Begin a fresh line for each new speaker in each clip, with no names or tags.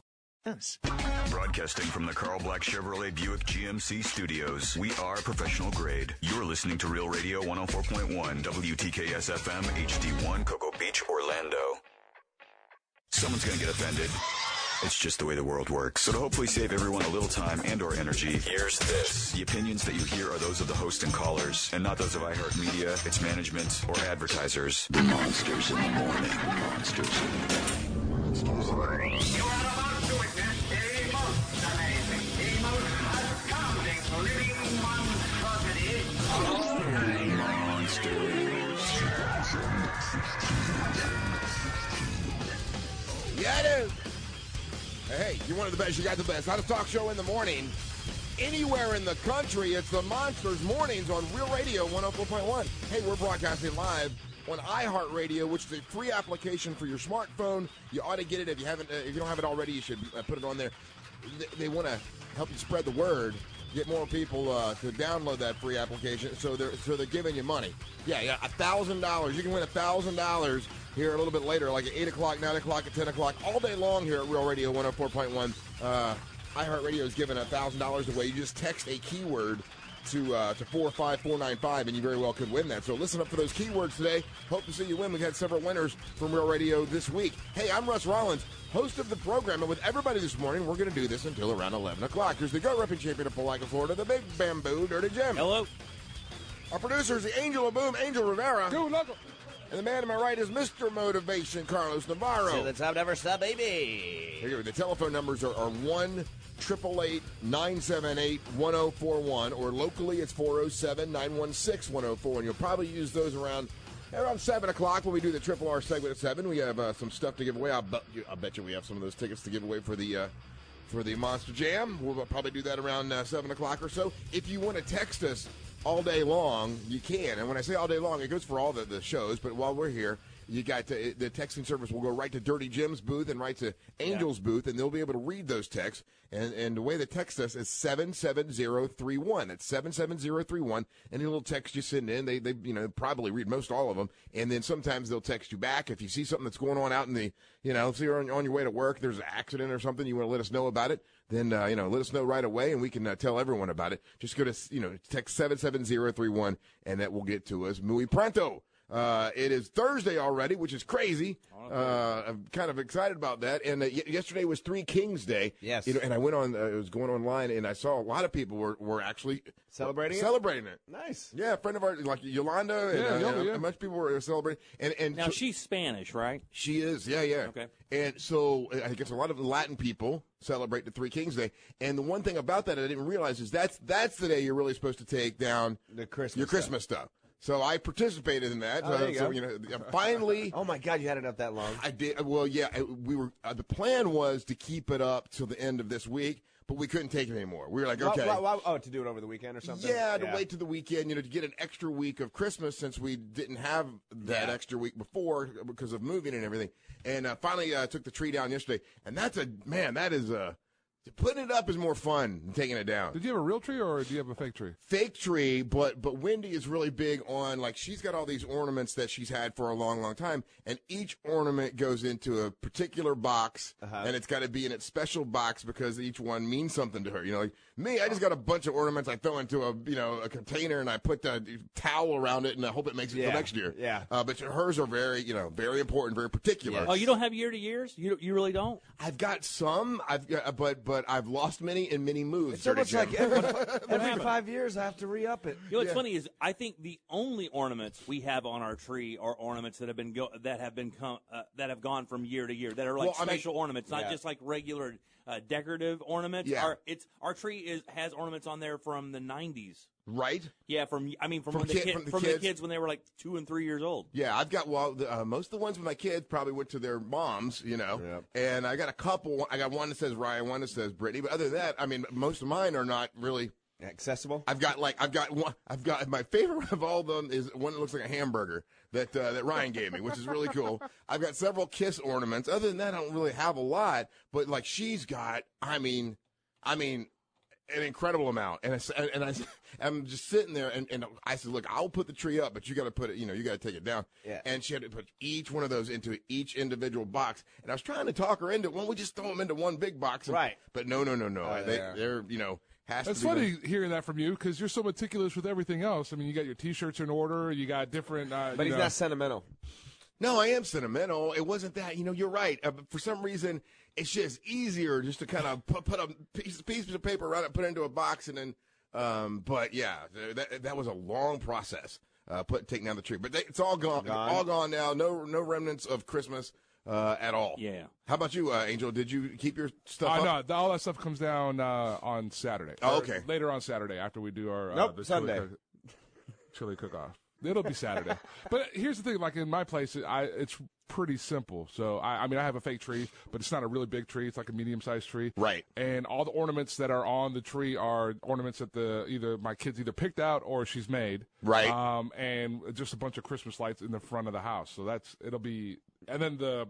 Broadcasting from the Carl Black Chevrolet Buick GMC studios, we are professional grade. You're listening to Real Radio 104.1, WTKS FM, HD1, Cocoa Beach, Orlando. Someone's going to get offended. It's just the way the world works. So to hopefully save everyone a little time and or energy, here's this. The opinions that you hear are those of the host and callers, and not those of iHeartMedia, its management, or advertisers. The monsters in the morning. Monsters in the morning.
Yeah, dude. Hey, you're one of the best. You got the best. Not a talk show in the morning. Anywhere in the country, it's the Monsters Mornings on Real Radio 104.1. Hey, we're broadcasting live on iHeartRadio, which is a free application for your smartphone. You ought to get it if you haven't. Uh, if you don't have it already, you should uh, put it on there. They, they want to help you spread the word, get more people uh, to download that free application. So they're so they're giving you money. Yeah, yeah, a thousand dollars. You can win a thousand dollars here a little bit later, like at eight o'clock, nine o'clock, at ten o'clock, all day long here at Real Radio 104.1. Uh, iHeartRadio is giving a thousand dollars away. You just text a keyword to uh, to four five four nine five, and you very well could win that. So listen up for those keywords today. Hope to see you win. We've had several winners from Real Radio this week. Hey, I'm Russ Rollins, host of the program, and with everybody this morning, we're going to do this until around eleven o'clock. Here's the Go Repping Champion of Palaca, Florida, the Big Bamboo Dirty Jim. Hello. Our producer is the Angel of Boom, Angel Rivera. And the man to my right is Mr. Motivation, Carlos Navarro.
To the top never stop, baby.
Here you go. The telephone numbers are, are 1 888 978 1041, or locally it's 407 916 1041. And oh you'll probably use those around around 7 o'clock when we do the Triple R segment at 7. We have uh, some stuff to give away. I'll bet, you, I'll bet you we have some of those tickets to give away for the. Uh, for the Monster Jam, we'll probably do that around uh, 7 o'clock or so. If you want to text us all day long, you can. And when I say all day long, it goes for all the, the shows. But while we're here, you got to, the texting service will go right to Dirty Jim's booth and right to Angel's booth, and they'll be able to read those texts. And and the way they text us is seven seven zero three one. It's seven seven zero three one. Any little text you send in, they they you know probably read most all of them. And then sometimes they'll text you back if you see something that's going on out in the you know, if you're on, on your way to work, there's an accident or something, you want to let us know about it then uh, you know let us know right away and we can uh, tell everyone about it. Just go to you know text seven seven zero three one and that will get to us muy pronto. Uh, it is Thursday already, which is crazy. Uh, I'm kind of excited about that. And uh, y- yesterday was Three Kings Day.
Yes.
you know, and I went on. Uh, it was going online, and I saw a lot of people were, were actually
Celebrating it?
celebrating it.
Nice.
Yeah, a friend of ours, like Yolanda, and,
Yeah,
uh,
Yolanda,
and
yeah.
a bunch of people were celebrating. And and
Now
so-
she's Spanish, right?
she is, yeah, yeah.
Okay.
And so uh, I guess a lot of the Latin people celebrate the Three Kings Day. And the one thing about that I didn't realize is that's that's the day you're really supposed to take down
The Christmas
your Christmas stuff. So I participated in that. Uh,
Oh, there you
so
go.
you know, finally,
Oh my God, you had it up that long.
I did. uh, Well, yeah, I- we were. Uh, the plan was to keep it up till the end of this week, but we couldn't take it anymore. We were like,
Why-
okay,
why- why- oh, to do it over the weekend or something.
yeah, to wait to the weekend, you know, to get an extra week of Christmas since we didn't have that extra week before because of moving and everything. And uh, finally, uh, took the tree down yesterday, and that's a man. That is a putting it up is more fun than taking it down
Did you have a real tree or do you have a fake tree?
fake tree, but but Wendy is really big on like she's got all these ornaments that she's had for a long, long time, and each ornament goes into a particular box,
Uh-huh.
and it's got to be in its special box because each one means something to her. You know, like me, I just got a bunch of ornaments I throw into a you know a container and I put a towel around it, and I hope it makes it
Yeah,
for next year.
yeah.
uh, but hers are very you know very important, very particular.
Oh, you don't have year to years? You you really don't?
I've got some, I've got, but but I've lost many in many moves.
It's almost
Dirty Jim.
like every, every
happened?
five years I have to re up it.
You know what's funny is I think the only ornaments we have on our tree are ornaments that have been go- that have been com- uh, that have gone from year to year that are like
Well, I mean-
special ornaments, not
Yeah.
just like regular uh, decorative ornaments.
Yeah.
Our it's our tree is has ornaments on there from the '90s.
right?
Yeah, from I mean from,
From
when the
kid-
kid,
from the
from
kids?
the kids when they were like two and three years old.
Yeah, I've got well, the, uh, most of the ones with my kids probably went to their moms, you know,
Yep.
and I got a couple. I got one that says Ryan, one that says Brittany, but other than that, I mean, most of mine are not really.
Accessible?
I've got like I've got one. I've got my favorite of all of them is one that looks like a hamburger that uh, that Ryan gave me, which is really cool. I've got several kiss ornaments. Other than that, I don't really have a lot. But like she's got, I mean, I mean, an incredible amount. And I, s- and I am just sitting there and, and I said, look, I'll put the tree up, but you got to put it, you know, you got to take it down.
Yeah.
And she had to put each one of those into each individual box. And I was trying to talk her into, well, we just throw them into one big box. And,
Right.
But no, no, no, no.
Oh,
they,
yeah.
They're, you know, has
That's
to be.
funny hearing that from you because you're so meticulous with everything else. I mean, you got your T-shirts in order, you got different. Uh,
But
you
he's
know-
not sentimental.
No, I am sentimental. It wasn't that. You know, you're right. Uh, but for some reason, it's just easier just to kind of put, put a piece, piece of paper around it, put it into a box, and then. Um, but yeah, th- that that was a long process. Uh, put taking down the tree, but they, it's all gone,
Gone.
all gone now. No, no remnants of Christmas uh, at all.
Yeah.
How about you, uh, Angel? Did you keep your stuff?
Uh,
up?
no, th- all that stuff comes down uh, on Saturday.
Oh,
Or
okay.
Later on Saturday after we do our uh,
Nope,
the
Sunday.
Chili, cook- chili cook-off. It'll be Saturday. but here's the thing: like in my place, I it's pretty simple. So I, I mean, I have a fake tree, but it's not a really big tree. It's like a medium-sized tree.
Right.
And all the ornaments that are on the tree are ornaments that the either my kids either picked out or she's made.
Right.
Um, and just a bunch of Christmas lights in the front of the house. So that's it'll be, and then the.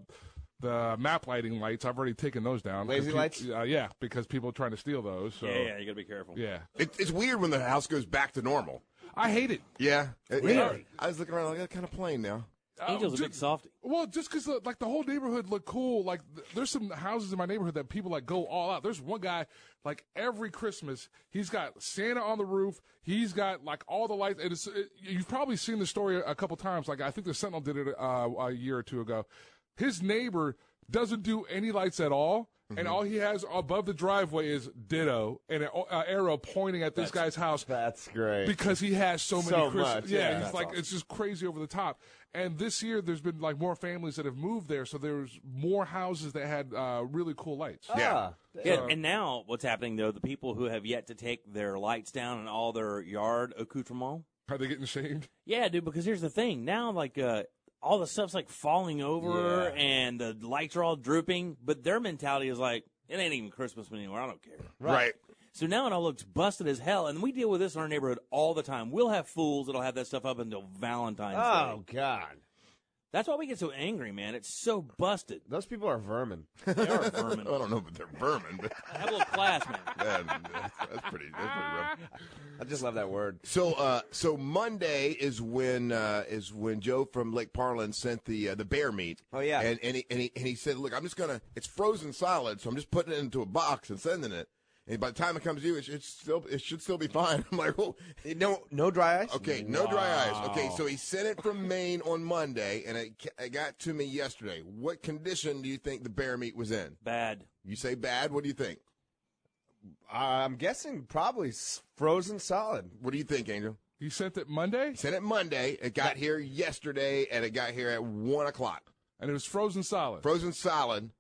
The map lighting lights, I've already taken those down.
Lazy
Because pe-
lights?
uh, yeah, because people are trying to steal those. So
Yeah, yeah, you gotta be careful.
yeah.
It, it's weird when the house goes back to normal.
I hate it.
Yeah, It-
Really?
I was looking around like that kind of plain now.
Angel's
ju-
a big softy.
Well, just because like the whole neighborhood looked cool. Like th- there's some houses in my neighborhood that people like go all out. There's one guy like every Christmas he's got Santa on the roof. He's got like all the lights. And it's, it, you've probably seen the story a couple times. Like I think the Sentinel did it uh, a year or two ago. His neighbor doesn't do any lights at all. And
Mm-hmm.
all he has above the driveway is ditto and an uh, arrow pointing at this guy's house
That's great.
because he has so many
So
Christmas.
much,
yeah,
yeah.
he's
That's
like
awesome.
it's just crazy over the top. And this year, there's been like more families that have moved there, so there's more houses that had uh, really cool lights.
Ah.
yeah.
Yeah, and now what's happening though? The people who have yet to take their lights down and all their yard accoutrement.
Are they getting shamed?
Yeah, dude. Because here's the thing. Now, like, uh, all the stuff's like falling over,
Yeah.
and the lights are all drooping. But their mentality is like, it ain't even Christmas anymore. I don't care.
Right.
So now it all looks busted as hell, and we deal with this in our neighborhood all the time. We'll have fools that'll have that stuff up until Valentine's Day.
Oh, God.
That's why we get so angry, man. It's so busted.
Those people are vermin.
They are vermin.
I don't know, but they're vermin. But
have a little class, man.
yeah, that's, that's pretty. That's pretty rough.
I just love that word.
So, uh, so Monday is when uh, is when Joe from Lake Parlin sent the uh, the bear meat.
Oh, yeah.
and and he, and he and he said, "Look, I'm just gonna. It's frozen solid, so I'm just putting it into a box and sending it. And by the time it comes to you, it should still it should still be fine." I'm like, "Oh,
No, no dry ice.
okay, no dry eyes." Okay, so he sent it from Maine on Monday, and it, ca- it got to me yesterday. What condition do you think the bear meat was in?
Bad.
You say bad. What do you think?
I'm guessing probably s- frozen solid.
What do you think, Angel?
He sent it Monday,
Sent it Monday. It got here yesterday, and it got here at one o'clock.
and it was frozen solid.
Frozen solid.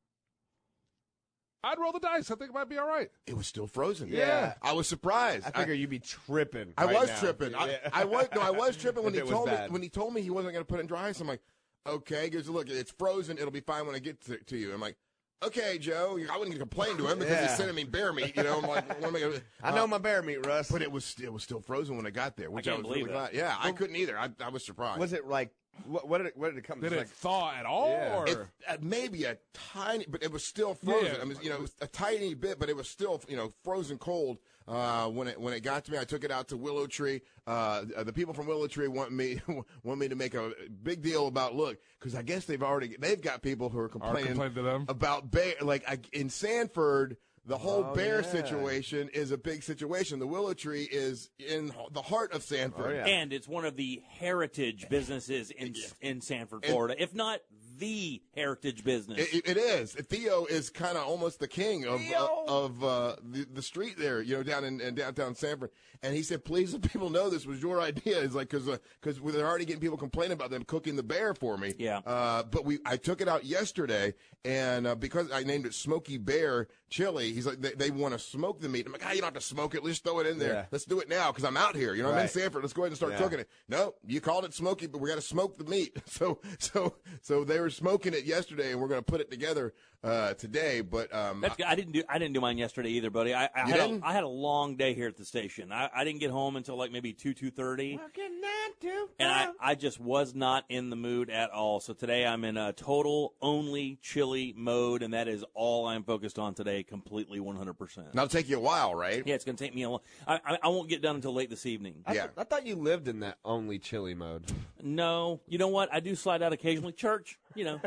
I'd roll the dice. I think it might be all right.
It was still frozen.
Yeah.
I was surprised.
I figure you'd be tripping.
I
right
was
now.
tripping. I,
Yeah.
I was no, I was tripping when
If
he
it was
told me
bad.
when he told me he wasn't going to put it in dry ice. I'm like, okay, gives a look. It's frozen. It'll be fine when I get to, to you. I'm like, okay, Joe. I wouldn't complain to him because he's
Yeah.
sending me bear meat. You know, I'm like, what am I gonna do?
I know my bear meat, Russ.
But it was it was still frozen when I got there, which I,
can't
was really
believe
glad.
that.
Yeah, I couldn't either. I, I was surprised.
was it like what? What did it, what did it come?
Did
it's
it
like,
thaw at all?
Yeah.
Or?
It, uh, maybe a tiny, but it was still frozen.
Yeah.
I mean, you know, it was a tiny bit, but it was still, you know, frozen cold. Uh, when it when it got to me, I took it out to Willow Tree. Uh, uh, the people from Willow Tree want me want me to make a big deal about look because I guess they've already they've got people who are complaining,
complaining to them.
about bear. Like I, in Sanford, the whole
Oh,
bear
yeah.
situation is a big situation. The Willow Tree is in the heart of Sanford.
Oh, yeah.
And it's one of the heritage businesses in in Sanford, Florida, if not the heritage business.
It, it is. Theo is kind of almost the king of
Theo.
of uh, the, the street there, you know, down in, in downtown Sanford. And he said, "Please, let people know this was your idea." He's like, "Cause uh, cause they're already getting people complaining about them cooking the bear for me."
Yeah.
Uh, but we I took it out yesterday, and uh, because I named it Smoky Bear Chili, he's like, "They, they want to smoke the meat." I'm like, "Ah, you don't have to smoke it. Let's throw it in there.
Yeah.
Let's do it now because I'm out here. You know, I'm in
Right.
Sanford. Let's go ahead and start
Yeah.
cooking it." No, you called it smoky, but we got to smoke the meat. So, so, so they were smoking it yesterday, and we're going to put it together uh, today. But um,
That's good. I didn't do I didn't do mine yesterday either, buddy. I, I
You
had a,
didn't?
I had a long day here at the station. I, I didn't get home until like maybe two two thirty, and I, I just was not in the mood at all. So today I'm in a total only chili mode, and that is all I'm focused on today, completely one hundred percent.
that'll take you a while, right?
Yeah, it's going to take me a long. I, I I won't get done until late this evening.
I,
Yeah.
th- I thought you lived in that only chili mode.
No, you know what? I do slide out occasionally. Church, you know.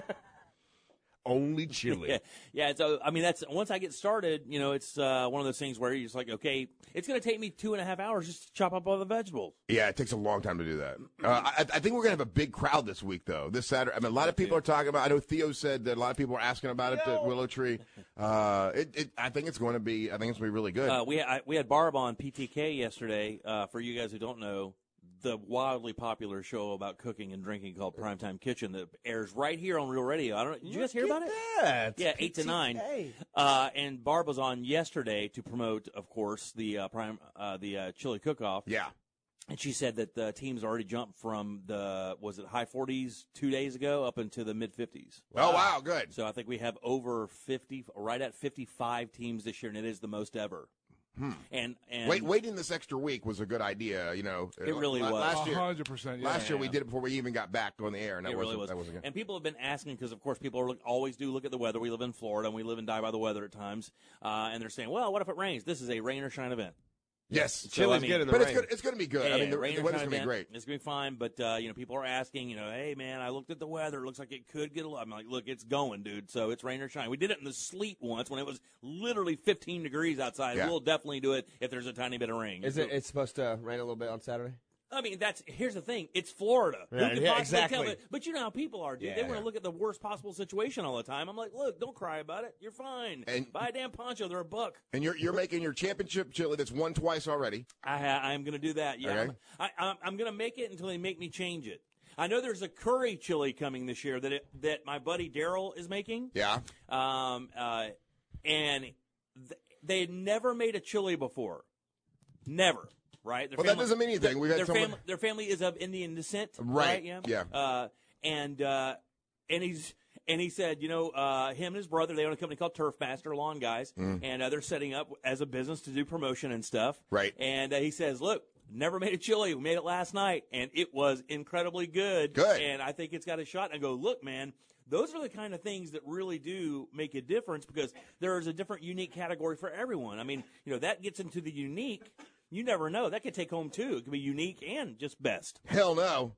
Only chili.
Yeah, yeah. So I mean, that's once I get started, you know, it's uh, one of those things where you're just like, okay, it's going to take me two and a half hours just to chop up all the vegetables.
Yeah, it takes a long time to do that. Uh, I, I think we're going to have a big crowd this week, though. This Saturday, I mean, a lot of people are talking about. I know Theo said that a lot of people are asking about it at Willow Tree. Uh, it, it, I think it's going to be. I think it's going to be really good.
Uh, we I, we had Barb on PTK yesterday. Uh, for you guys who don't know, the wildly popular show about cooking and drinking called Primetime Kitchen that airs right here on Real Radio. I don't. Did you guys hear about it?
That.
Yeah, eight to nine. Uh, and Barb was on yesterday to promote, of course, the uh, prime uh, the uh, chili cook off.
yeah,
And she said that the teams already jumped from the was it high 40s two days ago up into the mid 50s.
Oh wow, good.
So I think we have over 50, right at 55 teams this year, and it is the most ever. And and
Hmm. Wait, waiting this extra week was a good idea. You know,
It really was.
Last year,
hundred percent. Yeah.
last year we did it before we even got back on the air, and that
it
wasn't
really was.
that wasn't good.
And people have been asking because, of course, people are look, always do look at the weather. We live in Florida, and we live and die by the weather at times. Uh, and they're saying, "Well, what if it rains? This is a rain or shine event."
Yes,
So, I
Chili's
mean-
good in the
but it's
rain.
good. It's going to be good. I mean, the,
rain
the
or
weather's
shine
going to be
event,
great.
It's gonna be fine, but uh, you know, people are asking. You know, hey man, I looked at the weather. It looks like it could get a lot. I'm like, look, it's going, dude. So it's rain or shine. We did it in the sleet once when it was literally 15 degrees outside.
Yeah.
We'll definitely do it if there's a tiny bit of rain.
Is it? It's supposed to rain a little bit on Saturday.
I mean, that's here's the thing. It's Florida. Who
Yeah,
could
yeah,
possibly
exactly.
tell it? But you know how people are, dude. they
Yeah.
want to look at the worst possible situation all the time. I'm like, look, don't cry about it. You're fine.
And-
Buy a damn poncho. They're a buck.
And you're you're making your championship chili that's won twice already.
I ha- I'm going to do that. Yeah,
Okay.
I'm, I, I'm, I'm going to make it until they make me change it. I know there's a curry chili coming this year that it, that my buddy Daryl is making.
Yeah,
Um, uh, and th- they had never made a chili before, never. Right? Their
Well, that doesn't mean anything.
their-
We've had
their,
someone-
family, their family is of Indian descent.
Right.
Yeah.
Yeah.
Uh, and uh, and he's. And he said, you know, uh, him and his brother, they own a company called Turf Master Lawn Guys,
Mm.
and uh, they're setting up as a business to do promotion and stuff.
Right.
And uh, he says, look, never made a chili. We made it last night, and it was incredibly good.
Good.
And I think it's got a shot. And I go, look, man, those are the kind of things that really do make a difference because there is a different, unique category for everyone. I mean, you know, that gets into the unique. You never know. That could take home too. It could be unique and just best.
hell no.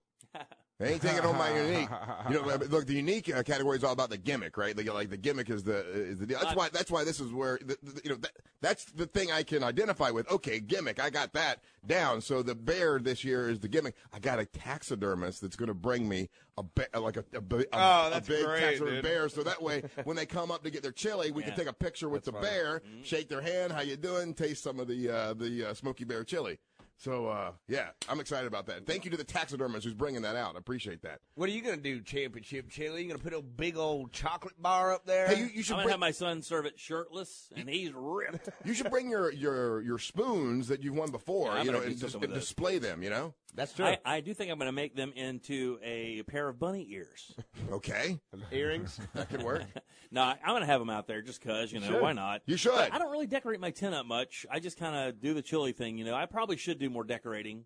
They ain't taking home my unique. You know, but look, the unique uh, category is all about the gimmick, right? Like, like the gimmick is the is the deal. That's why that's why this is where the, the- you know that, that's the thing I can identify with. Okay, gimmick, I got that down. So the bear this year is the gimmick. I got a taxidermist that's going to bring me a ba- like a, a, ba- a,
Oh,
a
that's
big
great,
taxidermist
dude.
bear. So that way, when they come up to get their chili, we can
Yeah.
take a picture with the bear, shake their hand, how you doing, taste some of the uh, the uh, smoky bear chili. So uh, yeah, I'm excited about that. Thank you to the taxidermist who's bringing that out. I appreciate that.
What are you gonna do, championship chili? You gonna put a big old chocolate bar up there?
Hey, you, you should
I'm gonna
bring,
have my son serve it shirtless, and he's ripped.
you should bring your, your your spoons that you've won before,
Yeah, I'm
you know,
gonna do
and, dis-
something with
and
those.
display them. You know,
That's true.
I, I do think I'm gonna make them into a pair of bunny ears.
okay,
Earrings.
that could work.
No, I- I'm gonna have them out there just cause you know why not?
You should.
But I don't really decorate my tent up much. I just kind of do the chili thing. You know, I probably should do more decorating.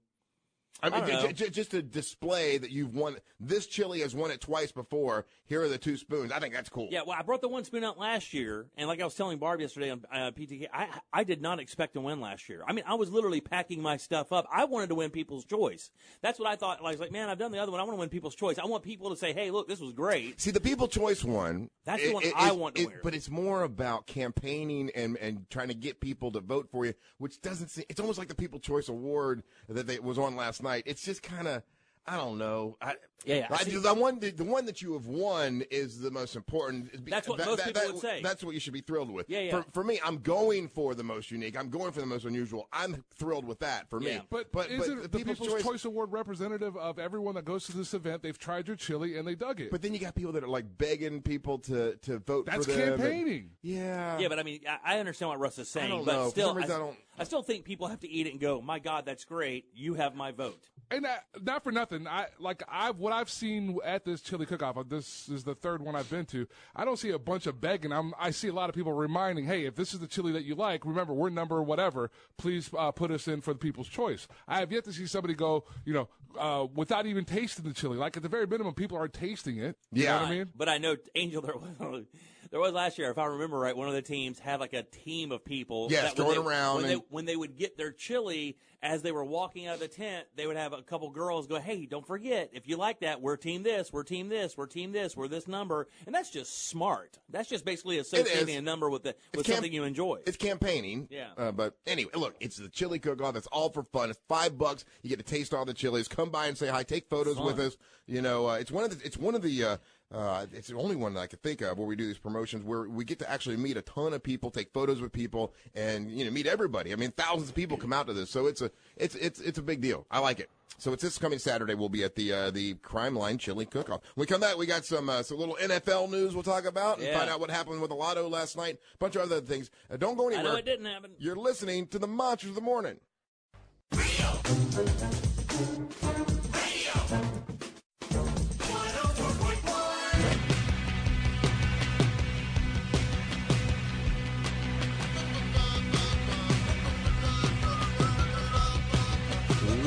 I mean,
don't
j-
know.
j- j- just to display that you've won. This chili has won it twice before. Here are the two spoons. I think that's cool.
Yeah, well, I brought the one spoon out last year, and like I was telling Barb yesterday on uh, PTK, I I did not expect to win last year. I mean, I was literally packing my stuff up. I wanted to win People's Choice. That's what I thought. Like, I was like, man, I've done the other one. I want to win People's Choice. I want people to say, hey, look, this was great.
See, the People Choice one.
That's the one I
is-
want to
it-
wear.
But it's more about campaigning and, and trying to get people to vote for you, which doesn't seem. It's almost like the People Choice Award that they, was on last night. It's just kind of. I don't know. I,
Yeah, yeah, I
I
see.
do- the one, the, the one that you have won is the most important.
That's what most people would say.
That's what you should be thrilled with.
Yeah, yeah.
For, for me, I'm going for the most unique. I'm going for the most unusual. I'm thrilled with that. For
Yeah.
me,
But, isn't the People's, Choice, Award representative of everyone that goes to this event? They've tried your chili and they dug it.
But then you got people that are like begging people to to vote
That's
for them. and-
campaigning.
yeah.
Yeah, but I mean, I, I understand what Russ is saying,
don't
but
know. For
still,
some reason,
I,
I don't-
I still think people have to eat it and go, "My God, that's great! You have my vote."
and I, not for nothing. I like I've what I've seen at this chili cook-off. uh, This is the third one I've been to. I don't see a bunch of begging. I'm, I see a lot of people reminding, "Hey, if this is the chili that you like, remember we're number whatever. Please uh, put us in for the people's choice." I have yet to see somebody go, you know, uh, without even tasting the chili. Like at the very minimum, people are tasting it. You know
Yeah.
what I mean.
But I know Angel. There was there was last year, if I remember right, one of the teams had like a team of people.
Yes,
when
going
they-
around
when,
and-
they, when they would get their chili as they were walking out of the tent. They would have a couple girls go, "Hey, don't forget if you like that, we're team this, we're team this, we're team this, we're this number." And that's just smart. That's just basically associating a number with the, with
It's camp-
something you enjoy.
It's campaigning.
Yeah.
Uh, but anyway, look, it's the chili cook-off. It's all for fun. It's five bucks. You get to taste all the chilies. Come by and say hi. Take photos with us. You know, uh, it's one of the. It's one of the. Uh, uh, it's the only one that I could think of where we do these promotions where we get to actually meet a ton of people, take photos with people, and you know meet everybody. I mean, thousands of people come out to this, so it's a it's it's it's a big deal. I like it. So it's this coming Saturday. We'll be at the uh, the Crime Line Chili Cook-Off. When we come back, we got some uh, some little NFL news we'll talk about and
Yeah.
find out what happened with the lotto last night. A bunch of other things. Uh, don't go anywhere.
I know it didn't happen.
You're listening to the Monsters of the Morning.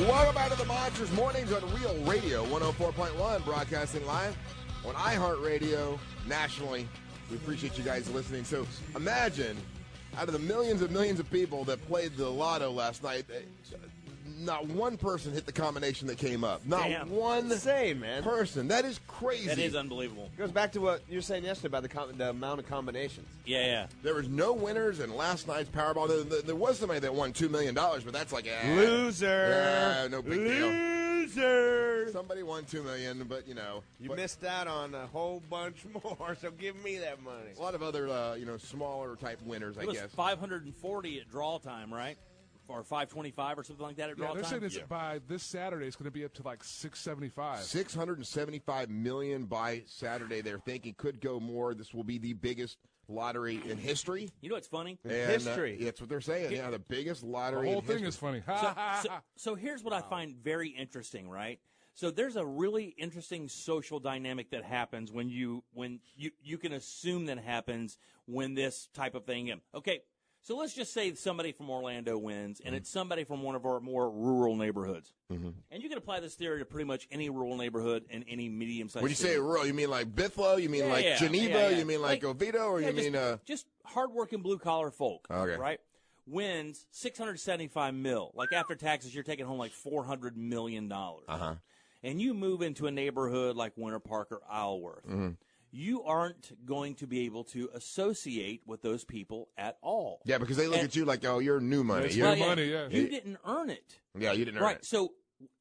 Welcome back to the Monsters Mornings on Real Radio 104.1, broadcasting live on iHeartRadio nationally. We appreciate you guys listening. So imagine, out of the millions and millions of people that played the lotto last night, eh, not one person hit the combination that came up. Not
Damn.
one
Insane, man.
person. That is crazy.
That is unbelievable.
Goes back to what you were saying yesterday about the, com- the amount of combinations.
Yeah, yeah.
There was no winners in last night's Powerball. There, there- there was somebody that won $2 million, but that's like, eh, Yeah, no big deal.
Loser.
Somebody won $2 million, but you know.
You
but-
missed out on a whole bunch more, so give me that money.
A lot of other, uh, you know, smaller type winners, I
It was
guess.
540 at draw time, right? Or 525 or something like that at
Yeah,
draw
they're
time.
saying it's by this Saturday. It's going to be up to like six seventy-five.
675 million by Saturday. They're thinking could go more. This will be the biggest lottery in history.
You know what's funny?
And, uh,
History.
that's what they're saying. Yeah, the biggest
The
lottery.
whole
in
thing
history.
is funny.
so, so, so here's what I find very interesting, right? So there's a really interesting social dynamic that happens when you when you you can assume that happens when this type of thing. Okay, so let's just say somebody from Orlando wins,
Mm-hmm.
and it's somebody from one of our more rural neighborhoods, and you can apply this theory to pretty much any rural neighborhood and any medium sized.
When you say rural, you mean like Bithlo? You mean
Yeah,
like
yeah,
Geneva?
yeah, yeah.
You mean like, Oviedo? Or
yeah,
you
just,
mean uh,
just hardworking blue collar folk?
Okay.
right? Wins six hundred seventy five mil. Like after taxes, you're taking home like four hundred million dollars. Uh
Uh-huh.
huh. And you move into a neighborhood like Winter Park or Isleworth, you aren't going to be able to associate with those people at all.
yeah? Because they look
And-
at you like, oh, you're new money.
That's
You're-
right. money, yeah.
You didn't earn it.
yeah, you didn't earn
Right.
it.
So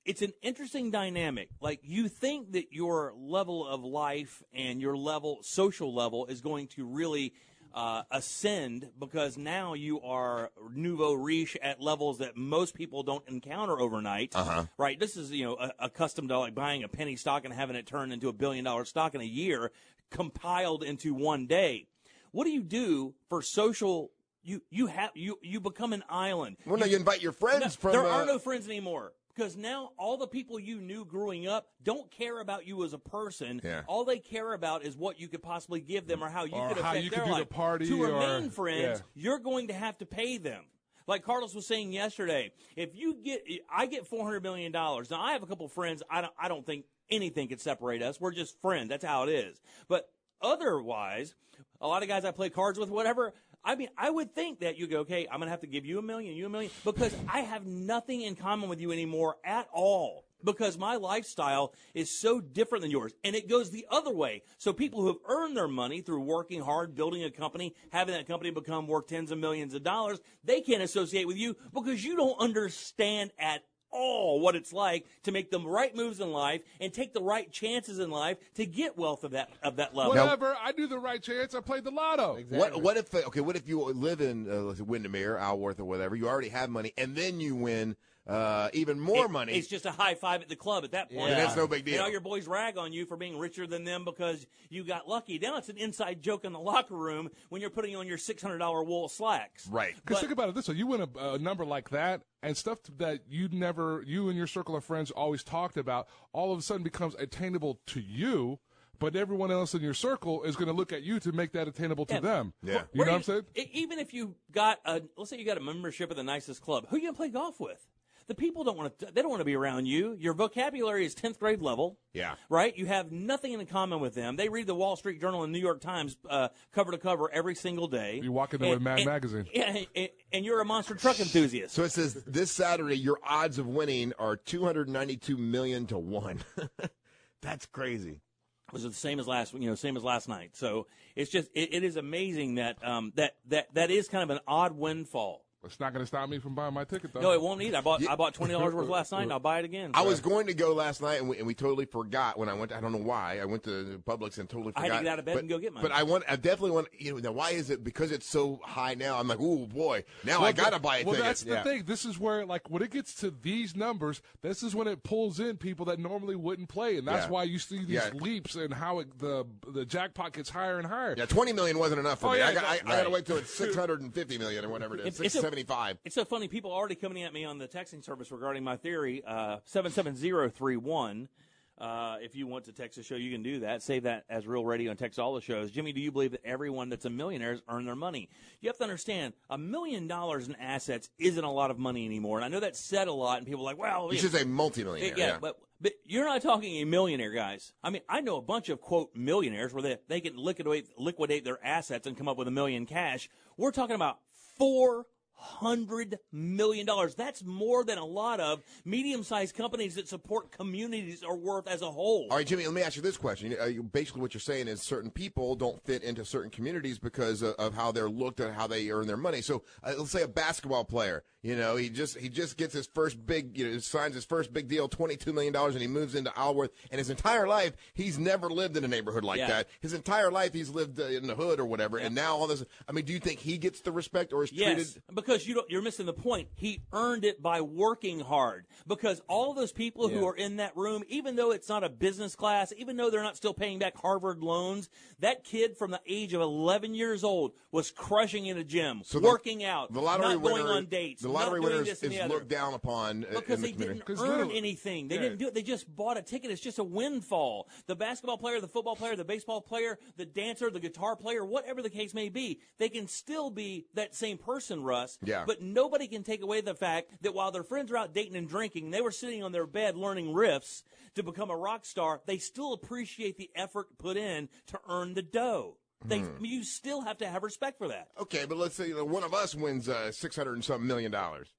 it's an interesting dynamic. Like you think that your level of life and your level social level is going to really uh, ascend because now you are nouveau riche at levels that most people don't encounter overnight. Uh-huh. Right. This is you know a- accustomed to like buying a penny stock and having it turn into a billion dollar stock in a year, compiled into one day. What do you do for social? You you have you you become an island.
Well, no, you invite your friends
No,
from.
there
uh,
are no friends anymore because now all the people you knew growing up don't care about you as a person.
Yeah. Mm.
All they care about is what you could possibly give them or how you
Or
could
how
affect
you could
their
do the
life.
party
to
or-
remain friends,
yeah.
you're going to have to pay them. Like Carlos was saying yesterday, if you get, I get four hundred million dollars. Now I have a couple friends. I don't, I don't think anything could separate us. We're just friends. That's how it is. But otherwise, a lot of guys I play cards with, whatever. I mean, I would think that you go, okay, I'm gonna have to give you a million, you a million, because I have nothing in common with you anymore at all. Because my lifestyle is so different than yours. And it goes the other way. So people who have earned their money through working hard, building a company, having that company become worth tens of millions of dollars, they can't associate with you because you don't understand at all what it's like to make the right moves in life and take the right chances in life to get wealth of that of that level.
Whatever. I knew the right chance. I played the lotto.
What what if okay? What if you live in uh, let's say Windermere, Alworth, or whatever? You already have money, and then you win uh, even more
It-
money.
It's just a high five at the club at that point.
Yeah. That's no big
And
deal.
all your boys rag on you for being richer than them because you got lucky. Now it's an inside joke in the locker room when you're putting on your $600 wool slacks.
right.
Because think about it this way: you win a, a number like that, and stuff that you never, you and your circle of friends always talked about, all of a sudden becomes attainable to you. But everyone else in your circle is going to look at you to make that attainable to
Yeah.
them.
Yeah.
you know
Where
what I'm saying?
e- Even if you got a, let's say you got a membership at the nicest club, who you gonna play golf with? The people don't want to. They don't want to be around you. Your vocabulary is tenth grade level.
Yeah.
Right. You have nothing in common with them. They read the Wall Street Journal and New York Times uh, cover to cover every single day.
You walk in there
And-
with Mad
and-
Magazine.
Yeah, and, and, and you're a monster truck enthusiast.
So it says this Saturday, your odds of winning are two hundred ninety-two million to one. That's crazy.
was the same as last you know same as last night. So it's just it, it is amazing that um that that that is kind of an odd windfall.
It's not going to stop me from buying my ticket, though.
No, it won't either. I bought I bought twenty dollars worth last night. and I'll buy it again.
I was going to go last night, and we, and we totally forgot when I went. I don't know why. I went to Publix and totally
I had
forgot.
to get out of bed
but,
and go get mine.
But I want. I definitely want. You know, now why is it? Because it's so high now. I'm like, oh boy, now I gotta
th-
buy a
Well,
ticket.
that's the thing. This is where, like, when it gets to these numbers, this is when it pulls in people that normally wouldn't play, and that's
Yeah.
why you see these
Yeah.
leaps and how it, the the jackpot gets higher and higher.
Yeah, twenty million wasn't enough for
Oh,
me.
yeah,
I, got, I,
exactly.
I gotta wait till it's six hundred and fifty million or whatever it is.
It's- it's
Six
a-
seventy-five.
It's so funny. People are already coming at me on the texting service regarding my theory. Uh, Seven seven zero three one. Uh, if you want to text the show, you can do that. Save that as real radio and text all the shows. Jimmy, do you believe that everyone that's a millionaire has earned their money? You have to understand, a million dollars in assets isn't a lot of money anymore. And I know that's said a lot, and people are like, well,
You
know,
should say multimillionaire.
yeah, but but you're not talking a millionaire, guys. I mean, I know a bunch of quote millionaires where they they can liquidate liquidate their assets and come up with a million cash. We're talking about four hundred million dollars. That's more than a lot of medium sized companies that support communities are worth as a whole.
All right, Jimmy, let me ask you this question. Uh, you- basically, what you're saying is certain people don't fit into certain communities because of, of how they're looked at, how they earn their money. So, uh, let's say a basketball player, you know, he just he just gets his first big, you know, signs his first big deal, twenty two million dollars, and he moves into Alworth. And his entire life, he's never lived in a neighborhood like
Yeah.
that. His entire life, he's lived uh, in the hood or whatever. And now all this, I mean, do you think he gets the respect or is
Yes,
treated?
because you don't, you're missing the point. He earned it by working hard. Because all those people who are in that room, even though it's not a business class, even though they're not still paying back Harvard loans, that kid from the age of 11 years old was crushing in a gym,
So the-
working out,
The lottery
not
winner,
going on dates,
the lottery
not doing
winner
this
is,
and
is
the other.
looked down upon uh,
because
in the
they
community.
didn't
'Cause
earn
literally-
anything. They
Yeah.
didn't do it. They just bought a ticket. It's just a windfall. The basketball player, the football player, the baseball player, the dancer, the guitar player, whatever the case may be, they can still be that same person, Russ.
Yeah.
But nobody can take away the fact that while their friends are out dating and drinking, they were sitting on their bed learning riffs to become a rock star. They still appreciate the effort put in to earn the dough. They, you still have to have respect for that.
Okay, but let's say you know, one of us wins uh, six hundred and some million dollars.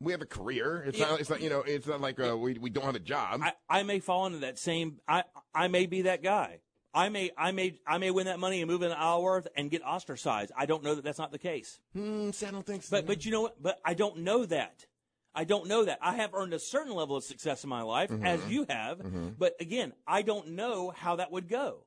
We have a career. It's
Yeah.
not. It's not. You know. It's not like uh, we we don't have a job.
I, I may fall into that same. I I may be that guy. I may I may I may win that money and move into Isleworth and get ostracized. I don't know that that's not the case.
Hmm, see, I don't think so.
But but you know what? But I don't know that. I don't know that. I have earned a certain level of success in my life,
Mm-hmm.
as you have. But again, I don't know how that would go.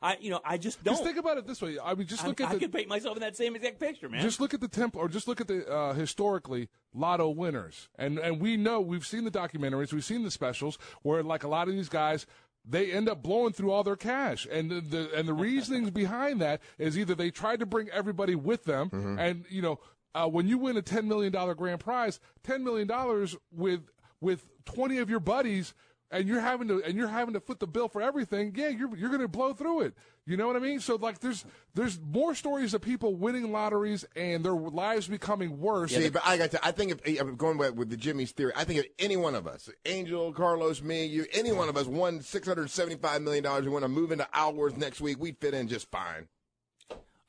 I you know I just don't.
Just think about it this way. I mean, just
I,
look at
I
the
could paint myself in that same exact picture, man.
Just look at the temple, or just look at the uh, historically lotto winners, and and we know we've seen the documentaries, we've seen the specials where like a lot of these guys. They end up blowing through all their cash, and the, the and the reasonings behind that is either they tried to bring everybody with them, and you know uh, when you win a ten million dollar grand prize, ten million dollars with with twenty of your buddies, and you're having to and you're having to foot the bill for everything. Yeah, you're you're going to blow through it. You know what I mean? So like, there's there's more stories of people winning lotteries and their lives becoming worse.
See, but I got to. I think if I'm going back with the Jimmy's theory, I think if any one of us, Angel, Carlos, me, you, any one of us, won six hundred seventy-five million dollars, and want to move into Alworth next week, we'd fit in just fine.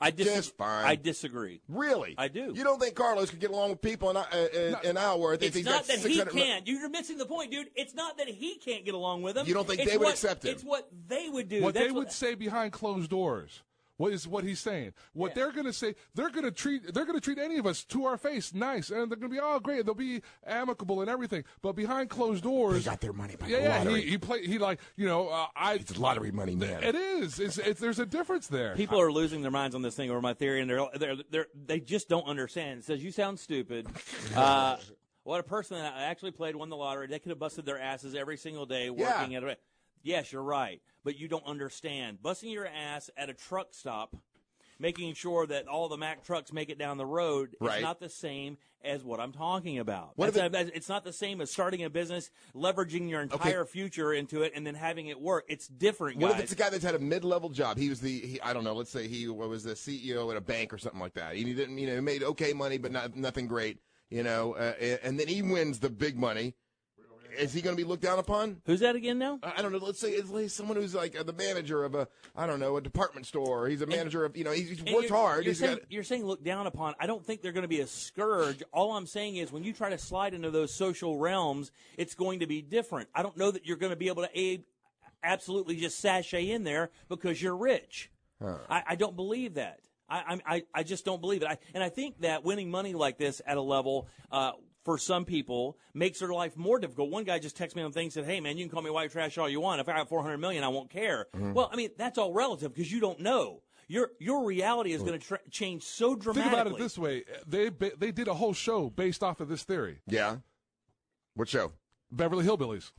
I dis-
just fine.
I disagree.
Really,
I do.
You don't think Carlos could get along with people in, uh, in, in Alworth? if
It's
he's
not
got
that he
600 mi-
can't. You're missing the point, dude. It's not that he can't get along with them.
You don't think
It's
they would
what-
accept him?
It's what they would do.
what
That's
they would say behind closed doors. What is what he's saying? What they're gonna say? They're gonna treat they're gonna treat any of us to our face nice, and they're gonna be all great. They'll be amicable and everything. But behind closed doors,
they got their money by
yeah,
the
yeah.
lottery.
He, he play he like you know uh, I.
It's lottery money, man.
It is. It's, it's there's a difference there.
People are losing their minds on this thing over my theory, and they're they're, they're they just don't understand. It says you sound stupid. Uh, what a person that actually played won the lottery. They could have busted their asses every single day working at a. Yes, you're right, but you don't understand. Busting your ass at a truck stop, making sure that all the Mack trucks make it down the road,
Right.
is not the same as what I'm talking about.
What if
That's- that's- it's not the same as starting a business, leveraging your entire future into it, and then having it work. It's different,
What if
guys.
it's a guy that's had a mid-level job? He was the he, I don't know. Let's say he wa- was the CEO at a bank or something like that. He didn't you know he made okay money, but not nothing great. You know, uh, a- and then he wins the big money. Is he going to be looked down upon?
Who's that again now?
I I don't know. Let's say it's like someone who's like uh, the manager of a I don't know a department store. He's a manager of you know he's, he's
And
worked
you're-
hard.
You're
He's
saying,
got
you're saying look down upon. I don't think they're going to be a scourge. All I'm saying is when you try to slide into those social realms, it's going to be different. I don't know that you're going to be able to a, absolutely just sashay in there because you're rich. I, I don't believe that. I, I'm- I I just don't believe it. I, and I think that winning money like this at a level. Uh, for some people, makes their life more difficult. One guy just texted me on thing said, "Hey man, you can call me white trash all you want. If I have 400 million, I won't care."
Mm-hmm.
Well, I mean that's all relative because you don't know your your reality is going to tra- change so
Think
dramatically.
about it this way: they ba- they did a whole show based off of this theory.
yeah. What show?
Beverly Hillbillies.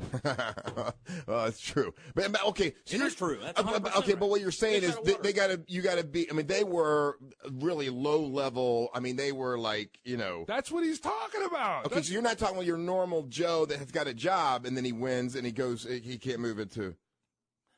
well, that's true. But, but, okay, so
It
you're-
is true. That's
Uh, but-
100%
okay, but what you're saying
Fish
is
out of
they,
water.
they got to you got to be. I mean, they were really low level. I mean, they were like you know.
That's what he's talking about.
Okay,
That's-
so you're not talking about your normal Joe that has got a job and then he wins and he goes he can't move into.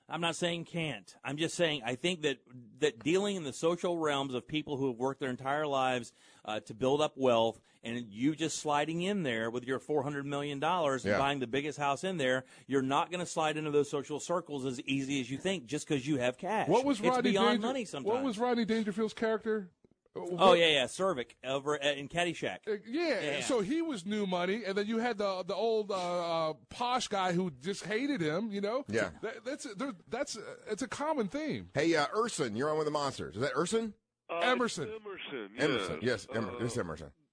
I'm not saying can't. I'm just saying I think that that dealing in the social realms of people who have worked their entire lives uh, to build up wealth, and you just sliding in there with your 400 million dollars and
Yeah.
buying the biggest house in there, you're not going to slide into those social circles as easy as you think just because you have cash.
what was
it's
Rodney
beyond
Danger-
money sometimes?
What was Rodney Dangerfield's character?
oh yeah, yeah, Cervic over at, in Caddyshack.
Uh, Yeah.
Yeah.
so he was new money, and then you had the the old uh, uh, posh guy who just hated him. You know,
Yeah.
That, that's there- that's uh, it's a common theme.
Hey, uh, Urson, you're on with the monsters. Is that Urson?
Uh,
Emerson.
it's Emerson. Yes.
Emerson, yes, Emerson.
Uh,
it's Emerson.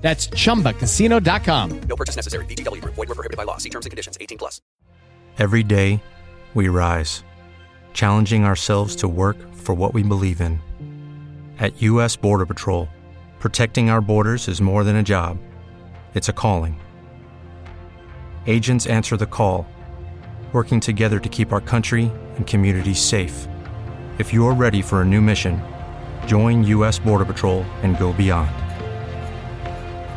That's chumbacasino.com.
Every day, we rise, challenging ourselves to work for what we believe in. At U.S. Border Patrol, protecting our borders is more than a job, it's a calling. Agents answer the call, working together to keep our country and communities safe. If you're ready for a new mission, join U.S. Border Patrol and go beyond.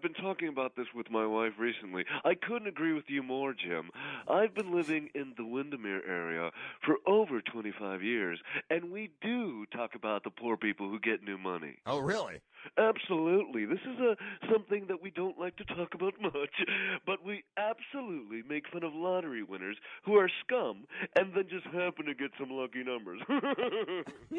been talking about this with my wife recently. I couldn't agree with you more, Jim. I've been living in the Windermere area for over 25 years, and we do talk about the poor people who get new money.
Oh, really?
Absolutely. This is a something that we don't like to talk about much, but we absolutely make fun of lottery winners who are scum and then just happen to get some lucky numbers.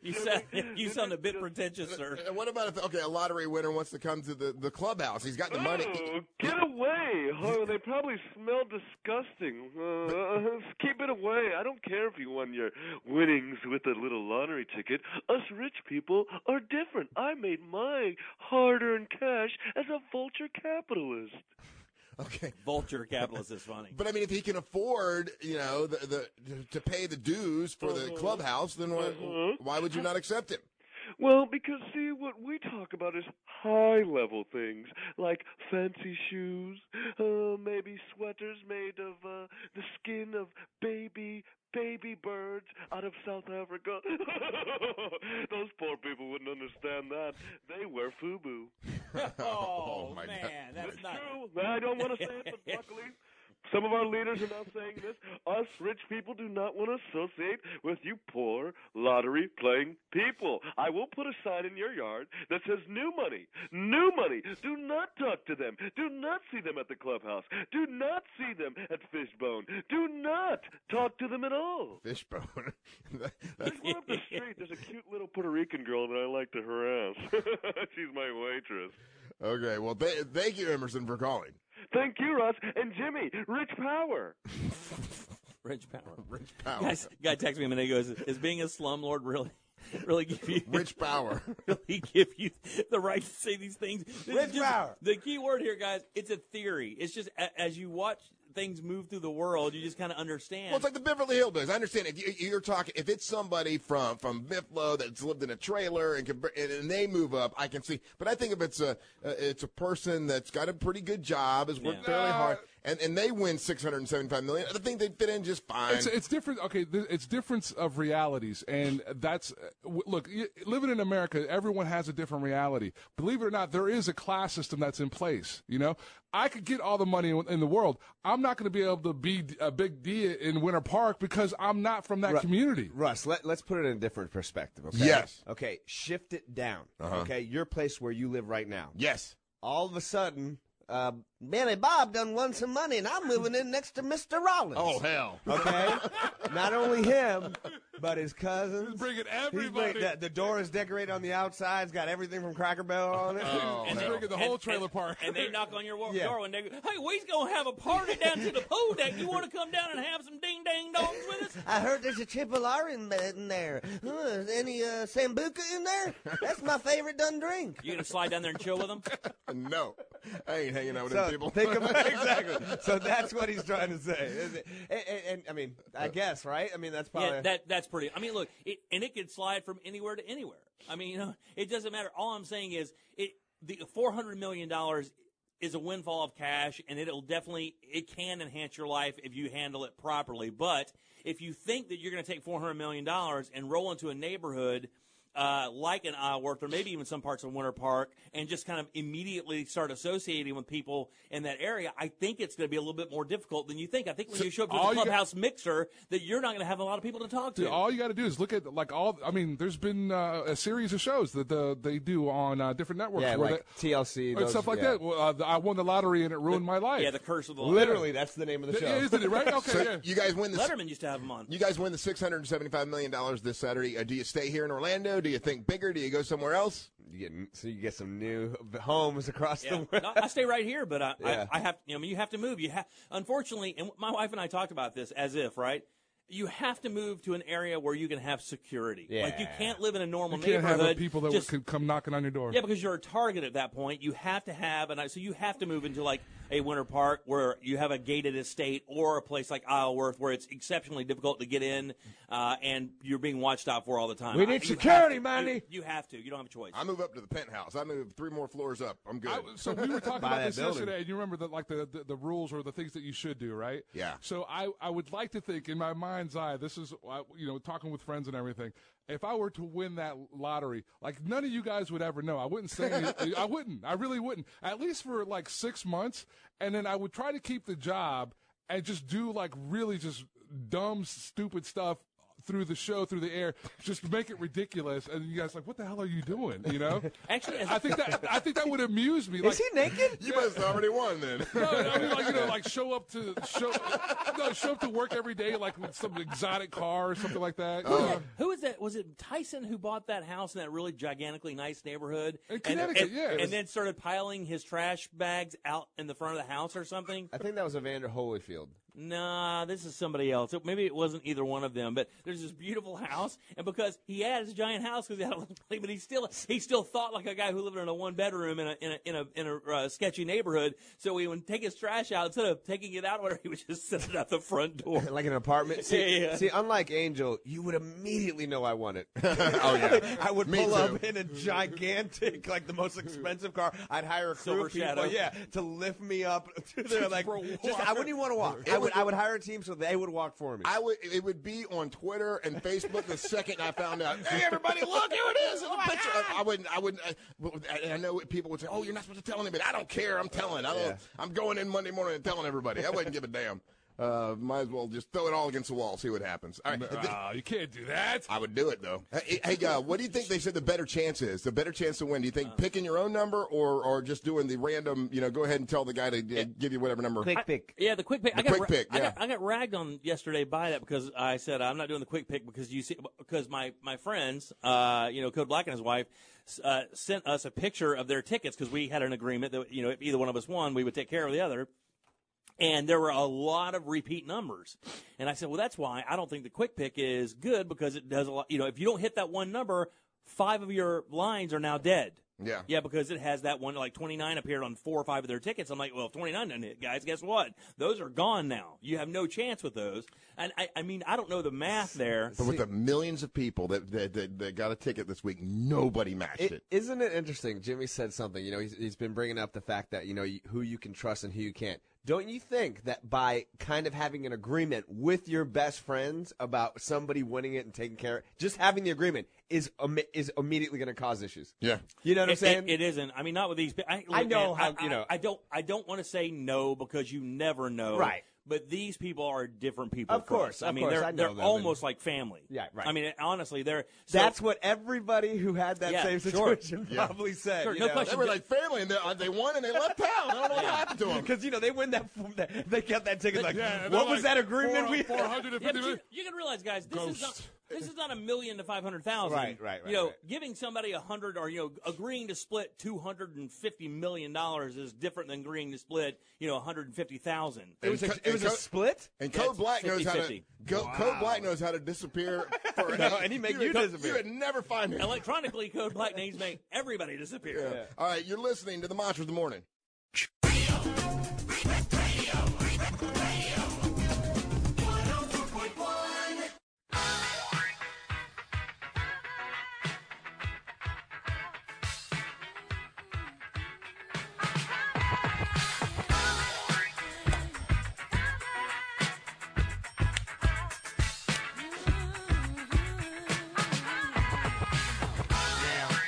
You sound you sound a bit pretentious, sir.
And what about if okay, a lottery winner wants to come to the, the clubhouse? He's got the money.
Oh, get away! Oh, they probably smell disgusting. Uh, keep it away. I don't care if you won your winnings with a little lottery ticket. Us rich people are different. I made my hard-earned cash as a vulture capitalist.
Okay.
Vulture capitalist is funny.
But I mean, if he can afford, you know, the, the to pay the dues for
Mm-hmm.
the clubhouse, then why, why would you not accept him?
Well, because see, what we talk about is high level things like fancy shoes, uh, maybe sweaters made of uh, the skin of baby baby birds out of South Africa. Those poor people wouldn't understand that. They wear FUBU.
Oh,
my God.
man, that's not.
True. I don't want to say it, but luckily Some of our leaders are now saying this. Us rich people do not want to associate with you poor lottery playing people. I will put a sign in your yard that says new money, new money. Do not talk to them. Do not see them at the clubhouse. Do not see them at Fishbone. Do not talk to them at all.
Fishbone.
Just go up the street. There's a cute little Puerto Rican girl that I like to harass. She's my waitress.
Okay, well, th- thank you, Emerson, for calling.
Thank you, Russ and Jimmy. Rich power.
Rich power. Rich
power.
Guys, guy texted me a minute ago. Is, is being a slumlord really, really give you
rich power?
Really give you the right to say these things? This is
Rich
just-
power.
The key word here, guys. It's a theory. It's just a, as you watch things move through the world, you just kind of understand.
Well, it's like the Beverly Hillbillies. I understand if you, you're talking, if it's somebody from from Miflo that's lived in a trailer and can, br- and, and they move up, I can see. But I think if it's a uh, it's a person that's got a pretty good job, has worked
Yeah.
fairly
Nah.
hard, and and they win six hundred and seventy five million, I think they fit in just fine.
It's, it's different. Okay, th- it's difference of realities, and that's uh, w- look. y- Living in America, everyone has a different reality. Believe it or not, there is a class system that's in place. You know, I could get all the money in, in the world. I'm not going to be able to be d- a big D in Winter Park because I'm not from that
Ru-
community.
Russ, let, let's put it in a different perspective, okay?
Yes.
Okay, shift it down.
Uh-huh.
Okay, your place where you live right now.
Yes.
All of a sudden, uh, Billy Bob done won some money, and I'm moving in next to Mr. Rollins.
Oh, hell.
Okay? Not only him, but his cousins. He's
bringing
everybody. the, the door is decorated on the outside. It's got everything from Cracker Barrel on
Oh,
it.
um, And they- and- and- And they knock on your wa-
Yeah.
door one day. Hey, we's gonna have a party down to the pool deck. You want to come down and have some ding dang dongs with us?
I heard there's a Chipolari in, in there. Huh, is any uh, Sambuca in there? That's my favorite done drink.
You gonna slide down there and chill with them?
no, I ain't hanging out with
so
them people.
Think about, exactly. So that's what he's trying to say. is it? And, and- and, I mean, I guess, right? I mean, that's probably.
Yeah, that that's pretty. I mean, look, it, and it could slide from anywhere to anywhere. I mean, you know, it doesn't matter. All I'm saying is, it the 400 million dollars is a windfall of cash, and it'll definitely it can enhance your life if you handle it properly. But if you think that you're going to take 400 million dollars and roll into a neighborhood. Uh, like an Isleworth or maybe even some parts of Winter Park and just kind of immediately start associating with people in that area, I think it's going to be a little bit more difficult than you think. I think when
So
you show up to
all
the
you got-
clubhouse mixer that you're not going to have a lot of people to talk to.
Dude, all you got to do is look at like all. I mean, there's been uh, a series of shows that the, they do on uh, different networks.
Yeah,
where
like
they-
TLC,
and
those-
stuff like
yeah.
that. Well, uh, I won the lottery and it ruined my life.
Yeah, the curse of the
Literally, that's the name of the show.
Yeah, isn't it, right? Okay,
So
yeah.
you guys win the
Letterman used to have him on.
You guys win the six hundred and seventy-five million dollars this Saturday. Uh, do you stay here in Orlando? Do you think bigger? Do you go somewhere else?
You get, so you get some new homes across the
Yeah.
world.
No, I stay right here, but I,
Yeah.
I, I have. You know, I mean, you have to move. You have, unfortunately, and my wife and I talked about this as if right. You have to move to an area where you can have security. Like you
Yeah.
can't live in a normal
You can't have
neighborhood.
the people that
just-
could come knocking on your door.
yeah, because you're a target at that point. You have to have, and I- so you have to move into like a winter park where you have a gated estate or a place like Isleworth where it's exceptionally difficult to get in, uh, and you're being watched out for all the time.
We
I-
need
you have
security,
to-
Manny.
You, you have to. You don't have a choice.
I move up to the penthouse. I move three more floors up. I'm good.
so we were talking
Buy
about
that
this
building.
yesterday, and you remember that like the, the the rules or the things that you should do, right?
Yeah.
So I I would like to think in my mind's eye, this is I- you know talking with friends and everything. If I were to win that lottery, like none of you guys would ever know. I wouldn't say any- I wouldn't. I really wouldn't. At least for like six months, and then I would try to keep the job and just do like really just dumb, stupid stuff. Through the show, through the air, just make it ridiculous, and you guys like, what the hell are you doing? You know,
Actually,
I think that I think that would amuse me.
Is
Like,
he naked?
You must have already won then.
no, I mean like you know, like show up to show no show up to work every day like with some exotic car or something like that.
Who is that- who is that? Was it Tyson who bought that house in that really gigantically nice neighborhood?
In
And-
Connecticut,
and,
yeah.
And, then started piling his trash bags out in the front of the house or something?
I think that was Evander Holyfield.
Nah, this is somebody else. It- Maybe it wasn't either one of them, but there's this beautiful house, and because he had his giant house because he had a little plane, but he still he still thought like a guy who lived in a one bedroom in a in a in a, in a uh, sketchy neighborhood. So he would take his trash out instead of taking it out, or whatever, he would just set it out the front door.
like an apartment. See,
Yeah, yeah.
see, unlike Angel, you would immediately know I won it. oh
yeah.
I would
Me
pull
too.
up in a gigantic, like the most expensive car. I'd hire a crew
Silver
of people,
Shadow.
yeah, to lift me up to there.
Just
Like,
for a
just, I wouldn't even want to walk.
It
I would I would hire a team so they would walk for me.
I would. It would be on Twitter and Facebook the second I found out. Oh, Hey, everybody, look here it is. It's a picture. I, I wouldn't. I wouldn't. I, but- and I know people would say, "Oh, you're not supposed to tell anybody." I don't care. I'm telling. I don't.
Yeah.
I'm going in Monday morning and telling everybody. I wouldn't give a damn. Uh, might as well just throw it all against the wall, see what happens. All right.
Nah, you can't do that.
I would do it though. Hey, hey, uh, what do you think they said the better chance is? The better chance to win? Do you think
Uh.
picking your own number or or just doing the random? You know, go ahead and tell the guy to uh, give you whatever number.
I- yeah, the quick pick. I
The
got
quick
ra-
pick,
I
yeah.
got, I got ragged on yesterday by that because I said I'm not doing the quick pick because you see because my my friends, uh, you know, Code Black and his wife uh, sent us a picture of their tickets because we had an agreement that you know if either one of us won, we would take care of the other. And there were a lot of repeat numbers. And I said, well, that's why I don't think the quick pick is good because it does a lot. You know, if you don't hit that one number, five of your lines are now dead.
Yeah.
Yeah, because it has that one, like 29 appeared on four or five of their tickets. I'm like, well, if 29 doesn't hit, guys, guess what? Those are gone now. You have no chance with those. And I, I mean, I don't know the math there.
But with the millions of people that that, that, that got a ticket this week, nobody matched it.
It, isn't it interesting? Jimmy said something. You know, he's, he's been bringing up the fact that you know you, who you can trust and who you can't. Don't you think that by kind of having an agreement with your best friends about somebody winning it and taking care, of just having the agreement is imme- is immediately going to cause issues.
Yeah,
you know what I'm
It-
saying.
it- it isn't. I mean, not with these. I,
I
man,
know how-
I,
you know.
I, I don't. I don't want to say no because you never know.
Right.
But these people are different people.
Of
for us.
course,
I
of
mean,
course,
they're
I know
they're
them, and-
almost like family.
Yeah, right.
I mean, honestly, they're. so-
That's what everybody who had that
Yeah,
same
sure.
situation
Yeah.
probably said.
Sure,
you
no
know?
question. They were like
family, and they, uh, they won and they left town. I don't know what happened to them.
Because you know they win that, they kept that ticket. Like,
Yeah, and
what
they're
was
like,
that agreement
four-
we?
Yeah, but you, you can realize, guys, this is not this is not a million to five hundred thousand.
Right, right, right,
You know,
right.
giving somebody a hundred or you know agreeing to split two hundred and fifty million dollars is different than agreeing to split you know one hundred and fifty thousand.
And Co- and Co- And Code Black knows how to. Go, Code Black knows how to disappear. For,
and he make
would
you
co-
disappear.
You would never find him.
Electronically, Code Black names make everybody disappear.
Yeah. All right, you're listening to the Monster of the Morning.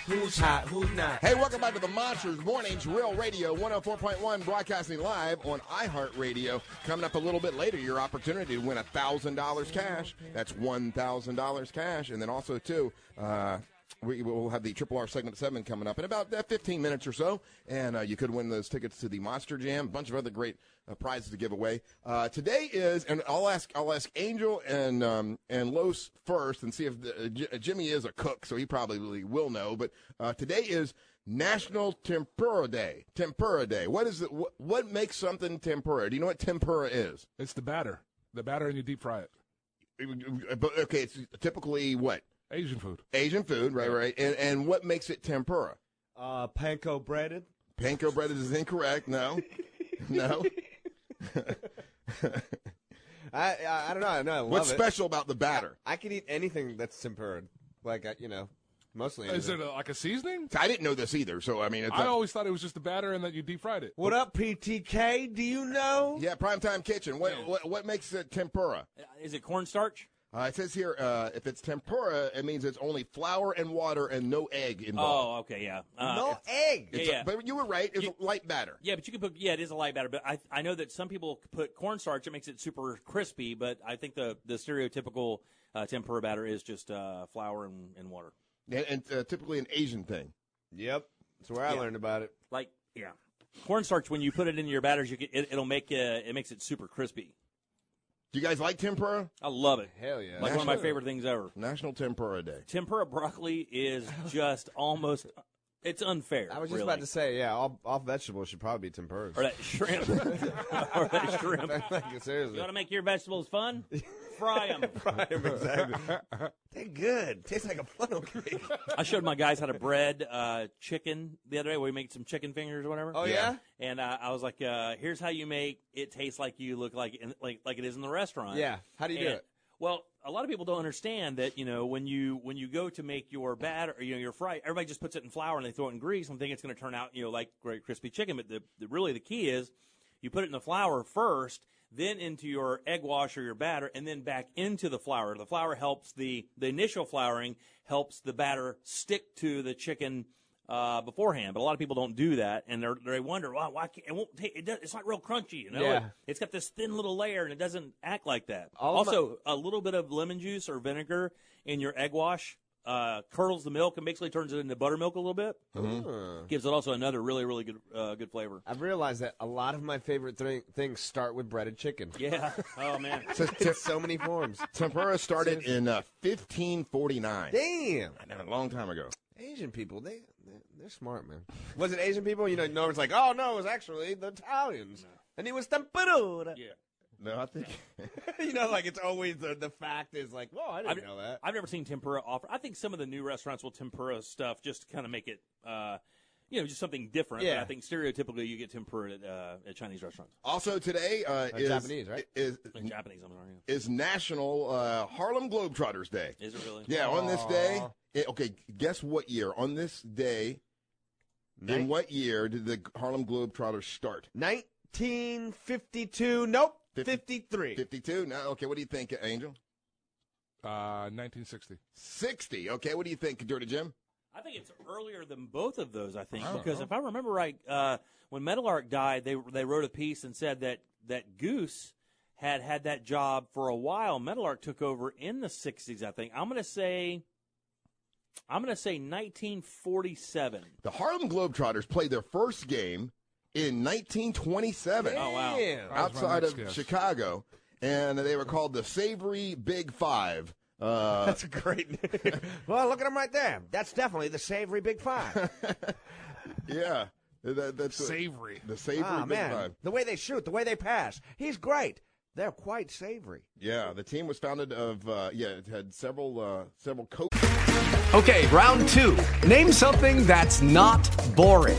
Who's hot? Who's not?
Hey, welcome back to the Monsters Mornings Real Radio 104.1, broadcasting live on iHeartRadio. Coming up a little bit later, your opportunity to win $1,000 cash. That's $1,000 cash. And then also, too, uh, we will have the Triple R Segment 7 coming up in about uh, 15 minutes or so. And uh, you could win those tickets to the Monster Jam, a bunch of other great uh, prizes to give away. Uh, today is, and I'll ask, I'll ask Angel and um, and Los first, and see if the, uh, J- Jimmy is a cook, so he probably will know. But uh, today is National Tempura Day. Tempura Day. What is it? What, what makes something tempura? Do you know what tempura is?
It's the batter. The batter, and you deep fry it.
But, okay, it's typically what
Asian food.
Asian food, right? Right. And and what makes it tempura?
Uh, panko breaded.
Panko breaded is incorrect. No, no.
I, I I don't know. I know. I love
What's
it.
special about the batter?
I could eat anything that's tempura. Like uh, you know, mostly.
Is it
anything.
a, like a seasoning?
I didn't know this either, so I mean, it's
I
a-
always thought it was just the batter and that you deep fried it.
What up, PTK? Do you know?
Yeah, Primetime Kitchen. What what, what makes it tempura?
Uh, Is it cornstarch?
Uh, it says here uh, if it's tempura, it means it's only flour and water and no egg involved.
Oh, okay, yeah. Uh,
No
it's-
egg.
Yeah,
It's a-
yeah.
but you were right. It's light batter.
Yeah, but you can put yeah, it is a light batter. But I I know that some people put cornstarch; it makes it super crispy. But I think the the stereotypical uh, tempura batter is just uh, flour and, and water.
And, and uh, typically an Asian thing.
Yep, that's where I
Yeah.
learned about it.
Like yeah, cornstarch when you put it in your batters, you can, it, it'll make uh, it makes it super crispy.
Do you guys like tempura?
I love it.
Hell yeah.
Like one of my
National-
favorite things ever.
National Tempura Day.
Tempura broccoli is just almost it's unfair.
I was just about to say, yeah, all, all vegetables should probably be tempura.
Or that shrimp. or that shrimp.
Like,
You
seriously.
want to make your vegetables fun? Fry them.
Fry 'em, exactly. They're good. Tastes like a funnel cake.
I showed my guys how to bread uh, chicken the other day. We made some chicken fingers or whatever.
Oh, yeah?
And uh, I was like, uh, "Here's how you make it taste like you look like in, like like it is in the restaurant."
Yeah. How do you do
And-
it?
Well, a lot of people don't understand that you know when you when you go to make your batter, or, you know your fry, everybody just puts it in flour and they throw it in grease and think it's going to turn out you know like great crispy chicken. But the, the really the key is you put it in the flour first. then into your egg wash or your batter, and then back into the flour. The flour helps the the initial flouring helps the batter stick to the chicken uh, beforehand. But a lot of people don't do that, and they're, they wonder, wow, why can't, it won't take? It does, it's not real crunchy, you know.
Yeah.
It, it's got this thin little layer, and it doesn't act like that.
All of my-
also, a little bit of lemon juice or vinegar in your egg wash uh, curdles the milk and basically turns it into buttermilk a little bit.
Mhm.
Gives it also another really, really good, uh, good flavor.
I've realized that a lot of my favorite thing, things start with breaded chicken.
Yeah. Oh man.
so, so many forms.
Tempura started in uh, 1549.
Damn.
I know, a long time ago.
Asian people, they they're, they're smart, man. Was it Asian people? You know, Norman's like, oh no, it was actually the Italians, and it was tempura.
Yeah.
No, I think
you know, like it's always the, the fact is like, well, I didn't know that.
I've never seen tempura offer. I think some of the new restaurants will tempura stuff just to kind of make it, uh, you know, just something different.
Yeah.
But I think stereotypically you get tempura at, uh, at Chinese restaurants.
Also today uh,
Uh,
is
Japanese, right?
Is
Like Japanese, I'm sorry.
is National uh, Harlem Globetrotters Day.
Is it really?
Yeah, on this day.
Aw.
eh, okay, guess what year? On this day, in what year did the Harlem Globetrotters start?
1952. Nope. 53.
52. No. Okay, what do you think, Angel?
Uh, 1960.
60. Okay, what do you think, Dirty Jim?
I think it's earlier than both of those. I think
I don't
because
know.
if I remember right, uh, when Metal Ark died, they they wrote a piece and said that that Goose had had that job for a while. Metal Ark took over in the '60s. I think I'm going to say. I'm going to say 1947.
The Harlem Globetrotters played their first game in 1927.
Oh, wow. Damn. That
Outside
was
of
my next guess.
Chicago, and they were called the Savory Big Five. Uh,
That's a great name. well, look at him right there. That's definitely the savory big five.
yeah. That, that's
Savory.
The savory
Ah,
big
man.
five.
The way they shoot, the way they pass. He's great. They're quite savory.
Yeah, the team was founded of uh, yeah, it had several uh, several coaches.
Okay, round two. Name something that's not boring.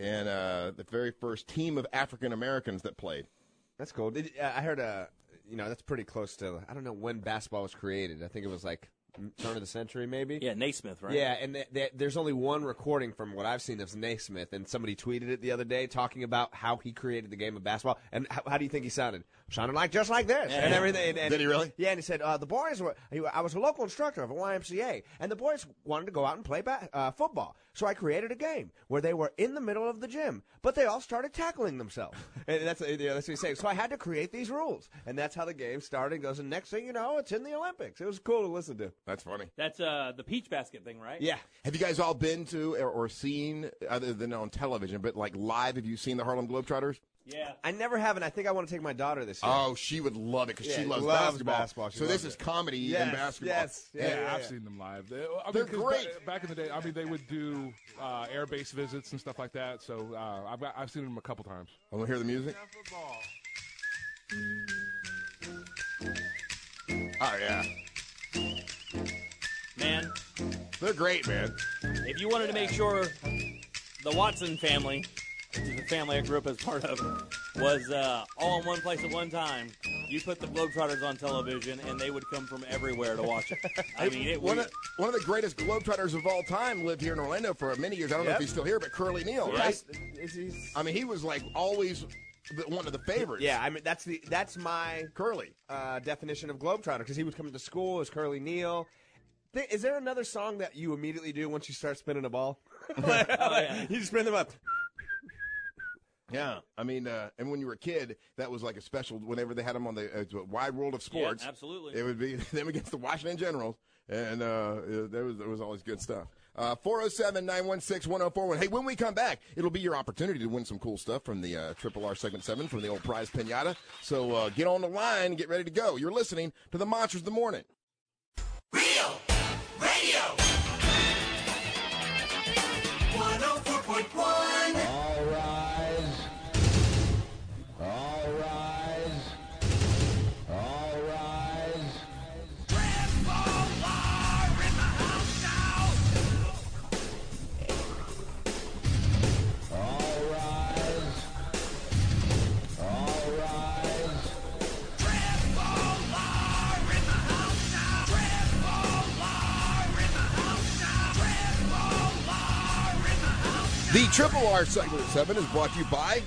and uh, the very first team of African Americans that played.
That's cool. Did, uh, I heard, uh, you know, that's pretty close to, I don't know when basketball was created. I think it was like m- turn of the century, maybe?
Yeah, Naismith, right?
Yeah, and th- th- there's only one recording from what I've seen of Naismith, and somebody tweeted it the other day talking about how he created the game of basketball. And how, how do you think he sounded? Sounded like just like this
Yeah.
and everything. And, and-
Did he really?
Yeah, and he said uh, the boys were. He, I was a local instructor of a YMCA, and the boys wanted to go out and play ba- uh, football. So I created a game where they were in the middle of the gym, but they all started tackling themselves. and that's you know, that's what he's saying. So I had to create these rules, and that's how the game started. And goes, and next thing you know, it's in the Olympics. It was cool to listen to.
That's funny.
That's uh, the peach basket thing, right?
Have you guys all been to or, or seen, other than on television, but like live? Have you seen the Harlem Globetrotters?
Yeah.
I never have, and I think I want to take my daughter this year.
Oh, she would love it because she
Yeah,
loves,
loves
basketball.
basketball. She
so this
loves
is
it.
comedy
Yes,
and basketball.
yes,
Yeah, I've seen them live. They, I mean,
They're
'cause ba-
great.
back in the day, I mean, they would do uh, air base visits and stuff like that. So uh, I've I've seen them a couple times.
I want to hear the music. Oh yeah,
Man,
they're great, man.
If you wanted to make sure the Watson family, which is the family I grew up as part of, was uh, all in one place at one time, you put the Globetrotters on television, and they would come from everywhere to watch it. I mean, it
one
was.
of, one of the greatest Globetrotters of all time lived here in Orlando for many years. I don't know if
Yep.
he's still here, but Curly Neal,
Yes.
right?
Is he's-
I mean, he was like always the, one of the favorites.
Yeah, I mean that's the that's my
curly
uh, definition of globetrotter because he was coming to school as Curly Neal. Th- is there another song that you
Oh,
immediately do once you start spinning a ball? Like, You spin them up.
Yeah, I mean, uh, and when you were a kid, that was like a special. Whenever they had them on the uh, wide world of sports,
absolutely.
it would be them against the Washington Generals, and uh, there was there was always good stuff. Uh, Four zero seven nine one six one zero four one. Hey, when we come back, it'll be your opportunity to win some cool stuff from the uh, Triple R Segment Seven from the old prize pinata. So uh, get on the line, and get ready to go. You're listening to the Monsters of the Morning.
All rise. All rise. All rise. All rise. All rise.
The Triple R Segment 7 is brought to you by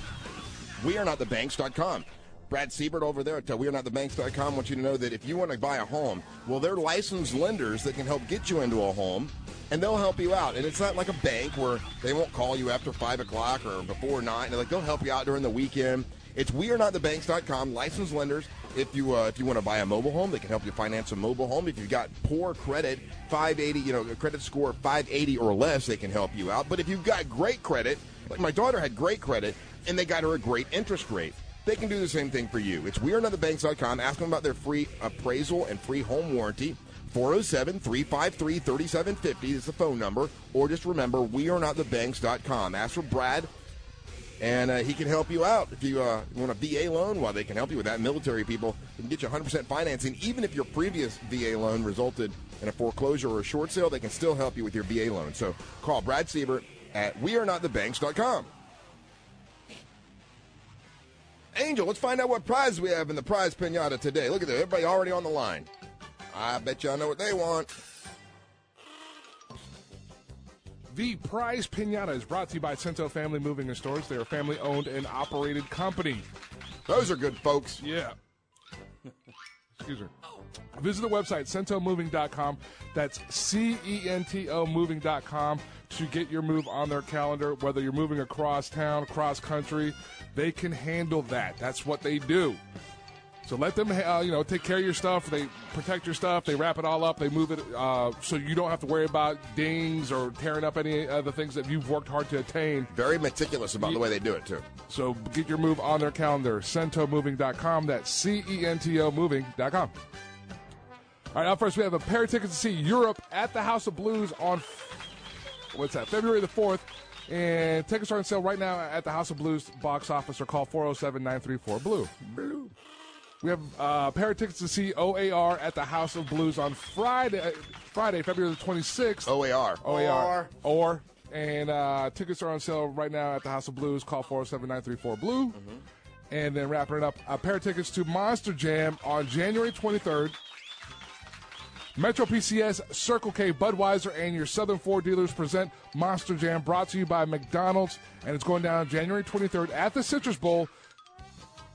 WeAreNotTheBanks.com. Brad Siebert over there at uh, WeAreNotTheBanks.com wants you to know that if you want to buy a home, well, they're licensed lenders that can help get you into a home, and they'll help you out. And it's not like a bank where they won't call you after 5 o'clock or before 9. They're like, they'll help you out during the weekend. It's WeAreNotTheBanks.com, licensed lenders. If you uh, if you want to buy a mobile home, they can help you finance a mobile home. If you've got poor credit, 580, you know, a credit score of 580 or less, they can help you out. But if you've got great credit, like my daughter had great credit, and they got her a great interest rate. They can do the same thing for you. It's WeAreNotherBanks.com. Ask them about their free appraisal and free home warranty. 407 353 3750 oh. is the phone number. Or just remember, WeAreNotTheBanks.com. Ask for Brad and uh, he can help you out if you uh, want a VA loan. Well, they can help you with that. Military people they can get you 100% financing, even if your previous VA loan resulted in a foreclosure or a short sale. They can still help you with your VA loan. So call Brad Siebert at WeAreNotTheBanks.com. Angel, let's find out what prize we have in the prize pinata today. Look at that, everybody already on the line. I bet y'all know what they want.
The Prize Pinata is brought to you by Cento Family Moving and Stores. They are a family owned and operated company.
Those are good folks.
Yeah. Excuse me. Visit the website, centomoving.com. That's C E N T O moving.com to get your move on their calendar. Whether you're moving across town, across country, they can handle that. That's what they do. So let them, uh, you know, take care of your stuff. They protect your stuff. They wrap it all up. They move it uh, so you don't have to worry about dings or tearing up any of the things that you've worked hard to attain.
Very meticulous about the way they do it, too.
So get your move on their calendar. CentoMoving.com. That's C E N T O moving.com. All right, up first, we have a pair of tickets to see Europe at the House of Blues on what's that? February the 4th. And tickets are on sale right now at the House of Blues box office or call 407 934 Blue. Blue. We have uh, a pair of tickets to see OAR at the House of Blues on Friday, uh, Friday, February the 26th.
OAR.
OAR. Or. And uh, tickets are on sale right now at the House of Blues. Call 407 934 Blue. And then wrapping it up, a pair of tickets to Monster Jam on January 23rd. Metro PCS, Circle K, Budweiser, and your Southern Four dealers present Monster Jam, brought to you by McDonald's, and it's going down January 23rd at the Citrus Bowl.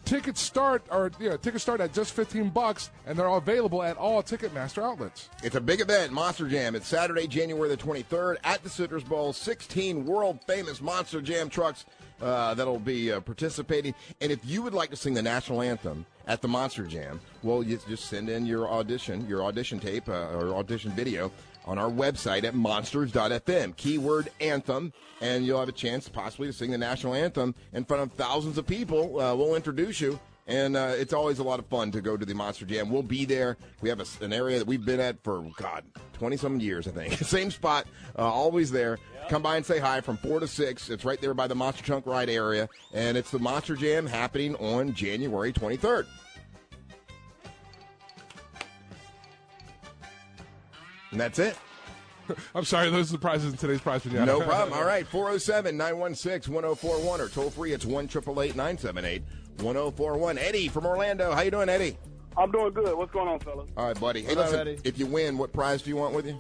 Tickets start or yeah, tickets start at just 15 bucks, and they're available at all Ticketmaster outlets.
It's a big event, Monster Jam. It's Saturday, January the 23rd at the Citrus Bowl. 16 world famous Monster Jam trucks uh, that'll be uh, participating. And if you would like to sing the national anthem at the Monster Jam, well, you just send in your audition, your audition tape uh, or audition video on our website at monsters.fm. Keyword anthem, and you'll have a chance possibly to sing the national anthem in front of thousands of people. Uh, we'll introduce you. And uh, it's always a lot of fun to go to the Monster Jam. We'll be there. We have a, s- an area that we've been at for, God, 20 some years, I think. Same spot, uh, always there. Come by and say hi from 4 to 6. It's right there by the Monster Chunk Ride area. And it's the Monster Jam happening on January 23rd. And that's it.
I'm sorry, those are the prizes in today's prize video.
No problem. All right, 407 916 1041 or toll free. It's 1 978 1041. Eddie from Orlando. How you doing, Eddie?
I'm doing good. What's going on, fellas?
All right, buddy. Hey,
Hello,
listen,
Eddie.
if you win, what prize do you want with you?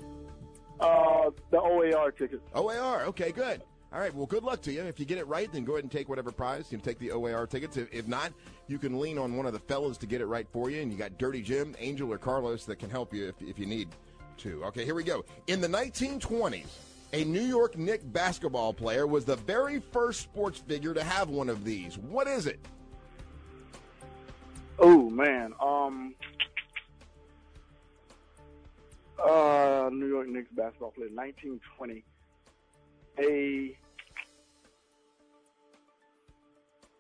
Uh, the OAR ticket.
OAR. Okay, good. All right, well, good luck to you. If you get it right, then go ahead and take whatever prize. You can take the OAR tickets. If, if not, you can lean on one of the fellas to get it right for you. And you got Dirty Jim, Angel, or Carlos that can help you if, if you need to. Okay, here we go. In the 1920s, A New York Knicks basketball player was the very first sports figure to have one of these. What is it?
Oh man, um, uh, New York Knicks basketball player, 1920. A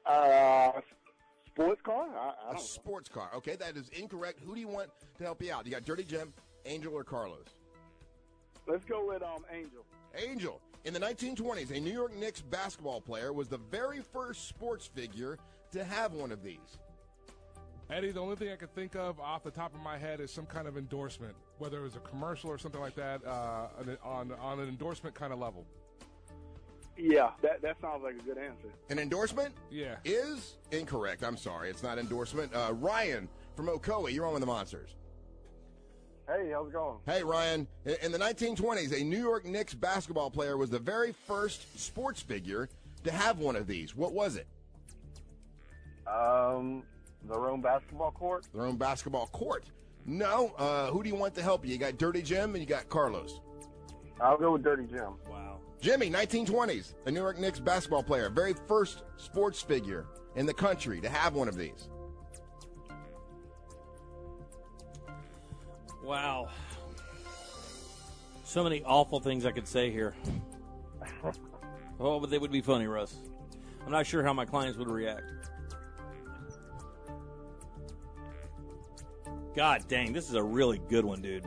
uh, sports car? I, I
A
don't.
sports car. Okay, that is incorrect. Who do you want to help you out? You got Dirty Jim, Angel, or Carlos?
Let's go with um Angel.
Angel. In the 1920s, a New York Knicks basketball player was the very first sports figure to have one of these.
Eddie, the only thing I could think of off the top of my head is some kind of endorsement, whether it was a commercial or something like that, uh, on- on on an endorsement kind of level.
Yeah, that that sounds like a good answer.
An endorsement?
Yeah.
Is incorrect. I'm sorry. It's not endorsement. Uh, Ryan from Ocoee, you're on with the Monsters.
Hey, how's it going?
Hey, Ryan. In- In the 1920s, a New York Knicks basketball player was the very first sports figure to have one of these. What was it?
Um, the Rome basketball court.
Their own basketball court. No. Uh, who do you want to help you? You got Dirty Jim and you got Carlos.
I'll go with Dirty Jim.
Wow.
Jimmy, 1920s, a New York Knicks basketball player, very first sports figure in the country to have one of these.
Wow. So many awful things I could say here. oh, but they would be funny, Russ. I'm not sure how my clients would react. God dang, this is a really good one, dude.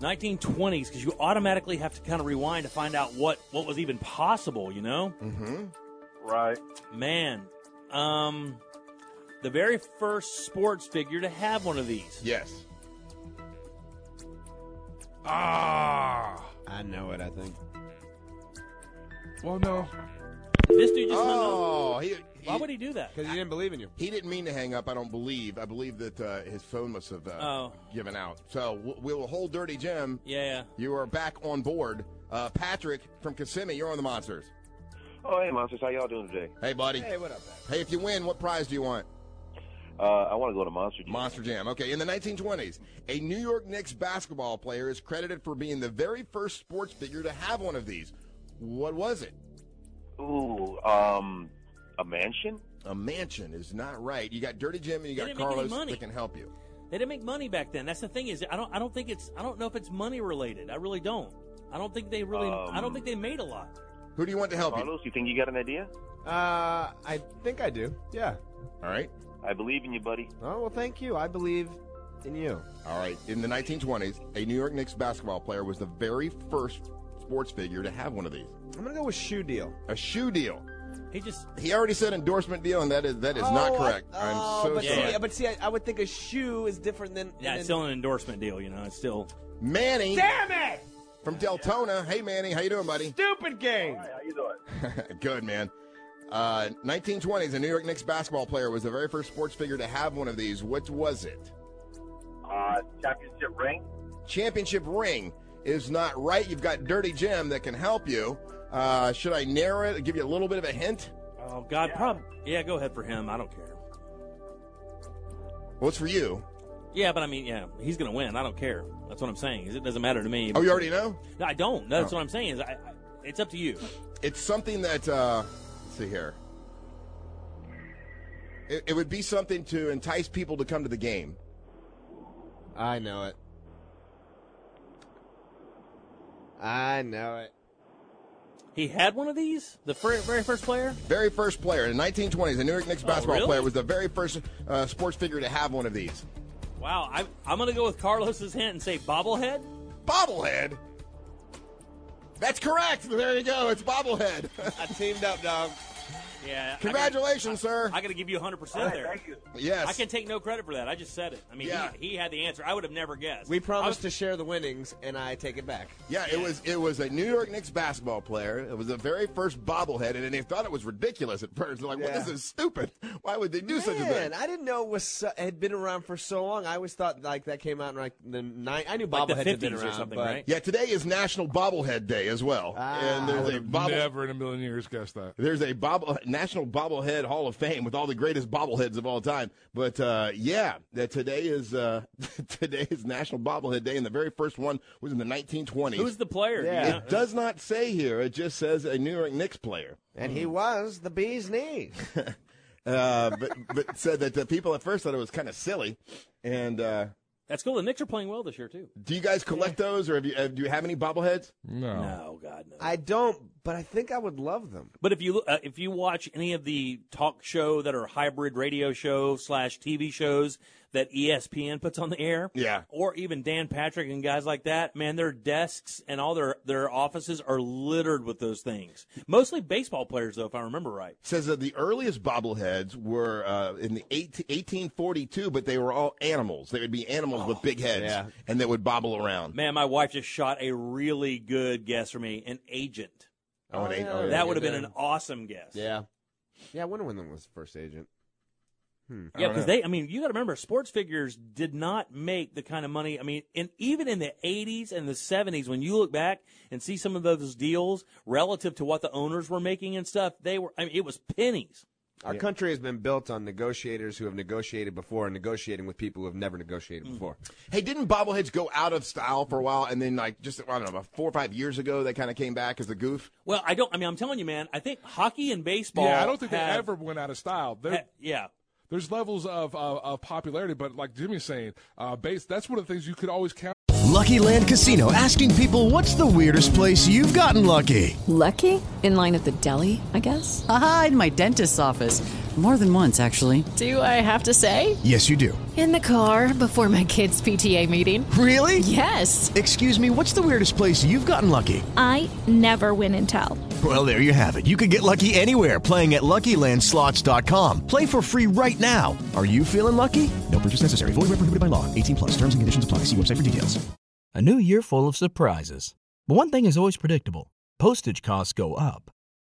1920s, because you automatically have to kind of rewind to find out what what was even possible, you know?
Mm-hmm.
Right. Man, um, the very first sports figure to have one of these.
Yes.
Ah.
I know it, I think.
Well, no.
This dude
just hung up.
oh, he,
Why would he do that?
Because he didn't believe in you. He didn't mean to hang up. I don't believe. I believe that uh, his phone must have uh,
Oh.
given out. So w- we will hold Dirty Jim.
Yeah, yeah.
You are back on board. Uh, Patrick from Kissimmee, you're on the Monsters.
Oh, hey, monsters, how y'all doing today?
Hey, buddy.
Hey, what up,
Hey, if you win, what prize do you want?
Uh, I want to go to Monster Jam.
Monster Jam. Okay, in the 1920s, a New York Knicks basketball player is credited for being the very first sports figure to have one of these. What was it?
Ooh, um, a mansion.
A mansion is not right. You got Dirty Jim and
They
you got
didn't make any
Carlos
money.
that can help you.
They didn't make money back then. That's the thing is I don't I don't think it's I don't know if it's money related. I really don't. I don't think they really I don't
Um,
think they made a lot.
Who do you want to help
Carlos, you think you got an idea?
Uh, I think I do. Yeah.
All right.
I believe in you, buddy.
Oh, well, thank you. I believe in you.
All right. In the 1920s, a New York Knicks basketball player was the very first sports figure to have one of these.
I'm going to go with shoe deal.
A shoe deal.
He just
He already said endorsement deal, and that is that is not
Oh, I-
correct. I, am
oh,
so
but
sorry.
See, but see, I, I would think a shoe is different than.
Yeah,
than-
it's still an endorsement deal, you know. It's still
Manny
Damn it!
from Deltona. Hey, Manny, how you doing, buddy?
Stupid game.
How you doing?
Good man. Uh, 1920s, a New York Knicks basketball player was the very first sports figure to have one of these. What was it?
Uh, championship ring.
Championship ring is not right. You've got Dirty Jim that can help you. Uh, should I narrow it? Give you a little bit of a hint.
Oh God, prob yeah, go ahead for him. I don't care.
What's for you?
Yeah, but I mean, yeah, he's gonna win. I don't care. That's what I'm saying. Is it doesn't matter to me.
Oh, you already know?
No, I don't. That's
Oh.
what I'm saying. Is I, I, it's up to you.
It's something that. Uh, let's see here. It, it would be something to entice people to come to the game.
I know it. I know it.
He had one of these. The fir- very first player.
Very first player in the 1920s, a New York Knicks
Oh,
basketball
really?
player was the very first uh, sports figure to have one of these.
Wow. I, I'm gonna go with Carlos's hint and say bobblehead.
Bobblehead. That's correct. There you go. It's bobblehead.
I teamed up, dog.
Yeah. I gotta-
Congratulations, sir.
I got to give you 100%
All right,
there.
thank you.
Yes.
I can take no credit for that. I just said it. I mean,
Yeah.
he, he had the answer. I would have never guessed.
We promised to share the winnings, and I take it back.
Yeah, it was it was a New York Knicks basketball player. It was the very first bobblehead, and they thought it was ridiculous at first. They're like, "Well,
Yeah.
this is stupid. Why would they do such a
Man,
thing?"
I didn't know it was so, had been around for so long. I always thought like that came out in like the nine. I knew bobblehead
Like the
had been
50s or
around,
something,
but
right? Yeah, today
Ah,
is National Bobblehead Day as well, and there's a bobble.
Never in a million years guessed that.
There's a Bobble National Bobblehead Hall of Fame with all the greatest bobbleheads of all time. But uh, yeah, that today is uh, today is National Bobblehead Day, and the very first one was in the 1920s.
Who's the player?
Yeah.
Yeah.
It does not say here. It just says a New York Knicks player.
And he was the bee's knees.
uh, but but said that the people at first thought it was kind of silly, and uh,
That's cool. The Knicks are playing well this year too.
do you guys collect those, or have you, uh, do you have any bobbleheads?
No.
No, God no.
I don't, but I think I would love them.
But if you look- uh, if you watch any of the talk show that are hybrid radio show slash TV shows that E ESPN puts on the air,
Yeah.
or even Dan Patrick and guys like that, man, their desks and all their their offices are littered with those things. Mostly baseball players, though, if I remember right.
Says that the earliest bobbleheads were uh, in the 18, 1842, but they were all animals. They would be animals with big heads,
yeah.
and that would bobble around.
Man, my wife just shot a really good guess for me, an agent.
Oh, an agent. Oh, yeah.
that would have been
Yeah.
an awesome guess.
Yeah. Yeah, I wonder when that was the first agent. Hmm.
Yeah, because they, I mean, you got to remember, sports figures did not make the kind of money. I mean, and even in the 80s and the 70s, when you look back and see some of those deals relative to what the owners were making and stuff, they were, I mean, it was pennies.
Our country has been built on negotiators who have negotiated before and negotiating with people who have never negotiated
Mm-hmm.
before.
Hey, didn't bobbleheads go out of style for a while, and then like just I don't know, about four or five years ago, they kind of came back as a goof?
Well, I don't, I mean, I'm telling you, man, I think hockey and baseball.
Yeah, I don't think they
have-
ever went out of style. They're-
yeah.
There's levels of, of, of popularity, but like Jimmy's saying, uh, base, that's one of the things you could always count.
Lucky Land Casino asking people what's the weirdest place you've gotten lucky?
Lucky? In line at the deli, I guess?
Aha, in my dentist's office. More than once, actually.
Do I have to say?
Yes, you do.
In the car before my kids' PTA meeting.
Really?
Yes.
Excuse me, what's the weirdest place you've gotten lucky?
I never win and tell.
Well, there you have it. You can get lucky anywhere playing at LuckyLandSlots.com. Play for free right now. Are you feeling lucky? No purchase necessary. Void where prohibited by law. 18 plus. Terms and conditions apply. See website for details.
A new year full of surprises. But one thing is always predictable postage costs go up.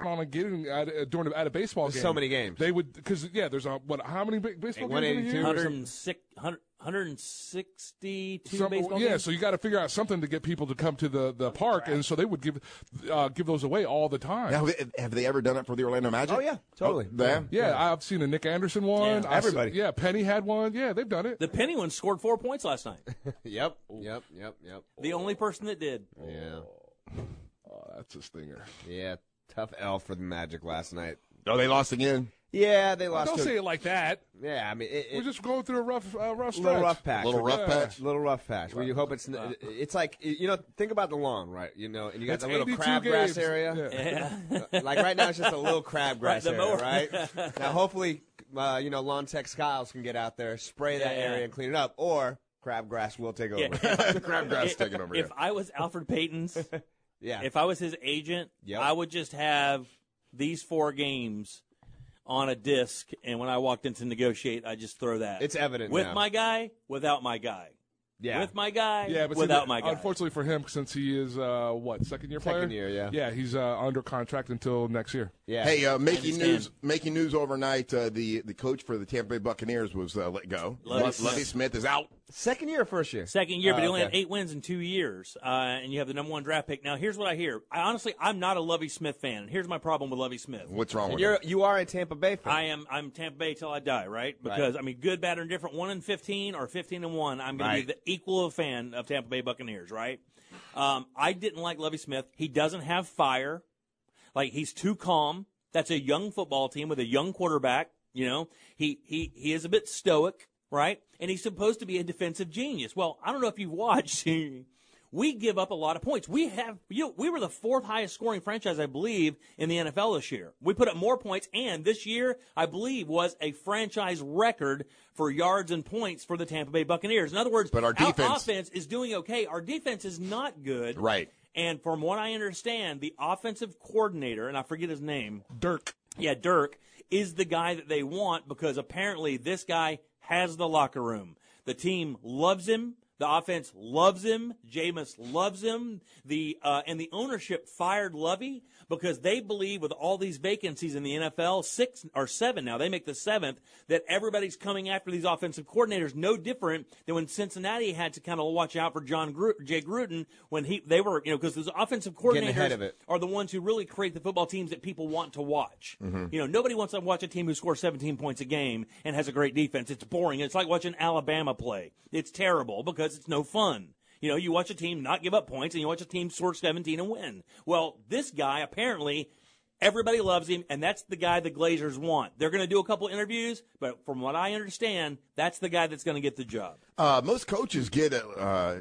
on and getting at, uh, during at a baseball
There's
game.
so many games.
They would because yeah, there's a what? How many ba- baseball games? in a year?
106 100 162
Some-
baseball
yeah,
games?
so you got to figure out something to get people to come to the, the park, and so they would give uh, give those away all the time.
Now, have- have they ever done it for the Orlando Magic?
Oh, yeah,
totally. yeah.
Yeah, I've seen a Nick Anderson one.
Yeah.
I've se-
Everybody.
yeah, Penny had one. Yeah, they've done it.
The Penny one scored four points last night.
yep. Yep. Yep. Yep.
The only person that did.
Yeah.
Oh, that's a stinger.
Yeah. Tough L for the Magic last night.
Oh, they lost again.
Yeah, they lost.
Don't
to-
say it like that.
Yeah, I mean, it,
We're
it-
just going through a rough uh, rough stretch.
little rough patch.
Yeah.
Little rough patch. We hope it's
Uh,
n- it's like you know think about the lawn, right? You know, and you got
It's
that little
82
crabgrass
games.
area.
Yeah.
Uh, like right now, it's just a little crabgrass
Right, the
area,
mower.
right? Now, hopefully, uh, you know, lawn tech Kyles can get out there, spray that
Yeah.
area, and clean it up, or crabgrass will take over.
Yeah.
crabgrass
If- If I was Alfred Payton's,
Yeah.
If I was his agent,
Yep.
I would just have these four games on a disc, and when I walked in to negotiate, I just throw that.
It's evident
with
now.
my guy, without my guy.
Yeah.
With my guy,
Yeah, but see,
without
the-
my guy.
Unfortunately for him, since he is uh, what second year player.
Second year, yeah.
Yeah, he's uh, under contract until next year.
Hey, uh, making news, making news overnight. Uh, the the coach for the Tampa Bay Buccaneers was uh, let go.
Lovie
Lovie
Smith.
Lovie Smith is out.
Second year, or first year,
Second year, but
Oh,
he only
okay.
had eight wins in two years, uh, and you have the number one draft pick. Now, here's what I hear. I honestly, I'm not a Lovey Smith fan, and here's my problem with Lovey Smith.
What's wrong
And
with
you're you are a Tampa Bay fan.
I am I'm Tampa Bay till I die, right?
Right.
Because I mean, good, bad, or indifferent, one and fifteen or fifteen and one, I'm going
Right.
to be the equal of fan of Tampa Bay Buccaneers, right? Um, I didn't like Lovey Smith. He doesn't have fire. Like he's too calm. That's a young football team with a young quarterback. You know, he he he is a bit stoic. right? And he's supposed to be a defensive genius. Well, I don't know if you've watched. we give up a lot of points. We have, you know, we were the fourth highest scoring franchise, I believe, in the NFL this year. We put up more points, and this year, I believe, was a franchise record for yards and points for the Tampa Bay Buccaneers. In other words,
But our defense-
offense is doing okay. Our defense is not good.
Right.
And from what I understand, the offensive coordinator, and I forget his name,
Dirk.
Yeah, Dirk is the guy that they want because apparently this guy has the locker room. The team loves him. The offense loves him. Jameis loves him. The uh, and the ownership fired Lovey because they believe with all these vacancies in the NFL, six or seven now, they make the seventh. That everybody's coming after these offensive coordinators, no different than when Cincinnati had to kind of watch out for John Gruden, Jay Gruden when he they were you know because those offensive
Getting ahead
coordinators
of it.
are the ones who really create the football teams that people want to watch.
Mm-hmm.
Mm-hmm.
You know, nobody wants to watch a team who scores 17 points a game and has a great defense. It's boring. It's like watching Alabama play. It's terrible because it's no fun. You know, you watch a team not give up points and you watch a team score 17 and win. Well, this guy apparently everybody loves him and that's the guy the Glazers want. They're going to do a couple interviews, but from what I understand, that's the guy that's going to get the job.
Uh, most coaches get uh, uh,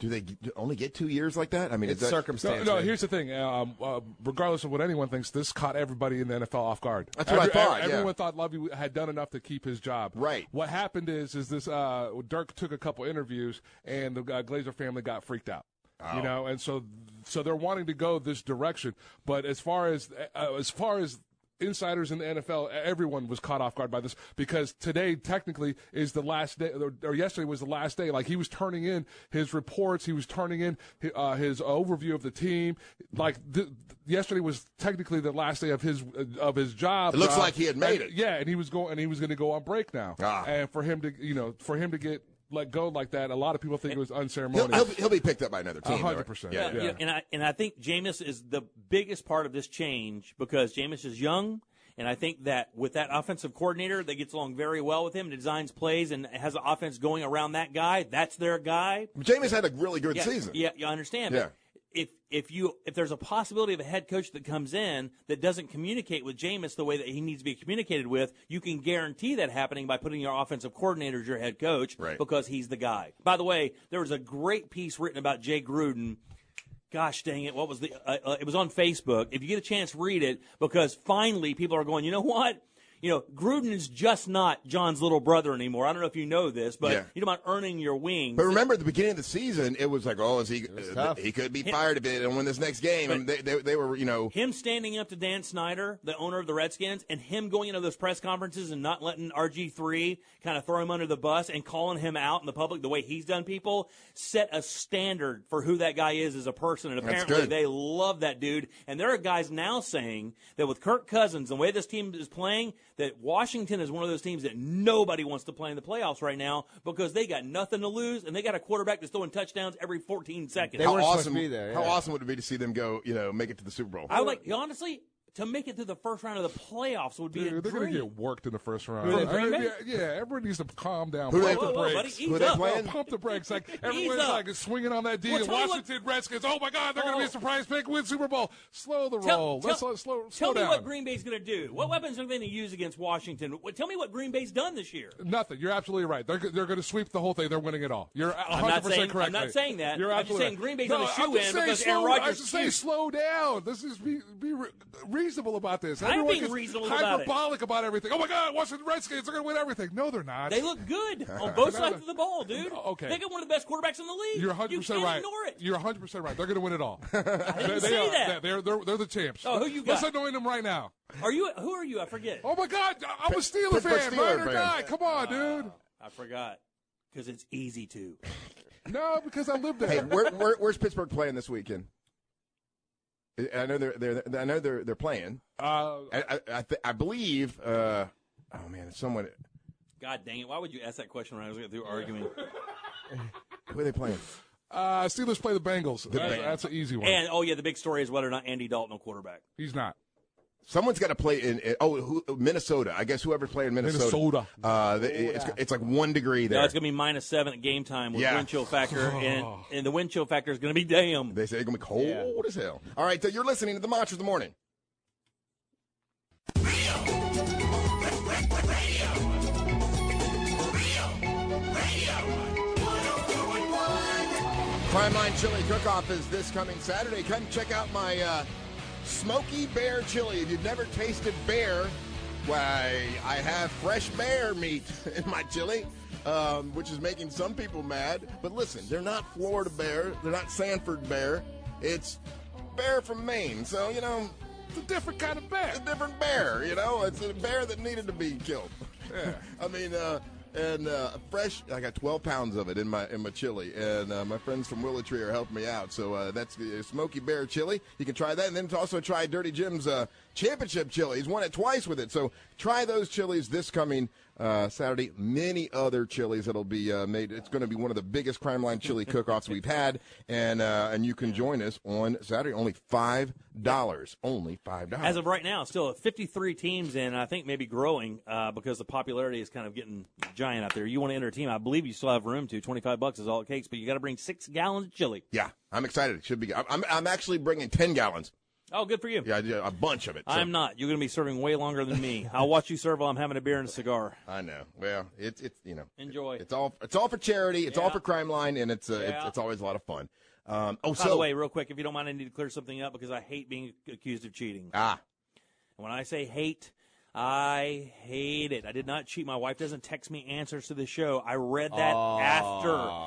do they g- only get two years like that? I mean, is that,
No, no, here's the thing. Um, uh, regardless of what anyone thinks, this caught everybody in the NFL off guard.
That's what I thought, yeah.
Everyone thought Lovey had done enough to keep his job. Right. What happened is, is this uh, Dirk took a couple interviews, and the uh, Glazer family got freaked out. You know, and so so they're wanting to go this direction. But as far as uh, as far as insiders in the NFL, everyone was caught off guard by this because today technically is the last day, or, or yesterday was the last day. Like he was turning in his reports, he was turning in hi- uh, his overview of the team. Like th- yesterday was technically the last day of his of his job.
It looks
Job.
like he had made
And-
it.
Yeah, and he was going and he was going to go on break now.
Ah.
And for him to you know for him to get let go like that, a lot of people think it was
He'll,
unceremonious.
he'll, be- he'll be picked up by another team. though, right?
hundred percent.
Yeah, you know, and I and I think Jameis is the biggest part of this change because Jameis is young, and I think that with that offensive coordinator that gets along very well with him, designs plays, and has the offense going around that guy. That's their guy.
Jameis had a really good
yeah,
season.
Yeah, you understand.
Yeah.
But if if you if there's a possibility of a head coach that comes in that doesn't communicate with Jameis the way that he needs to be communicated with, you can guarantee that happening by putting your offensive coordinator as your head coach
Right.
because he's the guy. By the way, there was a great piece written about Jay Gruden. Gosh dang it! What was the? Uh, uh, it was on Facebook. If you get a chance, read it because finally people are going. You know what? You know Gruden is just not John's little brother anymore. I don't know if you know this, but
Yeah.
you know about earning your wings.
But remember, at the beginning of the season, it was like, oh, is he?
tough.
He could be fired if they don't win this next game. And they, they, they were, you know,
Him standing up to Dan Snyder, the owner of the Redskins, and him going into those press conferences and not letting RG3 kind of throw him under the bus and calling him out in the public the way he's done people set a standard for who that guy is as a person. And
That's
apparently
good.
they love that dude. And there are guys now saying that with Kirk Cousins, the way this team is playing, that Washington is one of those teams that nobody wants to play in the playoffs right now because they got nothing to lose and they got a quarterback that's throwing touchdowns every 14 seconds.
how awesome, how awesome would it be to see them go, you know, make it to the Super Bowl?
I would like honestly to make it through the first round of the playoffs would be a
Dude, they're going
dream.
to get worked in the first round.
Who they
Uh,
playing?
yeah, yeah, everybody needs to calm down.
Who they-
pump
Whoa,
the
whoa, buddy,
brakes.
ease Who they up. playing?
No, pump the brakes. Like everyone's
up.
like swinging on that D.
Well,
The
tell me what-
Washington Redskins. Oh my God, they're going to be a
Oh.
surprise pick, win Super Bowl. Slow the roll.
Tell,
Let's
tell-
slow, slow,
tell
slow
me
down.
what Green Bay's going to do. What weapons are they going to use against Washington? What- Tell me what Green Bay's done this year.
Nothing. You're absolutely right. They're, they're going to sweep the whole thing. They're winning it all. You're 100%
I'm not saying- I'm
correct.
not
mate.
saying that.
You're
I'm just
absolutely
saying
right.
Green Bay's
no,
on the
I'm
shoe-in
just saying
because
slow,
Aaron
I
Rodgers
just say
keeps-
slow down. Oh, This is be, be re- reasonable about this.
I'm
Everyone
being
gets
reasonable about it.
hyperbolic about everything. Oh my God, Washington Redskins. They're going to win everything. No, they're not.
They look good on both sides of the ball, dude.
Okay.
They got one of the best quarterbacks in the league.
You're 100
You
percent
can't
right.
ignore it.
You're 100 percent right. They're going to win it all. I
didn't
they
say
are.
that.
They're, they're they're the champs.
Oh, who you got?
Let's annoy them right now.
Are you? Who are you? I forget.
Oh my God! I- I'm a Steeler
Pittsburgh
fan.
Steeler
Ride or
fan.
die. Come on,
Uh,
dude.
Uh, I forgot because it's easy to.
No, because I live there.
hey, where, where, where's Pittsburgh playing this weekend? I- I know they're, they're I know they're they're playing.
Uh,
I I, I, th- I believe. Uh, oh man, someone.
God dang it! Why would you ask that question when I was going through arguing?
Who are they playing?
Uh, Steelers play the Bengals.
The
that's,
Bengals.
that's an easy one.
And oh yeah, the big story is whether or not Andy Dalton will quarterback.
He's not.
Someone's got to play in, in- oh who, Minnesota. I guess whoever played in Minnesota.
Minnesota.
Uh, the-
Oh,
it's, it's like one degree there.
No, it's going to be minus seven at game time with
Yeah. Oh.
wind chill factor, and and the wind chill factor is going to be damn.
They say it's going to be cold as hell. All right, so you're listening to the Monsters of the Morning.
Radio.
Prime Line Chili Cook-Off is this coming Saturday. Come check out my uh, Smoky Bear Chili. If you've never tasted bear, why, I have fresh bear meat in my chili, um, which is making some people mad. But listen, they're not Florida bear. They're not Sanford bear. It's bear from Maine. So, you know, it's a different kind of bear. It's a different bear, you know. It's a bear that needed to be killed.
Yeah.
I mean, uh, and uh, fresh. I got 12 pounds of it in my in my chili, and uh, my friends from Willow Tree are helping me out. So uh, that's the Smoky Bear chili. You can try that, and then also try Dirty Jim's uh, championship chili. He's won it twice with it. So try those chilies this coming. Uh, Saturday, many other chilies that'll be uh, made. It's going to be one of the biggest crime line chili cook-offs we've had, and uh, and you can join us on Saturday. Only five dollars. Only five dollars.
As of right now, still at 53 teams in, and I think maybe growing uh, because the popularity is kind of getting giant out there. You want to enter a team? I believe you still have room to. 25 bucks is all it takes, but you got to bring six gallons of chili.
Yeah, I'm excited. It should be. I'm- I'm, I'm actually bringing 10 gallons.
Oh, good for you.
Yeah, I did a bunch of it. so-
I'm not. You're going to be serving way longer than me. I'll watch you serve while I'm having a beer and a cigar.
I know. Well, it's it's you know.
Enjoy.
It's all it's all for charity. It's all
Yeah.
for Crime Line, and it's uh, it's,
Yeah.
it's always a lot of fun. Um, oh,
By
so
the way, real quick, if you don't mind, I need to clear something up because I hate being accused of cheating.
Ah.
When I say hate, I hate it. I did not cheat. My wife doesn't text me answers to the show. I read that
Ah.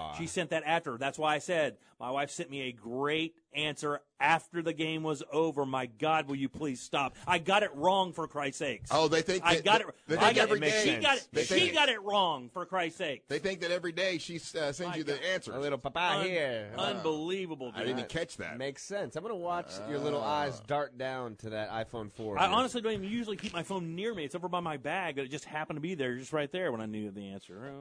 after. She sent that after. That's why I said my wife sent me a great answer after the game was over. My God, will you please stop? I got it wrong for Christ's sakes.
Oh, they think
I
that-
got it.
they think
I got
every
it.
day-
She got
They
it.
think
She
it-
got it wrong for Christ's sake.
they think that every day she uh, sends you the answers.
A little papa
Un-
Ah, here.
unbelievable,
I didn't dude. even catch that. Ah.
Makes sense. I'm gonna watch your little eyes dart down to that iPhone 4.
I
here.
honestly don't even usually keep my phone near me. It's over by my bag, but it just happened to be there, just right there when I knew the answer.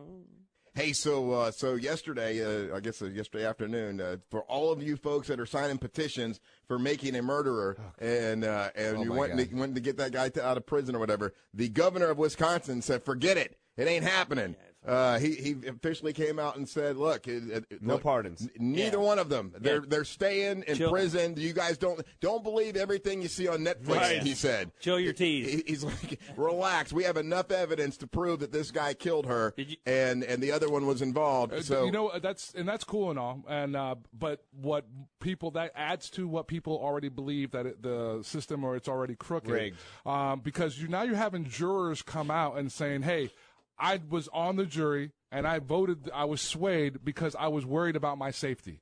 Hey, so uh, so yesterday, uh, I guess uh, yesterday afternoon, uh, for all of you folks that are signing petitions for making a murderer and uh, and
Oh,
you
my
want to, wanting to get that guy to, out of prison or whatever, the governor of Wisconsin said, "Forget it, it ain't happening." Uh, he he officially came out and said, "Look, it, it-
No
look,
pardons.
n- Neither one of them. They're
Yeah.
they're staying in
Chill.
prison. You guys don't don't believe everything you see on Netflix."
Right.
He said,
"Chill your teeth."
he's like, "Relax. We have enough evidence to prove that this guy killed her." and and the other one was involved.
Uh,
so
you know uh, that's and that's cool and all, and uh, but what people that adds to what people already believe that it, the system or it's already crooked,
Rigged.
Um, because you now you're having jurors come out and saying, "Hey, I was on the jury and I voted, I was swayed because I was worried about my safety."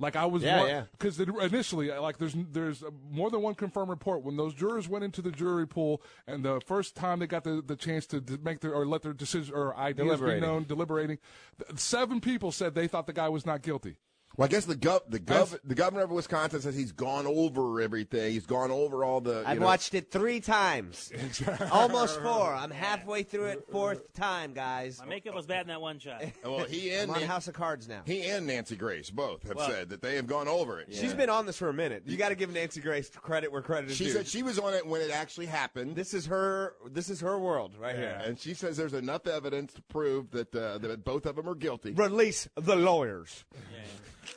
Like I was,
Yeah, yeah.
Because initially, uh, like there's there's uh, more than one confirmed report when those jurors went into the jury pool, and the first time they got the, the chance to d- make their or let their decision or ideas be
Deliberating.
known, deliberating, th- seven people said they thought the guy was not guilty.
Well, I guess the gov the gov the governor of Wisconsin says he's gone over everything. He's gone over all the.
I've watched it three times. Almost four. I'm halfway through it, fourth time, guys.
My makeup was bad in that one shot.
Well, he and
I'm on
Nan-
House of Cards now.
He and Nancy Grace both have
Well-
said that they have gone over it.
She's been on this for a minute. You got to give Nancy Grace credit where credit is
She
due.
said she was on it when it actually happened.
This is her. This is her world right
Yeah.
here.
And she says there's enough evidence to prove that uh, that both of them are guilty.
Release the lawyers.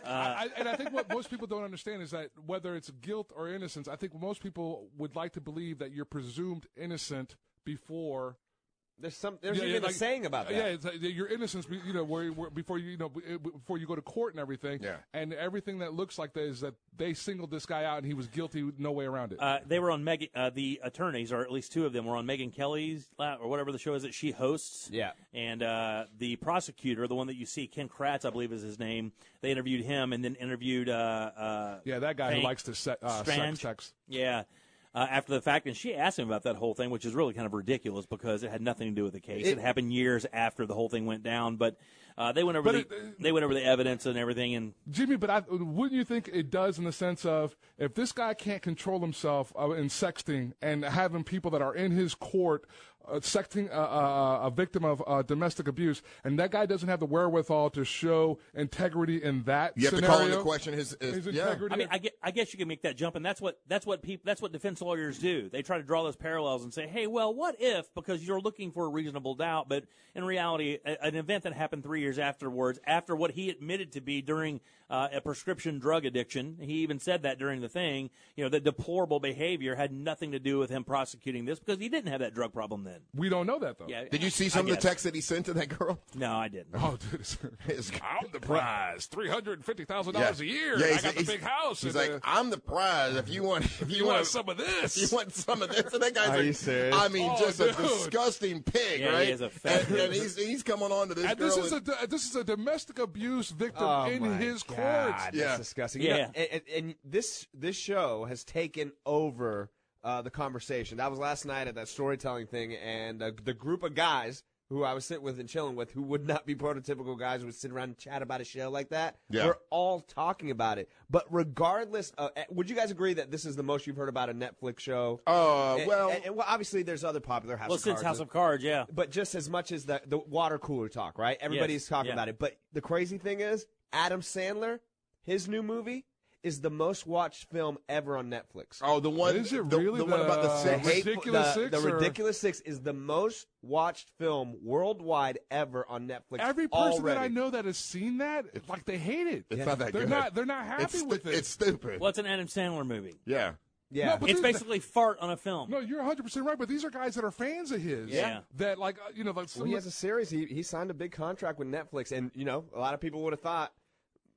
Uh,
I, I- and I think what most people don't understand is that whether it's guilt or innocence, I think most people would like to believe that you're presumed innocent before.
There's some. There's even a saying about that.
Yeah, it's like your innocence, be- you know, where, where, before you, you know, b- before you go to court and everything.
Yeah.
And everything that looks like that is that they singled this guy out and he was guilty, with no way around it.
Uh, they were on Megan. Uh, the attorneys, or at least two of them, were on Megan Kelly's lap, or whatever the show is that she hosts.
Yeah.
And uh, the prosecutor, the one that you see, Ken Kratz, I believe is his name. They interviewed him, and then interviewed. Uh, uh,
yeah, that guy
Hank
who likes to se- uh, sex
Strange.
text.
Yeah. Uh, after the fact, and she asked him about that whole thing, which is really kind of ridiculous because it had nothing to do with the case. It,
It-
happened years after the whole thing went down, but uh, they went over
But
the they went over the evidence and everything, and
Jimmy, but I, wouldn't you think it does in the sense of if this guy can't control himself uh, in sexting and having people that are in his court uh, sexting uh, uh, a victim of uh, domestic abuse, and that guy doesn't have the wherewithal to show integrity in that
You have to
scenario,
call into question his- his- yeah.
integrity.
I mean, I, get, I guess you can make that jump, and that's what that's what people that's what defense lawyers do. They try to draw those parallels and say, "Hey, well, what if?" Because you're looking for a reasonable doubt, but in reality, a, an event that happened three years afterwards, after what he admitted to be during uh, a prescription drug addiction, he even said that during the thing. You know, the deplorable behavior had nothing to do with him prosecuting this because he didn't have that drug problem then. then.
We don't know that though.
Yeah,
Did you see some of the texts that he sent to that girl?
No, I didn't.
Oh, dude, it's, I'm the prize, three hundred and fifty thousand dollars a year. and I
Yeah, he's-
got the
he's-
big house.
He's
and,
like,
uh,
I'm the prize. If you want, if you,
you
want,
want some of this?
you want some of this. And that guy's
Are
like,
you serious?
I mean,
Oh,
just
dude.
a disgusting pig,
Yeah, he
right?
is a fat
and, and he's he's coming on to this
and
girl.
this is
and-
a this is a domestic abuse victim
Oh
in
my
his
God,
courts.
That's disgusting. You know, and, and, and this this show has taken over uh, the conversation. That was last night at that storytelling thing, and uh, the group of guys who I was sitting with and chilling with, who would not be prototypical guys, who would sit around and chat about a show like that.
Yeah.
We're all talking about it. But regardless, of, uh, would you guys agree that this is the most you've heard about a Netflix show? Eh,
Oh
And-
well,
and- and, well, obviously there's other popular House
Well,
of
since
Cards.
House of Cards, yeah.
But just as much as the the water cooler talk, right? Everybody's
Yes,
talking
yeah.
about it. But the crazy thing is, Adam Sandler, his new movie is the most watched film ever on Netflix.
Oh, the one
Is it the- really the one about the the six?
hate-
Ridiculous
the,
Six,
The
or-
ridiculous six is the most watched film worldwide ever on Netflix.
Every person
already.
that I know that has seen that, like they hate it.
It's not that
they're
good.
not. They're not happy
It's stu-
with it.
It's stupid.
Well, it's an Adam Sandler movie.
Yeah.
Yeah.
No, but
It's
these-
basically fart on a film.
No, you're 100 percent right. But these are guys that are fans of his.
Yeah.
That like uh, you know like some
Well, he has a series. He he signed a big contract with Netflix, and you know a lot of people would have thought,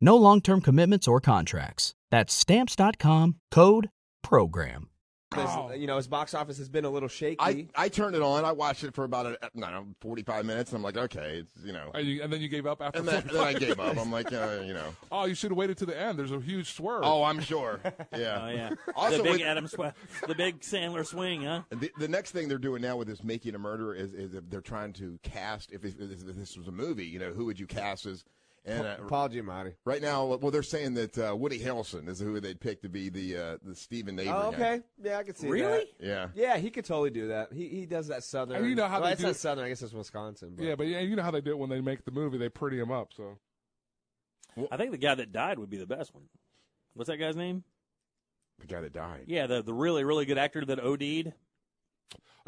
No long term commitments or contracts. That's Stamps.com code PROGRAM.
this, you know his box office has been a little shaky.
I, I turned it on. I watched it for about a, I don't know, 45 minutes. And I'm like, okay, it's, you know.
And, you, and then you gave up after.
And then, then I
45
gave up.
minutes.
I'm like, uh, you know.
oh, you should have waited to the end. There's a huge swerve.
Oh, I'm sure. Yeah.
Oh yeah.
Also
the big
with-
Adam Sw- the big Sandler swing, huh?
The, the next thing they're doing now with this Making a Murderer is, is if they're trying to cast, if, if, if this was a movie, you know, who would you cast as? And uh,
Paul Giamatti.
right now, well, they're saying that uh, Woody Harrelson is who they'd pick to be the uh, the Stephen Avery.
Oh,
guy.
okay. Yeah, I can see
Really?
that.
Yeah.
Yeah, he could totally do that. He he does that southern.
And you know how
well,
they
it's
do-
not southern. I guess it's Wisconsin. But.
Yeah, but yeah, you know how they do it when they make the movie. They pretty him up. So
I think the guy that died would be the best one. What's that guy's name?
The guy that died.
Yeah, the the really really good actor that OD'd.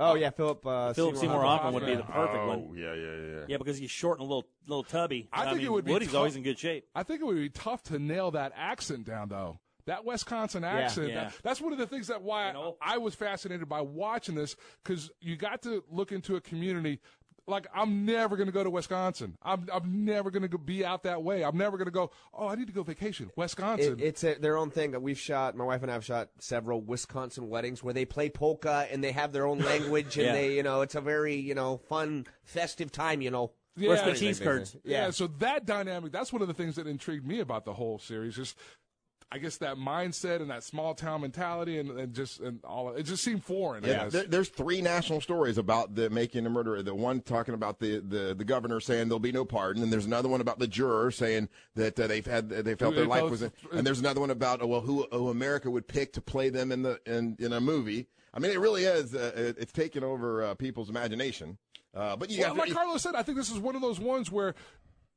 Oh yeah, Philip. Uh,
Philip Seymour Hoffman would be the perfect
oh,
one.
yeah, yeah, yeah.
Yeah, because he's short and a little little tubby.
I think
mean,
it would be
Woody's
tough-
always in good shape.
I think it would be tough to nail that accent down though. That Wisconsin
Yeah.
accent.
Yeah.
that- that's one of the things that why I was fascinated by watching this because you got to look into a community. Like I'm never gonna go to Wisconsin. I'm I'm never gonna go, be out that way. I'm never gonna go. Oh, I need to go vacation, Wisconsin.
It, it's a, their own thing. We've shot. My wife and I have shot several Wisconsin weddings where they play polka and they have their own language and
Yeah.
they, you know, it's a very, you know, fun festive time. You know.
Where's the cheese curds?
Yeah.
Yeah.
so that dynamic, that's one of the things that intrigued me about the whole series. Just, I guess that mindset and that small town mentality and, and just, and all it just seemed foreign. I
Yeah,
guess.
there, there's three national stories about the making a murderer. The one talking about the, the, the governor saying there'll be no pardon, and there's another one about the juror saying that uh, they've had they felt
Who
their
they
life
felt-
was, in, and there's another one about oh, well who, who America would pick to play them in the in, in a movie. I mean, it really is. Uh, it- it's taken over uh, people's imagination. Uh, but you
Well,
got
like Carlos said, I think this is one of those ones where,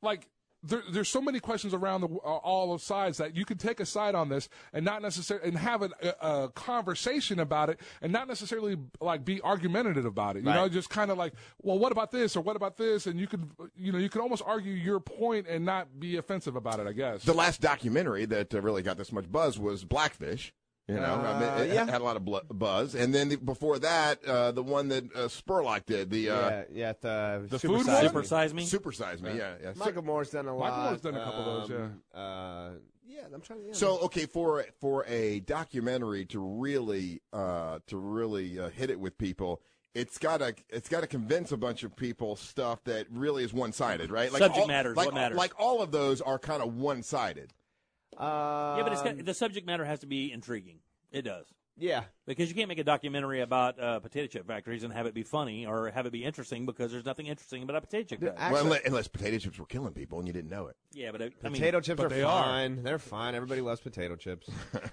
like, there, there's so many questions around the, uh, all of sides that you can take a side on this and not necessarily and have an, a, a conversation about it and not necessarily like be argumentative about it. You
Right.
know, just kind of like, well, what about this or what about this, and you can you know you can almost argue your point and not be offensive about it. I guess.
The last documentary that uh, really got this much buzz was Blackfish. You know, I
Uh,
mean, it
yeah.
had a lot of bl- buzz, and then the, before that, uh, the one that uh, Spurlock did, the uh,
Yeah, yeah, the,
the
Super
food
Size
one?
Me.
Supersize Me? Supersize Me, yeah, yeah.
Michael Moore's done a lot.
Michael Moore's done a couple of those,
yeah. Uh, yeah, I'm trying to. Yeah,
So okay for for a documentary to really uh, to really uh, hit it with people, it's gotta it's gotta convince a bunch of people stuff that really is one sided, right?
Subject
all-
matters,
Like,
what matters.
Like all of those are kind of one sided.
Uh,
yeah, but it's got, the subject matter has to be intriguing. It does.
Yeah.
Because you can't make a documentary about uh, potato chip factories and have it be funny or have it be interesting because there's nothing interesting about a potato chip factory.
well, unless, unless potato chips were killing people and you didn't know it.
yeah, but uh, I, I mean,
Potato chips
but
are
they
fine. They're fine. Everybody loves potato chips.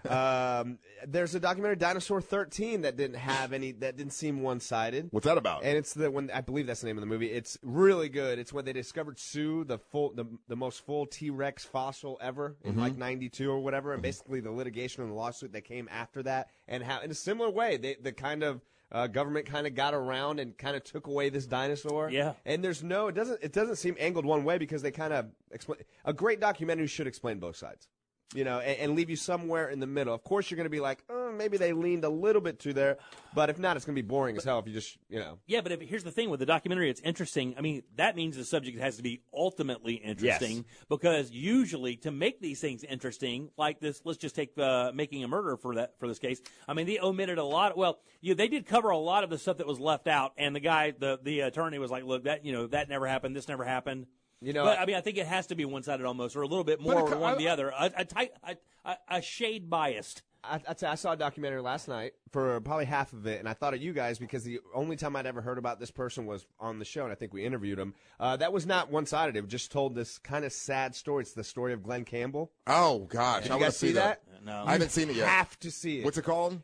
um, there's a documentary, Dinosaur 13, that didn't have any. That didn't seem one-sided.
What's that about?
And it's the one I believe that's the name of the movie. It's really good. It's when they discovered Sue, the full, the, the most full T-Rex fossil ever in
Mhm.
like '92 or whatever, and basically the litigation and the lawsuit that came after that, and how in a similar way, they, the kind of uh, government kind of got around and kind of took away this dinosaur.
Yeah.
And there's no, it doesn't, it doesn't seem angled one way because they kind of explain. A great documentary should explain both sides, you know, and, and leave you somewhere in the middle. Of course, you're going to be like, oh, maybe they leaned a little bit to there, but if not, it's going to be boring as hell if you just, you know.
Yeah, but if, here's the thing with the documentary, it's interesting. I mean, that means the subject has to be ultimately interesting because usually to make these things interesting, like this, let's just take uh, making a murder for that for this case. I mean, they omitted a lot. well, you, they did cover a lot of the stuff that was left out, and the guy, the the attorney, was like, "Look, that you know that never happened. This never happened."
You know,
but I mean, I think it has to be one sided almost, or a little bit
But
more
it co-
one
I-
the other, a, a, type, a, a- a shade biased.
I, I, I saw a documentary last night for probably half of it, and I thought of you guys because the only time I'd ever heard about this person was on the show, and I think we interviewed him. Uh, that was not one sided. It just told this kind of sad story. It's the story of Glenn Campbell.
Oh gosh,
Did
I
you
wanna
guys see
see
that?
that. No. I haven't seen it
You
yet.
Have to see it.
What's it called?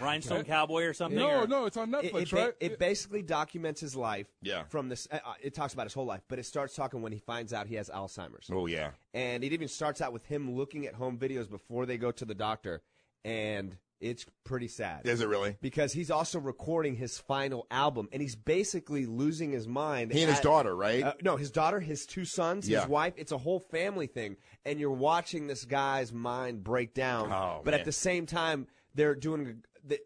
Rhinestone Cowboy or something? or-
It- it, ba- It, basically documents his life.
Yeah.
From this, uh, uh, it talks about his whole life, but it starts talking when he finds out he has Alzheimer's.
Oh yeah.
and it even starts out with him looking at home videos before they go to the doctor, and it's pretty sad.
Is it really?
Because he's also recording his final album, and he's basically losing his mind.
He and his
at-
daughter, right?
Uh, no, his daughter, his two sons,
Yeah.
his wife. It's a whole family thing, and you're watching this guy's mind break down.
Oh,
but
man.
at the same time, they're doing. They,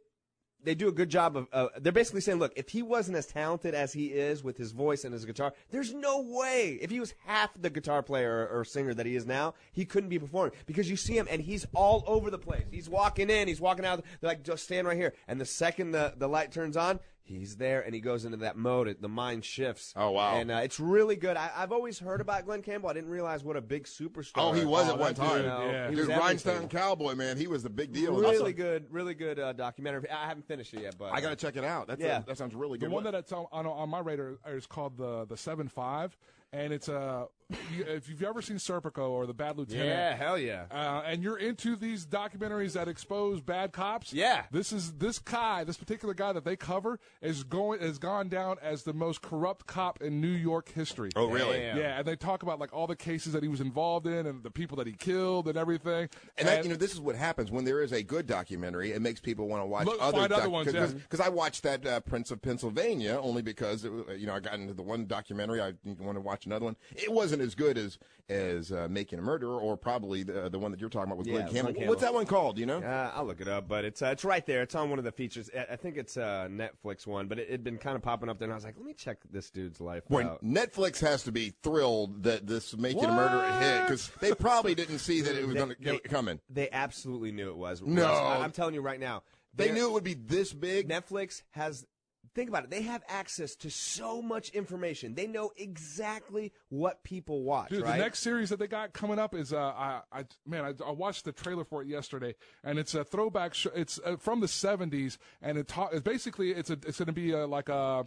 they do a good job of. Uh, they're basically saying, look, if he wasn't as talented as he is with his voice and his guitar, there's no way. If he was half the guitar player or, or singer that he is now, he couldn't be performing because you see him and he's all over the place. He's walking in, he's walking out. They're like, just stand right here. And the second the, the light turns on, he's there and he goes into that mode. It, the mind shifts. Oh wow! And uh, it's really good. I, I've always heard about Glenn Campbell. I didn't realize what a big superstar.
Oh, he was
Oh,
at one
that dude,
time.
no. He was
Dude,
everything.
Rhinestone Cowboy, man, he was the big deal.
Really good, really good uh, documentary. I haven't finished it yet, but uh,
I gotta check it out. That's
yeah.
that sounds really good.
The one that that's on, on, on my radar is called the the seven five, and it's a. you- if you've ever seen Serpico or The Bad Lieutenant,
Yeah, hell Oh, yeah.
uh, and you're into these documentaries that expose bad cops,
Yeah.
this is this guy, this particular guy that they cover is going has gone down as the most corrupt cop in New York history.
Oh, really? Damn.
Yeah, and they talk about like all the cases that he was involved in and the people that he killed and everything.
And that, you know, this is what happens when there is a good documentary. It makes people want to watch
Look-
other
find other ones, yeah.
Because I watched that uh, Prince of Pennsylvania only because it, wa- you know I got into the one documentary. I want to watch another one. It wasn't as good as as uh, Making a Murderer or probably the, the one that you're talking about with
Yeah,
Glenn
Glenn
Campbell.
Campbell.
What's that one called? You know,
Uh, I'll look it up, but it's uh, it's right there. It's on one of the features. I I think it's a Netflix one, but it had been kind of popping up there, and I was like, let me check this dude's life
Boy,
out.
Netflix has to be thrilled that this Making a Murderer hit because they probably didn't see that it was
They-
going
they-
to come in.
They absolutely knew it was.
No.
Russ, I- I'm telling you right now.
They
they're-
knew it would be this big.
Netflix has. Think about it. They have access to so much information. They know exactly what people watch.
Dude,
right?
the next series that they got coming up is uh, I, I man, I, I watched the trailer for it yesterday, and it's a throwback. Sh- it's uh, from the '70s, and it ta- it's basically it's a it's going to be uh like a.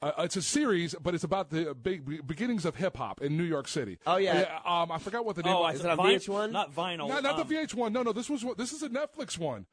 Uh, it's a series, but it's about the big beginnings of hip hop in New York City.
Oh, yeah.
um, I forgot what the name.
Oh, I
was.
said Is it on Vine- VH1? not vinyl,
No, not
um,
the VH1. No, no, this was what- this is a Netflix one.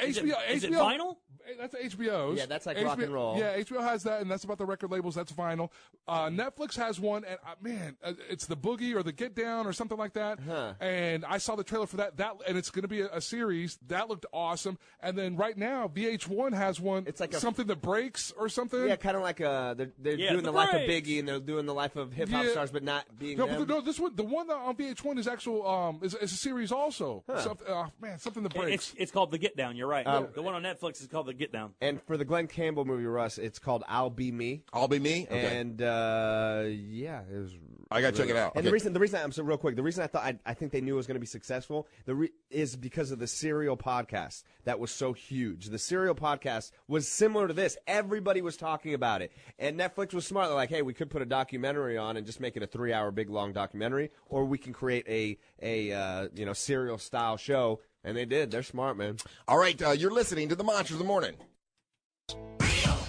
Is it-
HBO,
is it
HBO
vinyl?
That's HBO's.
Yeah, that's like rock and roll.
Yeah, HBO has that, and that's about the record labels. That's vinyl. Uh,
Mm-hmm.
Netflix has one, and uh, man, uh, it's the Boogie or the Get Down or something like that. And I saw the trailer for that. That and it's going to be a, a series that looked awesome. And then right now, VH1 has one. It's like
a-
something that breaks or something.
Yeah, kind of like uh, they're, they're
Yeah,
doing
the
the, life of
Breaks.
Biggie and they're doing the life of hip hop
Yeah.
stars, but not being
No,
them.
but no, this one, the one that on VH1 is actual, um, is, is a series also.
Huh.
Some- uh, man, something that breaks.
It's, it's called The Get Down. You're right.
Um,
the one on Netflix is called The Get Down.
And for the Glenn Campbell movie, Russ, it's called "I'll Be Me."
I'll Be Me. Okay.
And uh, yeah, it was.
I gotta check it out.
And the
Okay.
reason, the reason I'm so real quick, the reason I thought I, I think they knew it was going to be successful, the re- is because of the Serial podcast that was so huge. The Serial podcast was similar to this. Everybody was talking about it, and Netflix was smart. They're like, hey, we could put a documentary on and just make it a three hour big long documentary, or we can create a a uh, you know serial style show. And they did. They're smart, man.
All right, uh, you're listening to the Monsters of the Morning.
oh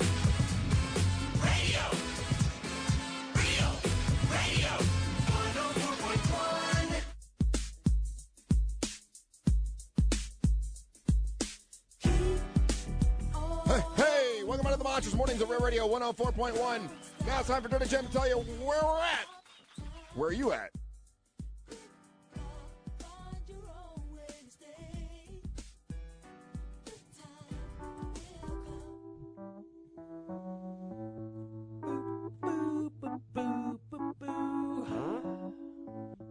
Hey, hey, welcome back to the Monsters Mornings on Real Radio 104.1. Now it's time for Dirty Jim to tell you where we're at. Where are you at?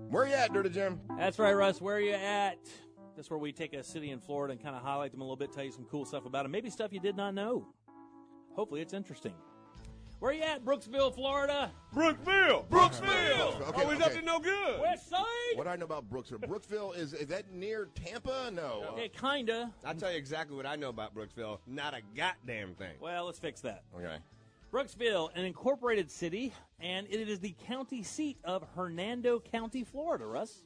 Where you at, Dirty Jim?
That's right, Russ. Where you at? That's where we take a city in Florida and kind of highlight them a little bit, tell you some cool stuff about them, maybe stuff you did not know. Hopefully, it's interesting. Where you at, Brooksville, Florida?
Brookville! Brooksville!
Okay, Always up okay. to
no good!
West Side!
What do I know about Brooksville? Brookville is is that near Tampa? No.
Okay, kinda.
I'll tell you exactly what I know about Brooksville. Not a goddamn thing.
Well, let's fix that.
Okay.
Brooksville, an incorporated city, and it is the county seat of Hernando County, Florida, Russ.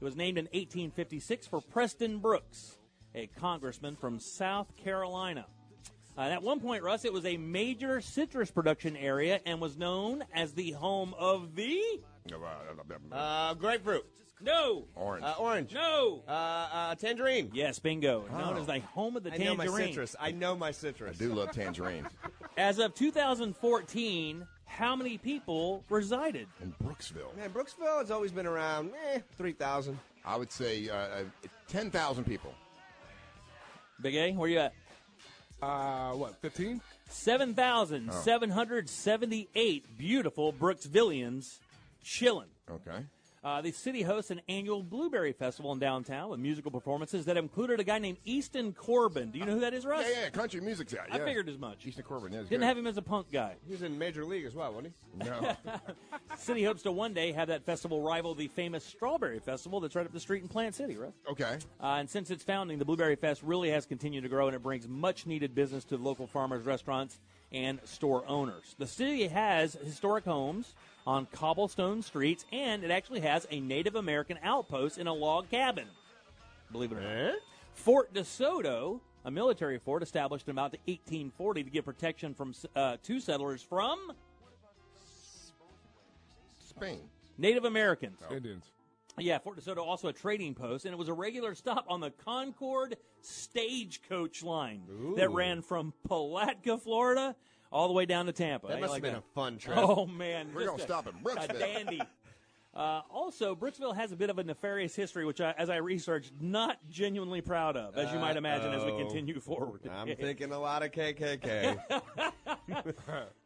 It was named in 1856 for Preston Brooks, a congressman from South Carolina. Uh, and at one point, Russ, it was a major citrus production area and was known as the home of the.
Uh, grapefruit.
No.
Orange.
Uh, orange.
No.
Uh, uh, tangerine.
Yes, bingo. Known
Oh.
as the home of the
I know
tangerine.
my citrus. I know my citrus.
I do love tangerines.
As of 2014, how many people resided?
In Brooksville.
Man, Brooksville has always been around eh, 3,000.
I would say uh, uh, 10,000 people.
Big A, where you at?
Uh, what, 15?
7,778 beautiful Brooksvillians chilling.
Okay.
Uh, the city hosts an annual blueberry festival in downtown with musical performances that included a guy named Easton Corbin. Do you know who that is, Russ?
Yeah, yeah, country music's out.
I
Yeah.
figured as much.
Easton Corbin is.
Didn't have him as a punk guy.
He was in Major League as well, wasn't
he? No.
City hopes to one day have that festival rival the famous Strawberry Festival that's right up the street in Plant City, Russ.
Okay.
Uh, and since its founding, the Blueberry Fest really has continued to grow, and it brings much needed business to the local farmers, restaurants, and store owners. The city has historic homes on cobblestone streets, and it actually has a Native American outpost in a log cabin. Believe it or not. Fort DeSoto, a military fort established in about 1840 to give protection from uh, two settlers from
Spain.
Native Americans.
Indians.
Yeah, Fort DeSoto also a trading post, and it was a regular stop on the Concord stagecoach line that ran from Palatka, Florida, all the way down to Tampa.
That
Ain't
must
like
have been
that.
a fun trip.
Oh man,
We're
just
gonna
a-
stop in
A
Brooksville.
dandy. Uh, also, Brooksville has a bit of a nefarious history, which I, as I researched, not genuinely proud of, as you might imagine, as we
Uh-oh.
continue forward.
I'm thinking a lot of KKK.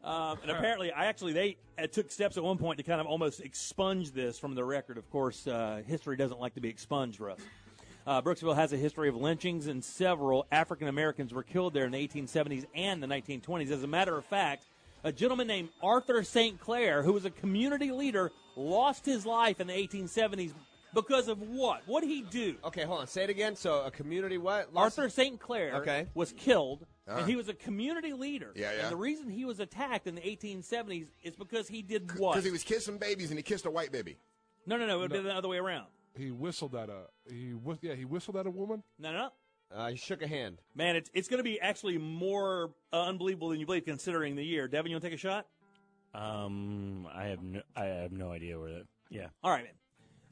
Um, and apparently, I actually they uh, took steps at one point to kind of almost expunge this from the record. Of course, uh, history doesn't like to be expunged, Russ. Uh, Brooksville has a history of lynchings, and several African Americans were killed there in the 1870s and the 1920s. As a matter of fact, a gentleman named Arthur St. Clair, who was a community leader, lost his life in the 1870s because of what? What did he do?
okay, hold on. Say it again. So, a community what? Lost-
Arthur St. Clair
Okay.
was killed,
Uh.
and he was a community leader.
Yeah, yeah.
And the reason he was attacked in the 1870s is because he did what?
Because he was kissing babies and he kissed a white baby.
No, no, no. It would be
No.
the other way around.
He whistled at a, he whis- yeah, he whistled at a woman.
No, no. no.
Uh, he shook a hand.
Man, it's it's going to be actually more uh, unbelievable than you believe, considering the year. Devin, you want to take a shot?
Um, I have no, I have no idea where that. Yeah.
All right, man.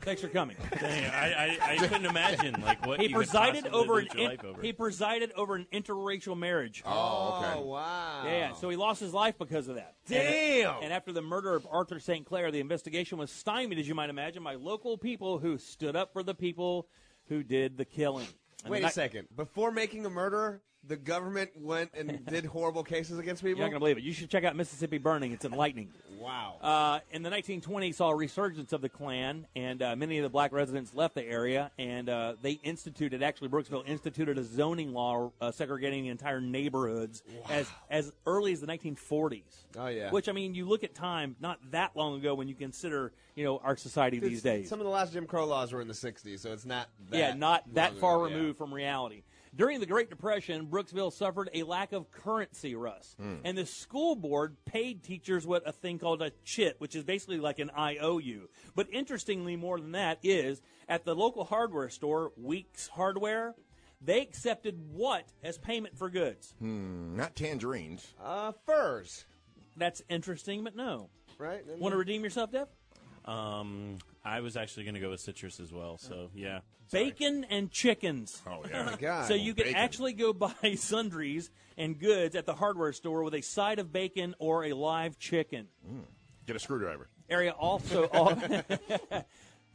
Thanks for coming.
Dang, I, I, I couldn't imagine like what
he
you could
presided
possibly
over,
lose
an
your
in-
life over.
He presided over an interracial marriage.
Oh, okay.
wow.
Yeah, yeah, so he lost his life because of that.
Damn.
And, and after the murder of Arthur St. Clair, the investigation was stymied, as you might imagine, by local people who stood up for the people who did the killing. And
Wait
the
a
ni-
second. Before making a murderer, the government went and did horrible cases against people.
You're not going to believe it. You should check out Mississippi Burning. It's enlightening.
Wow.
Uh, in the 1920s, saw a resurgence of the Klan, and uh, many of the black residents left the area, and uh, they instituted, actually, Brooksville instituted a zoning law uh, segregating entire neighborhoods as, as early as the 1940s.
Oh yeah.
Which, I mean, you look at time not that long ago when you consider, you know, our society these days.
Some of the last Jim Crow laws were in the '60s, so it's not. That
yeah, not that
long
far
ago, yeah.
removed from reality. During the Great Depression, Brooksville suffered a lack of currency, Russ.
Hmm.
And the school board paid teachers what a thing called a chit, which is basically like an IOU. But interestingly, more than that, is at the local hardware store, Weeks Hardware, they accepted what as payment for goods?
Hmm, not tangerines.
Uh, furs.
That's interesting, but no.
Right?
Want to redeem yourself, Dev?
Um, I was actually going to go with citrus as well. So yeah,
Bacon and chickens. Oh
yeah. Oh, my God.
so you could
Bacon.
actually go buy sundries and goods at the hardware store with a side of bacon or a live chicken.
Mm.
Get a screwdriver.
Area also off-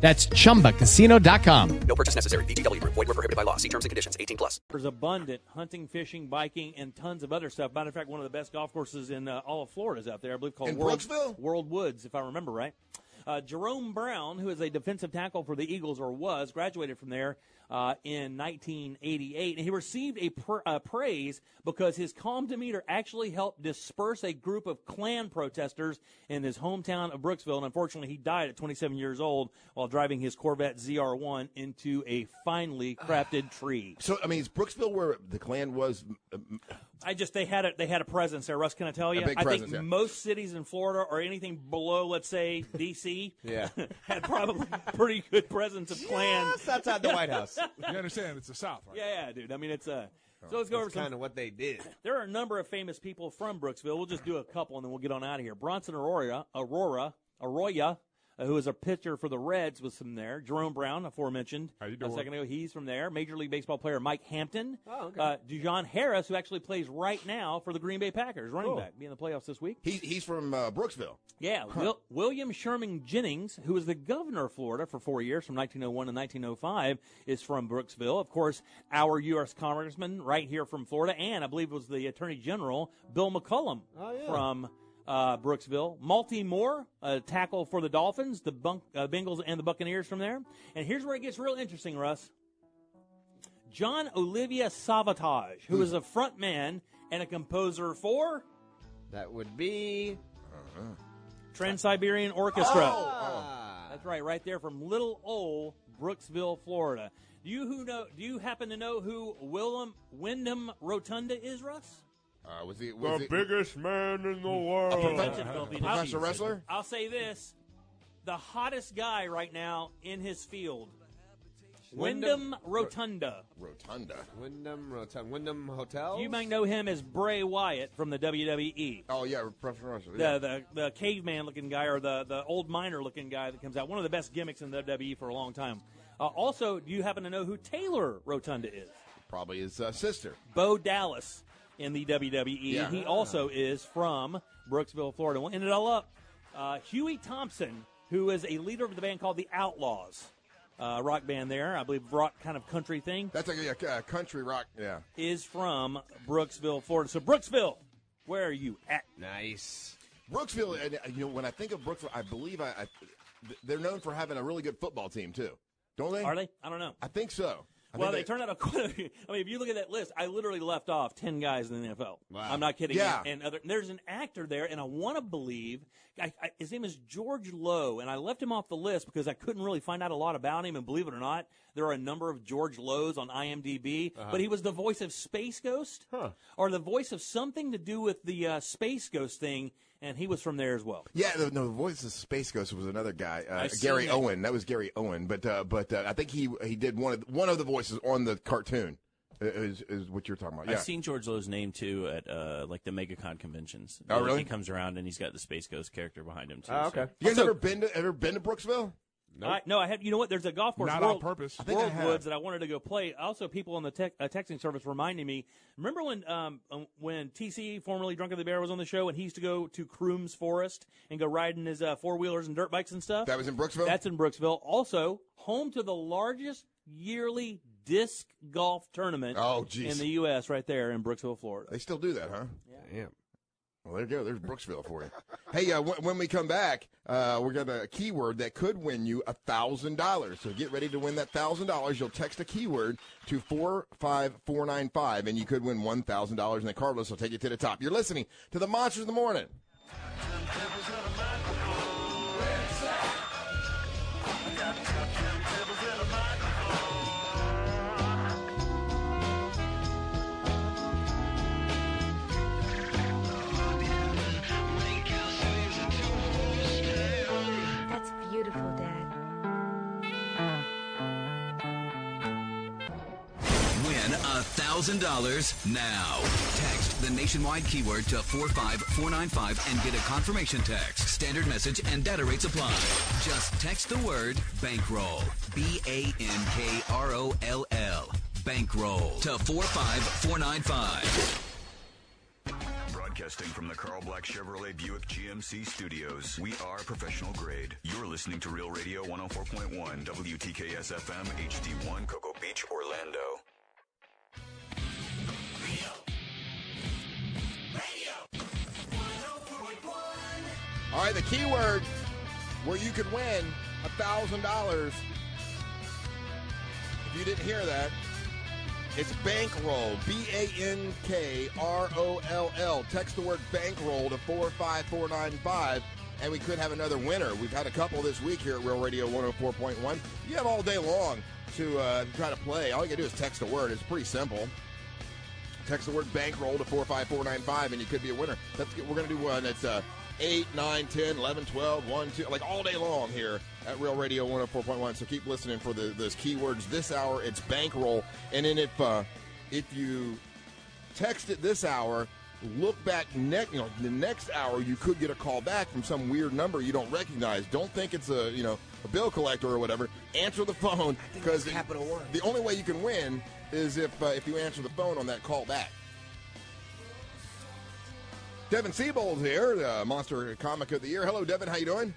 That's chumbacasino.com.
No purchase necessary. VGW Group. Void were prohibited by law. See terms and conditions. 18 plus.
abundant hunting, fishing, biking, and tons of other stuff. Matter of fact, one of the best golf courses in uh, all of Florida is out there, I believe, called
In
World,
Brooksville?
World Woods, if I remember right. Uh, Jerome Brown, who is a defensive tackle for the Eagles or was, graduated from there uh, in 1988, and he received a pr- uh, praise because his calm demeanor actually helped disperse a group of Klan protesters in his hometown of Brooksville. And unfortunately, he died at 27 years old while driving his Corvette ZR1 into a finely crafted tree.
So I mean, is Brooksville where the Klan was?
I just they had a they had a presence there. Russ, can I tell
A
you?
big
I
presence,
think
yeah.
most cities in Florida or anything below, let's say D.C.
Yeah.
had probably pretty good presence of Klan.
Just outside the White House. Oh,
You understand? It's the South, right?
Yeah, yeah, dude. I mean, it's uh, so let's go over
That's
some
kind of what they did.
there are a number of famous people from Brooksville. We'll just do a couple and then we'll get on out of here. Bronson Aurora, Aurora, Arroya, uh, who is a pitcher for the Reds, was from there. Jerome Brown, aforementioned a
doing?
second ago, he's from there. Major League Baseball player Mike Hampton.
Oh, okay.
Uh, Dejon Harris, who actually plays right now for the Green Bay Packers, running
Cool.
back, be in the playoffs this week.
He, he's from uh, Brooksville.
Yeah, Wil- William Sherman Jennings, who was the governor of Florida for four years from 1901 to 1905, is from Brooksville. Of course, our U.S. congressman right here from Florida, and I believe it was the Attorney General Bill McCullum
Oh,
from uh, Brooksville. Malty Moore, a tackle for the Dolphins, the Bunk- uh, Bengals, and the Buccaneers from there. And here's where it gets real interesting, Russ. John Olivia Savatage, who is a front man and a composer for
That would be
Trans Siberian Orchestra.
Oh,
Ah.
That's right, right there from Little Ole, Brooksville, Florida. Do you who know? Do you happen to know who Willem Wyndham Rotunda is, Russ?
Uh, was he was
the
he-
biggest man in the world.
Professional wrestler?
I'll say this: the hottest guy right now in his field, Wyndham
Wyndham-
Rotunda.
Rotunda.
Wyndham Rotunda. Wyndham Hotel.
You might know him as Bray Wyatt from the WWE.
Oh yeah, professional wrestler.
The, the the caveman looking guy or the, the old miner looking guy that comes out. One of the best gimmicks in the WWE for a long time. Uh, also, do you happen to know who Taylor Rotunda is?
Probably his uh, sister.
Bo Dallas in the E. WWE.
Yeah.
He also is from Brooksville, Florida. We'll end it all up. Uh, Huey Thompson, who is a leader of the band called the Outlaws, uh, rock band there. I believe rock kind of country thing.
That's like a, a country rock. Yeah.
Is from Brooksville, Florida. So Brooksville, where are you at?
Nice.
Brooksville, and uh, you know, when I think of Brooksville, I believe I, I th- they're known for having a really good football team too, don't they?
Are they? I don't know.
I think so. I
well, they,
think
turned out a. I mean, if you look at that list, I literally left off ten guys in the NFL. I'm not kidding.
Yeah.
And, and other, there's an actor there, and I want to believe I, I, his name is George Lowe, and I left him off the list because I couldn't really find out a lot about him. And believe it or not, There are a number of George Lowe's on IMDb,
Uh-huh.
but he was the voice of Space Ghost or the voice of something to do with the uh, Space Ghost thing, and he was from there as well.
Yeah, the, no, the voice of Space Ghost was another guy, uh,
I've seen
Gary
that.
Owen. That was Gary Owen, but uh, but uh, I think he he did one of one of the voices on the cartoon. uh, Is, is what you're talking about? Yeah.
I've seen George Lowe's name too at uh, like the MegaCon conventions.
Oh,
Like,
really?
He comes around and he's got the Space Ghost character behind him too.
Oh,
so-
okay. You guys ever been to ever been to Brooksville?
No, I, no, I had. You know what? There's a golf course.
Not on
World,
purpose. I think I
World
have.
Woods that I wanted to go play. Also, people on the tech, uh, texting service reminding me. Remember when um um, when TC, formerly Drunk of the Bear, was on the show and he used to go to Croom's Forest and go riding his uh, four wheelers and dirt bikes and stuff.
That was in Brooksville?
That's in Brooksville. Also, home to the largest yearly disc golf tournament.
Oh, geez.
in the U.S. right there in Brooksville, Florida.
They still do that, huh? Yeah. Well, there you go. There's Brooksville for you. hey, uh, w- when we come back, uh, we're got a keyword that could win you a thousand dollars. So get ready to win that thousand dollars. You'll text a keyword to four five four nine five, and you could win one thousand dollars. And then Carlos will take you to the top. You're listening to the Monsters of the Morning.
That's beautiful, Dad.
Win $1,000 now. Text the nationwide keyword to 45495 and get a confirmation text. Standard message and data rates apply. Just text the word bankroll. B A N K R O L L. Bankroll to 45495.
Broadcasting from the Carl Black Chevrolet Buick GMC studios, we are professional grade. You're listening to Real Radio 104.1, WTKS FM, HD1, Cocoa Beach, Orlando.
All right, the keyword where you could win a thousand dollars. If you didn't hear that, it's bankroll. B A N K R O L L. Text the word bankroll to four five four nine five. And we could have another winner. We've had a couple this week here at Real Radio 104.1. You have all day long to uh, try to play. All you gotta do is text the word. It's pretty simple. Text the word bankroll to 45495 and you could be a winner. That's We're going to do one that's uh, 8, 9, 10, 11, 12, 1, 2, like all day long here at Real Radio 104.1. So keep listening for the, those keywords this hour. It's bankroll. And then if uh, if you text it this hour, look back next you know, the next hour you could get a call back from some weird number you don't recognize. Don't think it's a you know a bill collector or whatever. Answer the phone because Capital One. The only way you can win is if uh, if you answer the phone on that call back. Devin Siebold here, the Monster Comic of the Year. Hello, Devin. How you doing?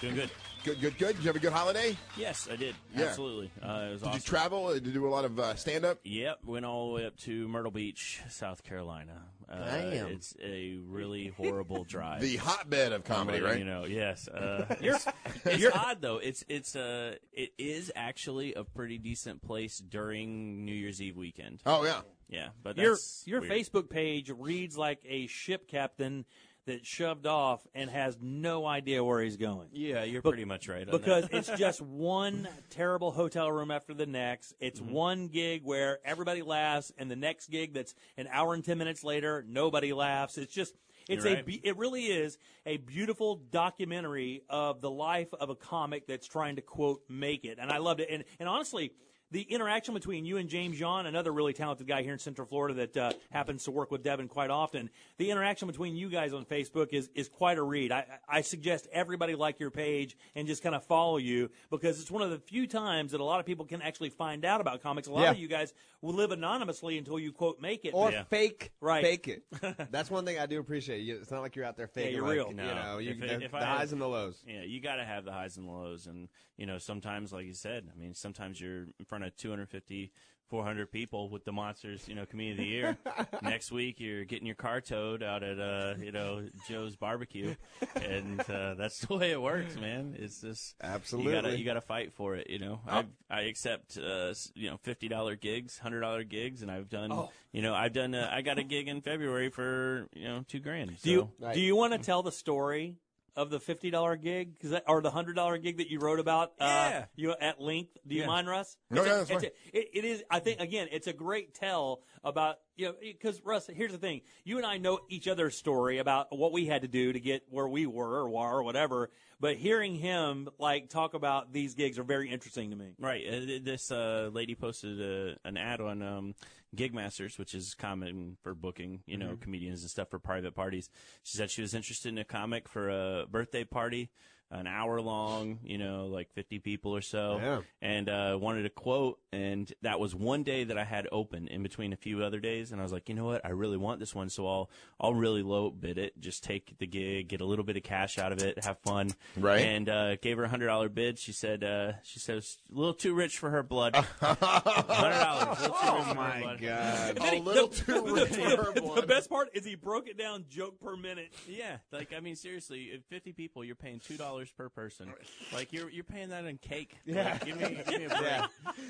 Doing good.
Good, good, good. Did you have a good holiday?
Yes, I did.
Yeah.
Absolutely. Uh, it was
Did
awesome.
you travel? Uh, Did you do a lot of uh, stand-up?
Yep, went all the way up to Myrtle Beach, South Carolina. Uh,
Damn.
It's a really horrible drive.
The hotbed of comedy,
I'm letting
right?
You know, yes. Uh, it's it's odd though. It's it's uh it is actually a pretty decent place during New Year's Eve weekend.
Oh, yeah.
yeah. But
your
that's
your
weird.
Facebook page reads like a ship captain that shoved off and has no idea where he's going.
Yeah, you're pretty much right. on that.
Because it's just one terrible hotel room after the next. It's
Mm-hmm.
one gig where everybody laughs, and the next gig that's an hour and ten minutes later, nobody laughs. It's just it's
You're
a
right.
be- it really is a beautiful documentary of the life of a comic that's trying to quote make it, and I loved it. And and honestly. The interaction between you and James John, another really talented guy here in Central Florida that uh, happens to work with Devin quite often, the interaction between you guys on Facebook is is quite a read. I I suggest everybody like your page and just kind of follow you because it's one of the few times that a lot of people can actually find out about comics. A lot
Yeah.
of you guys will live anonymously until you quote make it
Or
but-
fake,
right?
fake it. That's one thing I do appreciate. You- It's not like you're out there faking.
you're
like,
real.
You
No.
know, you,
If
the,
it- if
the
I had-
highs and the lows.
Yeah, you got to have the highs and lows. And, you know, sometimes, like you said, I mean, sometimes you're in front of 250, 400 people with the Monsters, you know, Comedian of the Year. Next week, you're getting your car towed out at, uh, you know, Joe's Barbecue. And uh, that's the way it works, man. It's just. You gotta,
Absolutely. Oh.
you gotta fight for it, you know. I I accept, uh, s- you know, fifty dollar gigs, hundred dollar gigs, and I've done,
Oh.
you know, I've done. Uh, I got a gig in February for you know two grand.
Do you
so-
do you want to tell the story of the fifty dollar gig 'Cause that, or the hundred dollar gig that you wrote about?
Yeah.
Uh, you at length. Do you
Yeah.
mind, Russ?
No,
It's a-
no, that's
it's
fine.
a- it, it is. I think again, it's a great tell about you know because Russ. Here's the thing: you and I know each other's story about what we had to do to get where we were or were or whatever. But hearing him like talk about these gigs are very interesting to me.
Right. Uh, th- this uh, lady posted a, an ad on um, Gigmasters, which is common for booking, you know,
Mhm.
comedians and stuff for private parties. She said she was interested in a comic for a birthday party, an hour long, you know, like 50 people or so,
Yeah.
and uh, wanted a quote. And that was one day that I had open in between a few other days. And I was like, you know what? I really want this one. So I'll, I'll really low bid it. Just take the gig, get a little bit of cash out of it, have fun.
Right.
And uh, gave her a hundred dollar bid. She said uh, she said it was a little too rich for her blood. hundred dollars. Oh my
And then he- the- the- the- The best part is he broke it down joke per minute.
Yeah, like I mean, seriously, if fifty people, you're paying two dollars per person. Like you're you're paying that in cake.
Yeah.
Like, give me, give me a break.
Yeah.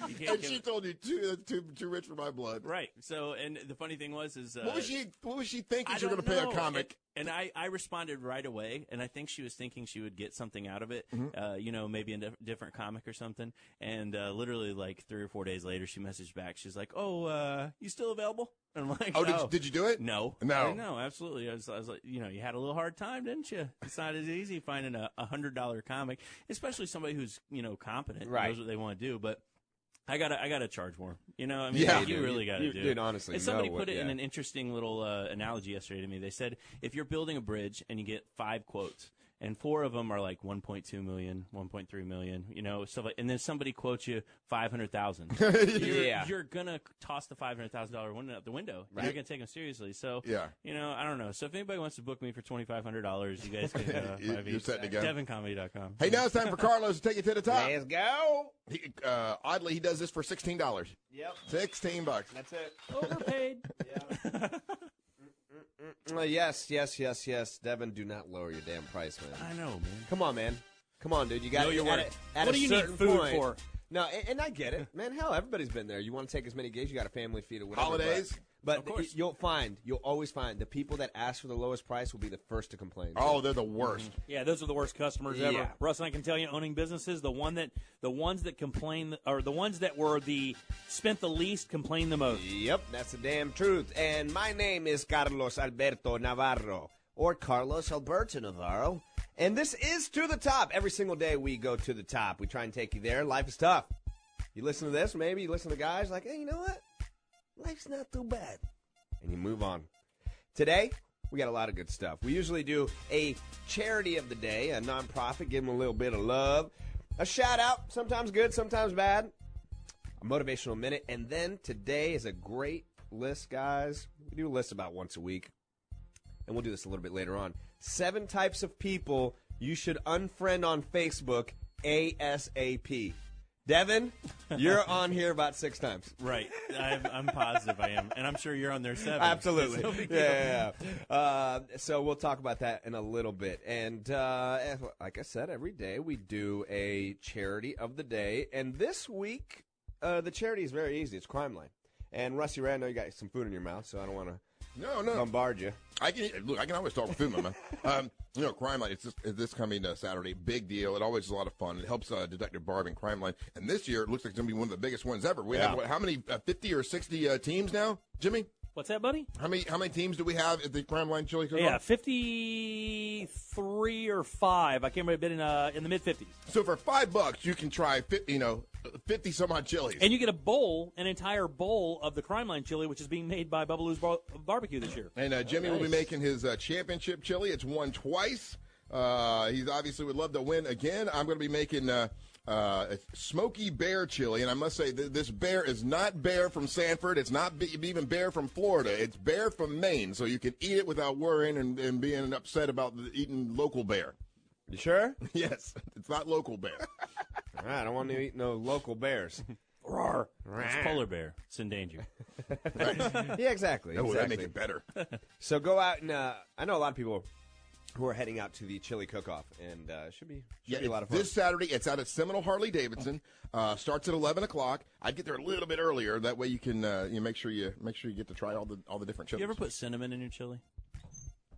You can't
And
give
she
it-
told you too that's too too rich for my blood.
right. So, and the funny thing was, is uh,
What was she? What was she thinking?
I
You're going
don't
to pay a
know.
comic?
And, and I, I responded right away, and I think she was thinking she would get something out of it,
Mm-hmm.
uh, you know, maybe a diff- different comic or something. And uh, literally, like three or four days later, she messaged back. She's like, "Oh, uh, you still available?" And I'm like,
Oh, did you-
"No."
did you do it?
No,
No.
I- no, absolutely." I was, I was like, you know, you had a little hard time, didn't you? It's not as easy finding a a hundred dollar comic, especially somebody who's you know competent, and
Right.
knows what they want to do, but. I gotta, I gotta charge more. You know, I mean,
Yeah.
like, you
Dude,
really
you-
gotta
you-
do.
dude, honestly,
and somebody
know what-
put it in
yeah.
an interesting little uh, analogy yesterday to me. They said if you're building a bridge and you get five quotes, and four of them are like 1.2 million, 1.3 million, you know, stuff like, and then somebody quotes you 500,000. you're,
Yeah.
you're gonna toss the $500,000 one out the window.
Right.
You're gonna take them seriously. So,
Yeah.
you know, I don't know. So if anybody wants to book me for $2,500, you guys can. Uh,
You're
five each.
setting it go.
DevinComedy.com.
Hey, now it's time for Carlos to take you to the top.
Let's
go. He, uh, oddly, he does this for sixteen dollars.
Yep.
Sixteen bucks.
That's it.
Overpaid.
Uh, yes, yes, yes, yes. Devin, do not lower your damn price, man.
I know, man.
Come on, man. Come on, dude. You got
Know
to
your
at,
worth.
a- at
What
a
do you need
certain
food
point-
for?
No, and, and I get it, man. Hell, everybody's been there. You want to take as many gigs, you got a family feed or whatever.
Holidays?
but, but you'll find, you'll always find the people that ask for the lowest price will be the first to complain.
Oh, they're the worst.
Mm-hmm. Yeah, those are the worst customers
Yeah.
ever. Russ, and I can tell you, owning businesses, the one that the ones that complain or the ones that were the spent the least complain the most.
Yep, that's the damn truth. And my name is Carlos Alberto Navarro, or Carlos Alberto Navarro. And this is To the Top. Every single day we go to the top. We try and take you there. Life is tough. You listen to this, maybe you listen to guys like, hey, you know what? Life's not too bad. And you move on. Today, we got a lot of good stuff. We usually do a charity of the day, a nonprofit, give them a little bit of love, a shout out, sometimes good, sometimes bad a motivational minute, and then today is a great list, guys. We do a list about once a week, and we'll do this a little bit later on. Seven types of people you should unfriend on Facebook ASAP. Devin, you're on here about six times.
Right. I'm, I'm positive I am. And I'm sure you're on their seven.
Absolutely.
It's no big deal.
yeah. yeah, yeah. Uh, so we'll talk about that in a little bit. And uh, eh, like I said, every day we do a charity of the day. And this week, uh, the charity is very easy. It's Crime Line. And Rusty Rand, I know you got some food in your mouth, so I don't want to
No, no.
bombard you.
I can look. I can always talk food, my man. Um, you know, Crime Line. It's this, it's this coming uh, Saturday. Big deal. It always is a lot of fun. It helps uh, Detective Barb and Crime Line. And this year, it looks like it's going to be one of the biggest ones ever. We
Yeah.
have what, how many? Uh, Fifty or sixty uh, teams now, Jimmy?
What's that, buddy?
How many? How many teams do we have at the Crime Line Chili Cook?
Yeah, fifty three or five. I can't remember. Been in uh, in the mid fifties.
So for five bucks, you can try fifty. You know, fifty some odd chilies.
And you get a bowl, an entire bowl of the Crime Line chili, which is being made by Bubbaloo's Bar- Barbecue this year.
And uh, Jimmy will be making his uh, championship chili. It's won twice. Uh, he obviously would love to win again. I'm going to be making uh, uh, a smoky bear chili, and I must say th- this bear is not bear from Sanford. It's not be- even bear from Florida. It's bear from Maine, so you can eat it without worrying and, and being upset about the- eating local bear.
You sure?
yes, it's not local bear.
All right, I don't want to eat no local bears.
Roar.
It's polar bear. It's in danger.
yeah, exactly.
Oh, that
exactly.
makes it better.
so go out and uh, I know a lot of people who are heading out to the chili cook-off, and uh, should be should
Yeah,
be a lot of
it's
fun.
This Saturday, it's out at Seminole Harley Davidson. Uh, starts at eleven o'clock. I'd get there a little bit earlier. That way, you can uh, you make sure you make sure you get to try all the all the different
You
chilies.
ever put cinnamon in your chili?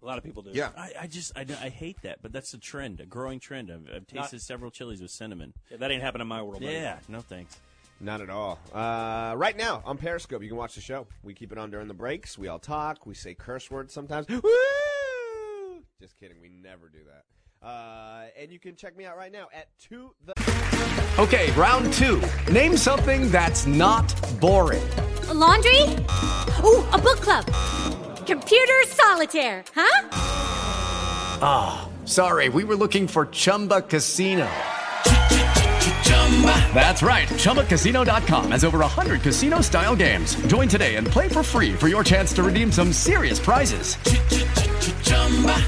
A lot of people do.
Yeah. I, I just I, I hate that, but that's a trend, a growing trend. I've, I've tasted several chilies with cinnamon.
Yeah, that ain't happened in my world.
Yeah,
buddy.
no thanks.
Not at all. Uh, right now on Periscope, you can watch the show. We keep it on during the breaks. We all talk. We say curse words sometimes. Woo! Just kidding. We never do that. Uh, and you can check me out right now at two the.
Okay, round two. Name something that's not boring.
A laundry? Ooh, a book club. Computer solitaire, huh?
Ah, sorry. We were looking for Chumba Casino. That's right. ChumbaCasino.com has over 100 casino-style games. Join today and play for free for your chance to redeem some serious prizes.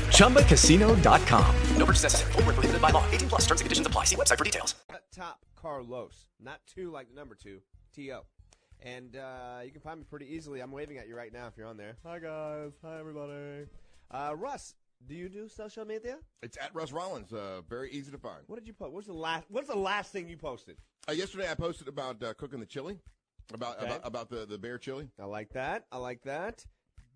ChumbaCasino.com. No purchase necessary. Void where prohibited by law. 18 plus. Terms and conditions apply. See website for details.
top Carlos, not two like the number two, T O. And uh, you can find me pretty easily. I'm waving at you right now if you're on there. Hi guys, hi everybody. Uh, Russ, do you do social media?
It's at Russ Rollins. Uh, very easy to find.
What did you post? What's the last? What's the last thing you posted?
Uh, yesterday I posted about uh, cooking the chili, about about, about the, the bear chili.
I like that. I like that.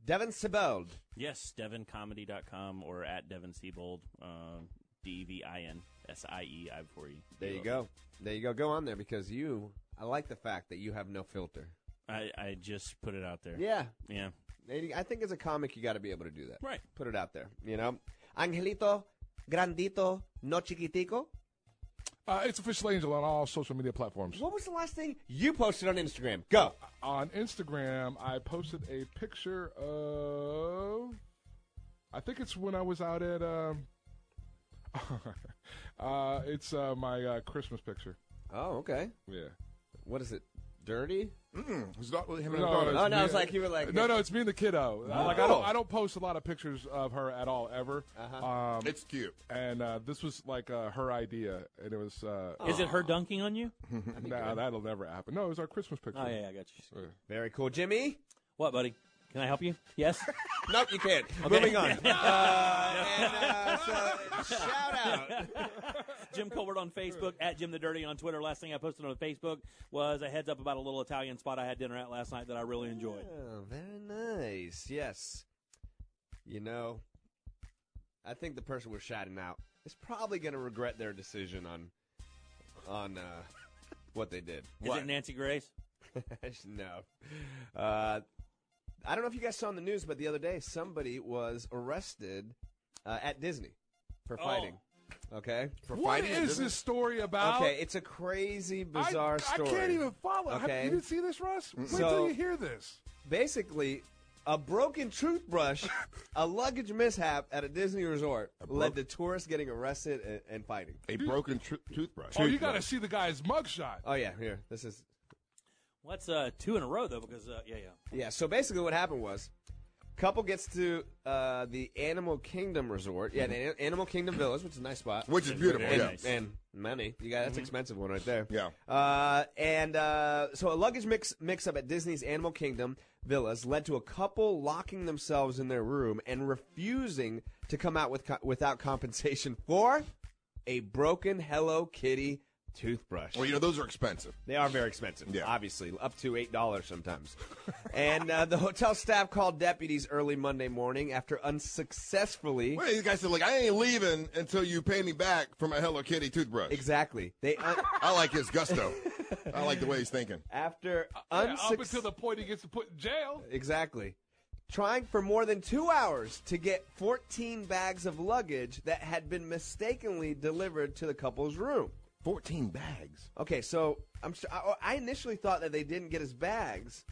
Devin Sebald.
Yes, devincomedy.com or at Devin Siebold, uh, D V I N S I E I for you.
There you go. There you go. Go on there because you. I like the fact that you have no filter.
I, I just put it out there.
Yeah.
Yeah.
I think as a comic, you got to be able to do that.
Right.
Put it out there. You know, Angelito, grandito, no chiquitico.
Uh, it's official angel on all social media platforms.
What was the last thing you posted on Instagram? Go.
On Instagram, I posted a picture of. I think it's when I was out at. Um, uh, it's uh, my uh, Christmas picture.
Oh, okay.
Yeah.
What is it? Dirty?
Mm-mm. It's not really him
No, it's me- no, no, it's me and the kiddo. Uh,
Oh.
Like I don't, I don't post a lot of pictures of her at all ever.
Uh-huh.
Um,
it's cute,
and uh, this was like uh, her idea, and it was. Uh,
Is it her dunking on you?
nah, that'll never happen. No, it was our Christmas picture.
Oh, yeah, I got you.
Very cool, Jimmy.
What, buddy? Can I help you? Yes.
nope, you can't.
Okay.
Moving on.
Uh,
and, uh, so, shout out.
Jim Colbert on Facebook at Jim the Dirty on Twitter. Last thing I posted on Facebook was a heads up about a little Italian spot I had dinner at last night that I really enjoyed.
Oh, very nice. Yes. You know, I think the person we're shouting out is probably going to regret their decision on on uh, what they did.
Is it Nancy Grace?
no. Uh, I don't know if you guys saw in the news, but the other day somebody was arrested uh, at Disney for
Oh.
fighting. Okay, for
What
fighting at
is
Disney?
this story about?
Okay, it's a crazy,
I-
bizarre story.
I can't even follow. Have-
Okay, Mm-hmm.
you didn't see this, Russ? Wait
So-
till you hear this.
basically a broken toothbrush, a luggage mishap at a Disney resort led to tourists getting arrested and, and fighting.
A broken tr- toothbrush.
Oh, you got to see the guy's mugshot.
Oh yeah, here. This is
What's uh, two in a row though? Because uh, yeah, yeah.
yeah. So basically, what happened was, couple gets to uh, the Animal Kingdom Resort. Yeah, the An- Animal Kingdom Village, which is a nice spot,
Which is beautiful,
and,
yeah. nice.
and money. You got that's expensive one right there.
Mm-hmm. Yeah.
Uh, and uh, so a luggage mix mix up at Disney's Animal Kingdom villas led to a couple locking themselves in their room and refusing to come out with co- without compensation for a broken Hello Kitty toothbrush.
Well, you know those are expensive.
They are very expensive,
Yeah.
obviously, up to eight dollars sometimes. and uh, the hotel staff called deputies early Monday morning after unsuccessfully.
Wait, the guy said, "Look, I ain't leaving until you pay me back for my Hello Kitty toothbrush."
Exactly. They. uh,
I like his gusto. I like the way he's thinking.
After
Uh, Yeah, up
unsuc-
until the point he gets to put in jail.
exactly, trying for more than two hours to get fourteen bags of luggage that had been mistakenly delivered to the couple's room.
Fourteen bags.
Okay, so I'm. s- I- I initially thought that they didn't get his bags.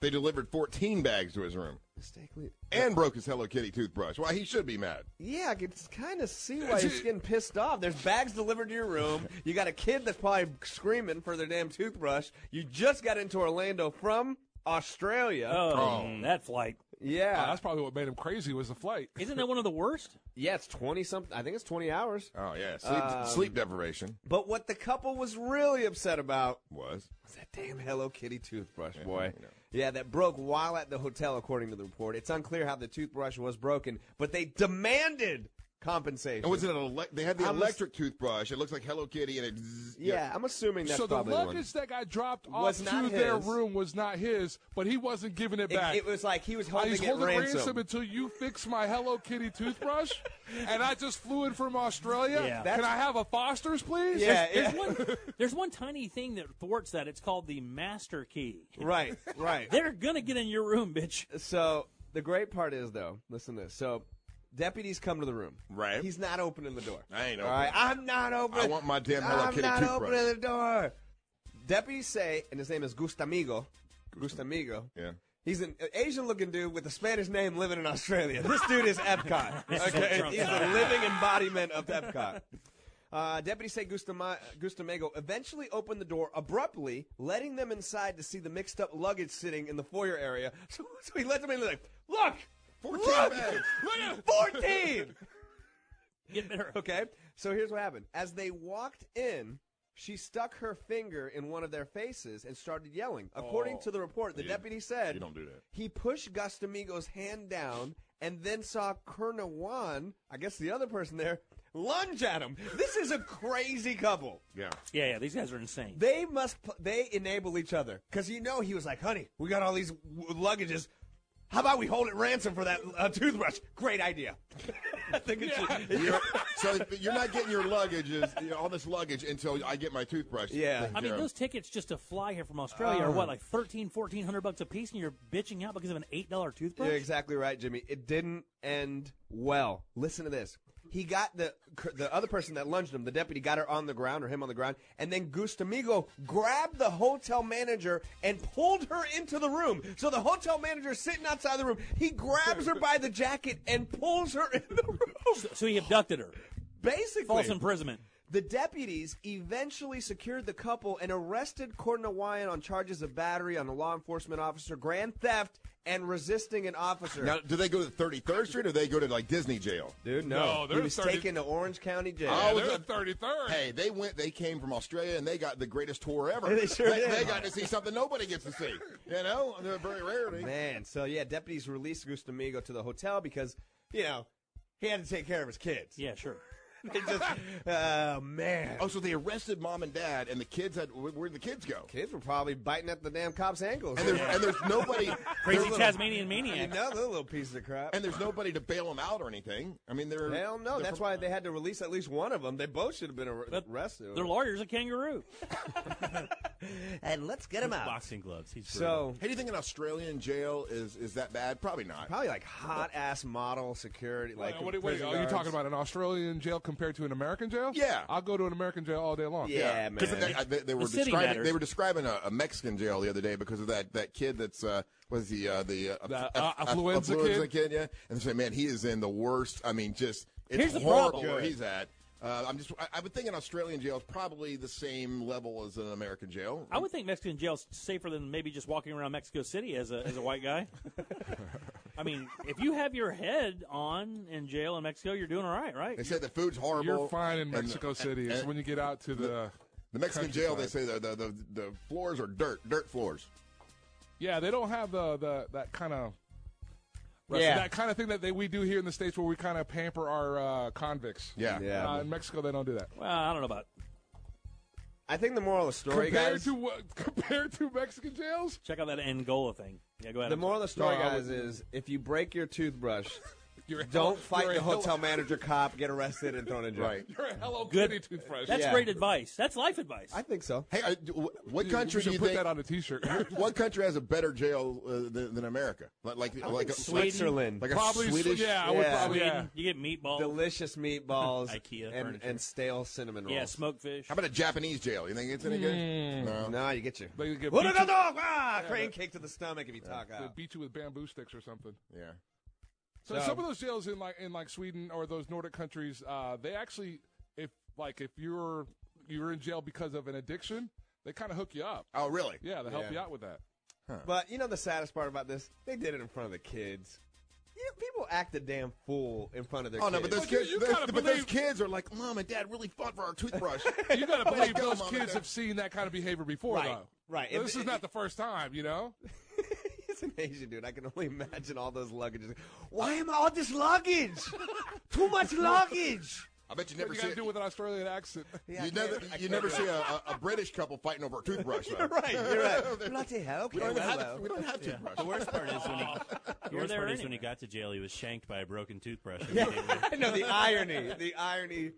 They delivered 14 bags to his room.
Mistakenly.
And broke his Hello Kitty toothbrush. Why, he should be mad.
Yeah, I can kind of see why he's getting pissed off. There's bags delivered to your room. You got a kid that's probably screaming for their damn toothbrush. You just got into Orlando from Australia.
Oh, that flight.
Yeah.
Oh, that's probably what made him crazy was the flight.
Isn't that one of the worst?
Yeah, it's 20 something. I think it's 20 hours.
Oh, yeah. Sleep,
Um,
sleep deprivation.
But what the couple was really upset about
Was.
was that damn Hello Kitty toothbrush, boy. Yeah, that broke while at the hotel, according to the report. It's unclear how the toothbrush was broken, but they demanded compensation.
And was it an elec They had the
I was-
electric toothbrush. It looks like Hello Kitty, and it. zzz,
Yeah, I'm assuming that's
so the
probably the one.
luggage that got dropped off
Was
to
not
their
his.
room was not his, but he wasn't giving it
It-
back.
it was like he was
I was
holding it
holding
ransom.
until you fix my Hello Kitty toothbrush, and I just flew in from Australia.
Yeah.
Can
That's-
I have a Foster's, please?
there's, There's, one, there's one tiny thing that thwarts that. It's called the master key.
Right, right.
They're gonna get in your room, bitch.
So the great part is though, listen to this. So deputies come to the room. Right. He's not opening the door.
I ain't
All right,
opening it.
I'm not opening.
I want my damn Hello
I'm
Kitty
not
toothbrush.
opening the door. Deputies say, and his name is Gustamigo. Gustamigo.
Yeah.
He's an Asian-looking dude with a Spanish name living in Australia. This dude is Epcot.
This is what
okay,
Trump
he's the
said.
living embodiment of Epcot. Uh, Deputy say Gustama- Gustamago eventually opened the door abruptly, letting them inside to see the mixed up luggage sitting in the foyer area. So, so he let them in and like, look! 14 look,
bags!
Look at 14!
Get better.
Okay, so here's what happened. As they walked in, she stuck her finger in one of their faces and started yelling. According
Oh.
to the report, the
You-
deputy said
you don't do that.
he pushed Gustamigo's hand down and then saw Colonel Juan, I guess the other person there, lunge at him. This is a crazy couple.
Yeah.
Yeah, yeah. These guys are insane.
They must. Pl- they enable each other because you know he was like, "Honey, we got all these w- luggages. How about we hold it ransom for that uh, toothbrush? Great idea." I think it should.
You're, so you're not getting your luggage, is, you know, all this luggage, until I get my toothbrush. taken
I mean,
care of.
those tickets just to fly here from Australia are what, like 13, 1400 bucks a piece, and you're bitching out because of an $8 toothbrush?
You're exactly right, Jimmy. It didn't end well. Listen to this. He got the the other person that lunged him, the deputy, got her on the ground or him on the ground, and then Gustamigo grabbed the hotel manager and pulled her into the room. So the hotel manager's sitting outside the room. He grabs her by the jacket and pulls her in the room. So,
he abducted her.
Basically,
False imprisonment.
the deputies eventually secured the couple and arrested Cornawayan on charges of battery on a law enforcement officer, grand theft, and resisting an officer.
Now, do they go to 33rd Street or they go to like Disney jail?
Dude, no. he was taken to Orange County Jail.
I was a-
33rd.
Hey, they went. They came from Australia and they got the greatest tour ever.
They sure did.
they got to see something nobody gets to see. You know, They're very rarely.
Man, so yeah, deputies released Gustamigo to the hotel because, you know, he had to take care of his kids.
Yeah, sure.
they just, oh man.
Oh, so they arrested mom and dad, and the kids had. Where would the kids go?
Kids were probably biting at the damn cop's ankles.
And there's, and there's nobody.
Crazy
they're little-
Tasmanian maniac.
You know, they're little pieces of crap.
And there's nobody to bail them out or anything. I mean, they're.
Hell no. That's why they had to release at least one of them. They both should have been ar- arrested.
Their lawyer's a kangaroo.
and let's get him
With
out.
Boxing gloves. He's
So-
brutal.
Hey, do you think an Australian jail is is that bad? Probably not.
Probably like hot ass model security. Like,
Wait, wait,
prison
are you
guards.
talking about an Australian jail compared to an American jail?
Yeah.
I'll go to an American jail all day long.
Yeah, man.
'Cause They, I- they, they were
The city
describing
matters.
they were describing a, a Mexican jail the other day because of that, that kid that's uh, was the uh, the, uh,
The,
aff-
uh,
aff-
affluenza
affluenza
kid?
yeah, and they say, man, he is in the worst. I mean, just it's
Here's the
horrible
problem.
where
Good.
he's at. Uh, I'm just I, I would think an Australian jail is probably the same level as an American jail.
I would think Mexican jail's safer than maybe just walking around Mexico City as a, as a white guy. I mean, if you have your head on in jail in Mexico, you're doing all right, right?
They said the food's horrible.
You're fine in
and the-
Mexico City. It's
and-
when you get out to the.
the Mexican jail, they
countryside.
say the, the the the floors are dirt, dirt floors.
Yeah, they don't have the, the that kind of
Yeah.
that kind of thing that they, we do here in the states where we kind of pamper our uh, convicts.
Yeah.
Yeah.
Uh, in Mexico, they don't do that.
Well, I don't know about
I think the moral of the story,
compared
guys.
to what? Compared to Mexican jails?
Check out that Angola thing. Yeah, go ahead.
The moral of the story,
No, I
guys,
would-
is if you break your toothbrush,
You're a
don't
hell-
fight
you're a
the
hell-
hotel manager cop, get arrested, and thrown in jail.
Right.
You're a Hello
Good.
Kitty toothbrush.
That's
Yeah.
great advice. That's life advice.
I think so.
Hey, I, do- wh- what
Dude,
country
we should
do you
put
think?
that on a T-shirt?
What country has a better jail uh, than, than America? Like like like a,
Switzerland.
like a
Probably,
Swedish.
yeah, I would
Yeah.
probably.
Sweden,
Yeah.
you get meatballs.
Delicious meatballs,
IKEA
and,
furniture.
and stale cinnamon rolls.
yeah, smoked fish.
How about a Japanese jail? You think it's any good? No.
No, you get your.
They get
What
beat
a dog!
you-
Ah,
Yeah,
crane
but-
kick to the stomach if you talk
They
out.
beat you with bamboo sticks or something.
Yeah.
So,
So-
some of those jails in like in like Sweden or those Nordic countries, uh, they actually if like if you're you're in jail because of an addiction, they kind of hook you up.
Oh, really?
Yeah, they help
Yeah.
you out with that.
But you know the saddest part about this? They did it in front of the kids. You know, people act a damn fool in front of their
Oh
kids.
no, but those
But you-
kids,
you
those-
gotta
but those
believe-
kids are like, mom and dad really fought for our toothbrush.
You gotta
Let's
believe
go,
those
Mom and
kids
Dad.
have seen that kind of behavior before,
Right,
though.
right.
This
If-
is not the first time, you know.
It's It's an Asian dude. I can only imagine all those luggage. Why am I all this luggage? Too much luggage.
I bet you
What
never
you
see
gotta
it.
do with an Australian accent?
you never, you never see a, a, a British couple fighting over a toothbrush. though.
You're right, you're right.
Bloody hell.
We don't even have, we don't have
Yeah.
toothbrush.
The worst part is when he, the
You're
worst
there
part is when he got to jail, he was shanked by a broken toothbrush. I
know the irony. The irony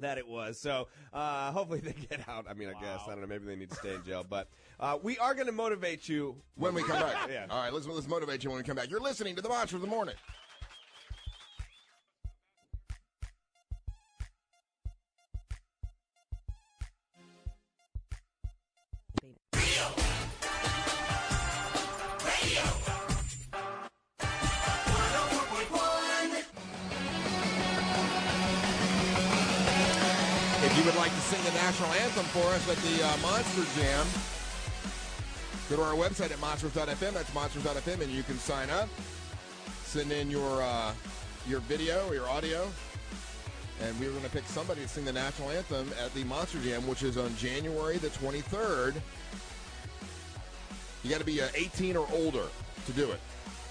that it was. So uh, hopefully they get out. I mean, I guess I don't know. Maybe they need to stay in jail. But uh, we are going to motivate you
when we come back.
yeah.
All right, let's let's motivate you when we come back. You're listening to the Monster of the Morning. If you would like to sing the national anthem for us at the uh, Monster Jam, go to our website at monsters.fm. That's monsters.fm, and you can sign up. Send in your uh, your video or your audio, and we are going to pick somebody to sing the national anthem at the Monster Jam, which is on January the 23rd. You got to be uh, 18 or older to do it.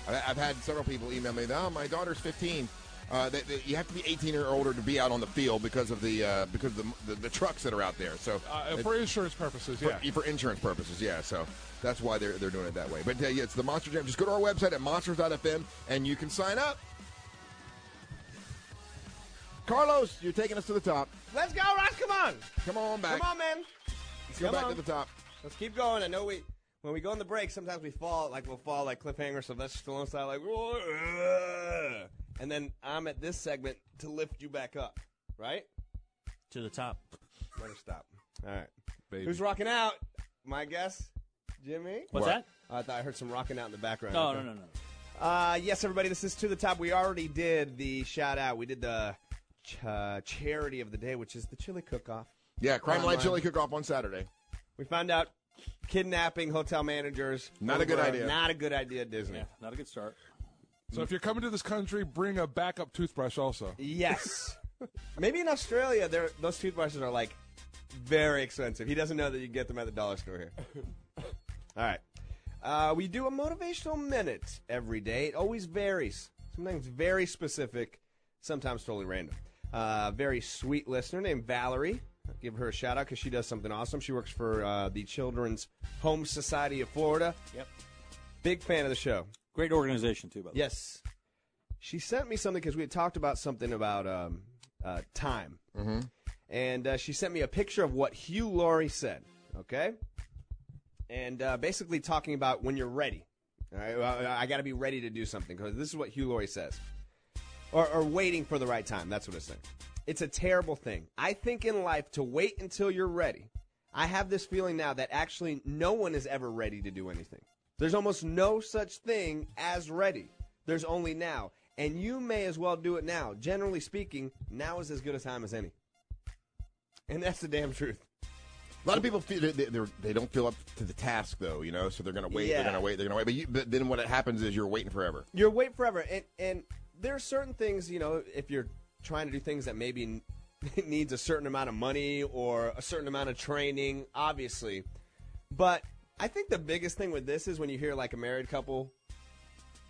I- I've had several people email me, "Oh, my daughter's 15." Uh, that, that you have to be 18 or older to be out on the field because of the uh, because of the, the, the trucks that are out there. So
Uh,
it-
for insurance purposes, yeah.
for, for insurance purposes, yeah. So that's why they're, they're doing it that way. But uh, yeah, it's the Monster Jam. Just go to our website at monsters.fm and you can sign up. Carlos, you're taking us to the top.
Let's go, Ross. Come on.
Come on back.
Come on, man.
Let's go
Come
back
on.
to the top.
Let's keep going. I know we when we go on the break, sometimes we fall like we'll fall like cliffhanger. So that's just on side like, "Whoa," and then I'm at this segment to lift you back up, right?
To the top.
Let her stop. All right,
Baby.
Who's rocking out? My guess, Jimmy. Oh,
What's What? that?
I thought I heard some rocking out in the background.
No,
Okay.
no, no, no.
Uh, yes, everybody, this is To the Top. We already did the shout out. We did the ch- uh, charity of the day, which is the chili cook off.
Yeah, Crime Line Chili Cook Off on Saturday.
We found out kidnapping hotel managers.
Not a good
were
idea.
Not a good idea, Disney.
Not a good start.
So if you're coming to this country, bring a backup toothbrush also.
Yes. Maybe in Australia, they're- those toothbrushes are like very expensive. He doesn't know that you can get them at the dollar store here. All right. Uh, we do a motivational minute every day. It always varies. Sometimes very specific, sometimes totally random. Uh, very sweet listener named Valerie. I'll give her a shout out because she does something awesome. She works for uh, the Children's Home Society of Florida.
Yep.
Big fan of the show.
Great organization too, by the way.
Yes. She sent me something because we had talked about something about um, uh, time. Mm-hmm. And uh, she sent me a picture of what Hugh Laurie said, okay? And uh, basically talking about when you're ready. All right, well, I got to be ready to do something because this is what Hugh Laurie says. Or, or waiting for the right time. That's what it's saying. It's a terrible thing. I think in life to wait until you're ready. I have this feeling now that actually no one is ever ready to do anything. There's almost no such thing as ready. There's only now. And you may as well do it now. Generally speaking, now is as good a time as any. And that's the damn truth.
A lot of people feel they, they're, they don't feel up to the task though, you know. So they're gonna wait,
Yeah.
they're gonna wait, they're gonna wait. But, you, but then what happens is you're waiting forever.
You're wait forever, and and there are certain things you know if you're trying to do things that maybe n- needs a certain amount of money or a certain amount of training, obviously. But I think the biggest thing with this is when you hear like a married couple,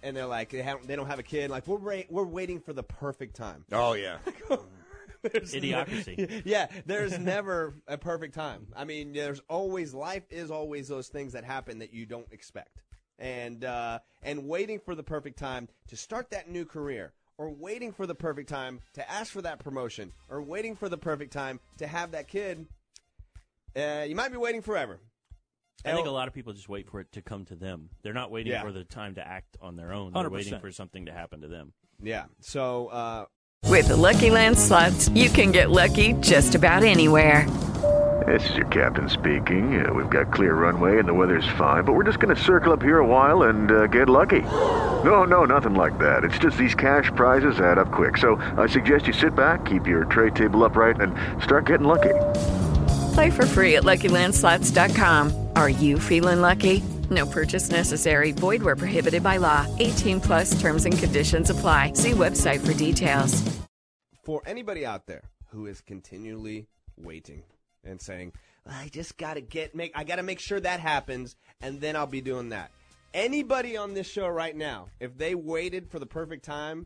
and they're like they haven't they don't have a kid, like we're ra- we're waiting for the perfect time.
Oh yeah.
There's ne-
Idiocracy.
yeah, there's never a perfect time. I mean, there's always life is always those things that happen that you don't expect, and uh, and waiting for the perfect time to start that new career, or waiting for the perfect time to ask for that promotion, or waiting for the perfect time to have that kid. Uh, you might be waiting forever.
I think a lot of people just wait for it to come to them. They're not waiting
Yeah.
for the time to act on their own. They're
100%.
waiting for something to happen to them.
Yeah. So uh,
With the Lucky Land slots, you can get lucky just about anywhere.
This is your captain speaking. Uh, we've got clear runway and the weather's fine, but we're just going to circle up here a while and uh, get lucky. No, no, nothing like that. It's just these cash prizes add up quick. So I suggest you sit back, keep your tray table upright, and start getting lucky.
Play for free at LuckyLandSlots.com. Are you feeling lucky? No purchase necessary. Void where prohibited by law. 18 plus terms and conditions apply. See website for details.
for anybody out there who is continually waiting and saying, "I just got to get make I got to make sure that happens and then I'll be doing that." Anybody on this show right now, if they waited for the perfect time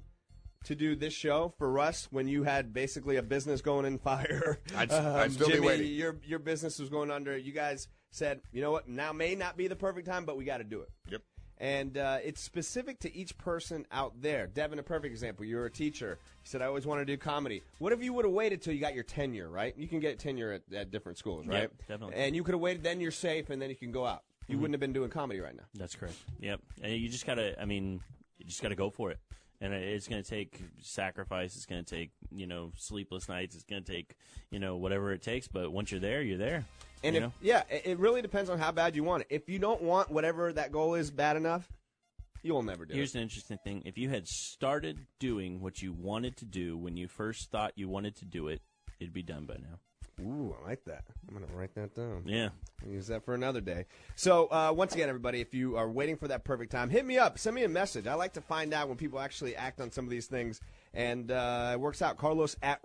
to do this show for Russ when you had basically a business going in fire, um,
I'd- I'd still be
Jimmy,
waiting.
Your your business was going under. You guys said, you know what? Now may not be the perfect time, but we got to do it. Yep. And uh, it's specific to each person out there. Devin, a perfect example. You're a teacher. You said, I always want to do comedy. What if you would have waited till you got your tenure, right? You can get tenure at, at different schools,
Yep,
right?
definitely.
And you could have waited, then you're safe, and then you can go out. You
Mhm.
wouldn't have been doing comedy right now.
That's correct. Yep. And you just gotta. I mean, you just gotta go for it. And it- it's gonna take sacrifice. It's gonna take you know sleepless nights. It's gonna take you know whatever it takes. But once you're there, you're there.
And
you
if,
know?
yeah, it it really depends on how bad you want it. If you don't want whatever that goal is bad enough, you will never do
Here's an interesting thing. If you had started doing what you wanted to do when you first thought you wanted to do it, it'd be done by now.
it. Ooh, I like that. I'm going to write that down.
Yeah.
Use that for another day. So, uh, once again, everybody, if you are waiting for that perfect time, hit me up. Send me a message. I like to find out when people actually act on some of these things. And uh, it works out. Carlos at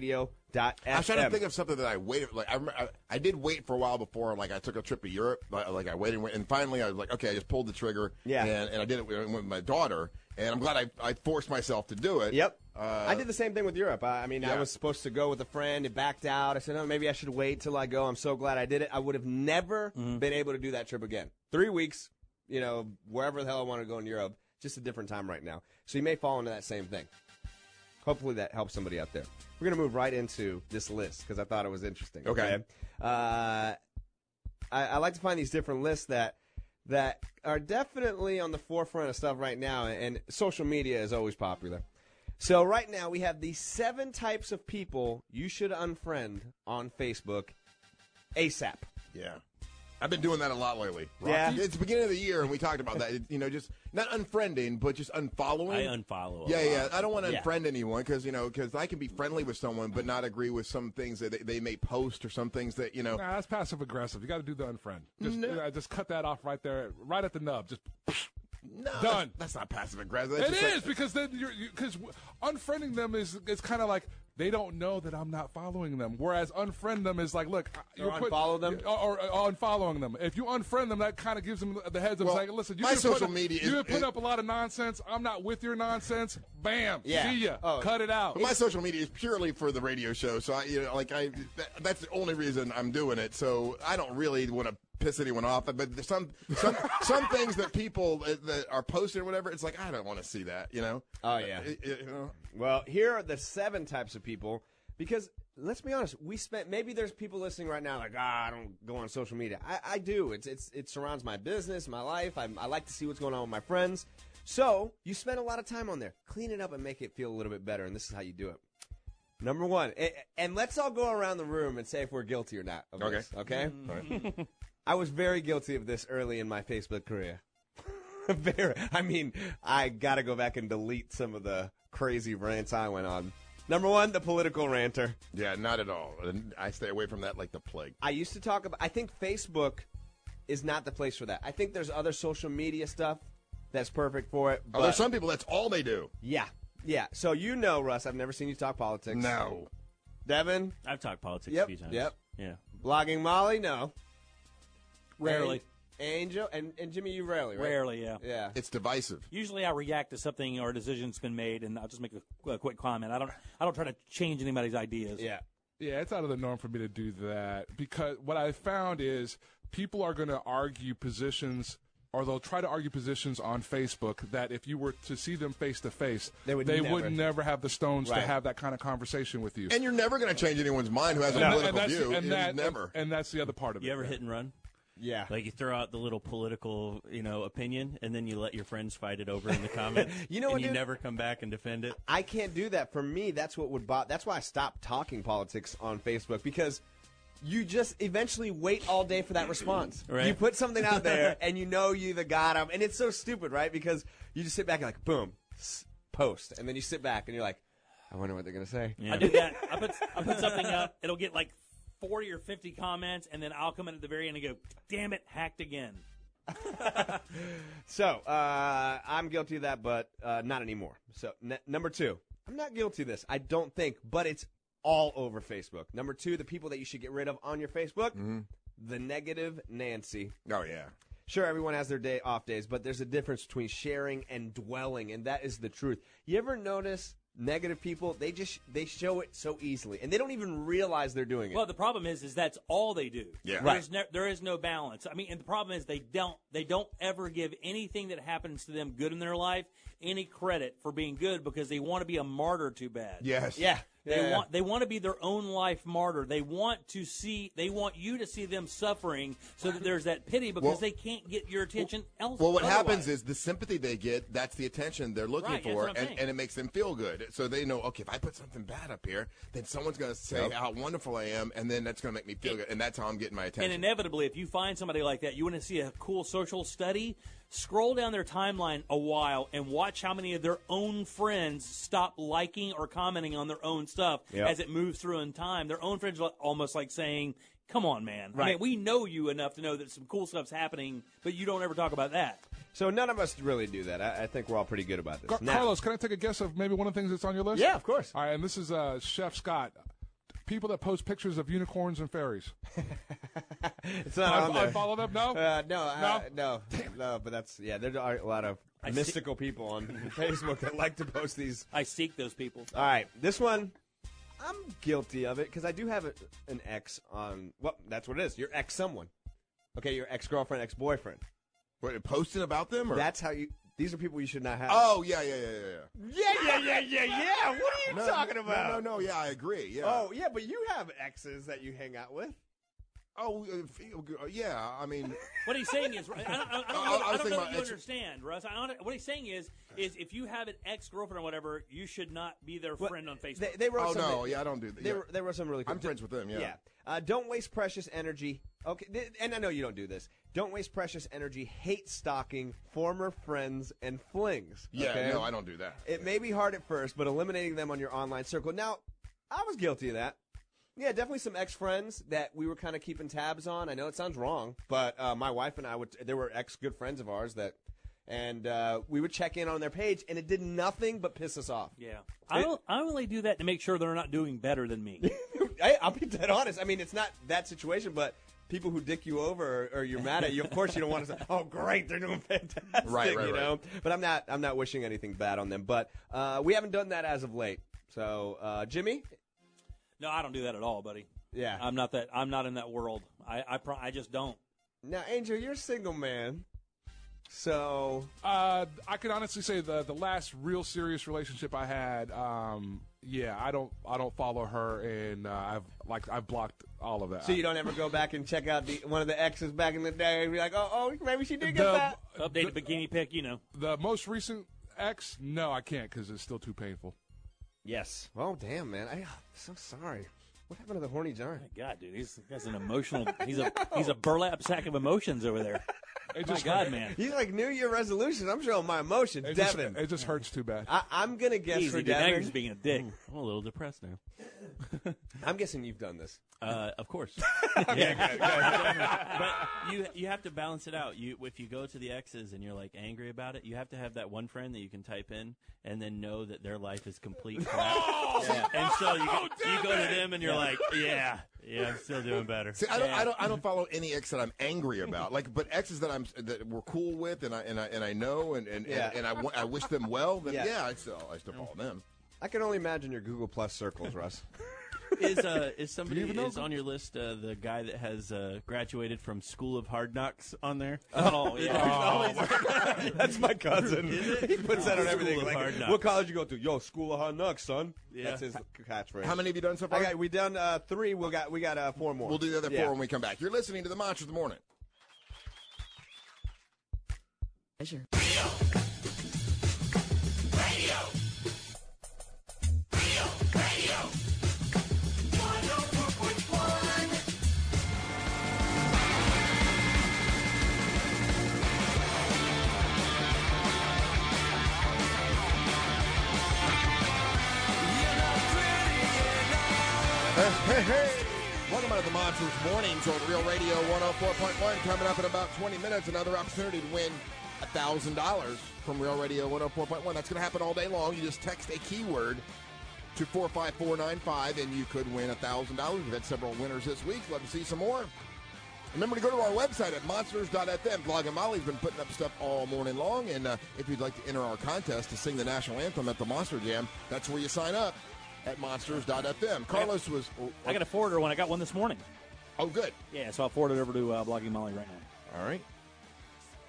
realradio.fm.
I was trying to think of something that I waited. Like I, remember, I, I did wait for a while before. Like I took a trip to Europe. Like, like, I waited, and, wait, and finally I was like, okay, I just pulled the trigger.
Yeah.
and, and I did it with with my daughter, and I'm glad I, I forced myself to do it.
Yep.
Uh,
I did the same thing with Europe. I, I mean, I
Yeah.
was supposed to go with a friend. It backed out. I said, oh, maybe I should wait till I go. I'm so glad I did it. I would have never been able to do that trip again. Three weeks, you know, wherever the hell I want to go in Europe. Just a different time right now. So you may fall into that same thing. Hopefully that helps somebody out there. We're going to move right into this list because I thought it was interesting.
Okay.
Uh, I, I like to find these different lists that that are definitely on the forefront of stuff right now, and social media is always popular. So right now we have the seven types of people you should unfriend on Facebook ASAP.
Yeah. I've been doing that a lot lately. Rocky.
Yeah.
It's the beginning of the year, and we talked about that. It- you know, just not unfriending, but just unfollowing.
I unfollow a
Yeah, yeah.
lot.
I don't want to
Yeah.
unfriend anyone because you know because I can be friendly with someone, but not agree with some things that they, they may post or some things that you know.
Nah, that's passive aggressive. You got to do the unfriend. Just, uh, just cut that off right there, right at the nub. Just
No, that's-
done.
That's, not passive aggressive.
It
That's
is
just like-
because then you're because unfriending them is it's kind of like they don't know that I'm not following them. Whereas unfriend them is like, look,
Or unfollow them?
or, or, or unfollowing them. If you unfriend them, that kind of gives them the heads up.
Well,
like, listen, you
my
been putting-
social media is-
you've been putting
it-
up a lot of nonsense. I'm not with your nonsense. Bam,
Yeah.
see ya,
Oh.
cut it out.
But my social media is purely for the radio show, so I, you know, like I, that, that's the only reason I'm doing it. So I don't really want to piss anyone off. But there's some, some, some things that people uh, that are posting or whatever, it's like I don't want to see that. You know?
Oh yeah.
Uh, you know?
Well, here are the seven types of people because let's be honest, we spent maybe there's people listening right now like ah I don't go on social media. I, I do. It's it's it surrounds my business, my life. I, I like to see what's going on with my friends. So you spend a lot of time on there. Clean it up and make it feel a little bit better. And this is how you do it. Number one, a- and let's all go around the room and say if we're guilty or not. Of
Okay. Mm.
This, okay.
All right.
I was very guilty of this early in my Facebook career. very. I mean, I got to go back and delete some of the crazy rants I went on. Number one, the political ranter.
Yeah, not at all. And I stay away from that like the plague.
I used to talk about. I think Facebook is not the place for that. I think there's other social media stuff that's perfect for it. But
Oh, there's some people that's all they do.
Yeah, yeah. So you know, Russ, I've never seen you talk politics.
No.
Devin,
I've talked politics
Yep,
a few times.
yep.
Yeah.
blogging Molly, no.
Rarely.
And Angel and, and Jimmy, you rarely, right?
Rarely, yeah.
Yeah.
It's divisive.
Usually, I react to something or a decision's been made, and I'll just make a, a quick comment. I don't, I don't try to change anybody's ideas.
Yeah.
Yeah, it's out of the norm for me to do that because what I found is people are going to argue positions or they'll try to argue positions on Facebook that if you were to see them face to face,
They would never.
never have the stones
Right.
to have that kind of conversation with you.
And you're never going to change anyone's mind who has a
No.
political
And that's-
view.
and
It
that-
was never.
And that's the other part of it.
You ever hit and run?
Yeah.
Like you throw out the little political, you know, opinion, and then you let your friends fight it over in the comments.
You know what,
and you
dude?
never come back and defend it.
I can't do that. For me, that's what would bot. That's why I stopped talking politics on Facebook because you just eventually wait all day for that response.
Right.
You put something out there and you know you either got them, and it's so stupid, right? Because you just sit back and like, boom, s- post, and then you sit back and you're like, I wonder what they're gonna say.
I do that. I put, I put something up. It'll get like forty or fifty comments, and then I'll come in at the very end and go, "Damn it, hacked again."
So uh, I'm guilty of that, but uh, not anymore. So n- number two, I'm not guilty of this. I don't think, but it's all over Facebook. Number two, the people that you should get rid of on your Facebook, the negative Nancy.
Mm-hmm. Oh yeah.
Sure, everyone has their day off days, but there's a difference between sharing and dwelling, and that is the truth. You ever notice negative people? They just they show it so easily, and they don't even realize they're doing it.
Well, the problem is, is that's all they do.
Yeah.
There is no, there is no balance. I mean, and the problem is they don't they don't ever give anything that happens to them good in their life any credit for being good because they want to be a martyr too bad.
Yes. Yeah.
They
Yeah.
want they want to be their own life martyr. They want to see they want you to see them suffering so that there's that pity because
Well-
they can't get your attention elsewhere.
Well, what happens is the sympathy they get, that's the attention they're looking
Right, that's
for,
what I'm
and,
saying.
and it makes them feel good. So they know, okay, if I put something bad up here, then someone's going to say
Yep.
how wonderful I am, and then that's going to make me feel good, and that's how I'm getting my attention.
And inevitably, if you find somebody like that, you want to see a cool social study, scroll down their timeline a while and watch how many of their own friends stop liking or commenting on their own stuff
Yep.
as it moves through in time. Their own friends are almost like saying, Come on, man. I mean,
Right.
we know you enough to know that some cool stuff's happening, but you don't ever talk about that.
So none of us really do that. I, I think we're all pretty good about this.
Car-
Now-
Carlos, can I take a guess of maybe one of the things that's on your list?
Yeah, of course.
All right, and this is uh, Chef Scott. People that post pictures of unicorns and fairies.
It's not
I,
on there.
I follow them. No,
uh, no, uh,
No?
no, no. But that's yeah. There are a lot of
I see-
mystical people on Facebook that like to post these.
I seek those people.
All right, this one, I'm guilty of it because I do have a, an ex on. Well, that's what it is. Your ex, someone. Okay, your ex girlfriend, ex boyfriend.
Wait, posting about them? Or?
That's how you. These are people you should not have.
Oh, yeah, yeah, yeah, yeah, yeah.
Yeah, yeah, yeah, yeah, yeah. What are you
No,
talking
no,
about?
no, no, yeah, I agree, yeah.
Oh, yeah, but you have exes that you hang out with.
Oh, uh, feel good. yeah, I mean.
What he's saying is, I don't, I don't know,
I- I was
I don't
thinking
know
about
that you
ex-
understand, Russ. I don't, what he's saying is, is if you have an ex girlfriend or whatever, you should not be their friend on Facebook.
They, they wrote
Oh,
something-
no, yeah, I don't do that,
They,
yeah.
wrote- they wrote some really. Cool.
I'm friends with them, yeah.
Yeah. Uh, don't waste precious energy. Okay, th- and I know you don't do this. Don't waste precious energy hate stalking former friends and flings.
Yeah,
okay?
no, I don't do that.
It may be hard at first, but eliminating them on your online circle. Now, I was guilty of that. Yeah, definitely some ex friends that we were kind of keeping tabs on. I know it sounds wrong, but uh, my wife and I would. There were ex good friends of ours that, and uh, we would check in on their page, and it did nothing but piss us off.
Yeah. I, don't- I only do that to make sure they're not doing better than me.
Hey, I'll be dead honest. I mean, it's not that situation, but people who dick you over or, or you're mad at you, of course, you don't want to say, "Oh, great, they're doing fantastic,"
Right, right,
you
right.
know. But I'm not. I'm not wishing anything bad on them. But uh, we haven't done that as of late. So, uh, Jimmy,
No, I don't do that at all, buddy.
Yeah.
I'm not that. I'm not in that world. I I, pro- I just don't.
now Angel, you're a single man, so
Uh, I can honestly say the the last real serious relationship I had, um, yeah, I don't I don't follow her, and uh, I've like I've blocked all of that.
so you don't ever go back and check out the, one of the exes back in the day and be like, "Oh, oh, maybe she did get that."
Updated bikini pic, you know.
The most recent ex, no, I can't because it's still too painful.
Yes. Oh, damn, man. I, am so sorry. What happened to the horny giant?
God, dude, he's, he's an emotional. He's a he's a burlap sack of emotions over there. My God, man.
He's like New Year resolution. I'm showing my emotion,
It just,
Devin.
it just hurts too bad. Mm.
I, I'm gonna guess
Easy,
for
dude. Now
Devin.
you're just being a dick.
I'm a little depressed now.
I'm guessing you've done this.
Uh, of course. but you you have to balance it out. You if you go to the exes and you're like angry about it, you have to have that one friend that you can type in and then know that their life is complete crap. Yeah. And so you, go- you go to them and you're
Yeah.
like, yeah, yeah, I'm still doing better.
See, I don't,
Yeah.
I don't, I don't follow any ex that I'm angry about. Like, but exes that I'm that we're cool with, and I and I and I know, and and
Yeah.
and, and I, wa- I wish them well. Then
Yeah.
yeah, I still I still follow them.
I can only imagine your Google Plus circles, Russ.
is uh, is somebody
even know-
is on your list uh, the guy that has uh, graduated from School of Hard Knocks on there?
Oh,
There's
yeah.
always-
Oh. That's my cousin.
Is it?
He puts that on
School
everything.
of
Like,
Hard
what
Knocks."
college you go to? Yo, School of Hard Knocks, son.
Yeah.
That's his catchphrase.
How many have you done so far?
I got, we done uh, three. We got we got uh, four more.
We'll do the other
Yeah.
four when we come back. You're listening to the Monster of the Morning. Hey, hey, hey. Welcome out to the Monsters Mornings on Real Radio 104.1. Coming up in about 20 minutes, another opportunity to win $1,000 from Real Radio 104.1. That's going to happen all day long. You just text a keyword to 45495 and you could win $1,000. We've had several winners this week. Love to see some more. Remember to go to our website at monsters.fm. Vlog and Molly's been putting up stuff all morning long. And uh, if you'd like to enter our contest to sing the national anthem at the Monster Jam, that's where you sign up at monsters.fm. Carlos was.
I got a forwarder one. I got one this morning.
Oh, good.
Yeah, so I'll forward it over to uh, Blogging Molly right now.
All right.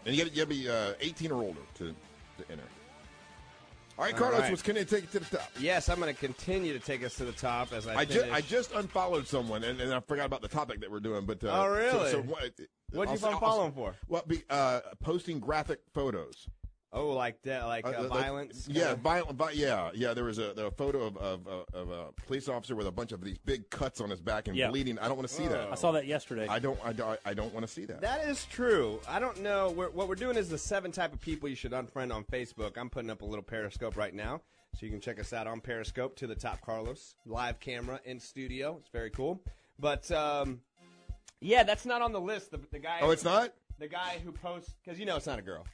And you got to be uh, 18 or older to, to enter. All right, Carlos, what's going to take it to the top?
Yes, I'm going to continue to take us to the top as I,
I, ju-
finish.
I just unfollowed someone, and, and I forgot about the topic that we're doing. But uh,
Oh, really?
So, so what,
What'd you
I'll- I'll-
unfollow him for?
Well, be, uh, posting graphic photos.
Oh, like that, like uh, violence.
Yeah,
kinda?
violent. Vi- yeah, yeah. There was a, there was a photo of, of, uh, of a police officer with a bunch of these big cuts on his back and
Yeah.
bleeding. I don't want to see that.
I saw
that yesterday.
I don't. I, don't- I don't want to see that.
That is true. I don't know. We're, what we're doing is the seven type of people you should unfriend on Facebook. I'm putting up a little Periscope right now, so you can check us out on Periscope to the top Carlos live camera in studio. It's very cool. But um, yeah, that's not on the list. The, the guy.
Oh, it's not?
The guy who posts because you know it's not a girl.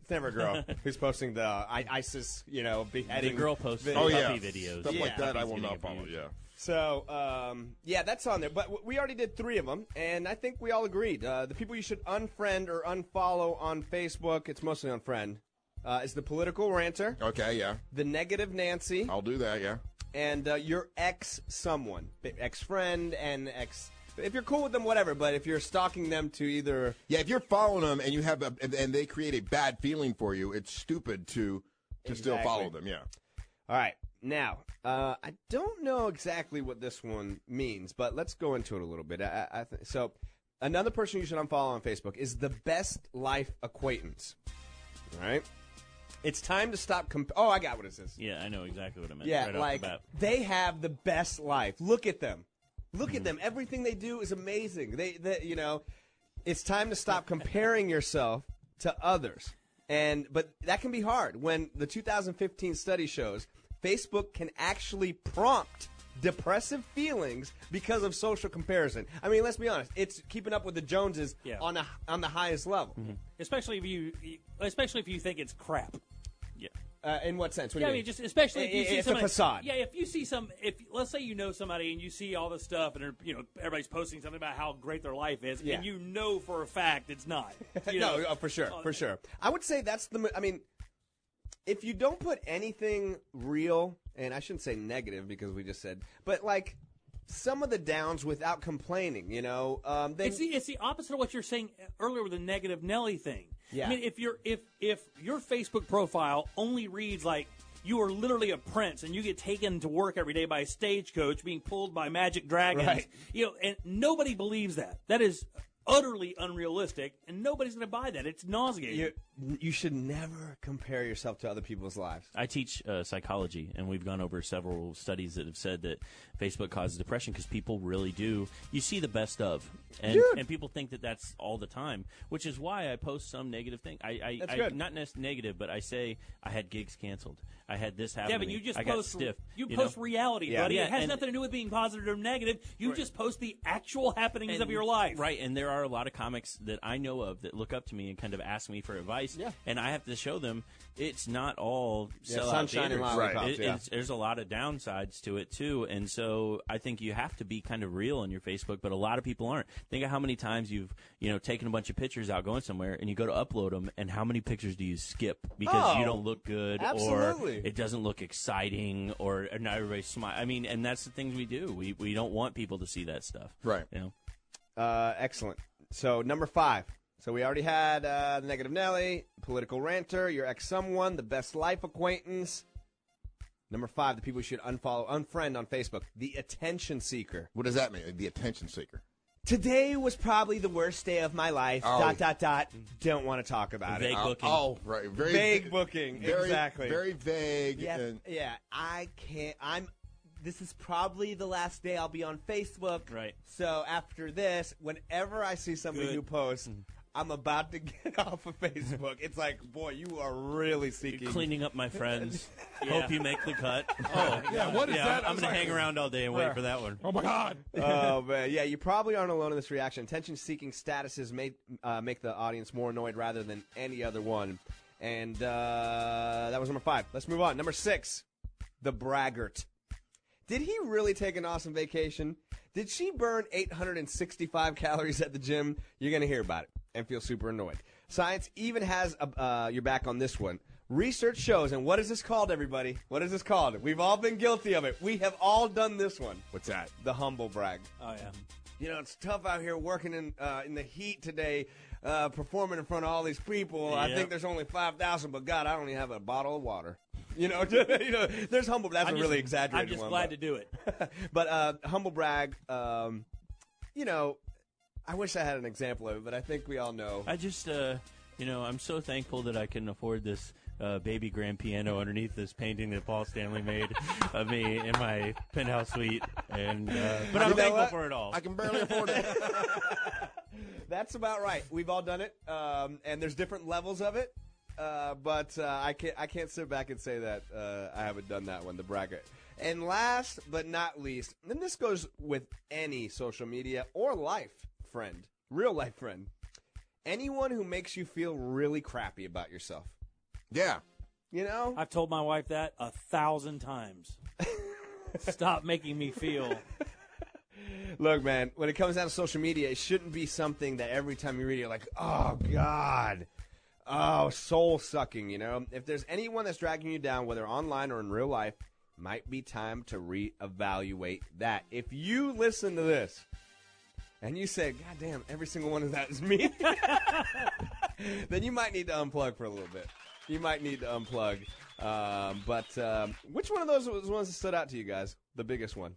It's never a girl who's posting the uh, I- ISIS, you know, beheading.
girl posts
vid-
Oh, yeah. puppy videos.
Stuff like
Yeah.
that, I will not follow. Yeah.
So, um, yeah, that's on there. But w- we already did three of them, and I think we all agreed. Uh, the people you should unfriend or unfollow on Facebook, it's mostly unfriend, uh, is the political ranter.
Okay, yeah.
The negative Nancy.
I'll do that, yeah.
And uh, your ex someone, ex friend, and ex. If you're cool with them, whatever, but if you're stalking them to either.
Yeah, if you're following them and you have a, and, and they create a bad feeling for you, it's stupid to to still
Exactly.
follow them. Yeah.
All right. Now, uh, I don't know exactly what this one means, but let's go into it a little bit. I, I I th- so, another person you should unfollow on Facebook is the best life acquaintance. All right. It's time to stop. Comp- oh, I got what it says.
Yeah, I know exactly what I meant.
Yeah,
right
like
off
they have the best life. Look at them. Look at them. Everything they do is amazing. They, they you know, it's time to stop comparing yourself to others. And but that can be hard when the 2015 study shows Facebook can actually prompt depressive feelings because of social comparison. I mean, let's be honest, it's keeping up with the Joneses on a, on the highest level.
Mm-hmm. Especially if you, especially if you think it's crap. Yeah.
Uh, in what sense? What do
yeah,
you
I mean, just especially if you
It-
see
it's
somebody,
a facade.
Yeah, if you see some, if let's say you know somebody and you see all this stuff, and you know everybody's posting something about how great their life is,
Yeah.
and you know for a fact it's not. You
no,
know?
uh, for sure,
Oh,
for sure. I would say that's the. mo- I mean, if you don't put anything real, and I shouldn't say negative because we just said, but like some of the downs without complaining, you know, um, then
it's the it's the opposite of what you're saying earlier with the negative Nelly thing.
Yeah.
I mean, if your if if your Facebook profile only reads like you are literally a prince and you get taken to work every day by a stagecoach being pulled by magic dragons,
Right.
you know, and nobody believes that. That is utterly unrealistic, and nobody's going to buy that. It's nauseating.
you you should never compare yourself to other people's lives.
I teach uh, psychology, and we've gone over several studies that have said that Facebook causes depression because people really do. You see the best of, and,
Dude.
and people think that that's all the time, which is why I post some negative thing. I, I,
That's
I
good.
not nec- negative, but I say I had gigs canceled, I had this happen.
Yeah,
to
but
me.
you just
I
post
got stiff.
You,
know?
post reality, buddy. it has
and-
nothing to do with being positive or negative. You just post the actual happenings
and-
of your life.
Right, and there are a lot of comics that I know of that look up to me and kind of ask me for advice.
Yeah.
And I have to show them it's not all
Yeah,
sellout
sunshine and
theaters.
lollipops,
It-
yeah.
it's- there's a lot of downsides to it too, and so I think you have to be kind of real on your Facebook, but a lot of people aren't. Think of how many times you've you know taken a bunch of pictures out going somewhere, and you go to upload them, and how many pictures do you skip because
Oh,
you don't look good
absolutely.
or it doesn't look exciting or not everybody smile. I mean, and that's the things we do. We we don't want people to see that stuff.
Right.
You know?
Uh, excellent. So number five. So we already had uh, the negative Nelly, political ranter, your ex someone, the best life acquaintance. Number five, the people you should unfollow, unfriend on Facebook, the attention seeker.
What does that mean? The attention seeker.
Today was probably the worst day of my life.
Oh.
Dot dot dot. Don't want to talk about it.
Uh, Oh, right. Very
vague booking.
Very,
exactly.
Very vague.
Yeah,
and-
yeah. I can't. I'm. This is probably the last day I'll be on Facebook. Right. So after this, whenever I see somebody
Good.
who posts,
Mm-hmm.
I'm about to get off of Facebook. It's like, boy, you are really seeking
cleaning up my friends.
Yeah.
Hope you make the cut.
Oh, yeah, what is that? I
I'm
was
gonna
like-
hang around all day and
Where?
wait for that one.
Oh, my God. oh man, yeah. You probably aren't alone in this reaction. Attention-seeking statuses may uh, make the audience more annoyed rather than any other one. And uh, that was number five. Let's move on. Number six, the braggart. Did he really take an awesome vacation? Did she burn 865 calories at the gym? You're going to hear about it and feel super annoyed. Science even has a, uh, your back on this one. Research shows, and what is this called, everybody? What is this called? We've all been guilty of it. We have all done this one. What's that? The humble brag.
Oh yeah.
You know, it's tough out here working in uh, in the heat today, uh, performing in front of all these people. I
Yep.
think there's only five thousand, but God, I only have a bottle of water. You know, you know, there's humble. That's
I'm
a
just-
really exaggerated
I'm just
one,
glad
but-
to do it.
but uh, humble brag, um, you know, I wish I had an example of it, but I think we all know.
I just, uh, you know, I'm so thankful that I can afford this uh, baby grand piano underneath this painting that Paul Stanley made of me in my penthouse suite. And uh, but I'm
You know
thankful
what?
for it all.
I can barely afford it. That's about right. We've all done it, um, and there's different levels of it. Uh, but uh, I can't I can't sit back and say that uh, I haven't done that one. The bracket. And last but not least, and this goes with any social media or life friend, real life friend, anyone who makes you feel really crappy about yourself.
Yeah.
You know?
I've told my wife that a thousand times. Stop making me feel.
Look, man, when it comes down to social media, it shouldn't be something that every time you read it, you're like, oh, God. Oh, soul sucking, you know? If there's anyone that's dragging you down, whether online or in real life, might be time to reevaluate that. If you listen to this and you say, God damn, every single one of that is me, then you might need to unplug for a little bit. You might need to unplug. Um, but um, which one of those was the ones that stood out to you guys? The biggest one?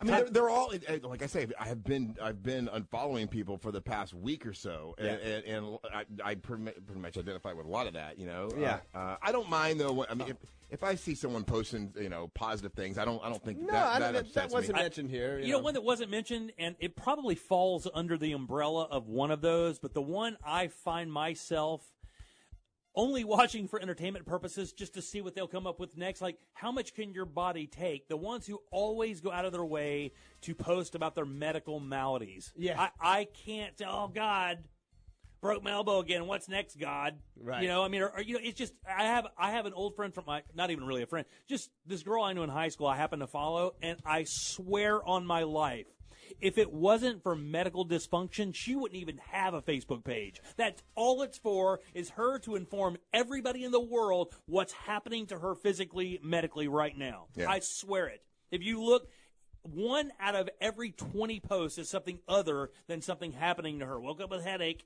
I mean, they're, they're all uh, like I say. I have been I've been unfollowing people for the past week or so, and,
Yeah.
and, and I, I pretty, mu- pretty much identify with a lot of that. You know,
Yeah.
Uh, uh, I don't mind though. what- I mean, if, if I see someone posting you know positive things, I don't I don't think
No,
that
I
that,
don't- that-
upsets
that wasn't
me.
mentioned here.
You, know, one that wasn't mentioned, and it probably falls under the umbrella of one of those, but the one I find myself only watching for entertainment purposes just to see what they'll come up with next. Like, how much can your body take? The ones who always go out of their way to post about their medical maladies.
Yeah.
I, I can't, oh, God. Broke my elbow again. What's next, God?
Right.
You know, I mean, or, or, you know, it's just I have I have an old friend from my not even really a friend, just this girl I knew in high school. I happen to follow, and I swear on my life, if it wasn't for medical dysfunction, she wouldn't even have a Facebook page. That's all it's for is her to inform everybody in the world what's happening to her physically, medically right now.
Yeah.
I swear it. If you look, one out of every 20 posts is something other than something happening to her. Woke up with headache,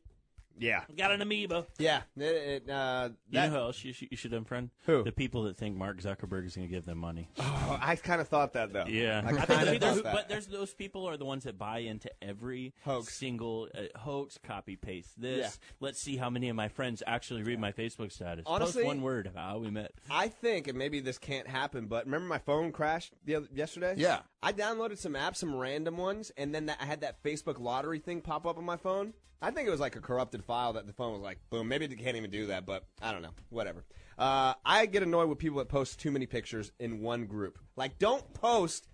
Yeah.
got an amoeba.
Yeah. It, it, uh,
You know
that-
who else you should, you should unfriend?
Who?
The people that think Mark Zuckerberg is going to give them money.
Oh, I kind of thought that though.
Yeah,
I,
I
kind of
think
thought
there's,
that.
but there's those people are the ones that buy into every single uh, hoax, copy paste this. Let's see how many of my friends actually read my Facebook status.
Honestly-
Post one word about how we met.
I think, and maybe this can't happen, but remember my phone crashed the other, yesterday?
Yeah.
I downloaded some apps, some random ones, and then that, I had that Facebook lottery thing pop up on my phone. I think it was like a corrupted file that the phone was like, boom, maybe it can't even do that, but I don't know. Whatever. Uh, I get annoyed with people that post too many pictures in one group. Like, don't post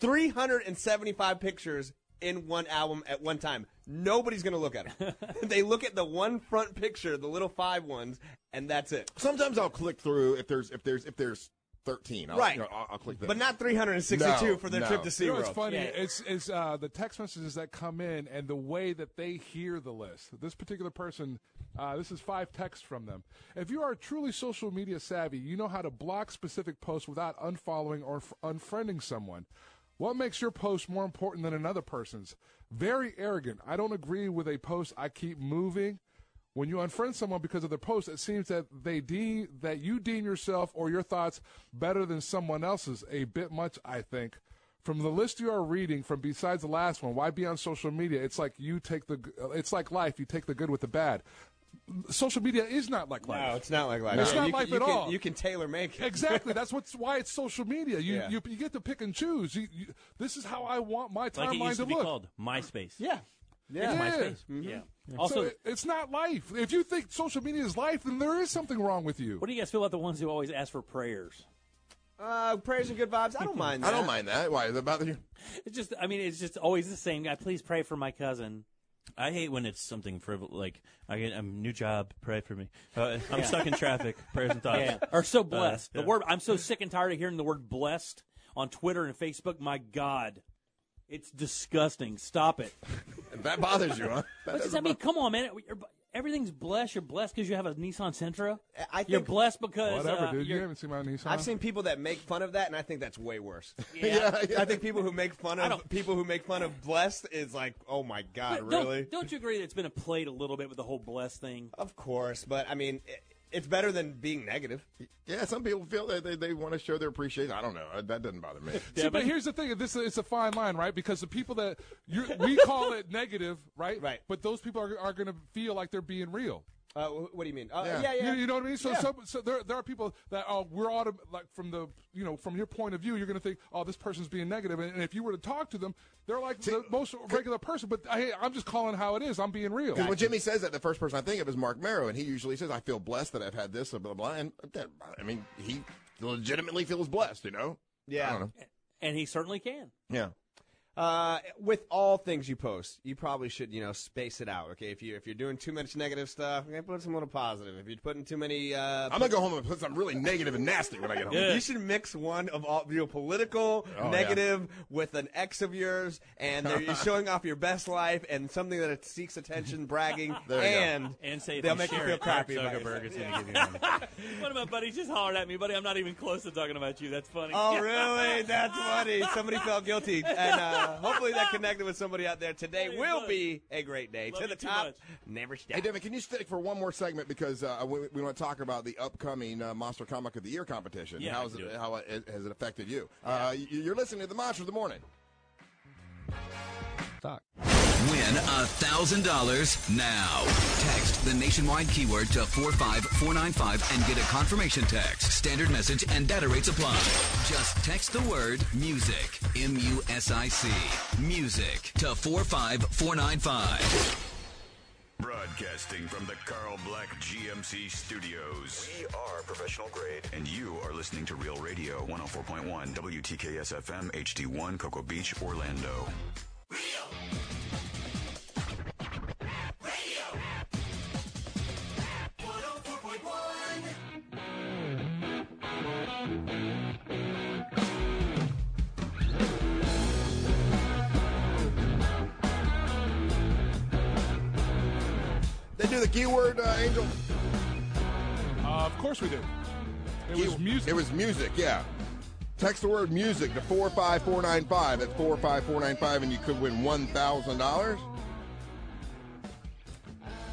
375 pictures in one album at one time. Nobody's going to look at them. they look at the one front picture, the little five ones, and that's it.
Sometimes I'll click through if there's if there's if there's thirteen. I'll,
Right.
you know, I'll, I'll click that.
But not 362
No,
for their
no.
trip to SeaWorld.
You know, it's funny.
Yeah.
It's it's uh, the text messages that come in and the way that they hear the list. This particular person, uh, this is five texts from them. If you are truly social media savvy, you know how to block specific posts without unfollowing or f- unfriending someone. What makes your post more important than another person's? Very arrogant. I don't agree with a post. I keep moving. When you unfriend someone because of their post, it seems that they deem that you deem yourself or your thoughts better than someone else's. A bit much, I think. From the list you are reading, from besides the last one, why be on social media? It's like you take the, g- it's like life. You take the good with the bad. Social media is not like life.
No, it's not like life.
It's
No,
not
you can-
life
you
at
can-
all.
you can tailor make it.
Exactly. That's what's why it's social media. You
Yeah.
you, you get to pick and choose. You, you, this is how I want my
Like it
timeline
used to, be
look.
called MySpace.
Yeah,
It's
Yeah.
MySpace.
Mhm.
Yeah.
Also,
Also-
it's not life. If you think social media is life, then there is something wrong with you.
What do you guys feel about the ones who always ask for prayers?
Uh, prayers and good vibes. I don't mind.
I don't mind that. Why does that bother you?
It's just, I mean, it's just always the same guy. Please pray for my cousin.
I hate when it's something frivolous. Like I get a new job, pray for me. Uh, I'm
Yeah.
stuck in traffic. Prayers and thoughts.
Yeah. Or so blessed.
Uh, yeah.
The word I'm so sick and tired of hearing the word blessed on Twitter and Facebook. My God, it's disgusting. Stop it.
that bothers you, huh? That
But just, I
doesn't
mean, come on, man. You're- everything's blessed. You're blessed because you have a Nissan Sentra.
I think-
you're blessed because
Whatever,
uh,
dude. You
you're-
haven't
seen my Nissan.
I've seen people that make fun of that, and I think that's way worse.
Yeah.
I think people who make fun of people who make fun of blessed is like, oh my god,
But
really?
Don't, don't you agree that it's been a played a little bit with the whole blessed thing?
Of course, but I mean, it, it's better than being negative.
Yeah, some people feel that they, they want to show their appreciation. I don't know. That doesn't bother me.
See, but here's the thing: this it's a fine line, right? Because the people that you we call it negative, right? Right. But those people are, are going to feel like they're being real.
Uh, wh- what do you mean? Uh, yeah, yeah.
You, you know what I mean? So,
Yeah.
so, so there, there are people that uh, we're auto, like from the you know from your point of view, you're going to think, oh, this person's being negative, and, and if you were to talk to them, they're like the most regular person. But hey, I'm just calling how it is. I'm being real.
Because when Jimmy says that, the first person I think of is Mark Merrow, and he usually says, "I feel blessed that I've had this," blah blah blah. And that, I mean, he legitimately feels blessed, you know?
Yeah.
I don't know.
And he certainly can.
Yeah.
Uh, with all things you post, you probably should, you know, space it out. Okay, if you if you're doing too much negative stuff, okay, put some little positive. If you're putting too many, uh,
I'm gonna go home and put something really negative and nasty when I get home. Good.
You should mix one of all you know, political
Oh, yeah.
negative with an ex of yours, and there- you're showing off your best life and something that it seeks attention, bragging,
There you go.
and
And say if
they'll
you
make you
share
feel
it, Mark
crappy. about
Zuckerberg
yourself.
is gonna give you One of my buddies just hollered at me, buddy. I'm not even close to talking about you. That's funny.
Oh, really? That's funny. Somebody felt guilty. And uh, hopefully that connected with somebody out there. Today will be a great day. to the top, never stop.
Hey, Devin, can you stick for one more segment because uh, we, we want to talk about the upcoming uh, Monster Comic of the Year competition?
Yeah, I
How's
can do
it,
it.
how it, has it affected you? Uh, y- you're listening to the Monster of the Morning.
Win $1,000 now. Text the nationwide keyword to 45495 and get a confirmation text. Standard message and data rates apply. Just text the word music, M U S I C, music to 45495.
Broadcasting from the Carl Black GMC studios. We are professional grade. And you are listening to Real Radio 104.1 WTKS FM HD1 Cocoa Beach, Orlando.
They do the keyword, uh, Angel.
Uh, of course we do. It was music.
It was music, yeah. Text the word music to 45495. That's 45495, and you could win $1,000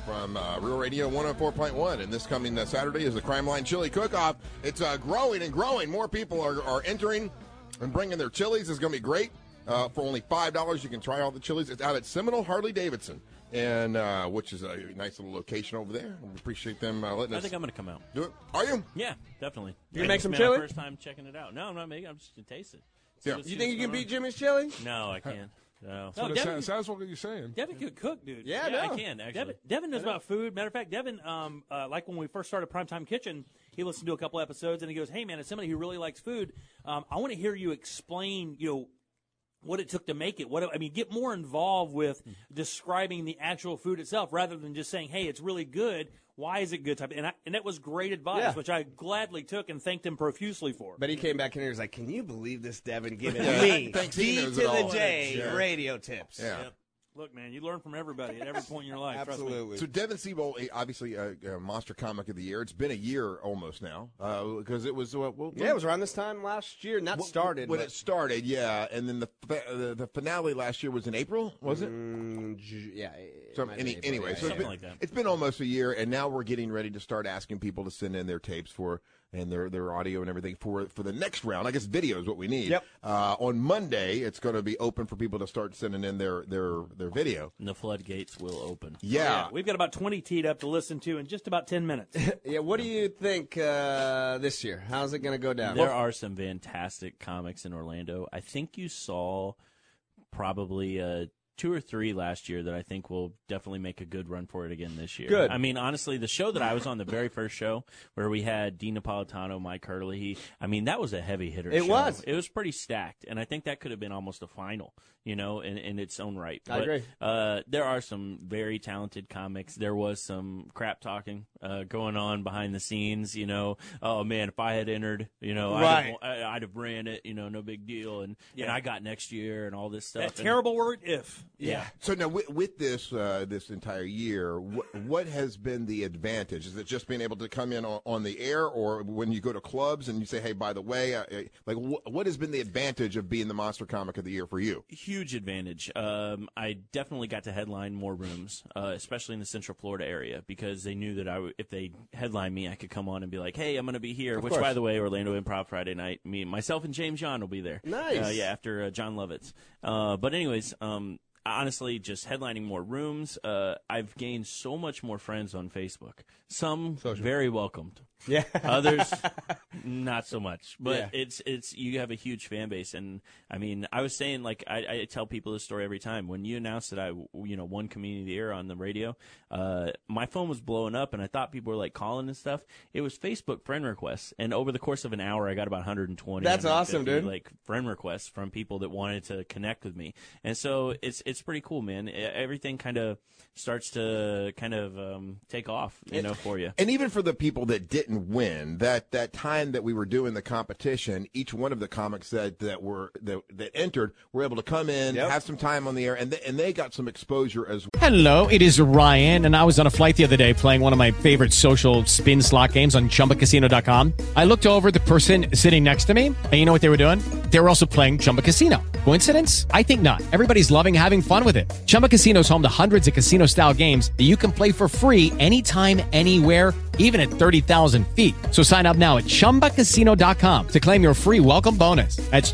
from uh, Real Radio 104.1. And this coming uh, Saturday is the Crime Line Chili Cook Off. It's uh, growing and growing. More people are, are entering and bringing their chilies. It's going to be great. Uh, for only $5, you can try all the chilies. It's out at Seminole Harley Davidson. And uh, which is a nice little location over there. We appreciate them uh, letting
I
us
think I'm gonna come out.
do it. Are you?
Yeah, definitely.
You gonna
I
make
just
some
made my
chili?
First time checking it out. No, I'm not making. I'm just gonna taste it.
Yeah.
let's
You
see
think
what's
you
going
can beat
on.
Jimmy's chili?
No, I can't. No.
That's what it sounds, sounds like what you're saying.
Devin could cook, dude.
Yeah, I know.
I can actually. Devin,
I
Devin knows
know.
about food. Matter of fact, Devin, um, uh, like when we first started Primetime Kitchen, he listened to a couple episodes and he goes, "Hey, man, as somebody who really likes food, um, I want to hear you explain, you know, what it took to make it. What I mean, get more involved with
Hmm.
describing the actual food itself rather than just saying, "Hey, it's really good." Why is it good? Type, and I, and that was great advice,
Yeah.
which I gladly took and thanked him profusely for.
But he came back in here and he was like, Can you believe this, Devin? Giving
Yeah.
me
Thanks, he
D to
knows it
the
all.
J
Yeah.
radio tips.
Yep. Look, man, you learn from everybody at every point in your life. Trust me.
So Devin Siebel, eh, obviously a, a monster comic of the year. It's been a year almost now because it was. Uh, well,
Yeah, it was around this time last year. Not
when-
started.
when
but-
it started. Yeah, and then the fa- the, the finale last year was in April, was it?
yeah.
So
might
any,
be April,
anyway,
yeah,
so it's
yeah.
been,
Something like that.
it's been almost a year, and now we're getting ready to start asking people to send in their tapes for and their their audio and everything for for the next round. I guess video is what we need. Yep. Uh, on Monday, it's going to be open for people to start sending in their their their video.
And the floodgates will open.
Yeah.
We've got about 20 teed up to listen to in just about 10 minutes.
Yeah, what do you think uh, this year? How's it going to go down?
There are some fantastic comics in Orlando. I think you saw probably uh, two or three last year that I think will definitely make a good run for it again this year.
Good.
I mean, honestly, the show that I was on, the very first show where we had Dean Napolitano, Mike Hurley, he, I mean, that was a heavy hitter.
It
show.
was.
It was pretty stacked, and I think that could have been almost a final, you know, in, in its own right.
I agree.
Uh, there are some very talented comics. There was some crap talking uh, going on behind the scenes. You know, oh man, if I had entered, you know, I'd
Right.
have- I- I'd have ran it. You know, no big deal, and and
Yeah.
I got next year and all this stuff.
That
And-
terrible word, if.
Yeah.
So now, with, with this uh, this entire year, what, what has been the advantage? Is it just being able to come in on, on the air, or when you go to clubs and you say, "Hey, by the way," I, I, like wh- what has been the advantage of being the Monster Comic of the Year for you?
huge advantage. Um, I definitely got to headline more rooms, uh, especially in the Central Florida area, because they knew that I, w- if they headlined me, I could come on and be like, "Hey, I'm going to be here."
Of
Which,
course.
by the way, Orlando Improv Friday night, me, myself, and James John will be there.
Nice.
Uh, yeah, after uh, John Lovitz. Uh, but anyways, um, honestly, just headlining more rooms. Uh, I've gained so much more friends on Facebook. Some very welcomed.
Yeah.
Others not so much. But
Yeah.
it's it's you have a huge fan base, and I mean, I was saying like I, I tell people this story every time. When you announced that I you know won Community of the Year on the radio, uh, my phone was blowing up, and I thought people were like calling and stuff. It was Facebook friend requests, and over the course of an hour, I got about 120.
That's awesome,
150,
dude.
Like friend requests from people that wanted to connect with me, and so it's it's pretty cool, man. E- Everything kind of starts to kind of um, take off, you know, for you.
And even for the people that didn't win, that that time that we were doing the competition, each one of the comics that that were that, that entered were able to come in, have some time on the air, and they, and they got some exposure as well.
Hello, it is Ryan, and I was on a flight the other day playing one of my favorite social spin slot games on chumbacasino.com. I looked over at the person sitting next to me, and you know what they were doing? They were also playing Chumba Casino. Coincidence? I think not. Everybody's loving having fun with it. Chumba Casino is home to hundreds of casino style games that you can play for free anytime, anywhere, even at 30,000 feet. So sign up now at chumbacasino.com to claim your free welcome bonus. That's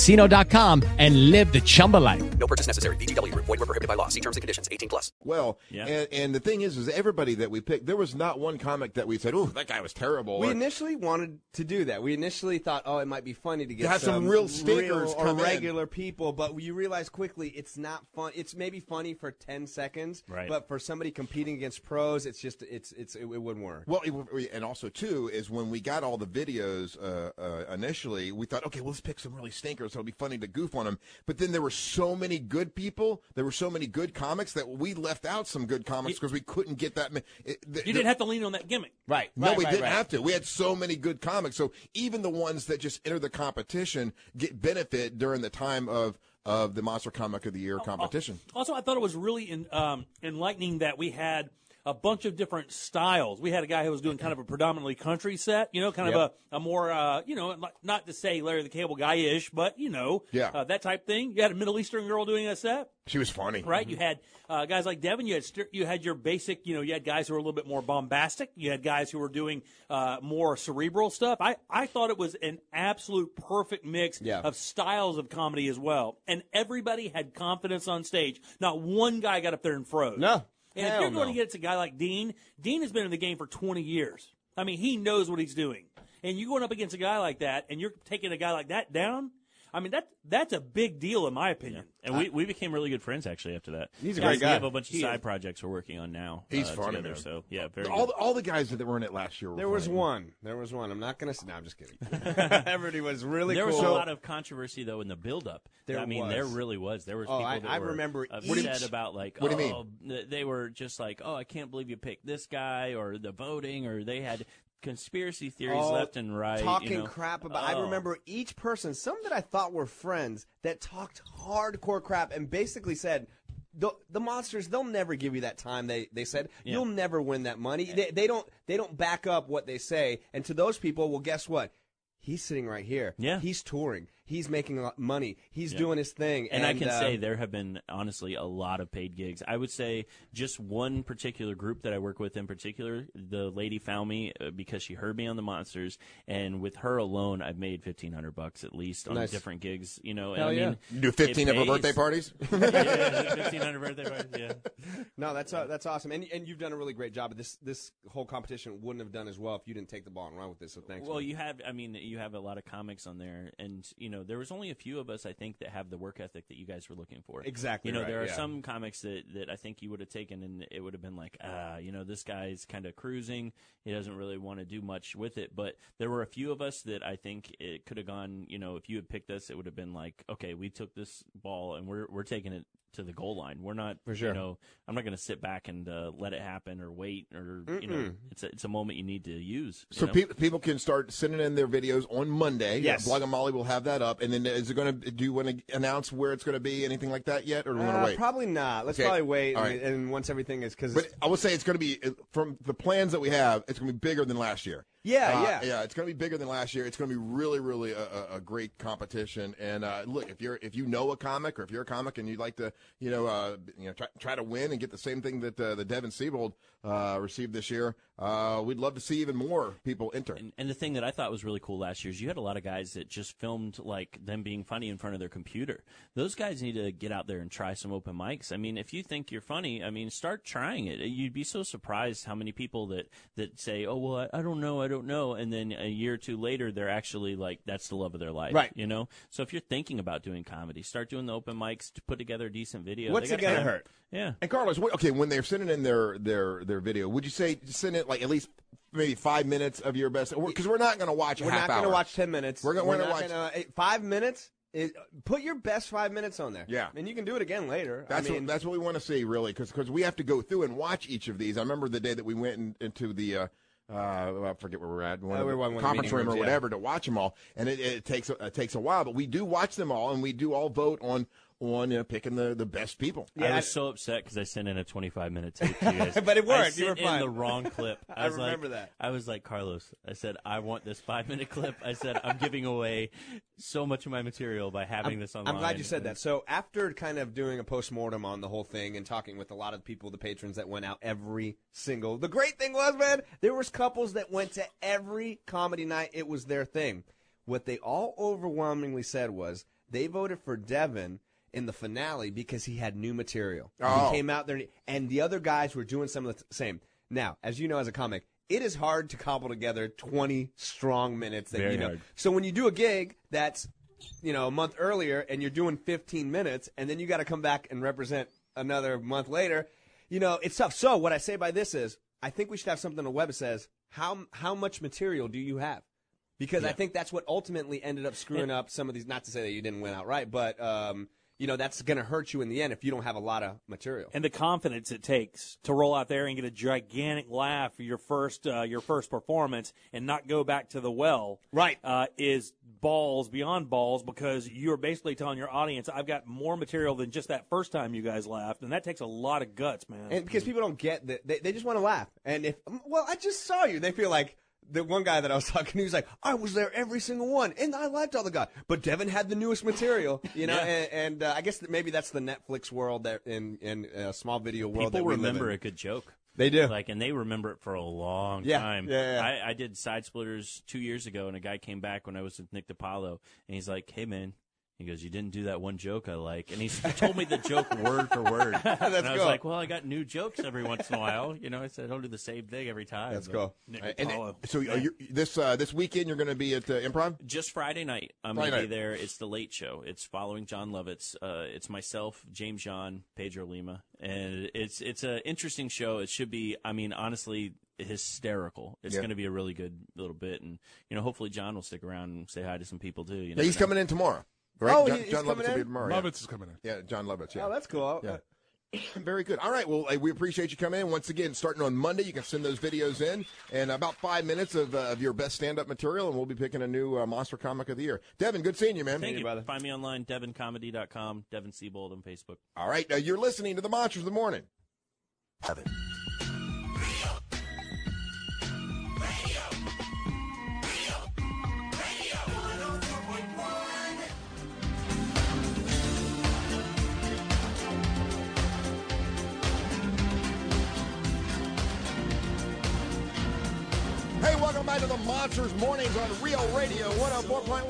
chumbacasino.com and live the Chumba life.
No purchase necessary. VGW Group. Void were prohibited by law. See terms and conditions. 18 plus.
well. And, and the thing is, is everybody that we picked, there was not one comic that we said, "Oh, that guy was terrible."
We
or-
initially wanted to do that. We initially thought, oh, it might be funny to get
have some real stinkers
real or
come in.
regular people, but you realize quickly it's not fun. It's maybe funny for ten seconds,
Right.
but for somebody competing against pros, it's just it's it's it, it wouldn't work.
Well, it, w- and also too is when we got all the videos uh, uh, initially, we thought, okay, well, let's pick some really stinkers. It'll be funny to goof on them. But then there were so many good people. There were so many good comics that we left out some good comics because we couldn't get that. ma- It, the,
You didn't have to lean on that gimmick.
Right.
No,
right,
we
right,
didn't
right.
have to. We had so many good comics. So even the ones that just enter the competition get benefit during the time of of the Monster Comic of the
Oh,
Year competition.
Also, I thought it was really en- um, enlightening that we had a bunch of different styles. We had a guy who was doing kind of a predominantly country set, you know, kind of
Yep.
a, a more, uh, you know, not- not to say Larry the Cable Guy ish, but, you know,
Yeah.
uh, that type thing. You had a Middle Eastern girl doing a set.
She was funny.
Right,
Mm-hmm.
you had uh, guys like Devin. You had st- you had your basic. You know, you had guys who were a little bit more bombastic. You had guys who were doing uh, more cerebral stuff. I, I thought it was an absolute perfect mix
Yeah.
of styles of comedy as well, and everybody had confidence on stage. Not one guy got up there and froze. No, and if
Hell
you're going
no.
to get it to a guy like Dean, Dean has been in the game for 20 years. I mean, he knows what he's doing. And you going up against a guy like that, and you're taking a guy like that down. I mean, that that's a big deal in my opinion.
And we, we became really good friends actually after that.
He's a
Guys,
great guy.
We have a bunch of
He
side
is.
projects we're working on now.
He's
uh,
funny,
together,
man.
So yeah, very.
all
good.
the, all the guys that were in it last year. Were
There was
funny.
one. There was one. I'm not gonna. s- No, I'm just kidding. Everybody was really.
there
cool.
was a lot of controversy though in the build-up.
There
I mean,
was.
there really was. There was
Oh,
people
I-
that
I
were
remember
upset
each-
about like,
What
oh,
do you
th- they were just like, oh, I can't believe you picked this guy, or the voting, or they had conspiracy theories
all
left and right, you
Oh, Talking
know.
crap about.
Oh.
I remember each person, some that I thought were friends, that talked hardcore crap and basically said, the, the monsters, they'll never give you that time. They they said
Yeah.
you'll never win that money. They, they don't they don't back up what they say. And to those people, well, guess what? He's sitting right here. Yeah, he's touring. He's making a lot of money. He's
Yeah.
doing his thing.
And,
And,
I can
uh,
say there have been honestly a lot of paid gigs. I would say just one particular group that I work with in particular, the lady found me uh, because she heard me on the Monsters, and with her alone, I've made fifteen hundred bucks at least on
Nice.
different gigs. You know,
Hell
and I
yeah.
mean,
You do
it
15 of her
pays.
birthday parties?
yeah, fifteen hundred birthday parties. Yeah.
No, that's uh, that's awesome, and and you've done a really great job. This this whole competition wouldn't have done as well if you didn't take the ball and run with this. So thanks.
Well,
man.
you have, I mean, you have a lot of comics on there, and you know, there was only a few of us, I think, that have the work ethic that you guys were looking for.
Exactly
You know,
right,
there are
yeah.
some comics that that I think you would have taken, and it would have been like, ah, you know, this guy's kind of cruising. He doesn't really want to do much with it. But there were a few of us that I think it could have gone. You know, if you had picked us, it would have been like, okay, we took this ball and we're we're taking it to the goal line. We're not,
For sure.
you know, I'm not going to sit back and uh, let it happen or wait or you know,
Mm-mm.
it's a, it's a moment you need to use. you
So
know?
people people can start sending in their videos on Monday.
Yes.
Blog and Molly will have that up, and then is it going to? Do you want to announce where it's going to be? Anything like that yet, or do you want to
Uh,
wait?
Probably not. Let's
Okay.
probably wait.
All
and,
right.
and once everything is because
But I will say it's going to be uh, from the plans that we have. It's going to be bigger than last year.
Yeah,
Uh,
yeah.
yeah. It's going to be bigger than last year. It's going to be really, really a, a, a great competition. And uh, look, if you're if you know a comic or if you're a comic and you'd like to, you know, uh, you know, try, try to win and get the same thing that uh, the Devin Siebold uh, received this year, uh, we'd love to see even more people enter.
And the thing that I thought was really cool last year is you had a lot of guys that just filmed like them being funny in front of their computer. Those guys need to get out there and try some open mics. I mean, if you think you're funny, I mean, start trying it. You'd be so surprised how many people that that say, "Oh well, I, I don't know, I don't know," and then a year or two later, they're actually like, "That's the love of their life,"
Right.
You know. So if you're thinking about doing comedy, start doing the open mics to put together a decent video.
What's
They
it
got
gonna
time.
hurt?
Yeah.
And Carlos, what, okay, when they're sending in their their their video, would you say send it like at least maybe five minutes of your best? Because we're not going to watch. a
we're
half
not going to
hour.
watch ten minutes.
We're gonna- we're gonna
not
watch-
gonna- eh, five minutes. Is, put your best five minutes on there.
Yeah.
and you can do it again later.
That's
I mean,
what, that's what we want to see, really, because we have to go through and watch each of these. I remember the day that we went in, into the. Uh, uh, I forget where we're at, one
Uh,
of
we
the
were in one of the
conference
meeting
room or
rooms, yeah.
whatever, to watch them all, and it, it takes it takes a while, but we do watch them all, and we do all vote on on uh, picking the, the best people.
I was so upset because I sent in a 25 minute tape to you guys.
But it worked.
I
You
sent
were fine.
in the wrong clip.
I
was like-
remember that.
I was like, Carlos, I said, I want this five minute clip. I said, I'm giving away so much of my material by having this online.
I'm glad you said that. So after kind of doing a postmortem on the whole thing and talking with a lot of people, the patrons that went out every single. The great thing was, man, there was couples that went to every comedy night. It was their thing. What they all overwhelmingly said was they voted for Devin in the finale because he had new material.
Oh.
He came out there and the other guys were doing some of the same. Now, as you know as a comic, it is hard to cobble together 20 strong minutes that
Very
you know.
hard.
So when you do a gig that's you know a month earlier and you're doing 15 minutes and then you got to come back and represent another month later, you know it's tough. So what I say by this is I think we should have something on the web that says how how much material do you have? Because I
Yeah.
think that's what ultimately ended up screwing up some of these. Not to say that you didn't win outright, but um, you know that's going to hurt you in the end if you don't have a lot of material.
and the confidence it takes to roll out there and get a gigantic laugh for your first uh, your first performance and not go back to the well right uh, is balls beyond balls because you're basically telling your audience I've got more material than just that first time you guys laughed and that takes a lot of guts man
and because people don't get that they, they just want to laugh and if well i just saw you they feel like the one guy that i was talking to was like i was there every single one and i liked all the guys but devin had the newest material you know
Yeah.
and, and uh, i guess that maybe that's the netflix world that in in uh, small video
People
world that we live
remember
in.
a good joke.
They do.
Like, and they remember it for a long
Yeah,
time.
yeah, yeah.
I, I did side splitters two years ago, and a guy came back when I was with Nick DiPaolo, and he's like, "Hey, man." He goes, you didn't do that one joke I like, and he s- told me the joke word for word.
That's
and I was
cool.
like, well, I got new jokes every once in a while. You know, I said, I don't do the same thing every time.
Let's
But
go.
Nick
Uh,
And,
Paolo-
so
Yeah.
are you, this uh, this weekend you're going to be at uh, Improv.
just Friday night. I'm
Friday
gonna be
night.
there. It's the late show. It's following John Lovitz. Uh, it's myself, James John, Pedro Lima, and it's it's an interesting show. It should be. I mean, honestly, hysterical. It's
Yeah.
going to be a really good little bit, and you know, hopefully, John will stick around and say hi to some people too. You
Yeah,
never
he's
know.
coming in tomorrow. Right?
Oh,
John,
he- he's
John
coming
Lovitz will
in?
be tomorrow.
Lovitz
is coming in. Yeah, John Lovitz. Yeah.
oh that's cool
Yeah. Very good. All right. Well, uh, we appreciate you coming in. Once again, starting on Monday, you can send those videos in and about five minutes of, uh, of your best stand up material, and we'll be picking a new uh, Monster Comic of the Year. Devin, good seeing you, man.
Thank you. Find me online, devincomedy.com, Devin Siebold on Facebook.
All right. Uh, you're listening to The Monsters of the Morning. Devin. Hey, welcome back to the Monsters Mornings on Real Radio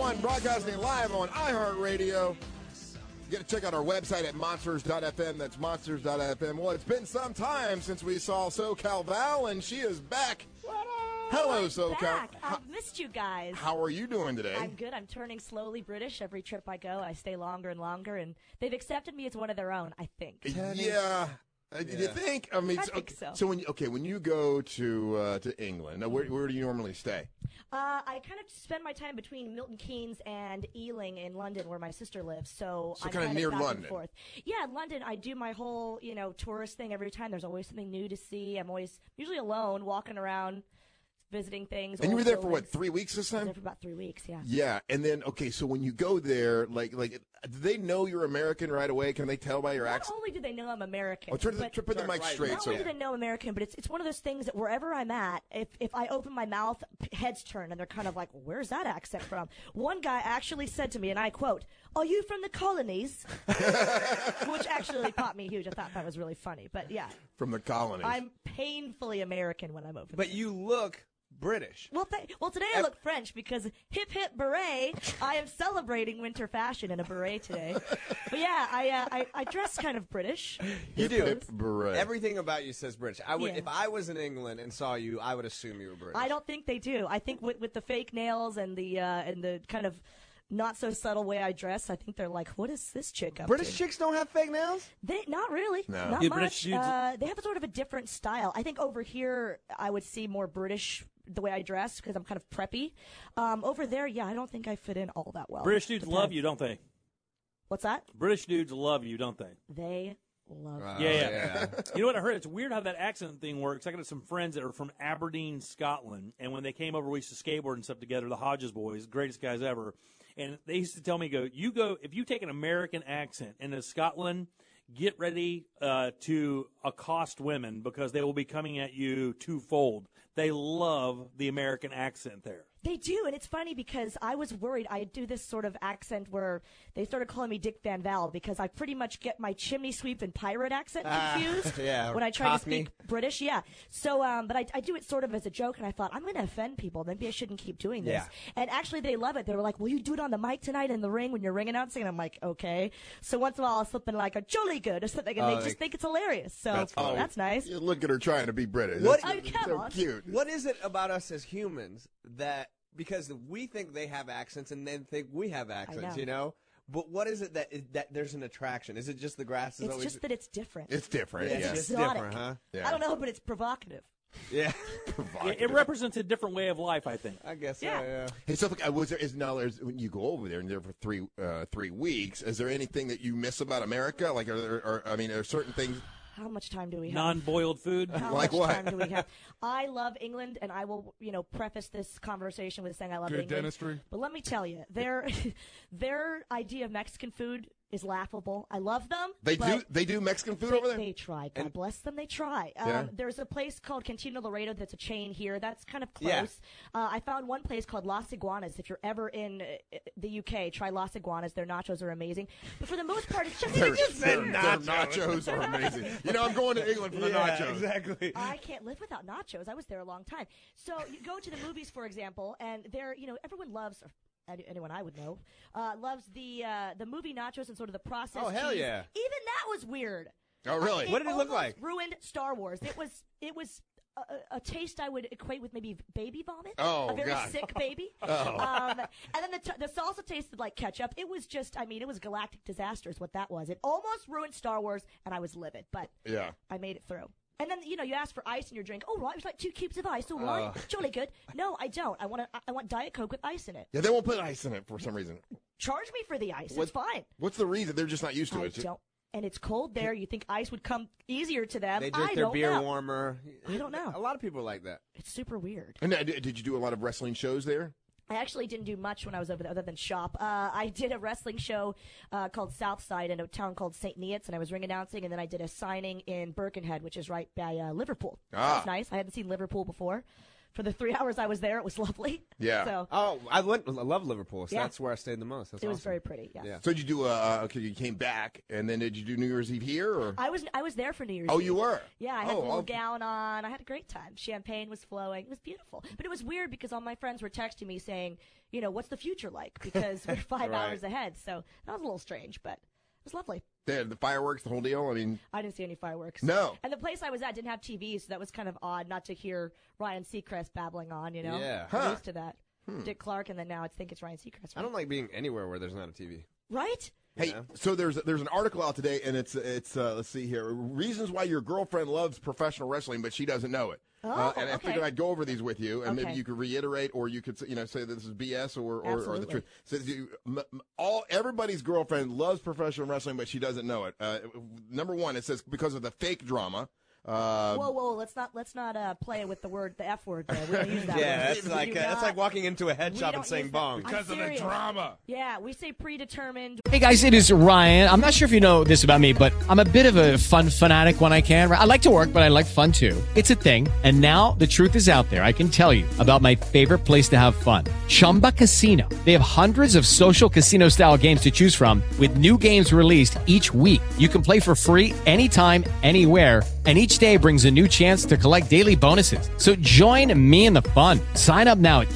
104.1, broadcasting live on iHeartRadio. You got to check out our website at monsters.fm. That's monsters.fm. Well, it's been some time since we saw SoCal Val, and she is back. Hello, SoCal.
back. I've missed you guys.
How are you doing today?
I'm good. I'm turning slowly British every trip I go. I stay longer and longer, and they've accepted me as one of their own. I think.
Yeah, Uh, do You think? I mean,
I
so,
think so.
when okay, when you go to uh, to England, now where where do you normally stay?
Uh, I kind of spend my time between Milton Keynes and Ealing in London, where my sister lives. So,
So
I'm
kinda near
back and
London.
forth. Yeah, London. I do my whole you know tourist thing every time. There's always something new to see. I'm always usually alone, walking around, visiting things.
And you were
old
there for what
buildings.
three weeks this
I was
time?
there for about three weeks. Yeah.
Yeah, and then okay, so when you go there, like like, do they know you're American right away? Can they tell by your
Not
accent?
only do they know I'm American,
Oh, turn the-
but
turn- put the Turn mic right. straight
Not
so-
only do they know American, but it's it's one of those things that wherever I'm at, if if I open my mouth, p- heads turn, and they're kind of like, "Where's that accent from?" One guy actually said to me, and I quote, "Are you from the colonies?" Which actually popped me huge. I thought that was really funny, but yeah,
From the colonies.
I'm painfully American when I'm over.
But you look British.
Well, th- well, today I look French because hip hip beret. I am celebrating winter fashion in a beret today. but yeah, I, uh, I I dress kind of British.
You do.
beret.
Everything about you says British. I would,
Yeah.
if I was in England and saw you, I would assume you were British.
I don't think they do. I think with with the fake nails and the uh, and the kind of not so subtle way I dress, I think they're like, "What is this chick up
British
to?"
chicks don't have fake nails.
They not really.
No.
Not
Yeah, British
much.
dudes-
Uh, they have a sort of a different style. I think over here, I would see more British the way I dress because I'm kind of preppy. Um, over there, yeah, I don't think I fit in all that well.
British dudes
But
love you, don't they?
What's that?
British dudes love you, don't they?
They love.
Yeah,
me.
yeah.
Oh,
you know what I heard? It's weird how that accent thing works. I got some friends that are from Aberdeen, Scotland, and when they came over, we used to skateboard and stuff together. The Hodges boys, greatest guys ever, and they used to tell me, "Go, you go. If you take an American accent into Scotland, get ready uh, to accost women because they will be coming at you twofold. They love the American accent there."
They do, and it's funny because I was worried I do this sort of accent where they started calling me Dick Van Val because I pretty much get my chimney sweep and pirate accent
Ah,
confused
yeah,
when I try to
Cockney.
speak British. Yeah, so um, but I, I do it sort of as a joke, and I thought I'm going to offend people. Maybe I shouldn't keep doing this.
Yeah.
And actually, they love it. They were like, "Will you do it on the mic tonight in the ring when you're ring announcing?" And I'm like, "Okay." So once in a while, I'll slip in like a jolly good or something, and
Oh,
they
they-
just think it's hilarious. So that's,
funny.
nice.
You look at her trying to be British.
What-
That's
Oh, come
so
on.
cute.
What is it about us as humans that because we think they have accents and then think we have accents,
know.
you know? But what is it that that there's an attraction? Is it just the grass is
It's
always?
just that it's different.
It's different.
Yeah,
yeah.
it's just
Exotic.
different, huh?
I don't know, but it's provocative.
Yeah.
Yeah, it represents a different way of life, I think.
I guess.
Yeah.
Hey, so look, I was there is now there's when you go over there and there for three uh, three weeks. Is there anything that you miss about America? Like, are there? Are, I mean, are certain things
How much time do we have?
Non-boiled food.
How
like
much
what?
time do we have? I love England, and I will, you know, preface this conversation with saying I love
Good
England.
dentistry.
But let me tell you, their their idea of Mexican food is laughable. I love them.
They
but
do they do Mexican food over there.
They try. God bless them. They try. Um,
Yeah.
There's a place called Cantina Laredo that's a chain here. That's kind of close.
Yeah.
Uh, I found one place called Las Iguanas. If you're ever in uh, the UK, try Las Iguanas. Their nachos are amazing. But for the most part, it's just,
Their,
it's just
their,
food.
their nachos are amazing. You know, I'm going to England for the
Yeah,
nachos.
Exactly.
Oh, I can't live without nachos. I was there a long time. So you go to the movies, for example, and there, you know, everyone loves. or any- Anyone I would know uh, loves the uh, the movie nachos and sort of the process.
Oh, hell
cheese.
yeah.
Even that was weird.
Oh, really? What did it look
almost
like?
Ruined Star Wars. It was it was a, a- a taste I would equate with maybe baby vomit.
Oh,
a very
God.
sick baby.
Oh.
Um, and then the, t- the salsa tasted like ketchup. It was just I mean it was galactic disaster is what that was. It almost ruined Star Wars, and I was livid. But
Yeah.
I made it through. And then you know you ask for ice in your drink. Oh, right, it was like two cubes of ice. All right,
Oh.
jolly good. No, I don't. I want a, I want diet coke with ice in it.
Yeah, they won't put ice in it for some reason.
Charge me for the ice. It's fine.
What's the reason? They're just not used to
I
it. It's-
don't. And it's cold there. You think ice would come easier to them?
They drink
I
their
don't
beer
know.
warmer.
I don't know.
A lot of people are like that.
It's super weird.
And uh, did did you do a lot of wrestling shows there?
I actually didn't do much when I was over there other than shop. Uh, I did a wrestling show uh, called Southside in a town called St. Neots, and I was ring announcing, and then I did a signing in Birkenhead, which is right by uh, Liverpool.
Ah.
That was nice. I hadn't seen Liverpool before. For the three hours I was there, it was lovely. So
Oh, I went. I love Liverpool. So
Yeah.
That's where I stayed the most. That's
it was
awesome.
very pretty. Yeah.
So did you do? Uh, okay, you came back, and then did you do New Year's Eve here? Or
I was I was there for New Year's.
Oh,
Eve.
you were?
Yeah, I had
Oh,
the little
I'll-
gown on. I had a great time. Champagne was flowing. It was beautiful, but it was weird because all my friends were texting me saying, you know, what's the future like? Because we're five
Right.
hours ahead. So that was a little strange, but it was lovely.
they had the fireworks, the whole deal. I mean,
I didn't see any fireworks.
No.
And the place I was at didn't have TV, so that was kind of odd not to hear Ryan Seacrest babbling on. You know,
Yeah.
I'm
Huh.
used to that.
Hmm.
Dick Clark, and then now I think it's Ryan Seacrest.
I don't like being anywhere where there's not a TV.
Right?
Hey, so there's there's an article out today, and it's it's uh, let's see here reasons why your girlfriend loves professional wrestling, but she doesn't know it.
Oh,
uh, and I
okay.
figured I'd go over these with you, and
Okay.
maybe you could reiterate, or you could you know say that this is BS or or, or the
Absolutely.
truth. So you, m- m- all everybody's girlfriend loves professional wrestling, but she doesn't know it. Uh, number one, it says because of the fake drama. Uh,
whoa, whoa, let's not let's not uh, play with the word the f word. There. We don't use that.
yeah,
word.
that's
We
like uh,
do
that's
not.
like walking into a head
We
shop
don't
and saying
use that.
bong
I'm serious. Yeah, we say predetermined.
Hey guys, it is Ryan. I'm not sure if you know this about me, but I'm a bit of a fun fanatic when I can. I like to work, but I like fun too. It's a thing. And now the truth is out there. I can tell you about my favorite place to have fun Chumba Casino. They have hundreds of social casino style games to choose from, with new games released each week. You can play for free anytime, anywhere. And each day brings a new chance to collect daily bonuses. So join me in the fun. Sign up now at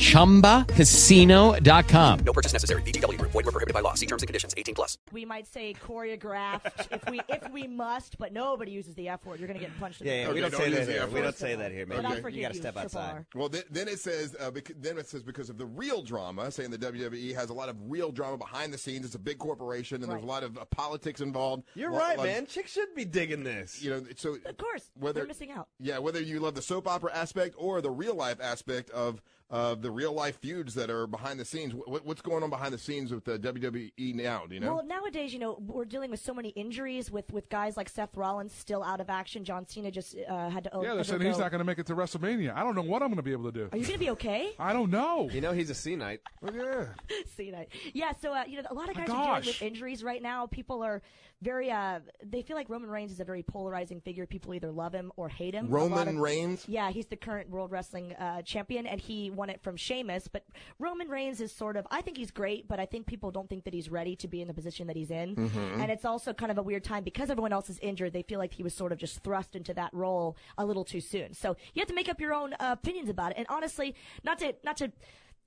chumbacasino.com.
Um, No purchase necessary. VGW Group. Void were prohibited by law. See terms and conditions. 18 plus.
We might say choreographed if we if we must, but nobody uses the f word. You're gonna get punched. in
Yeah,
the
yeah,
face.
we don't say that here.
F
We
word.
don't say that here, man.
But I
You-
forgive
You got to
you,
step
Triple
outside.
R.
Well, th- then it says uh, bec- then it says because of the real drama, saying the WWE has a lot of real drama behind the scenes. It's a big corporation, and there's a lot of uh, politics involved.
You're
Lot-
right,
lot of-
man. Chicks should be digging this.
You know, so
Of course,
Whether-
they're missing out.
yeah, whether you love the soap opera aspect or the real life aspect of of the real life feuds that are behind the scenes. What, what's going on behind the scenes with the WWE now? Do you know?
Well, nowadays, you know, we're dealing with so many injuries with, with guys like Seth Rollins still out of action. John Cena just uh, had
Oh,
to.
Yeah, they're saying he's not going to make it to WrestleMania. I don't know what I'm going to be able to do.
Are you going to be okay?
I don't know.
You know he's a C night.
yeah.
See that? Yeah. So uh, you know, a lot of
My
guys are dealing
gosh.
with injuries right now. People are very. Uh, they feel like Roman Reigns is a very polarizing figure. People either love him or hate him. A lot
Roman
of-
Reigns?
Yeah, he's the current World Wrestling uh, Champion, and he won it from Sheamus. But Roman Reigns is sort of. I think he's great, but I think people don't think that he's ready to be in the position that he's in.
Mm-hmm.
Mhm.
And it's also kind of a weird time because everyone else is injured. They feel like he was sort of just thrust into that role a little too soon. So you have to make up your own uh, opinions about it. And honestly, not to not to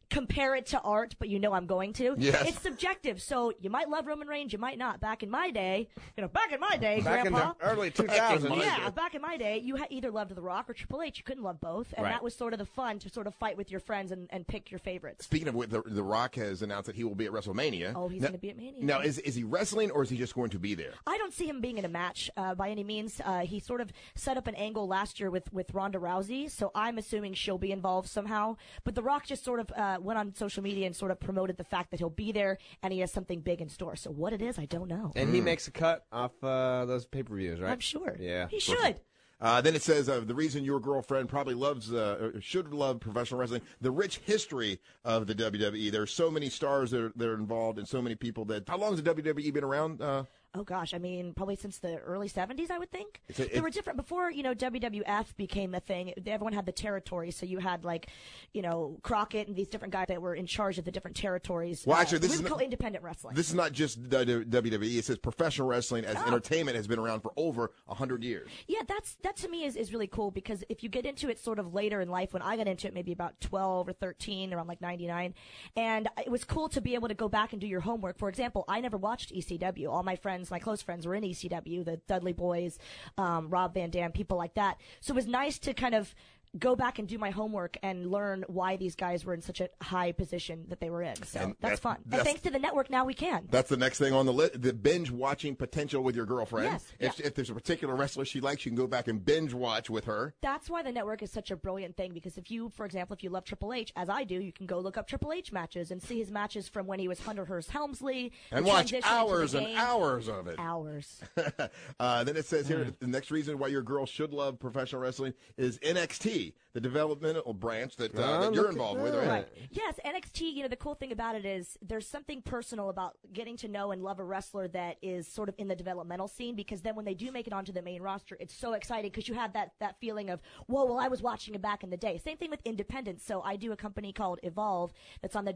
compare it to art, but you know I'm going to.
Yes.
It's subjective, so you might love Roman Reigns, you might not. Back in my day, you know, back in my day,
Back in
Grandpa.
the early 2000s.
yeah, back in my day, you ha- either loved The Rock or Triple H. You couldn't love both, and
Right.
that was sort of the fun to sort of fight with your friends and, and pick your favorites.
Speaking of which, the, the Rock has announced that he will be at WrestleMania.
Oh, he's
Now-
gonna be at Mania.
Now, is is he wrestling or is he just going to be there?
I don't see him being in a match uh, by any means. Uh, he sort of set up an angle last year with, with Ronda Rousey, so I'm assuming she'll be involved somehow. But The Rock just sort of uh, went on social media and sort of promoted the fact that he'll be there and he has something big in store. So what it is, I don't know.
And
Hmm.
he makes a cut off uh, those pay per views, right?
I'm sure.
Yeah.
He should.
Uh, then it says uh, the reason your girlfriend probably loves, uh, or should love professional wrestling, the rich history of the WWE. There are so many stars that are, that are involved and so many people that. How long has the WWE been around? Uh,
Oh gosh, I mean, probably since the early '70s, I would think.
It's a-
there were
it's-
different before, you know, WWF became a thing. Everyone had the territories, so you had like, you know, Crockett and these different guys that were in charge of the different territories.
Well, actually, this
we
is
would
not-
call independent wrestling.
this is not just the WWE. It says professional wrestling as entertainment has been around for over 100 years.
Yeah, that's that to me is, is really cool because if you get into it sort of later in life, when I got into it maybe about 12 or 13, around like 99, and it was cool to be able to go back and do your homework. For example, I never watched ECW. All my friends, my close friends, were in ECW, the Dudley Boys, um, Rob Van Dam, people like that. So it was nice to kind of go back and do my homework and learn why these guys were in such a high position that they were in. So
And
that's
that-
fun.
that's-
and thanks to the network, now we can.
That's the next thing on the list the binge watching potential with your girlfriend.
Yes,
if, if there's a particular wrestler she likes, you can go back and binge watch with her.
That's why the network is such a brilliant thing because if you, for example, if you love Triple H, as I do, you can go look up Triple H matches and see his matches from when he was Hunter Hearst Helmsley
And
the
watch
transition into the
hours and
game.
hours of it.
Hours.
uh, then it says here
Mm.
the next reason why your girl should love professional wrestling is NXT, the developmental branch that, uh,
Ah,
that you're
look at
involved
that.
with, right?
Right.
Yes, NXT, you know, the cool thing about it is there's something personal about getting to know and love a wrestler that is sort of in the developmental scene because then when they do make it onto the main roster, it's so exciting because you have that, that feeling of, whoa, well, I was watching it back in the day. Same thing with independence. So I do a company called Evolve that's on the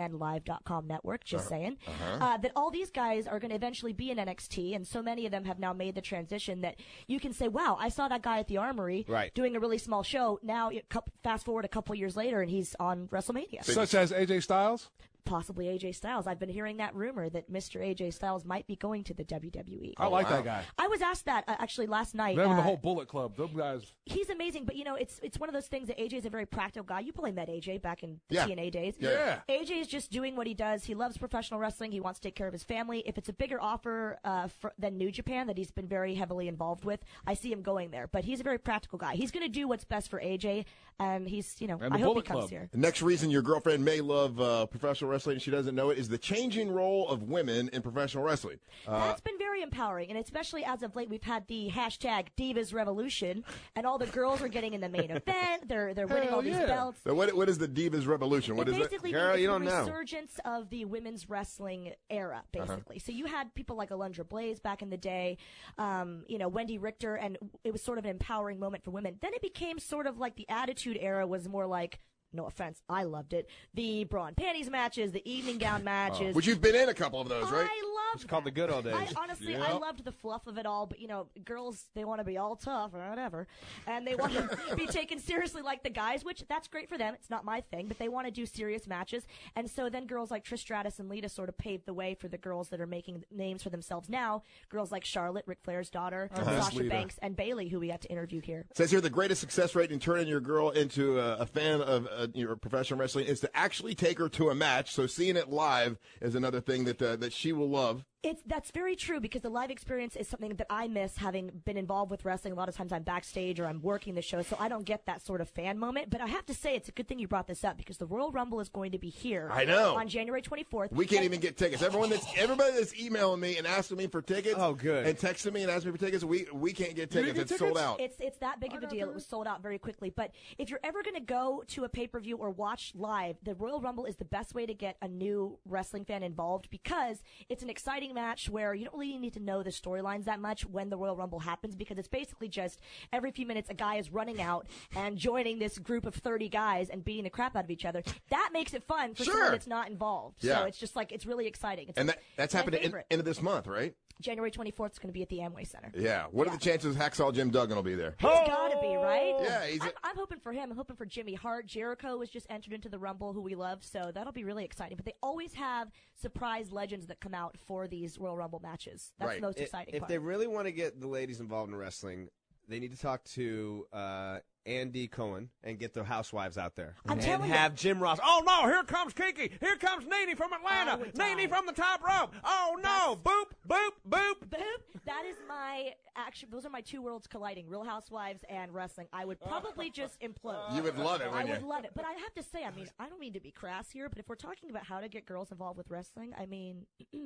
WWNlive.com network, just
Uh-huh.
saying,
Uh-huh.
uh, that all these guys are going to eventually be in NXT. And so many of them have now made the transition that you can say, wow, I saw that guy at the armory
Right.
doing a really small show. Now, you- coup- fast forward a couple years later, and he's on WrestleMania.
Such as AJ Styles?
possibly AJ Styles. I've been hearing that rumor that Mr. AJ Styles might be going to the WWE.
I like that guy.
I was asked that uh, actually last night.
Them and the
uh,
whole Bullet Club. Those guys.
He's amazing, but you know, it's it's one of those things that AJ is a very practical guy. You probably met AJ back in
Yeah.
TNA days.
Yeah.
AJ is just doing what he does. He loves professional wrestling. He wants to take care of his family. If it's a bigger offer uh, for, than New Japan that he's been very heavily involved with, I see him going there. But he's a very practical guy. He's going to do what's best for AJ, and he's you know I hope he comes here.
The next reason your girlfriend may love uh, professional wrestling and she doesn't know it is the changing role of women in professional wrestling. Uh,
That's been very empowering, and especially as of late, we've had the hashtag Divas Revolution, and all the girls are getting in the main event. They're they're winning all these belts.
So what, what is the Divas Revolution? What
it
is
basically
that?
means it's the resurgence of the women's wrestling era,
Uh-huh.
basically. So you had people like Alundra Blaze back in the day, um, you know, Wendy Richter, and it was sort of an empowering moment for women. Then it became sort of like the Attitude Era was more like. No offense, I loved it. The bra and panties matches, the evening gown matches.
Which you've been in a couple of those, right?
I love
It's called the good old days.
I honestly, I loved the fluff of it all, but you know, girls they want to be all tough or whatever, and they want to be taken seriously like the guys, which that's great for them. It's not my thing, but they want to do serious matches, and so then girls like Trish Stratus and Lita sort of paved the way for the girls that are making names for themselves now. Girls like Charlotte, Ric Flair's daughter,
Uh-huh. Miss
Sasha
Lita.
Banks, and Bailey, who we got to interview here.
It says here the greatest success rate in turning your girl into a, a fan of uh, your professional wrestling is to actually take her to a match. So seeing it live is another thing that uh, that she will love.
It's that's very true because the live experience is something that I miss having been involved with wrestling. A lot of times I'm backstage or I'm working the show, so I don't get that sort of fan moment. But I have to say, it's a good thing you brought this up because the Royal Rumble is going to be here.
I know.
on January 24th.
We can't
And-
even get tickets. Everyone that's everybody that's emailing me and asking me for tickets. Oh,
good.
And texting me and asking me for tickets. We we can't get
You
tickets. Oh,
didn't
It's
get
sold out.
It's it's that big of a deal. It was sold out very quickly. But if you're ever going to go to a pay per view or watch live, the Royal Rumble is the best way to get a new wrestling fan involved because it's an exciting match where you don't really need to know the storylines that much when the Royal Rumble happens because it's basically just every few minutes a guy is running out and joining this group of 30 guys and beating the crap out of each other. That makes it fun for someone
Sure.
that's not involved.
Yeah.
So it's just like it's really exciting. It's
and
like
that that's
my
happening in,
favorite.
end of this month, right?
January 24th is going to be at the Amway Center.
Yeah. What are the chances Hacksaw Jim Duggan will be there?
He's got to be, right?
Yeah, he's a-
I'm, I'm hoping for him. I'm hoping for Jimmy Hart. Jericho was just entered into the Rumble, who we love, so that'll be really exciting. But they always have surprise legends that come out for these Royal Rumble matches. That's the most
I-
exciting
If
part.
they really want to get the ladies involved in wrestling, they need to talk to uh, Andy Cohen and get the housewives out there and
telling you.
have Jim Ross. Oh no, here comes Kiki. Here comes Nene from
Oh,
Atlanta. Nene from the top rope. Oh no, boop, boop, boop.
Boop. That is my action. Those are my two worlds colliding: Real Housewives and wrestling. I would probably just implode.
You would love it,
I
wouldn't
would
you?
love it. But I have to say, I mean, I don't mean to be crass here, but if we're talking about how to get girls involved with wrestling, I mean,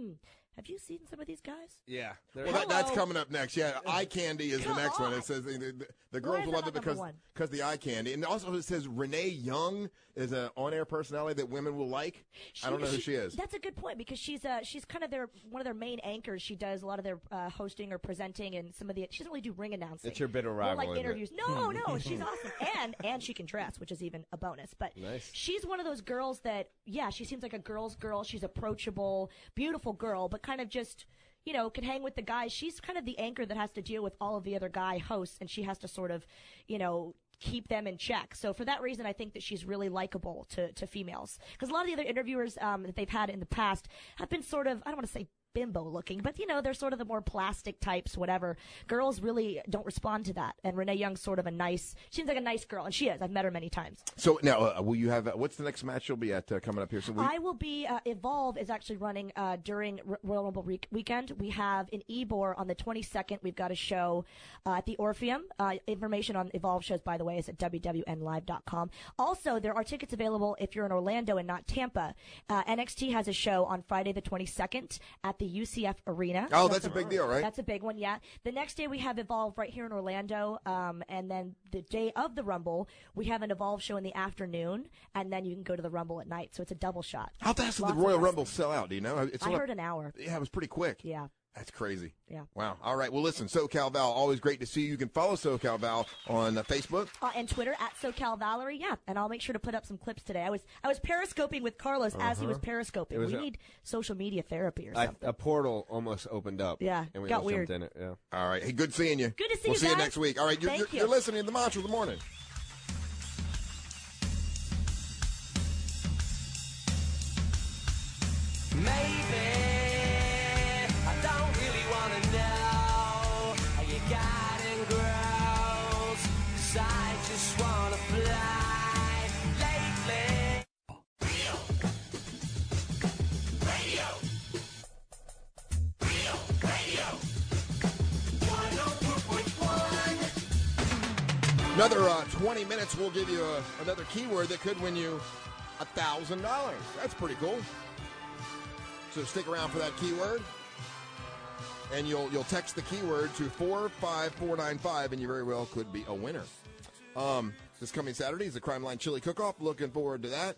have you seen some of these guys?
Yeah.
Well, that, that's
Hello.
coming up next. Yeah, eye candy is
Come
the next one.
on.
It says the, the, the
Why
girls
is
will
that
love it
not number
because
one?
because the eye candy, and also it says Renee Young is an on-air personality that women will like. I don't know who she is.
That's a good point because she's uh, she's kind of their one of their main anchors. She does a lot of their uh, hosting or presenting and some of the she doesn't really do ring announcing.
It's your bitter
More
rival,
like
isn't it?
interviews. No, no, she's awesome and and she can dress, which is even a bonus. But
Nice.
she's one of those girls that yeah, she seems like a girl's girl. She's approachable, beautiful girl, but kind of just. You know, can hang with the guys. She's kind of the anchor that has to deal with all of the other guy hosts, and she has to sort of, you know, keep them in check. So for that reason, I think that she's really likable to, to females. Because a lot of the other interviewers um, that they've had in the past have been sort of, I don't want to say bimbo looking, but you know, they're sort of the more plastic types, whatever. Girls really don't respond to that. And Renee Young's sort of a nice, she seems like a nice girl, and she is. I've met her many times.
So now, uh, will you have uh, what's the next match you'll be at uh, coming up here? So we,
I will be uh, Evolve is actually running uh, during R- Royal Rumble re- weekend. We have an Ebor on the 22nd. We've got a show uh, at the Orpheum. Uh, information on Evolve shows, by the way, is at wwnlive.com. Also, there are tickets available if you're in Orlando and not Tampa. Uh, NXT has a show on Friday the 22nd at the UCF Arena.
Oh, that's a big deal, right?
That's a big one, yeah. The next day we have Evolve right here in Orlando, um, and then the day of the Rumble we have an Evolve show in the afternoon, and then you can go to the Rumble at night. So it's a double shot.
how fast did the
Lots of
Royal
wrestling.
Rumble sell out? Do you know? It's
I
one of-
heard an hour.
Yeah, it was pretty quick.
Yeah.
That's crazy.
Yeah.
Wow. All right. Well, listen, SoCal Val, always great to see you. You can follow SoCal Val on uh, Facebook.
Uh, and Twitter at SoCal Valerie, yeah, and I'll make sure to put up some clips today. I was I was periscoping with Carlos as he
Uh-huh.
was
It
periscoping.
was
we
a-
need social media therapy or
I,
something.
a portal almost opened up.
Yeah,
and we
got
all jumped
weird.
in it. Yeah.
All right. Hey, good seeing you.
Good to see
we'll
you
see you
guys.
next week. All right. You're,
Thank
you're,
you.
are listening to the Mantra of the Morning.
girls, 'cause I just wanna fly lately. Radio. Real radio. 104.1.
Another uh, 20 minutes, we'll give you a, another keyword that could win you $1,000. That's pretty cool. So stick around for that keyword. And you'll you'll text the keyword to 45495, and you very well could be a winner. Um, this coming Saturday is the Crime Line Chili Cook-Off. Looking forward to that.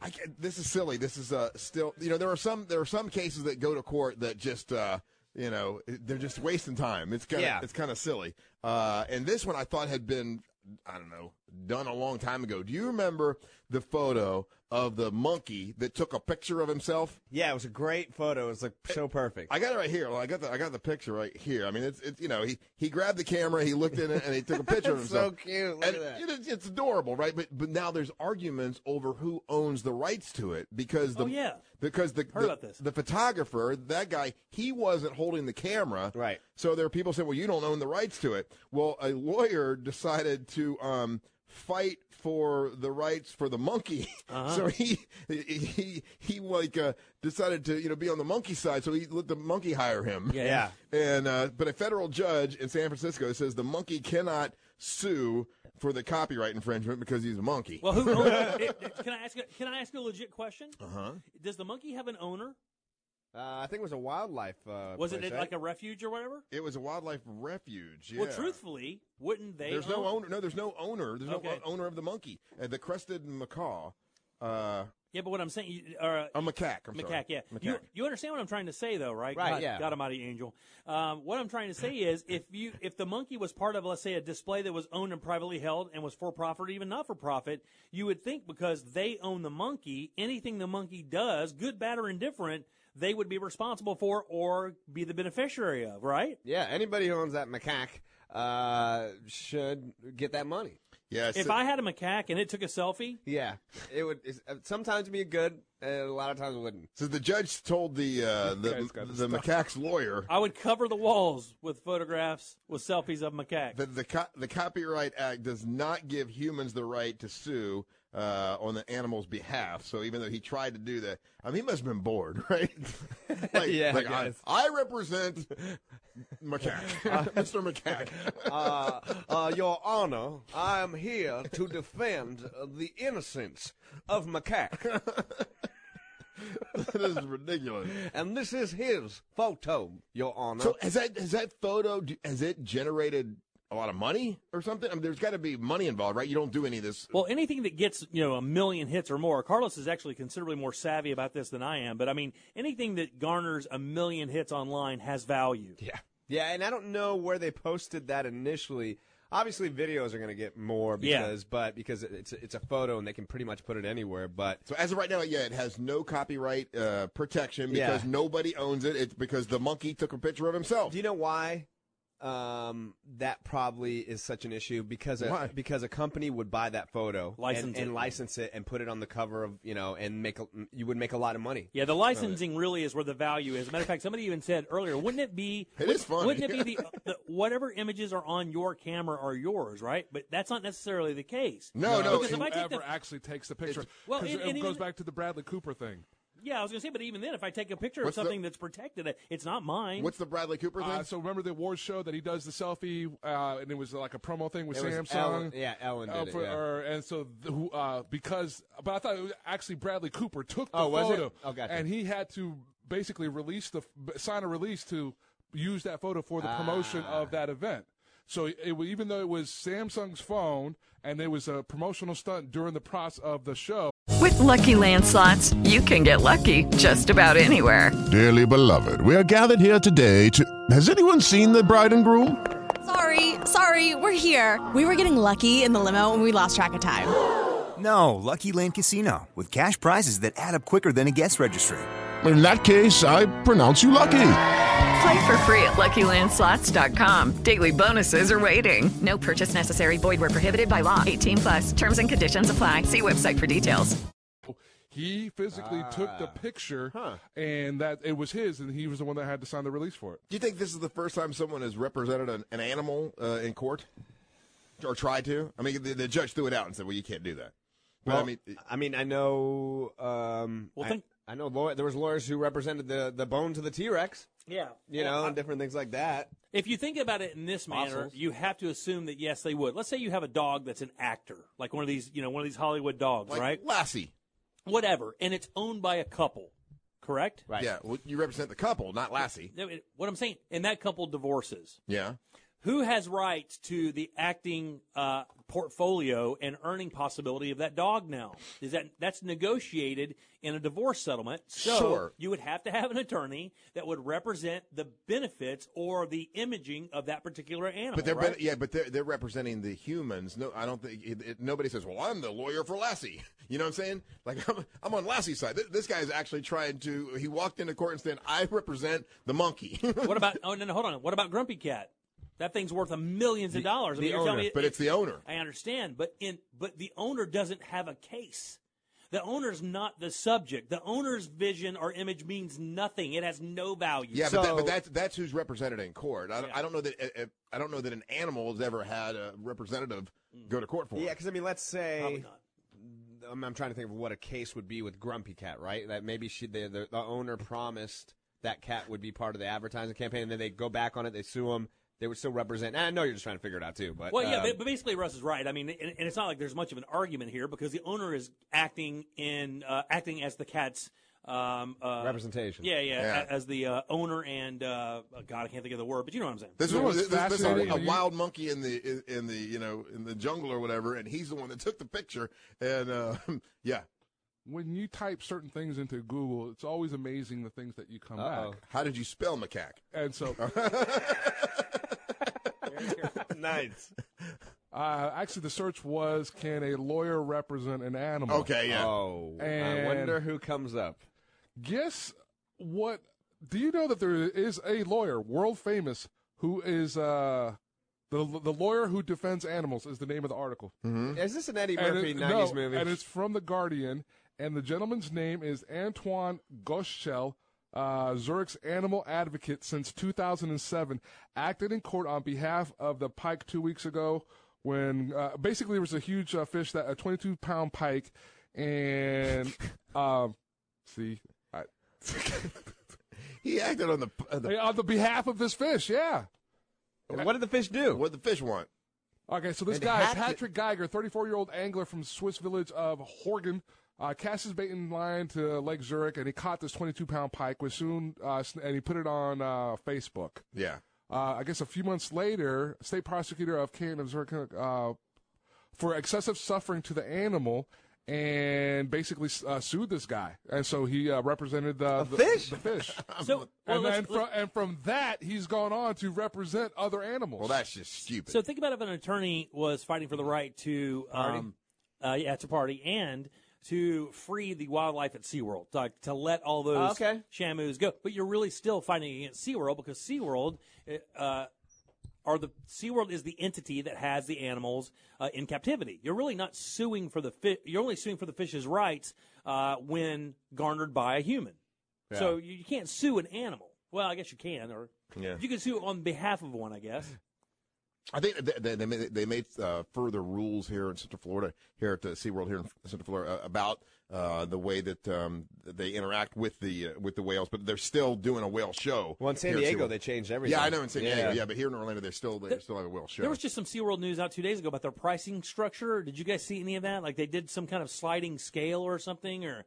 I can this is silly. This is uh, still, you know, there are some there are some cases that go to court that just, uh, you know, they're just wasting time. It's kind of
Yeah.
it's kind of silly. Uh, and this one I thought had been, I don't know, done a long time ago. Do you remember the photo of the monkey that took a picture of himself?
Yeah, it was a great photo. It was like so perfect.
I got it right here. Well, I got the I got the picture right here. I mean, it's it's you know he he grabbed the camera, he looked in it, and he took a picture of
It's
himself.
so cute. Look
And
at that.
it is- it's adorable, right? But but now there's arguments over who owns the rights to it because the
Oh, yeah.
because the
Heard
the,
about this.
the photographer that guy he wasn't holding the camera right. So there are people saying, well, you don't own the rights to it. Well, a lawyer decided to um fight for the rights for the monkey. So he he he like uh, decided to you know be on the monkey side, so he let the monkey hire him.
Yeah.
And uh, but a federal judge in San Francisco says the monkey cannot sue for the copyright infringement because he's a monkey.
Well, who owns Oh, it? It- Can I ask? a- Can I ask a legit question?
Uh huh.
Does the monkey have an owner?
Uh, I think it was a wildlife. Uh,
Was it
place,
at,
right?
like a refuge or whatever?
It was a wildlife refuge.
Well,
yeah.
truthfully, wouldn't they?
there's
own-
no owner. No, there's no owner. There's no
Okay.
o- owner of the monkey. Uh, the crested macaw. Uh,
Yeah, but what I'm saying, you- or, uh,
a macaque. I'm
macaque,
sorry.
yeah.
Macaque.
You you understand what I'm trying to say though, right?
Right,
God,
yeah.
God Almighty Angel. Um, what I'm trying to say is, if you if the monkey was part of, let's say, a display that was owned and privately held and was for profit or even not for profit, you would think because they own the monkey, anything the monkey does, good, bad, or indifferent, they would be responsible for or be the beneficiary of, right?
Yeah, anybody who owns that macaque uh, should get that money.
Yes.
If I had a macaque and it took a selfie,
yeah, it would it's, uh, sometimes be good, and a lot of times it wouldn't.
So the judge told the uh, the, the macaque's lawyer
I would cover the walls with photographs with selfies of macaque.
that the co- the Copyright Act does not give humans the right to sue uh, on the animal's behalf. So even though he tried to do that, I mean, he must have been bored, right? like,
Yeah, I
like, I,
guess.
I represent macaque, Mr. Macaque.
uh, uh, Your Honor, I am here to defend uh, the innocence of macaque.
this is ridiculous.
And this is his photo, Your Honor.
So has that has that photo do- has it generated a lot of money or something? I mean, there's got to be money involved, right? You don't do any of this.
Well, anything that gets you know a million hits or more, Carlos is actually considerably more savvy about this than I am. But I mean, anything that garners a million hits online has value.
Yeah, yeah, and I don't know where they posted that initially. Obviously, videos are going to get more
Yeah.
because, but because it's it's a photo and they can pretty much put it anywhere. But
So as of right now, yeah, it has no copyright uh, protection because
Yeah.
nobody owns it. It's because the monkey took a picture of himself.
Do you know why um, that probably is such an issue? Because
Why?
a, because a company would buy that photo,
License
and,
it.
and license it, and put it on the cover of you know, and make a, you would make a lot of money.
Yeah, the licensing really is where the value is. As a matter of fact, somebody even said earlier, wouldn't it be? It
is funny.
Wouldn't it be the, the whatever images are on your camera are yours, right? But that's not necessarily the case. Because if I take
whoever
the,
actually takes the picture.
well,
'Cause
and-
it,
and
goes
even-
back to the Bradley Cooper thing.
yeah, I was gonna say, but even then, if I take a picture of
What's the-
something that's protected, it's not mine.
the Bradley Cooper
Uh, so remember the awards show that he does the selfie, uh, and it was like a promo thing with
It was
Samsung.
Ellen- yeah, Ellen did
Uh,
it, yeah.
or- and so the, who, uh, because, but I thought it was actually Bradley Cooper took the
Oh, was it?
photo.
Oh, gotcha.
And he had to basically release the b- sign a release to use that photo for the promotion of that event. So it, it, even though it was Samsung's phone and it was a promotional stunt during the process of the show,
With Lucky Land slots, you can get lucky just about anywhere.
Dearly beloved, we are gathered here today to. Has anyone seen the bride and groom?
Sorry, sorry, we're here. We were getting lucky in the limo and we lost track of time.
No, Lucky Land Casino, with cash prizes that add up quicker than a guest registry.
In that case, I pronounce you lucky.
Play for free at LuckyLandSlots.com. Daily bonuses are waiting. No purchase necessary. Void where prohibited by law. 18 plus terms and conditions apply. See website for details.
He physically took the
Ah.
picture, and that it was his, and he was the one that had to sign the release for it.
Do you think this is the first time someone has represented an, an animal uh, in court or tried to? I mean, Oh, the, the judge threw it out and said, "Well, you can't do that." But
Well,
I mean,
I mean, I know. Um,
Well,
I-
think-
I, know law- there was lawyers who represented the the bones of the T Rex.
Yeah.
you
Well,
know,
I-
and different things like that.
If you think about it in this manner,
Fossils.
you have to assume that yes, they would. Let's say you have a dog that's an actor, like one of these, you know, one of these Hollywood dogs,
Like
right?
Lassie,
whatever, and it's owned by a couple, correct?
Right.
Yeah. Well, you represent the couple, not Lassie.
What I'm saying, and that couple divorces.
Yeah.
Who has rights to the acting uh, portfolio and earning possibility of that dog now? Is that that's negotiated in a divorce settlement? So
Sure.
you would have to have an attorney that would represent the benefits or the imaging of that particular animal.
But they're
right?
yeah, but they're they're representing the humans. No, I don't think it, it, nobody says. Well, I'm the lawyer for Lassie. You know what I'm saying? Like I'm, I'm on Lassie's side. This, this guy is actually trying to. He walked into court and said, "I represent the monkey."
what about? Oh no, no, hold on. What about Grumpy Cat? That thing's worth a millions of dollars. I
the
mean, you're telling
owner,
me
but it's the owner.
I understand, but in but the owner doesn't have a case. The owner's not the subject. The owner's vision or image means nothing. It has no value.
Yeah, but, that, but that's that's who's represented in court. I, don't I don't know that uh, uh, I don't know that an animal has ever had a representative go to court for.
Yeah,
it.
because I mean, let's say
Probably
I'm, I'm trying to think of what a case would be with Grumpy Cat, right? That maybe she the, the the owner promised that cat would be part of the advertising campaign, and then they go back on it, they sue him, they would still represent. and I know you're just trying to figure it out too, but
well, yeah,
um,
but, but basically Russ is right. I mean, and, and it's not like there's much of an argument here because the owner is acting in uh, acting as the cat's um, uh,
Representation.
Yeah, yeah,
Yeah.
a- as the uh, owner and uh, oh, God, I can't think of the word, but you know what I'm saying.
This was, this, this was a, wild monkey in the in, in the you know in the jungle or whatever, and he's the one that took the picture. And uh, yeah,
When you type certain things into Google, it's always amazing the things that you come
Uh-oh.
back.
How did you spell macaque?
And so,
nice.
Uh, actually, the search was: Can a lawyer represent an animal?
Okay, yeah.
Oh, I
And-
wonder who comes up.
Guess what? Do you know that there is a lawyer, world famous, who is uh, the the lawyer who defends animals? Is the name of the article.
Mm-hmm.
Is this an Eddie
And
Murphy
it- no,
90s movie?
And it's from The Guardian, and the gentleman's name is Antoine Goschel, uh, Zurich's animal advocate since 2007, acted in court on behalf of the pike two weeks ago when uh, basically there was a huge uh, fish, that a 22 pound pike, and um, see. I,
he acted on the,
on the behalf of this fish, yeah.
What did the fish do?
What did the fish want?
Okay, so this
And
guy,
hacked it.
Patrick Geiger, 34 year old angler from Swiss village of Horgen, uh, cast his bait in line to Lake Zurich and he caught this 22 pound pike, which soon, uh, sn- and he put it on uh, Facebook.
yeah.
Uh, I guess a few months later, state prosecutor of Canton of Zurich uh, for excessive suffering to the animal and basically uh, sued this guy. And so he uh, represented the, the
fish?
The fish.
So, well,
and,
let's-
then fro- and from that, he's gone on to represent other animals. Well,
that's just stupid.
So think about if an attorney was fighting for the right to um, uh, yeah, to party and to free the wildlife at SeaWorld, to, to let all those
Oh, okay.
shamus go. But you're really still fighting against SeaWorld because SeaWorld uh, are the SeaWorld is the entity that has the animals uh, in captivity. You're really not suing for the fish. You're only suing for the fish's rights uh, when garnered by a human. So you, you can't sue an animal. Well, I guess you can, or
Yeah.
you can sue on behalf of one, I guess.
I think they, they, they made, they made uh, further rules here in Central Florida, here at the SeaWorld here in Central Florida, uh, about uh, the way that um, they interact with the uh, with the whales. But they're still doing a whale show.
Well, in San
here at
Diego,
SeaWorld.
they changed everything.
Yeah, I know in San Diego.
Yeah.
Yeah, but here in Orlando, they're still they still have a whale show.
There was just some SeaWorld news out two days ago about their pricing structure. Did you guys see any of that? Like they did some kind of sliding scale or something, or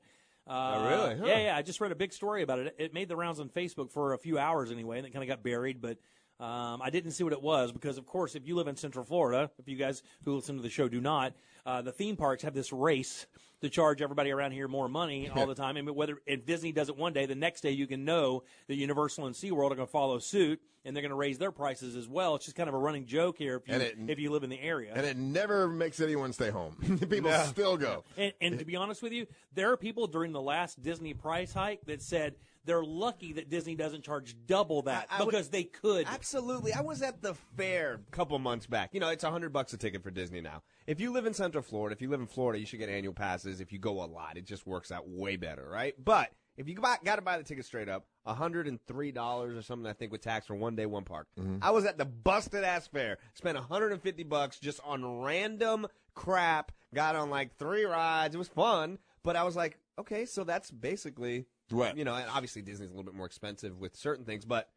uh,
Oh, really? Huh.
Yeah, yeah. I just read a big story about it. It made the rounds on Facebook for a few hours anyway, and it kind of got buried. But um, I didn't see what it was because, of course, if you live in Central Florida, if you guys who listen to the show do not, uh, the theme parks have this race to charge everybody around here more money all the time. And whether if Disney does it one day, the next day you can know that Universal and SeaWorld are going to follow suit and they're going to raise their prices as well. It's just kind of a running joke here if you,
And it-
if you live in the area.
and it never makes anyone stay home. People
No.
still go.
And, and to be honest with you, there are people during the last Disney price hike that said they're lucky that Disney doesn't charge double that
I would-
because they could.
Absolutely. I was at the fair a couple months back. You know, it's a hundred bucks a ticket for Disney now. If you live in Central Florida, if you live in Florida, you should get annual passes. is if you go a lot. It just works out way better, right? But if you got to buy the ticket straight up, $103 or something, I think, with tax for one day, one park. I was at the busted ass fair, spent 150 bucks just on random crap, got on like three rides. It was fun, but I was like, okay, so that's basically,
Right.
you know, and obviously Disney's a little bit more expensive with certain things, but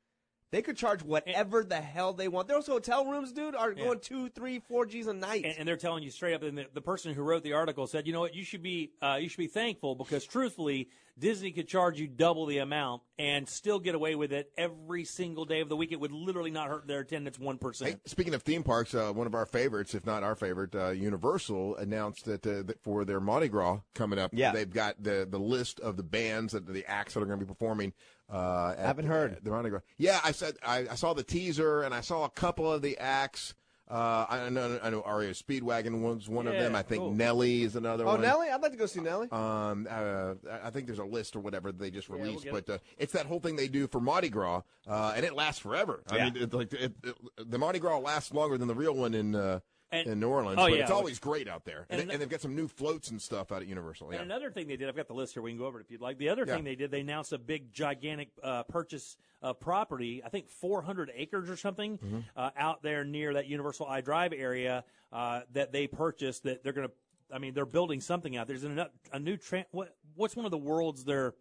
they could charge whatever the hell they want. Those hotel rooms, dude, are
Yeah.
going two, three, four G's a night.
And, and they're telling you straight up. And the, the person who wrote the article said, you know what, you should be uh, you should be thankful because truthfully, Disney could charge you double the amount and still get away with it every single day of the week. It would literally not hurt their attendance one percent.
Speaking of theme parks, uh, one of our favorites, if not our favorite, uh, Universal announced that, uh, that for their Mardi Gras coming up, yeah. they've got the, the list of the bands that the acts that are going to be performing. Uh, at, haven't heard the Mardi Gras. Yeah, I said I, I saw the teaser and I saw a couple of the acts. Uh, I know I know Ario Speedwagon was one of
Yeah,
them. I think
cool.
Nelly is another
oh,
one.
Nelly? I'd like to go see Nelly.
Um, uh, I think there's a list or whatever they just
we'll
released,
get
but uh, it's that whole thing they do for Mardi Gras, uh, and it lasts forever. I
Yeah.
mean, it's like it, it, the Mardi Gras lasts longer than the real one in uh,
And-
in New Orleans,
Oh,
but
yeah.
it's always great out there. And,
And
they, and they've got some new floats and stuff out at Universal. Yeah.
And another thing they did, I've got the list here. We can go over it if you'd like. The other
Yeah.
thing they did, they announced a big, gigantic uh, purchase of property. I think 400 acres or
Hmm.
something
Mm-hmm.
Mhm.
uh, out there near that Universal I Drive area uh, that they purchased. That they're going to. I mean, they're building something out. There's an, a new tran What, what's one of the world's their?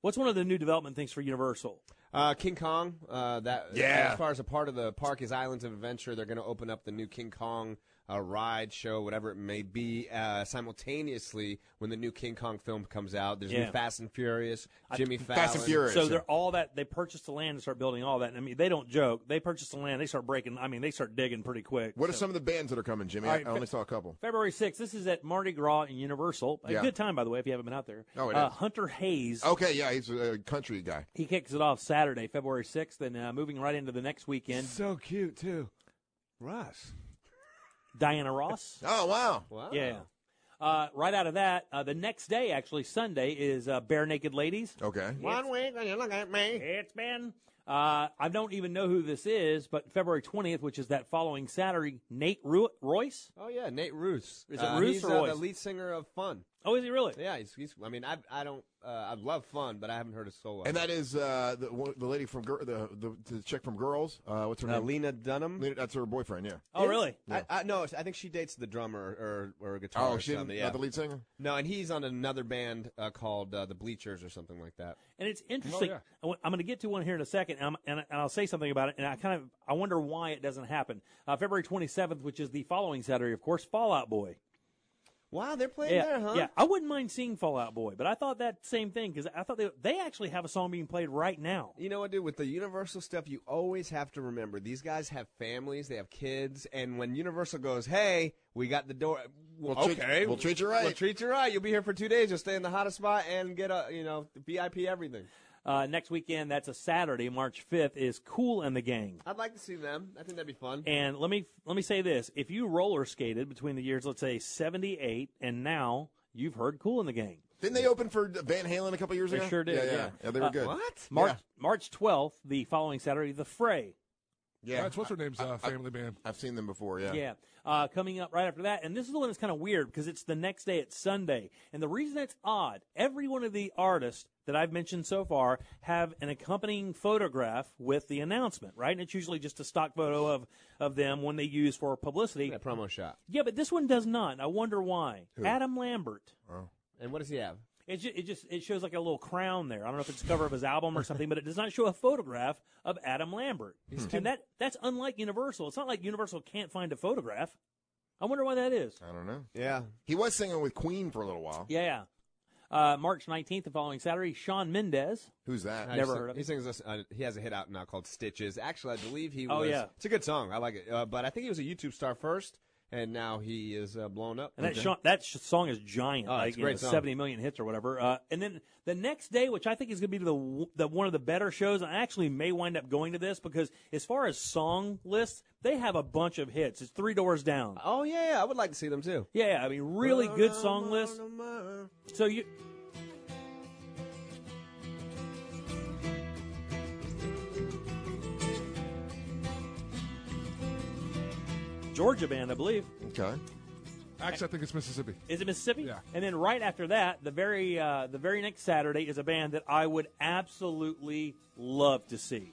What's one of the new development things for Universal?
Uh, King Kong. Uh, that
Yeah.
As far as a part of the park is Islands of Adventure, they're going to open up the new King Kong uh, ride show, whatever it may be, uh, simultaneously when the new King Kong film comes out. There's
Yeah.
new Fast and Furious,
I-
Jimmy Fallon.
So they're all that they purchase the land and start building all that. And I mean, they don't joke. They purchase the land. They start breaking. I mean, they start digging pretty quick.
What are
So-
some of the bands that are coming, Jimmy?
All
I-
right,
I only
but-
saw a couple.
February 6th. This is at Mardi Gras in Universal. A
Yeah.
good time, by the way, if you haven't been out there.
Oh, it
uh,
is.
Hunter Hayes.
Okay, yeah, he's a country guy.
He kicks it off Saturday, February 6th, and uh, moving right into the next weekend. So cute, too. Ross. Diana Ross.
oh, wow.
Wow.
Yeah. Uh, right out of that, uh, the next day, actually, Sunday, is uh, Bare Naked Ladies.
Okay.
week when you look at me.
It's been. Uh, I don't even know who this is, but February 20th, which is that following Saturday, Nate Ru- Royce.
Oh yeah, Nate Roos.
Is it
Uh,
Roos
he's,
or
uh,
Royce?
the lead singer of Fun.
Oh, is he really?
Yeah, he's. he's I mean, I I don't. Uh, I love Fun, but I haven't heard a solo.
And that is uh, the, one- the lady from Gir- the, the the chick from Girls. Uh, what's her
Uh,
name?
Lena Dunham.
that's her boyfriend. Yeah.
Oh,
Is- I, I, no, I think she dates the drummer or, or guitar.
Oh,
or
she didn't-
something,
not
yeah.
the lead singer?
No, and he's on another band uh, called uh, the Bleachers or something like that.
And it's interesting.
Oh, yeah.
I wa- I'm going to get to one here in a second, and, I'm, and, I- and I'll say something about it. And I kind of I wonder why it doesn't happen. Uh, February 27th, which is the following Saturday, of course, Fallout Boy.
Wow, they're playing
yeah,
there, huh?
yeah. I wouldn't mind seeing Fallout Boy, but I thought that same thing because I thought they they actually have a song being played right now.
You know what, dude? With the Universal stuff, you always have to remember these guys have families, they have kids, and when Universal goes, "Hey, we got the door,"
We'll
okay,
treat- we'll treat you right.
We'll treat you right. You'll be here for two days. You'll stay in the hottest spot and get a you know VIP everything.
Uh, next weekend, that's a Saturday, March 5th, is Cool and the Gang.
I'd like to see them. I think that'd be fun.
And let me let me say this: if you roller skated between the years, let's say '78 and now, you've heard "Cool in the Gang."
Didn't they open for Van Halen a couple years
They
ago?
sure did.
Yeah,
Yeah,
yeah, Yeah, they were
Uh,
good.
March
Yeah.
March 12th, the following Saturday, the Fray.
Yeah.
That's what's her name's uh, family band.
I've seen them before.
Yeah. Uh, coming up right after that. And this is the one that's kind of weird because it's the next day. It's Sunday. And the reason that's odd, every one of the artists that I've mentioned so far have an accompanying photograph with the announcement, right? And it's usually just a stock photo of, of them when they use for publicity.
A promo shot.
Yeah, but this one does not. I wonder why.
Who?
Adam Lambert.
And what does he have?
It just, it just it shows like a little crown there. I don't know if it's the cover of his album or something, but it does not show a photograph of Adam Lambert.
Hmm.
and that that's unlike Universal. It's not like Universal can't find a photograph. I wonder why that is.
I don't know.
Yeah.
He was singing with Queen for a little while.
Yeah. Uh, March 19th, the following Saturday, Sean Mendez.
Who's that?
Never heard of
He
him.
sings. This, uh, he has a hit out now called "Stitches." Actually, I believe he.
Oh,
was,
yeah.
it's a good song. I like it. Uh, but I think he was a YouTube star first, and now he is uh, blown up.
And that, Sean, that sh- song is giant.
Oh,
like,
it's a
you know,
great song.
70 million hits or whatever. Uh, and then the next day, which I think is going to be the, w- the one of the better shows, I actually may wind up going to this because as far as song lists, they have a bunch of hits. It's Three Doors Down.
Oh yeah, yeah, I would like to see them too.
Yeah, I mean, really good song list. So you. Georgia band, I believe.
Okay.
All
Actually, I think it's Mississippi.
Is it Mississippi? Yeah. And then right after that, the very uh, the very next Saturday is a band that I would absolutely love to see. E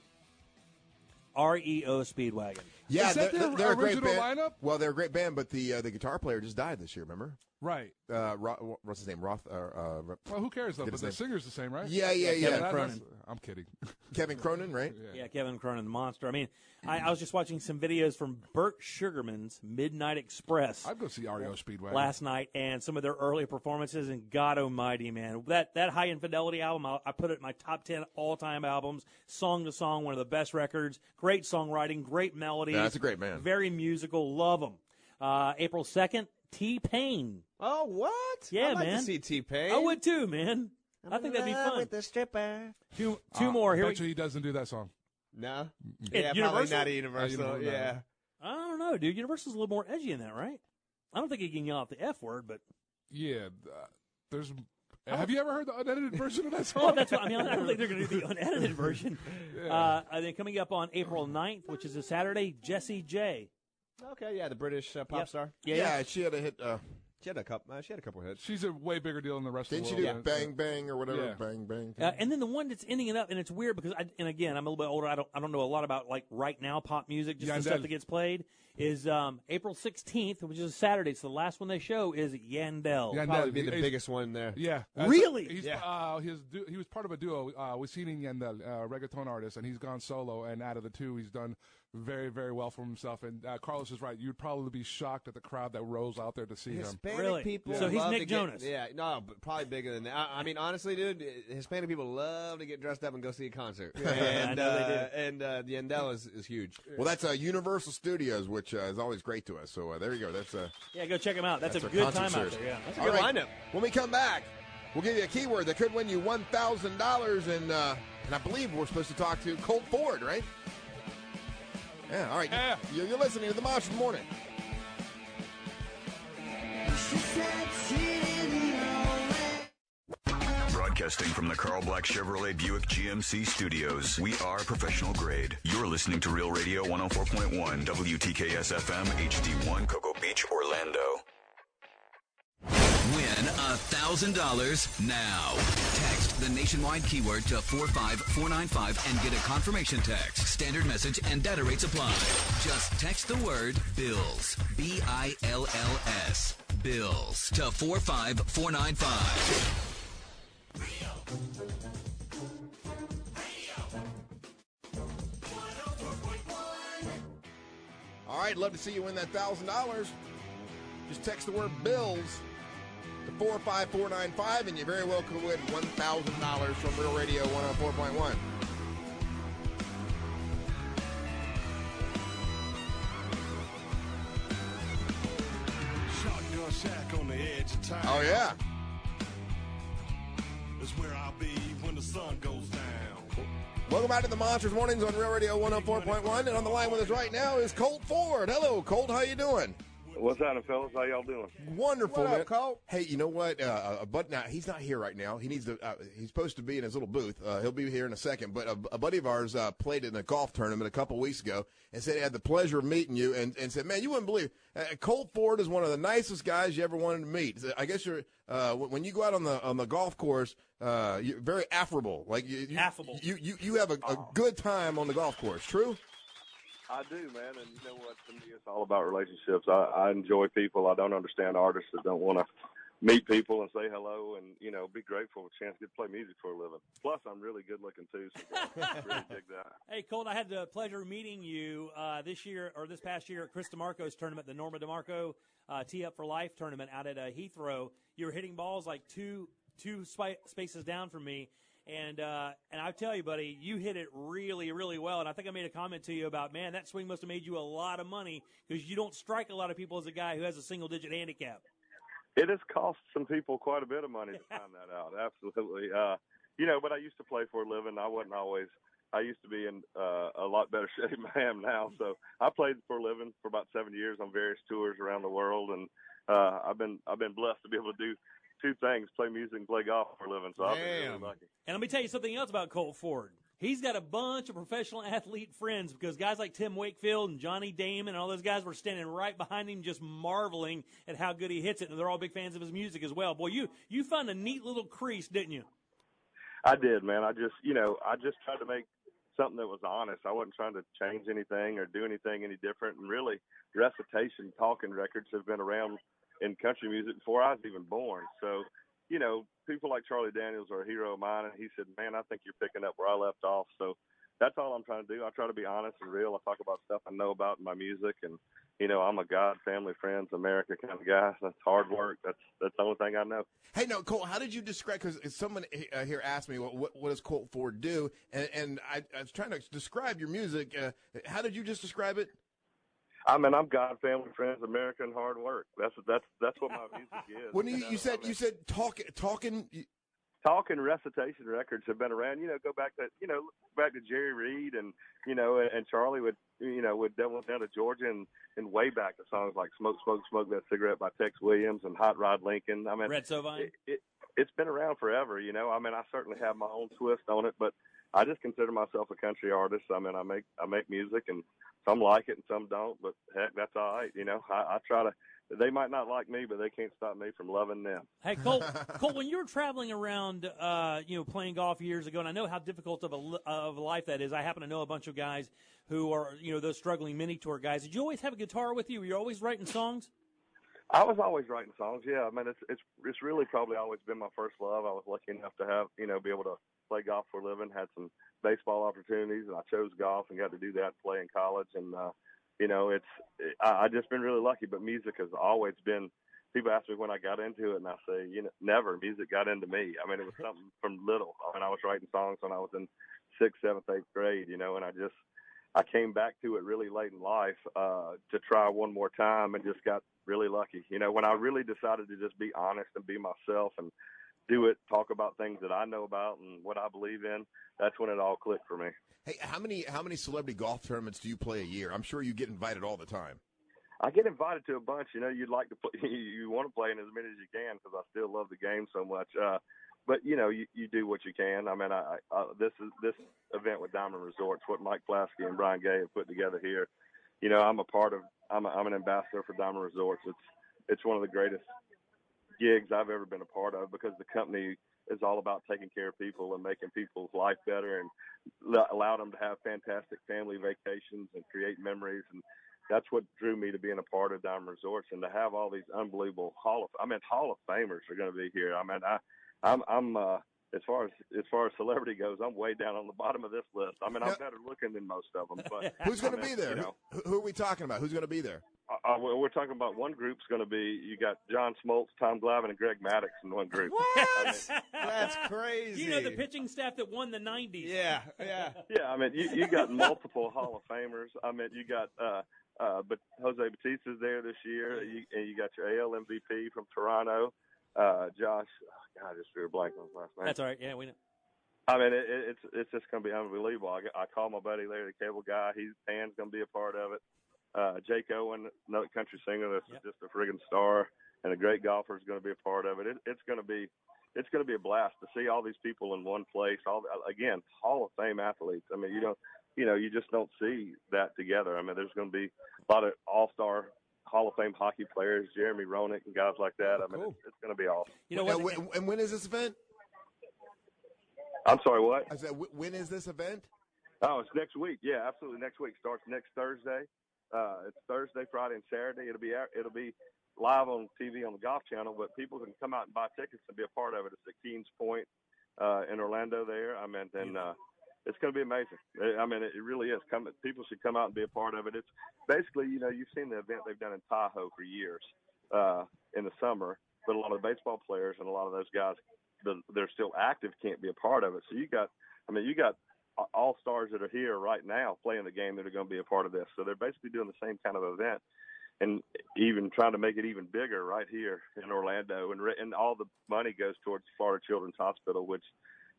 REO Speedwagon.
Yeah,
Is that
they're,
their
they're a great
original
band. Well, they're a great band, but the uh, the guitar player just died this year. Remember?
Right.
Uh, Ro- what's his name? Roth. Uh, uh,
Well, who cares though?
Get
But
his
the
name.
singer's the same, right?
Yeah, yeah, yeah.
That- that's- I'm kidding.
Kevin Cronin, right?
Yeah, Kevin Cronin, the monster. I mean, I, I was just watching some videos from Burt Sugarman's Midnight Express.
I'd go see
E
REO Speedwagon.
last night and some of their earlier performances. And God Almighty, man, that that High Infidelity album, I, I put it in my top ten all time albums, song to song, one of the best records. Great songwriting, great melodies.
Yeah, that's a great band.
Very musical, love them. Uh, April second, T Pain.
Oh, what?
Yeah,
I'd like to
man.
see T-Pain.
I would too, man. i think that'd be fun.
the stripper.
Two,
Uh,
two more. Here
Uh, I
we
bet you he doesn't do that song.
No.
Mm-hmm.
At
Yeah, probably
Universal?
not a Universal.
Universal, no.
yeah.
I don't know, dude. Universal's a little more edgy in that, right? I don't think he can yell out the F word, but
Yeah, uh, there's. Uh, Have you ever heard the unedited version of that song?
well, Oh, that's what I mean. I don't think they're going to do the unedited version. Uh, and then coming up on April 9th, which is a Saturday, Jesse J.
Okay, yeah, the British uh, pop
Yep.
star.
Yeah, yeah.
she had a hit. Uh,
she had a couple. Uh, she had a couple hits.
She's a way bigger deal than the rest
Didn't
of
she
the
do
world.
a bang bang or whatever?
Yeah.
Bang bang.
Uh, and then the one that's ending it up, and it's weird because, I, and again, I'm a little bit older. I don't, I don't know a lot about like right now pop music, just
Yeah, I
the stuff
know.
that gets played. Is um, April 16th, which is a Saturday. It's the last one they show. Is Yandel?
Yandel.
Probably be the
He's-
biggest one there.
Yeah, That's-
Really?
He's,
Yeah.
uh, his du- he was part of a duo. Uh, Wisin Yandel, uh, reggaeton artist, and he's gone solo. And out of the two, he's done very, very well for himself. And uh, Carlos is right. You'd probably be shocked at the crowd that rose out there to see
Hispanic
him.
Really?
people.
So he's
love
Nick
to get-
Jonas.
yeah, no, but probably bigger than that. I, I mean, honestly, dude, Hispanic people love to get dressed up and go see a concert.
I
And
know they
uh, and uh, the Yandel is, is huge.
Well, that's uh, Universal Studios, which uh, is always great to us. So uh, there you go. That's uh,
Yeah, go check them out. That's,
our
a good
concert
time out
series.
there. Yeah.
That's a
All
good
right.
lineup.
When we come back, we'll give you a keyword that could win you one thousand dollars, and uh, and I believe we're supposed to talk to Colt Ford, right? Yeah. All right. You're, you're listening to the Monster Morning.
Broadcasting from the Carl Black Chevrolet Buick GMC studios, we are professional grade. You're listening to Real Radio 104.1, WTKS FM, HD1, Cocoa Beach, Orlando.
Win $1,000 now. Text the nationwide keyword to 45495 and get a confirmation text. Standard message and data rates apply. Just text the word bills. B I L L S. Bills to 45495.
All right. Love to see you win that thousand dollars. Just text the word bills to four five four nine five, and you very well could win one thousand dollars from Real Radio one hundred four point one.
Shotgun shack on the edge of town.
Oh yeah.
It's where I'll be when the sun goes down.
Welcome back to the Monsters Mornings on Real Radio 104.1, and on the line with us right now is Colt Ford. Hello, Colt. How you doing?
What's happening, fellas? How y'all doing?
Wonderful,
What up,
man. Hey, you know what? Uh, a bud, now he's not here right now. He needs to. Uh, he's supposed to be in his little booth. Uh, he'll be here in a second. But a, a buddy of ours uh, played in a golf tournament a couple weeks ago and said he had the pleasure of meeting you, and, and said, man, you wouldn't believe. Uh, Colt Ford is one of the nicest guys you ever wanted to meet. So I guess you're uh, when when you go out on the on the golf course, uh, you're very affable. Like you, you, affable. You you you have a, a good time on the golf course. True.
I do, man. And you know what? To me, it's all about relationships. I, I enjoy people. I don't understand artists that don't want to meet people and say hello and, you know, be grateful for a chance to get to play music for a living. Plus, I'm really good looking, too. So I really dig that.
Hey, Colt, I had the pleasure of meeting you uh, this year or this past year at Chris DeMarco's tournament, the Norma DeMarco uh, Tee Up for Life tournament out at uh, Heathrow. You were hitting balls like two two spi- spaces down from me, and uh, and I tell you, buddy, you hit it really, really well. And I think I made a comment to you about, man, that swing must have made you a lot of money because you don't strike a lot of people as a guy who has a single digit handicap.
It has cost some people quite a bit of money to find that out. Absolutely. Uh, you know, but I used to play for a living. I wasn't always. I used to be in uh, a lot better shape than I am now. So I played for a living for about seven years on various tours around the world, and uh, I've been I've been blessed to be able to do two things: play music and play golf for a living. So I've been really
Damn.
lucky.
And let me tell you something else about Colt Ford. He's got a bunch of professional athlete friends because guys like Tim Wakefield and Johnny Damon and all those guys were standing right behind him, just marveling at how good he hits it. And they're all big fans of his music as well. Boy, you you found a neat little crease, didn't you?
I did, man. I just, you know, I just tried to make something that was honest. I wasn't trying to change anything or do anything any different. And really, recitation talking records have been around in country music before I was even born. So, you know, people like Charlie Daniels are a hero of mine. And he said, man, I think you're picking up where I left off. So that's all I'm trying to do. I try to be honest and real. I talk about stuff I know about in my music. And, you know, I'm a God, family, friends, America kind of guy. That's hard work. That's, that's the only thing I know.
Hey, no, Colt, how did you describe? Because someone uh, here asked me, what, what, what does Colt Ford do? And, and I, I was trying to describe your music. Uh, how did you just describe it?
I mean, I'm God, family, friends, American, hard work. That's that's that's what my music is.
When you, you said you said talk talking
talk and recitation records have been around. You know, go back to you know back to Jerry Reed and you know and, and Charlie would you know would double down to Georgia and and way back to songs like "Smoke, Smoke, Smoke That Cigarette" by Tex Williams and "Hot Rod Lincoln." I mean,
Red Sovine?
It, it, it's been around forever. You know, I mean, I certainly have my own twist on it, but I just consider myself a country artist. I mean, I make I make music, and some like it and some don't. But heck, that's all right. You know, I, I try to. They might not like me, but they can't stop me from loving them.
Hey, Colt, Colt, when you were traveling around, uh, you know, playing golf years ago, and I know how difficult of a li- of a life that is. I happen to know a bunch of guys who are, you know, those struggling mini tour guys. Did you always have a guitar with you? Were you always writing songs?
I was always writing songs. Yeah, I mean, it's it's it's really probably always been my first love. I was lucky enough to have you know be able to play golf for a living. Had some baseball opportunities, and I chose golf and got to do that and play in college. And uh, you know, it's I, I just been really lucky. But music has always been. People ask me when I got into it, and I say, you know, never. Music got into me. I mean, it was something from little. I mean, I was writing songs when I was in sixth, seventh, eighth grade. You know, and I just I came back to it really late in life uh, to try one more time, and just got really lucky. You know, when I really decided to just be honest and be myself and do it, talk about things that I know about and what I believe in, that's when it all clicked for me.
Hey, how many how many celebrity golf tournaments do you play a year? I'm sure you get invited all the time.
I get invited to a bunch. You know, you'd like to play, you want to play in as many as you can because I still love the game so much. Uh, but you know, you, you do what you can. I mean, I, I this is this event with Diamond Resorts, what Mike Plasky and Brian Gay have put together here. You know, I'm a part of. I'm a, I'm an ambassador for Diamond Resorts. It's it's one of the greatest gigs I've ever been a part of because the company is all about taking care of people and making people's life better and l- allow them to have fantastic family vacations and create memories and that's what drew me to being a part of Diamond Resorts and to have all these unbelievable hall of I mean Hall of Famers are going to be here. I mean I I'm I'm uh as far as as far as celebrity goes, I'm way down on the bottom of this list. I mean, I'm better looking than most of them. But
Who's going
I
to
mean,
be there?
You know,
who, who are we talking about? Who's going to be there?
uh, uh, we're we're talking about one group's going to be you got John Smoltz, Tom Glavine, and Greg Maddox in one group.
That's crazy. You know the pitching staff that won the '90s.
Yeah, yeah.
Yeah, I mean, you, you got multiple Hall of Famers. I mean, you got uh, uh, but Jose Batista's there this year, you, and you got your AL MVP from Toronto, uh, Josh. oh, God, I just drew a blank on his last name.
That's all right. Yeah, we know.
I mean, it, it- it's it's just going to be unbelievable. I, I call my buddy Larry the Cable Guy. He's Dan's going to be a part of it. Uh, Jake Owen, another country singer that's just a friggin' star and a great golfer, is going to be a part of it. it it's going to be it's going to be a blast to see all these people in one place. All uh, again, Hall of Fame athletes. I mean, you don't you know you just don't see that together. I mean, there's going to be a lot of All Star. Hall of Fame hockey players, Jeremy Roenick and guys like that. I mean, it's, it's going to be awesome.
You know what? and when is this event?
I'm sorry, what?
I said, wh- when is this event?
Oh, it's next week. Yeah, absolutely. Next week starts next Thursday. Uh, it's Thursday, Friday, and Saturday. It'll be out- it'll be live on TV on the Golf Channel, but people can come out and buy tickets and be a part of it. It's at Keens Point uh, in Orlando. There, I mean, and uh, it's going to be amazing. I- I mean, it it really is. Come, people should come out and be a part of it. It's basically, you know, you've seen the event they've done in Tahoe for years uh, in the summer, but a lot of the baseball players and a lot of those guys that they're still active can't be a part of it. So you got, I mean, you got all stars that are here right now playing the game that are going to be a part of this. So they're basically doing the same kind of event and even trying to make it even bigger right here in Orlando. And, re- and all the money goes towards Florida Children's Hospital, which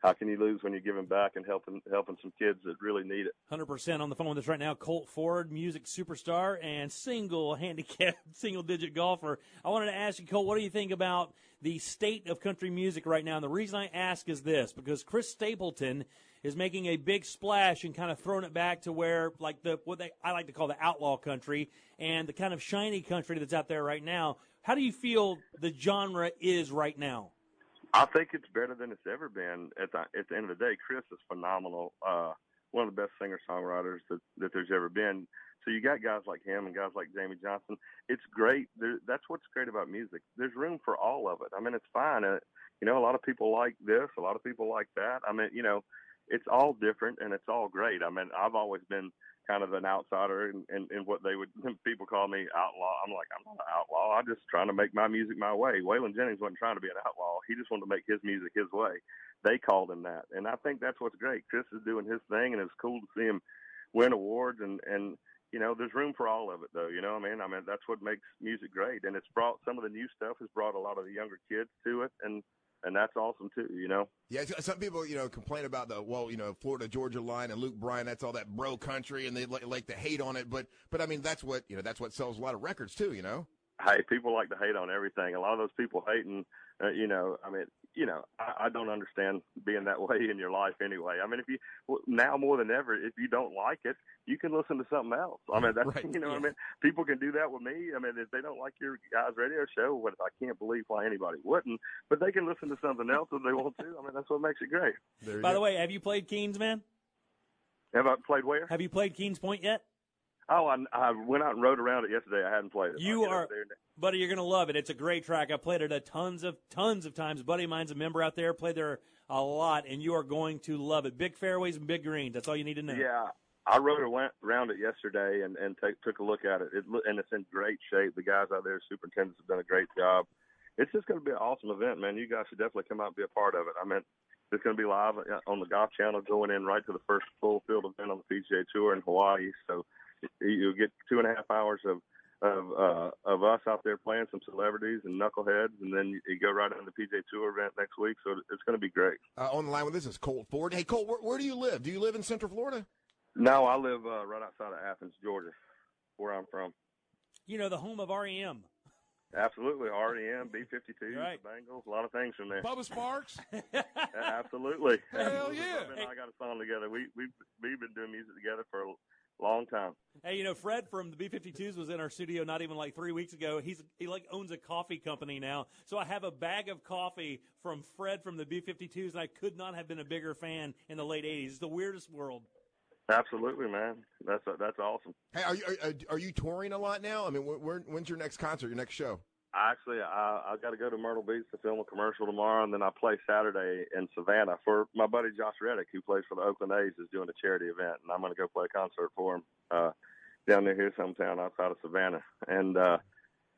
how can you lose when you're giving back and helping helping some kids that really need it?
100% on the phone with us right now, Colt Ford, music superstar and single handicapped, single digit golfer. I wanted to ask you, Colt, what do you think about the state of country music right now? And the reason I ask is this because Chris Stapleton is making a big splash and kind of throwing it back to where, like, the what they, I like to call the outlaw country and the kind of shiny country that's out there right now. How do you feel the genre is right now?
I think it's better than it's ever been. At the at the end of the day, Chris is phenomenal. Uh, one of the best singer songwriters that that there's ever been. So you got guys like him and guys like Jamie Johnson. It's great. There, that's what's great about music. There's room for all of it. I mean, it's fine. Uh, you know, a lot of people like this. A lot of people like that. I mean, you know, it's all different and it's all great. I mean, I've always been kind of an outsider and in, in, in what they would people call me outlaw. I'm like, I'm not an outlaw. I'm just trying to make my music my way. Waylon Jennings wasn't trying to be an outlaw. He just wanted to make his music his way. They called him that. And I think that's what's great. Chris is doing his thing and it's cool to see him win awards and, and you know, there's room for all of it though, you know what I mean? I mean that's what makes music great. And it's brought some of the new stuff has brought a lot of the younger kids to it and and that's awesome too, you know.
Yeah, it's- some people you know complain about the well, you know, Florida Georgia line and Luke Bryan. That's all that bro country, and they like, like to hate on it. But but I mean, that's what you know. That's what sells a lot of records too. You know.
hey, people like to hate on everything. A lot of those people hating, uh, you know, I mean, you know, I, I don't understand being that way in your life anyway. I mean, if you well, now more than ever, if you don't like it, you can listen to something else. I mean, that's
Right,
you know, what I
yeah.
mean, people can do that with me. I mean, if they don't like your guys' radio show, what I can't believe why anybody wouldn't, but they can listen to something else if they want to. I mean, that's what makes it great.
By the way, have you played Keens, man?
have I played where?
Have you played Keens Point yet?
Oh, I, I went out and rode around it yesterday. I hadn't played it. I'll
You
get
are,
over there next-
buddy. You're gonna love it. It's a great track. I played it a tons of tons of times. A buddy of mine's a member out there. Played there a lot, and you are going to love it. Big fairways and big greens. That's all you need to know.
Yeah, I rode awa- around it yesterday and and take, took a look at it. It loo- and it's in great shape. The guys out there, superintendents, have done a great job. It's just going to be an awesome event, man. You guys should definitely come out and be a part of it. I mean, it's going to be live uh, on the Golf Channel, going in right to the first full field event on the PGA Tour in Hawaii. So you- you'll get two and a half hours of of uh, of us out there playing some celebrities and knuckleheads, and then you go right on the PGA Tour event next week. So it's going to be great.
Uh, on the line with us is Colt Ford. Hey Colt, where, where do you live? Do you live in Central Florida?
No, I live uh, right outside of Athens, Georgia, where I'm from.
You know the home of E REM.
Absolutely, E REM, B52,
Right.
the Bengals, a lot of things from there.
Bubba Sparks.
Yeah, Absolutely.
Hell
Absolutely.
yeah.
Ben and I got a song together. We we we've been doing music together for a long time.
Hey, you know Fred from the B52s was in our studio not even like three weeks ago. He's he like owns a coffee company now. So I have a bag of coffee from Fred from the B52s, and I could not have been a bigger fan in the late '80s. It's the weirdest world.
Absolutely, man. That's that's awesome.
Hey, are you are, are you touring a lot now? I mean, wh- where, when's your next concert? Your next show?
Actually, I I got to go to Myrtle Beach to film a commercial tomorrow, and then I play Saturday in Savannah for my buddy Josh Reddick, who plays for the Oakland A's, is doing a charity event, and I'm going to go play a concert for him uh, down near his hometown outside of Savannah. And uh,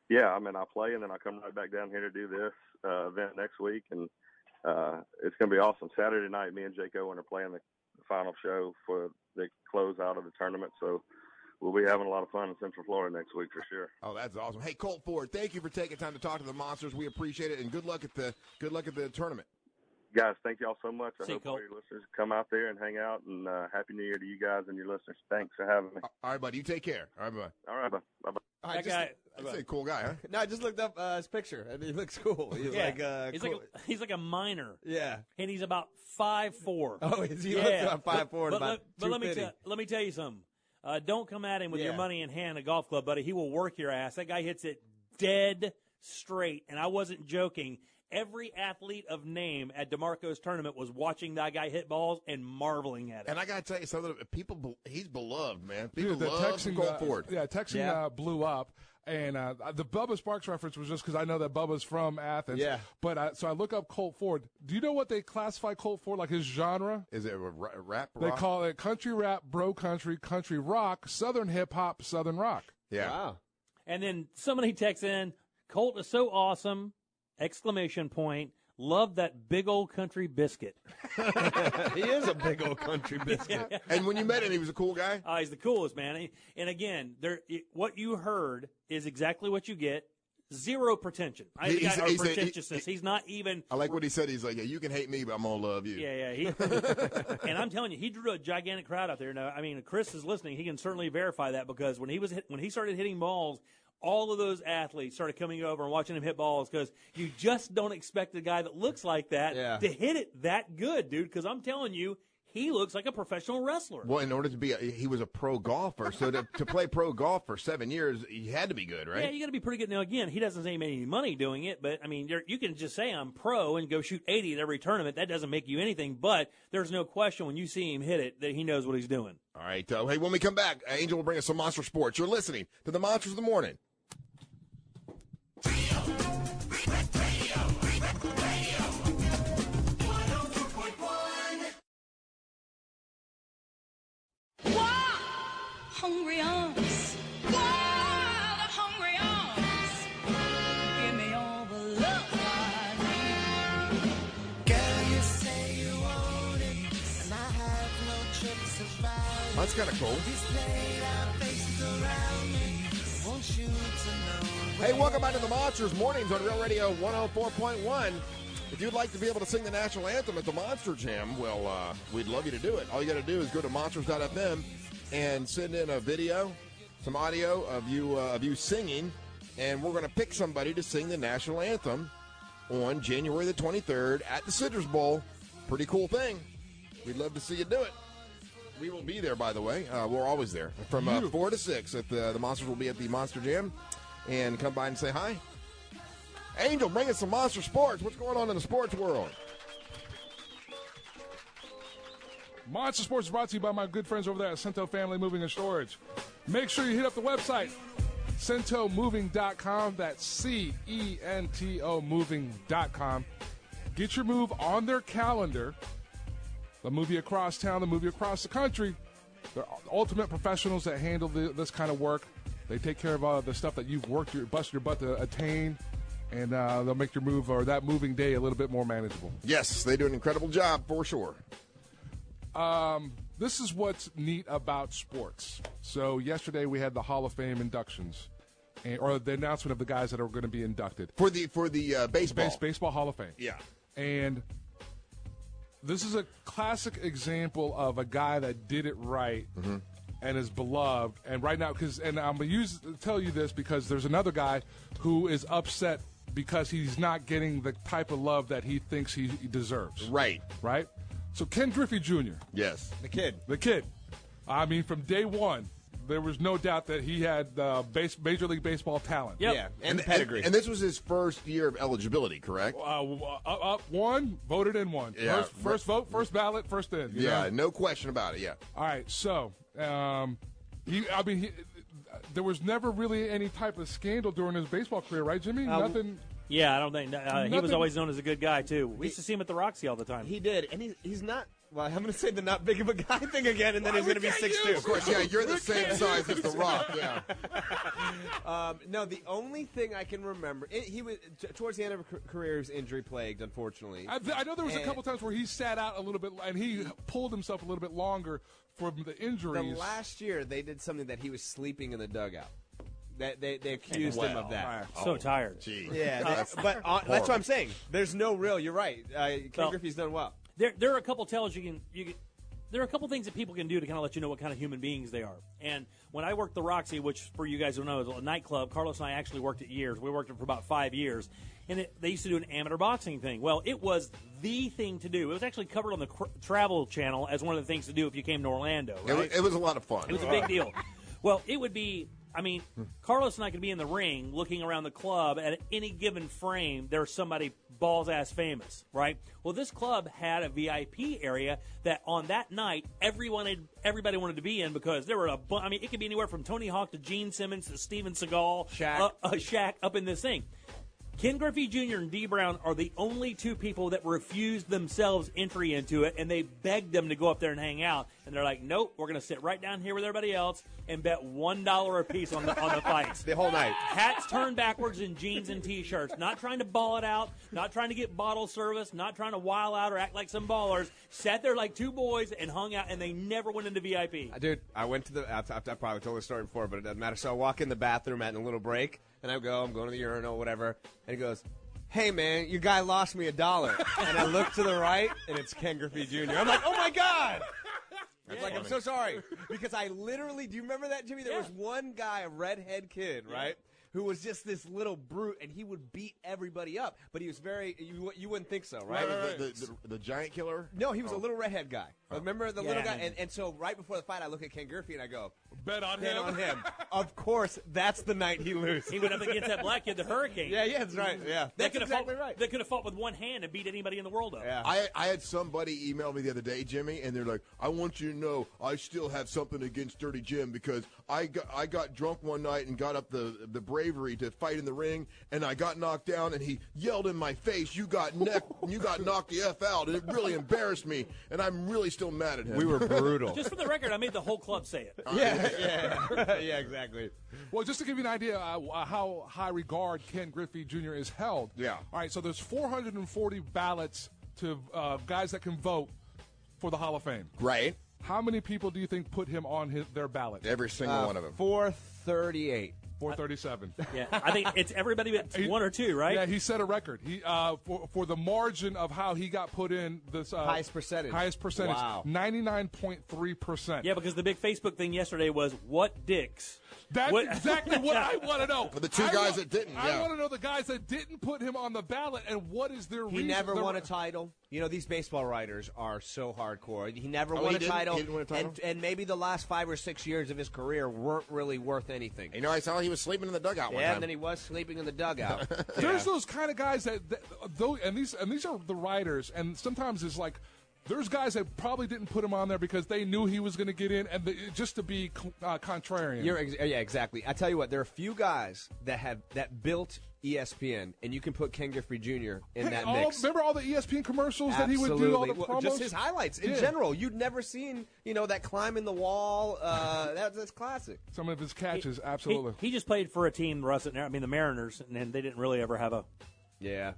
yeah, I mean, I play, and then I come right back down here to do this uh, event next week, and uh, it's going to be awesome. Saturday night, me and Jake Owen are playing the final show for the close out of the tournament, so we'll be having a lot of fun in Central Florida next week for sure.
Oh, that's awesome. Hey Colt Ford, thank you for taking time to talk to the monsters. We appreciate it, and good luck at the good luck at the tournament.
guys, thank y'all so much. I
See you,
hope all your listeners come out there and hang out. And uh, happy New Year to you guys and your listeners. Thanks for having me.
All right, buddy, you take care. All right, bye.
All right, bye bye.
All right, just-
I'd say cool guy, huh?
No, I just looked up uh, his picture, and he looks cool. He's
Yeah.
like, uh,
he's
cool.
like a, he's like a minor.
yeah.
and he's about five four.
Oh, is he? Let's go on 5'4" and
But,
about
let- but let me
250.
tell let me tell you something. Uh, don't come at him with your
Yeah.
money in hand, a golf club, buddy. He will work your ass. That guy hits it dead straight, and I wasn't joking. Every athlete of name at Demarco's tournament was watching that guy hit balls and marveling at it.
And I gotta tell you something. People, be- he's beloved, man. People
Dude, the
love
Texan
Colt
guy-
Ford.
Yeah, Texan
Yeah.
guy blew up. And uh, the Bubba Sparks reference was just because I know that Bubba's from Athens.
Yeah.
But I, so I look up Colt Ford. Do you know what they classify Colt Ford like his genre?
Is it a ra- rap?
They
rock?
call it country rap, bro country, country rock, southern hip hop, southern rock.
Yeah.
And then somebody texts in, Colt is so awesome! Exclamation point. Love that big old country biscuit.
he is a big old country biscuit.
And when you met him, he was a cool guy.
Ah, Oh, he's the coolest man. He- And again, there, it- what you heard is exactly what you get. zero pretension. I,
He-
he's,
he's- he's a- he-
pretentiousness. he's not even.
I like what he said. He's like, yeah, you can hate me, but I'm gonna love you.
Yeah, yeah. He, and I'm telling you, he drew a gigantic crowd out there. Now, I mean, Chris is listening. He can certainly verify that because when he was hit, when he started hitting balls, all of those athletes started coming over and watching him hit balls because you just don't expect a guy that looks like that
Yeah.
to hit it that good, dude. Because I'm telling you, he looks like a professional wrestler.
Well, in order to be, a, he was a pro golfer. So to, to play pro golf for seven years, he had to be good, right?
Yeah, you got to be pretty good. Now, again, he doesn't make any money doing it, but I mean, you're, you can just say I'm pro and go shoot 80 at every tournament. That doesn't make you anything, but there's no question when you see him hit it that he knows what he's doing.
All right. Uh, hey, when we come back, Angel will bring us some monster sports. You're listening to the Monsters of the Morning.
Hungry arms. Wow, the hungry arms. Give me all the love I need. Girl, you say you want it, and I have no chips about
That's kind of cool.
Displayed our faces around me. Won't you to know?
Hey, welcome back to the Monsters Mornings on Real Radio 104.1. If you'd like to be able to sing the national anthem at the Monster Jam, well, uh, we'd love you to do it. All you got to do is go to monsters.fm and send in a video, some audio of you uh, of you singing, and we're going to pick somebody to sing the national anthem on January the 23rd at the Citrus Bowl. Pretty cool thing. We'd love to see you do it. We will be there, by the way. Uh, we're always there from uh, four to six. At the the monsters will be at the Monster Jam, and come by and say hi. Angel, bring us some monster sports. What's going on in the sports world?
Monster Sports is brought to you by my good friends over there at Cento Family Moving and Storage. Make sure you hit up the website, centomoving.com. That's C E N T O moving.com. Get your move on their calendar. The movie across town, the movie across the country. They're ultimate professionals that handle the, this kind of work. They take care of uh, the stuff that you've worked your busted your butt to attain, and uh, they'll make your move or that moving day a little bit more manageable.
Yes, they do an incredible job for sure.
Um, this is what's neat about sports. So yesterday we had the Hall of Fame inductions, and, or the announcement of the guys that are going to be inducted
for the for the uh, baseball
baseball Hall of Fame.
Yeah,
and this is a classic example of a guy that did it right and is beloved. And right now, because and I'm gonna use tell you this because there's another guy who is upset because he's not getting the type of love that he thinks he deserves.
Right.
Right. So Ken Griffey Jr.
Yes.
The kid. The kid. I mean, from day one. There was no doubt that he had uh, base, Major League Baseball talent.
And, this was his first year of eligibility, correct?
Uh, w- up, up one, voted in one.
Yeah.
First, first vote, first ballot, first in. you
yeah,
know?
no question about it. Yeah.
All right, so um, he, I mean, he, there was never really any type of scandal during his baseball career, right, Jimmy?
Uh,
Nothing.
Yeah, I don't think uh, he was
Nothing-
always known as a good guy too. We used to see him at the Roxy all the time.
He did, and he's he's not. Well, I'm going to say the not big of a guy thing again, and then he's going to be six two.
Of course, yeah, you're the same size as The Rock. Yeah.
Um, no, the only thing I can remember, it, he was t- towards the end of his career, he was injury plagued, unfortunately.
I, I know there was a
eh.
And
couple times where he sat out a little bit and he pulled himself a little bit longer from the
The
injuries.
last year, they did something that he was sleeping in the dugout. That they, they accused him of that.
So
Oh,
tired.
Yeah,
That's
they- but uh, that's
horrible.
what I'm saying. There's no real. You're right. Uh, Ken
Well,
Griffey's done well.
There, there are a couple tells you can you can. There are a couple things that people can do to kind of let you know what kind of human beings they are. And when I worked the Roxy, which for you guys who know is a nightclub, Carlos and I actually worked it years. We worked it for about five years, and it, they used to do an amateur boxing thing. Well, it was the thing to do. It was actually covered on the cr- Travel Channel as one of the things to do if you came to Orlando.
It,
Right?
wa- it was a lot of fun.
It was a big deal. Well, it would be. I mean, Carlos and I could be in the ring looking around the club at any given frame. There's somebody balls ass famous, right? Well, this club had a VIP area that on that night everyone had, everybody wanted to be in because there were a. bu- I mean, it could be anywhere from Tony Hawk to Gene Simmons to Steven Seagal, Shaq, uh, uh, Shaq up in this thing. Ken Griffey Jr. and D. Brown are the only two people that refused themselves entry into it, and they begged them to go up there and hang out. And they're like, "Nope, we're going to sit right down here with everybody else and bet one dollar apiece on the on the fights the
whole night.
Hats turned backwards and jeans and t-shirts. Not trying to ball it out, not trying to get bottle service, not trying to while out or act like some ballers. Sat there like two boys and hung out, and they never went into VIP.
Dude, I went to the. I've, I've, I probably told this story before, but it doesn't matter. So I walk in the bathroom at a little break, and I go, I'm going to the urinal, whatever. And he goes, Hey man, your guy lost me a dollar. and I look to the right, and it's Ken Griffey Jr. I'm like, Oh my god. It's like, I'm so sorry. Because I literally, do you remember that, Jimmy? There was one guy, a redhead kid, right? Who was just this little brute, and he would beat everybody up. But he was very, you, you wouldn't think so, right?
The, the, the- the giant killer?
No, he was
Oh.
a little redhead guy. Remember the
Yeah,
little
I
guy?
remember.
And, and so right before the fight, I look at Ken Griffey and I go,
Bet on him."
on him. of course, that's the night he loses.
He went up against that black kid, the Hurricane.
Yeah, yeah, that's right. Yeah.
They
That's
could have
exactly
fought, right. They could have fought with one hand and beat anybody in the world up.
I, I had somebody email me the other day, Jimmy, and they're like, "I want you to know I still have something against Dirty Jim because I got I got drunk one night and got up the the bravery to fight in the ring, and I got knocked down, and he yelled in my face, "You got neck, you got knocked the f out," and it really embarrassed me, and I'm really still mad at him.
We were brutal.
Just for the record, I made the whole club say it.
Yeah, yeah, yeah, exactly.
Well, just to give you an idea uh, uh, how high regard Ken Griffey Jr. is held.
Yeah.
All right, so there's 440 ballots to uh, guys that can vote for the Hall of Fame.
Right.
How many people do you think put him on his, their ballot?
Every
Uh,
single one of them.
438.
437.
Yeah, I think it's everybody but
He-
one or two, right?
Yeah, he set a record. He uh, for for the margin of how he got put in this uh,
Highest percentage.
Highest percentage.
Wow.
Ninety nine point three percent.
Yeah, because the big Facebook thing yesterday was what dicks.
That's
What-
exactly what I want to know.
For the two guys that didn't,
I
yeah.
want to know the guys that didn't put him on the ballot and what is their
He
reason.
never
their-
won a title. You know, these baseball writers are so hardcore. He never
Oh,
won,
he
a
didn't-
title,
he didn't win a title?
And, and maybe the last five or six years of his career weren't really worth anything.
You know, I saw he was sleeping in the dugout
yeah,
one time.
and then he was sleeping in the dugout.
There's those kind of guys that, that though, and these and these are the writers, and sometimes it's like. There's guys that probably didn't put him on there because they knew he was going to get in, and the, just to be uh, contrarian.
You're ex- yeah, exactly. I tell you what, there are a few guys that have that built E ESPN, and you can put Ken Griffey Jr. in
Hey,
that
all-
mix.
Remember all the E ESPN commercials that he would do, all the
Absolutely.
promos,
Well, just his highlights in
Yeah.
general. You'd never seen, you know, that climbing the wall. Uh, that, that's classic.
Some of his catches, absolutely.
He, he just played for a team, the Russ. I mean, the Mariners, and then they didn't really ever have a.
Yeah.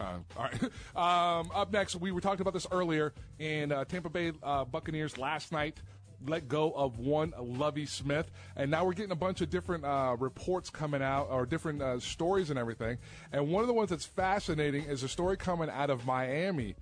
Uh, all right. Um, up next, we were talking about this earlier, and uh, Tampa Bay uh, Buccaneers last night let go of one Lovey Smith, and now we're getting a bunch of different uh, reports coming out or different uh, stories and everything. And one of the ones that's fascinating is a story coming out of Miami,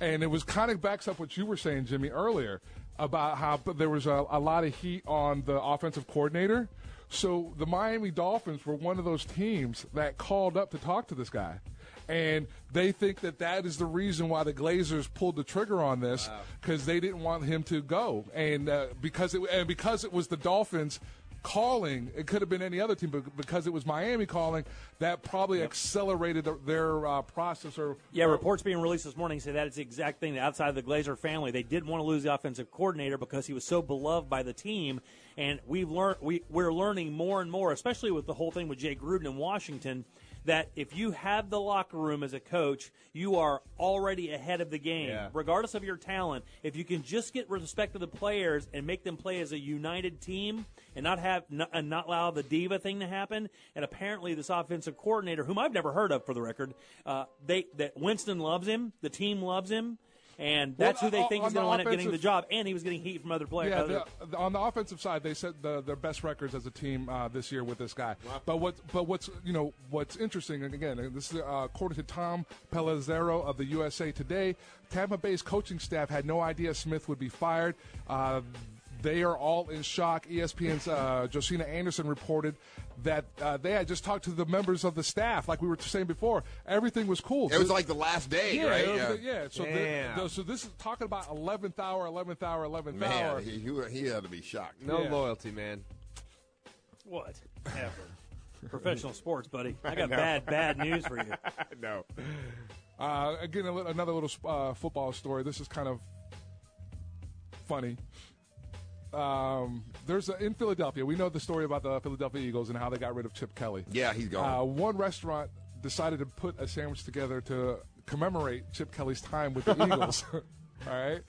and it was kind of backs up what you were saying, Jimmy, earlier about how there was a, a lot of heat on the offensive coordinator. So the Miami Dolphins were one of those teams that called up to talk to this guy and they think that that is the reason why the Glazers pulled the trigger on this because they didn't want him to go, and uh, because it and because it was the Dolphins calling, it could have been any other team, but because it was Miami calling, that probably accelerated the, their uh, process or
Yeah, reports being released this morning say that it's the exact thing. that Outside of the Glazer family, they didn't want to lose the offensive coordinator because he was so beloved by the team. And we've learned we we're learning more and more, especially with the whole thing with Jay Gruden in Washington, that if you have the locker room as a coach, you are already ahead of the game,
Yeah.
regardless of your talent. If you can just get respect to the players and make them play as a united team, and not have n- and not allow the diva thing to happen. And apparently, this offensive coordinator, whom I've never heard of for the record, uh, they that Winston loves him, the team loves him, and
Well, uh,
that's who they
on-
think
on
is going to
the
wind up getting the
offensive-
job. And he was getting heat from other players.
Yeah,
other-
the- the- on the offensive side, they set the, their best records as a team uh, this year with this guy.
Wow.
But what, but what's you know what's interesting, and again, and this is uh, according to Tom Pelizzero of the USA Today, Tampa Bay's coaching staff had no idea Smith would be fired. Uh, they are all in shock. ESPN's uh, Josina Anderson reported that uh, they had just talked to the members of the staff, like we were saying before. Everything was cool.
It was like the last day,
yeah,
right?
it was
Yeah.
the- yeah. So, the-
Damn.
the- so this is talking about 11th hour, 11th hour, 11th hour.
Man, he, he, he had to be shocked.
No loyalty, man.
What? Ever. Professional sports, buddy. I
I
got
know.
bad, bad news for you.
no. Uh, again, a li- another little uh, football story. This is kind of funny. Um, there's a, in Philadelphia. We know the story about the Philadelphia Eagles and how they got rid of Chip Kelly.
Yeah, he's gone.
Uh, one restaurant decided to put a sandwich together to commemorate Chip Kelly's time with the Eagles. All right,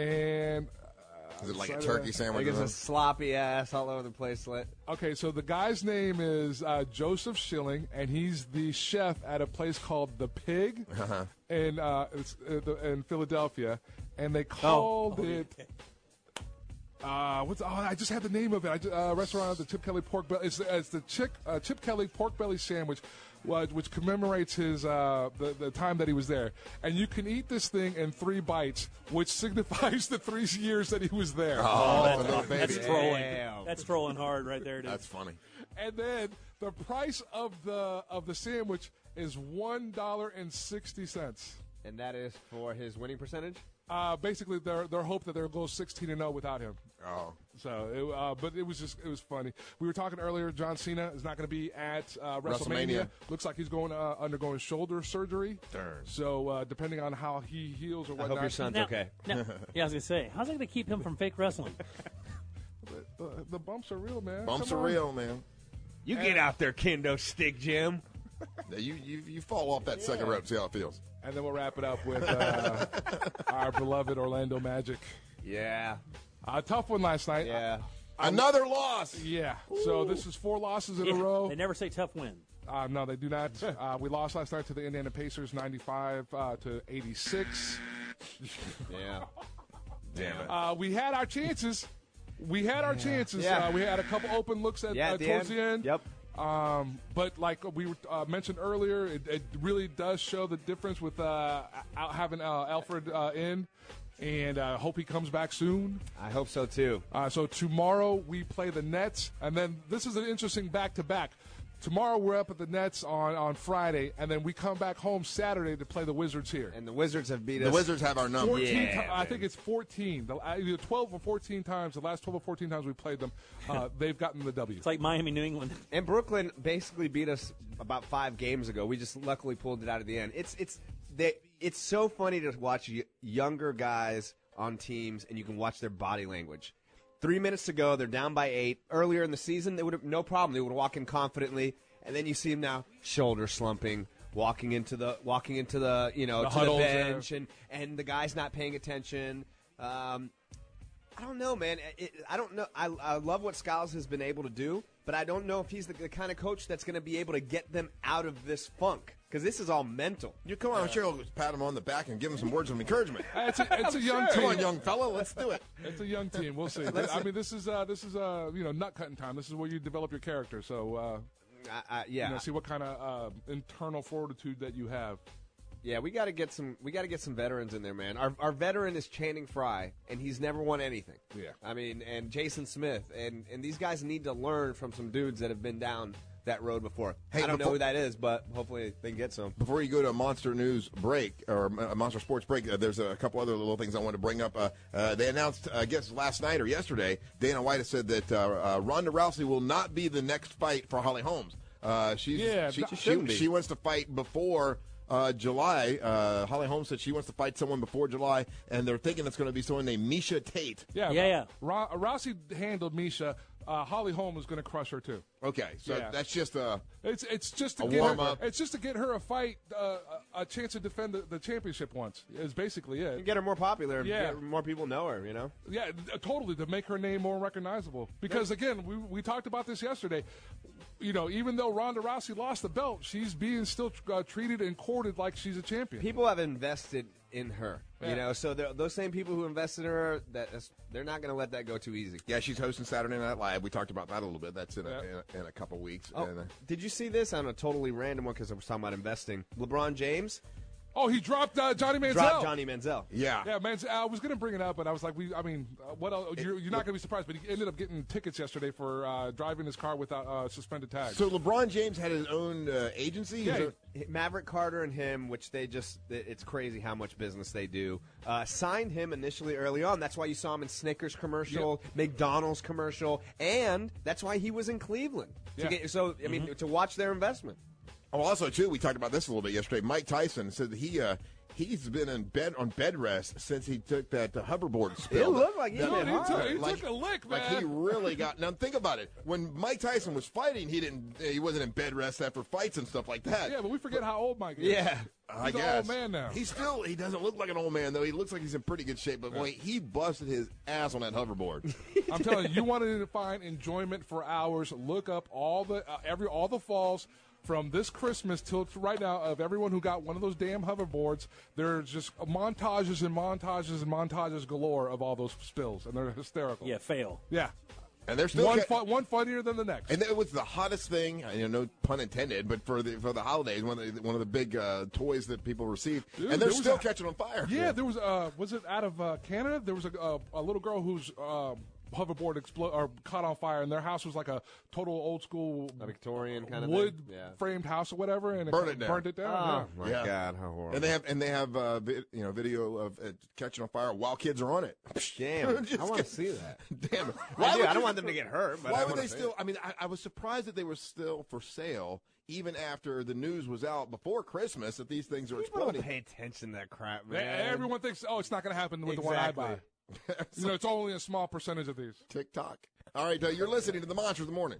and uh,
Is it like a
decided-
turkey sandwich?
Like it's a sloppy ass all over the place. Let-
Okay, so the guy's name is uh, Joseph Schilling, and he's the chef at a place called The Pig
Uh-huh.
in
Oh.
Oh.
uh, it's, uh, the- in Philadelphia, and they called it Uh, what's oh, I just had the name of it. I ju- uh, restaurant the Chip Kelly pork belly. It's, the- it's the Chick, uh, Chip Kelly pork belly sandwich, wha- which commemorates his uh, the, the time that he was there. And you can eat this thing in three bites, which signifies the three years that he was
Oh,
there.
Oh,
Oh, that's, that's trolling. That's trolling hard right there. Dude.
That's funny.
And then the price of the of the sandwich is one dollar and sixty cents.
And that is for his winning percentage.
Uh, basically, their their hope that they'll go sixteen and zero without him.
Oh,
so it, uh, but it was just it was funny. We were talking earlier. John Cena is not going to be at uh, WrestleMania.
WrestleMania.
Looks like he's going uh, undergoing shoulder surgery.
Darn.
So uh, depending on how he heals or
hope
whatnot,
your son's Now- okay.
now- yeah, I was gonna say, how's that gonna keep him from fake wrestling?
the, the bumps are real, man.
Bumps
Come
are
on.
real, man.
You get out there, kendo stick, Jim.
you, you you fall off that second rope. See how it feels.
And then we'll wrap it up with uh, our beloved Orlando Magic.
Yeah.
A tough one last night.
Yeah.
Another loss.
Yeah. So this is four losses in a row.
They never say tough win.
Uh, no, they do not. Uh, we lost last night to the Indiana Pacers, ninety-five uh, to eighty-six.
Yeah.
Damn it.
Uh, we had our chances. We had our chances.
Yeah.
Uh, we had a couple open looks at,
Yeah,
uh,
at the
towards
end.
the end.
Yep.
Um, but like we were, uh, mentioned earlier, it, it really does show the difference with uh, out having uh, Alfred uh, in, and uh, hope he comes back soon.
I hope so too.
Uh, so tomorrow we play the Nets, and then this is an interesting back to back. Tomorrow we're up at the Nets on, on Friday, and then we come back home Saturday to play the Wizards here.
And the Wizards have beat
The
us.
Wizards have our number.
14 ti-
Yeah,
I think it's 14. The, uh, either 12 or 14 times, the last 12 or 14 times we played them, uh, they've gotten the W. It's
like Miami, New England.
And Brooklyn basically beat us about five games ago. We just luckily pulled it out at the end. It's it's they, it's so funny to watch y- younger guys on teams, and you can watch their body language. Three minutes to go, they're down by eight. Earlier in the season, they would have no problem. They would walk in confidently, and then you see them now shoulder slumping, walking into the walking into the you know
The
to the
huddles, yeah.
bench, and and the guy's not paying attention. Um, I don't know, man. It, I don't know. I, I love what Skiles has been able to do, but I don't know if he's the, the kind of coach that's going to be able to get them out of this funk because this is all mental.
You come on, Cheryl, just pat him on the back and give him some words of encouragement.
It's a, it's a young team.
Come on, young fella, let's do it.
It's a young team. We'll see.
Listen.
I mean, this is uh, this is uh, you know nut cutting time. This is where you develop your character. So uh,
I, I, yeah,
you know, see what kind of uh, internal fortitude that you have.
yeah. We got to get some. We got to get some veterans in there, man. Our our veteran is Channing Frye, and he's never won anything.
Yeah.
I mean, and Jason Smith, and and these guys need to learn from some dudes that have been down that road before.
Hey,
I don't know
before-
who that is, but hopefully they can get some.
Before you go to Monster News break or uh, Monster Sports break, uh, there's a couple other little things I want to bring up. Uh, uh, they announced, uh, I guess, last night or yesterday, Dana White has said that uh, uh, Ronda Rousey will not be the next fight for Holly Holmes. Uh, she's,
Yeah,
she,
no-
she,
shouldn't be.
she wants to fight before uh, July. Uh, Holly Holmes said she wants to fight someone before July, and they're thinking it's going to be someone named Misha Tate.
Yeah,
Yeah, yeah.
Ra- Rousey handled Misha. Uh, Holly Holm is going to crush her too.
Okay, so
Yeah.
that's just uh, a.
It's it's just to
A
get her,
warm-up.
it's just to get her a fight, uh, a a chance to defend the, the championship once is basically it.
Get her more popular. and
Yeah.
get more people know her. You know.
Yeah, th- uh, totally to make her name more recognizable. Because again, we we talked about this yesterday. You know, even though Ronda Rousey lost the belt, she's being still tr- uh, treated and courted like she's a champion.
people have invested in her.
Yeah.
You know, so they're- those same people who invested in her, that that's- they're not going to let that go too easy.
Yeah, she's hosting Saturday Night Live. We talked about that a little bit. That's in a,
Yeah.
in, a in a couple weeks.
Oh,
And, uh,
did you see this on a totally random one? Because I was talking about investing. LeBron James
Oh, he dropped uh, Johnny Manziel.
dropped Johnny Manziel.
Yeah, man. I was gonna bring it up, but I was like, we. I mean, uh, what? Else, you're, you're not gonna be surprised, but he ended up getting tickets yesterday for uh, driving his car without uh, suspended tags.
So LeBron James had his own uh, agency.
Yeah,
His own-
Maverick Carter and him, which they just—it's crazy how much business they do. Uh, signed him initially early on. That's why you saw him in Snickers commercial, McDonald's commercial, and that's why he was in Cleveland. To
Yeah.
get- so I mean, to watch their investment.
Oh, also too, we talked about this a little bit yesterday. Mike Tyson said that he uh, he's been in bed on bed rest since he took that uh, hoverboard spill.
looked like he
That-
hit
that-
hard. He took- he
took a lick,
Like he
man.
really got. Now think about it. When Mike Tyson was fighting, he didn't. He wasn't in bed rest after fights and stuff like that.
yeah, but we forget how old Mike is.
I
He's an
guess.
old man now.
He still he doesn't look like an old man though. He looks like he's in pretty good shape. But boy, he busted his ass on that hoverboard.
I'm telling you, you wanted to find enjoyment for hours. Look up all the uh, every all the falls. from this Christmas till right now of everyone who got one of those damn hoverboards. There's just montages and montages and montages galore of all those spills, and they're hysterical.
Yeah, fail.
Yeah.
And they're still
one, fu-
ca-
one funnier than the next.
And it was the hottest thing, I- you know, no pun intended, but for the for the holidays, one of the, one of the big uh, toys that people received,
Dude,
and
there
they're
was
still
a-
catching on fire.
Yeah, there was uh, was it out of uh, Canada? There was a, a, a little girl whose uh, hoverboard exploded or caught on fire, and their house was like a total old school
Victorian kind of
wood
thing? Yeah.
framed house or whatever, and
Burned
it
it down.
burned it down.
Oh, my
Yeah.
God, how horrible.
And they have and they have uh, vi- you know video of it catching on fire while kids are on it.
Damn,
Just
I want to
get-
see that.
Damn it!
I, do. I
would
don't
you-
want them to get hurt. But
why
I
would
wanna
they
see
still?
it.
I mean, I, I was surprised that they were still for sale even after the news was out before Christmas that these things are
People
exploding.
don't pay attention to that crap,
Yeah.
man.
Everyone thinks, oh, it's not going to happen with the one I buy.
Exactly.
you know, it's only a small percentage of these.
TikTok. All right, uh, you're listening to the Monster of the Morning.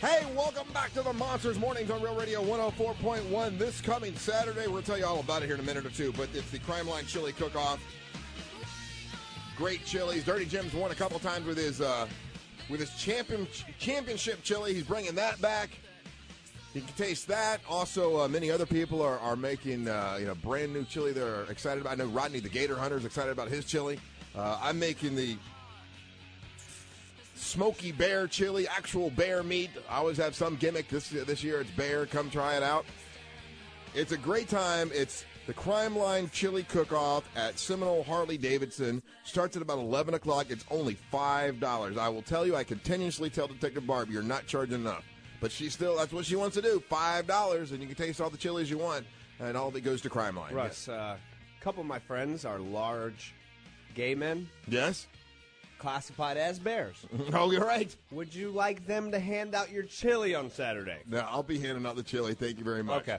Hey, welcome back to the Monsters Mornings on Real Radio 104.1. This coming Saturday, we'll tell you all about it here in a minute or two, but it's the Crime Line Chili Cook Off. Great chilies. Dirty Jim's won a couple times with his uh, with his champion, championship chili. He's bringing that back. You can taste that. Also, uh, many other people are, are making uh, you know brand new chili. They're excited about. I know Rodney the Gator Hunter is excited about his chili. Uh, I'm making the smoky bear chili, actual bear meat. I always have some gimmick. This this year it's bear. Come try it out. It's a great time. It's the Crime Line Chili Cook Off at Seminole Harley Davidson. Starts at about 11 o'clock. It's only $5. I will tell you, I continuously tell Detective Barb, you're not charging enough. But she still, that's what she wants to do $5, and you can taste all the chilies you want and all that goes to Crime Line.
Russ, uh, a couple of my friends are large gay men
Yes?
classified as bears.
Oh, you're right.
Would you like them to hand out your chili on Saturday?
No, I'll be handing out the chili. Thank you very much.
Okay.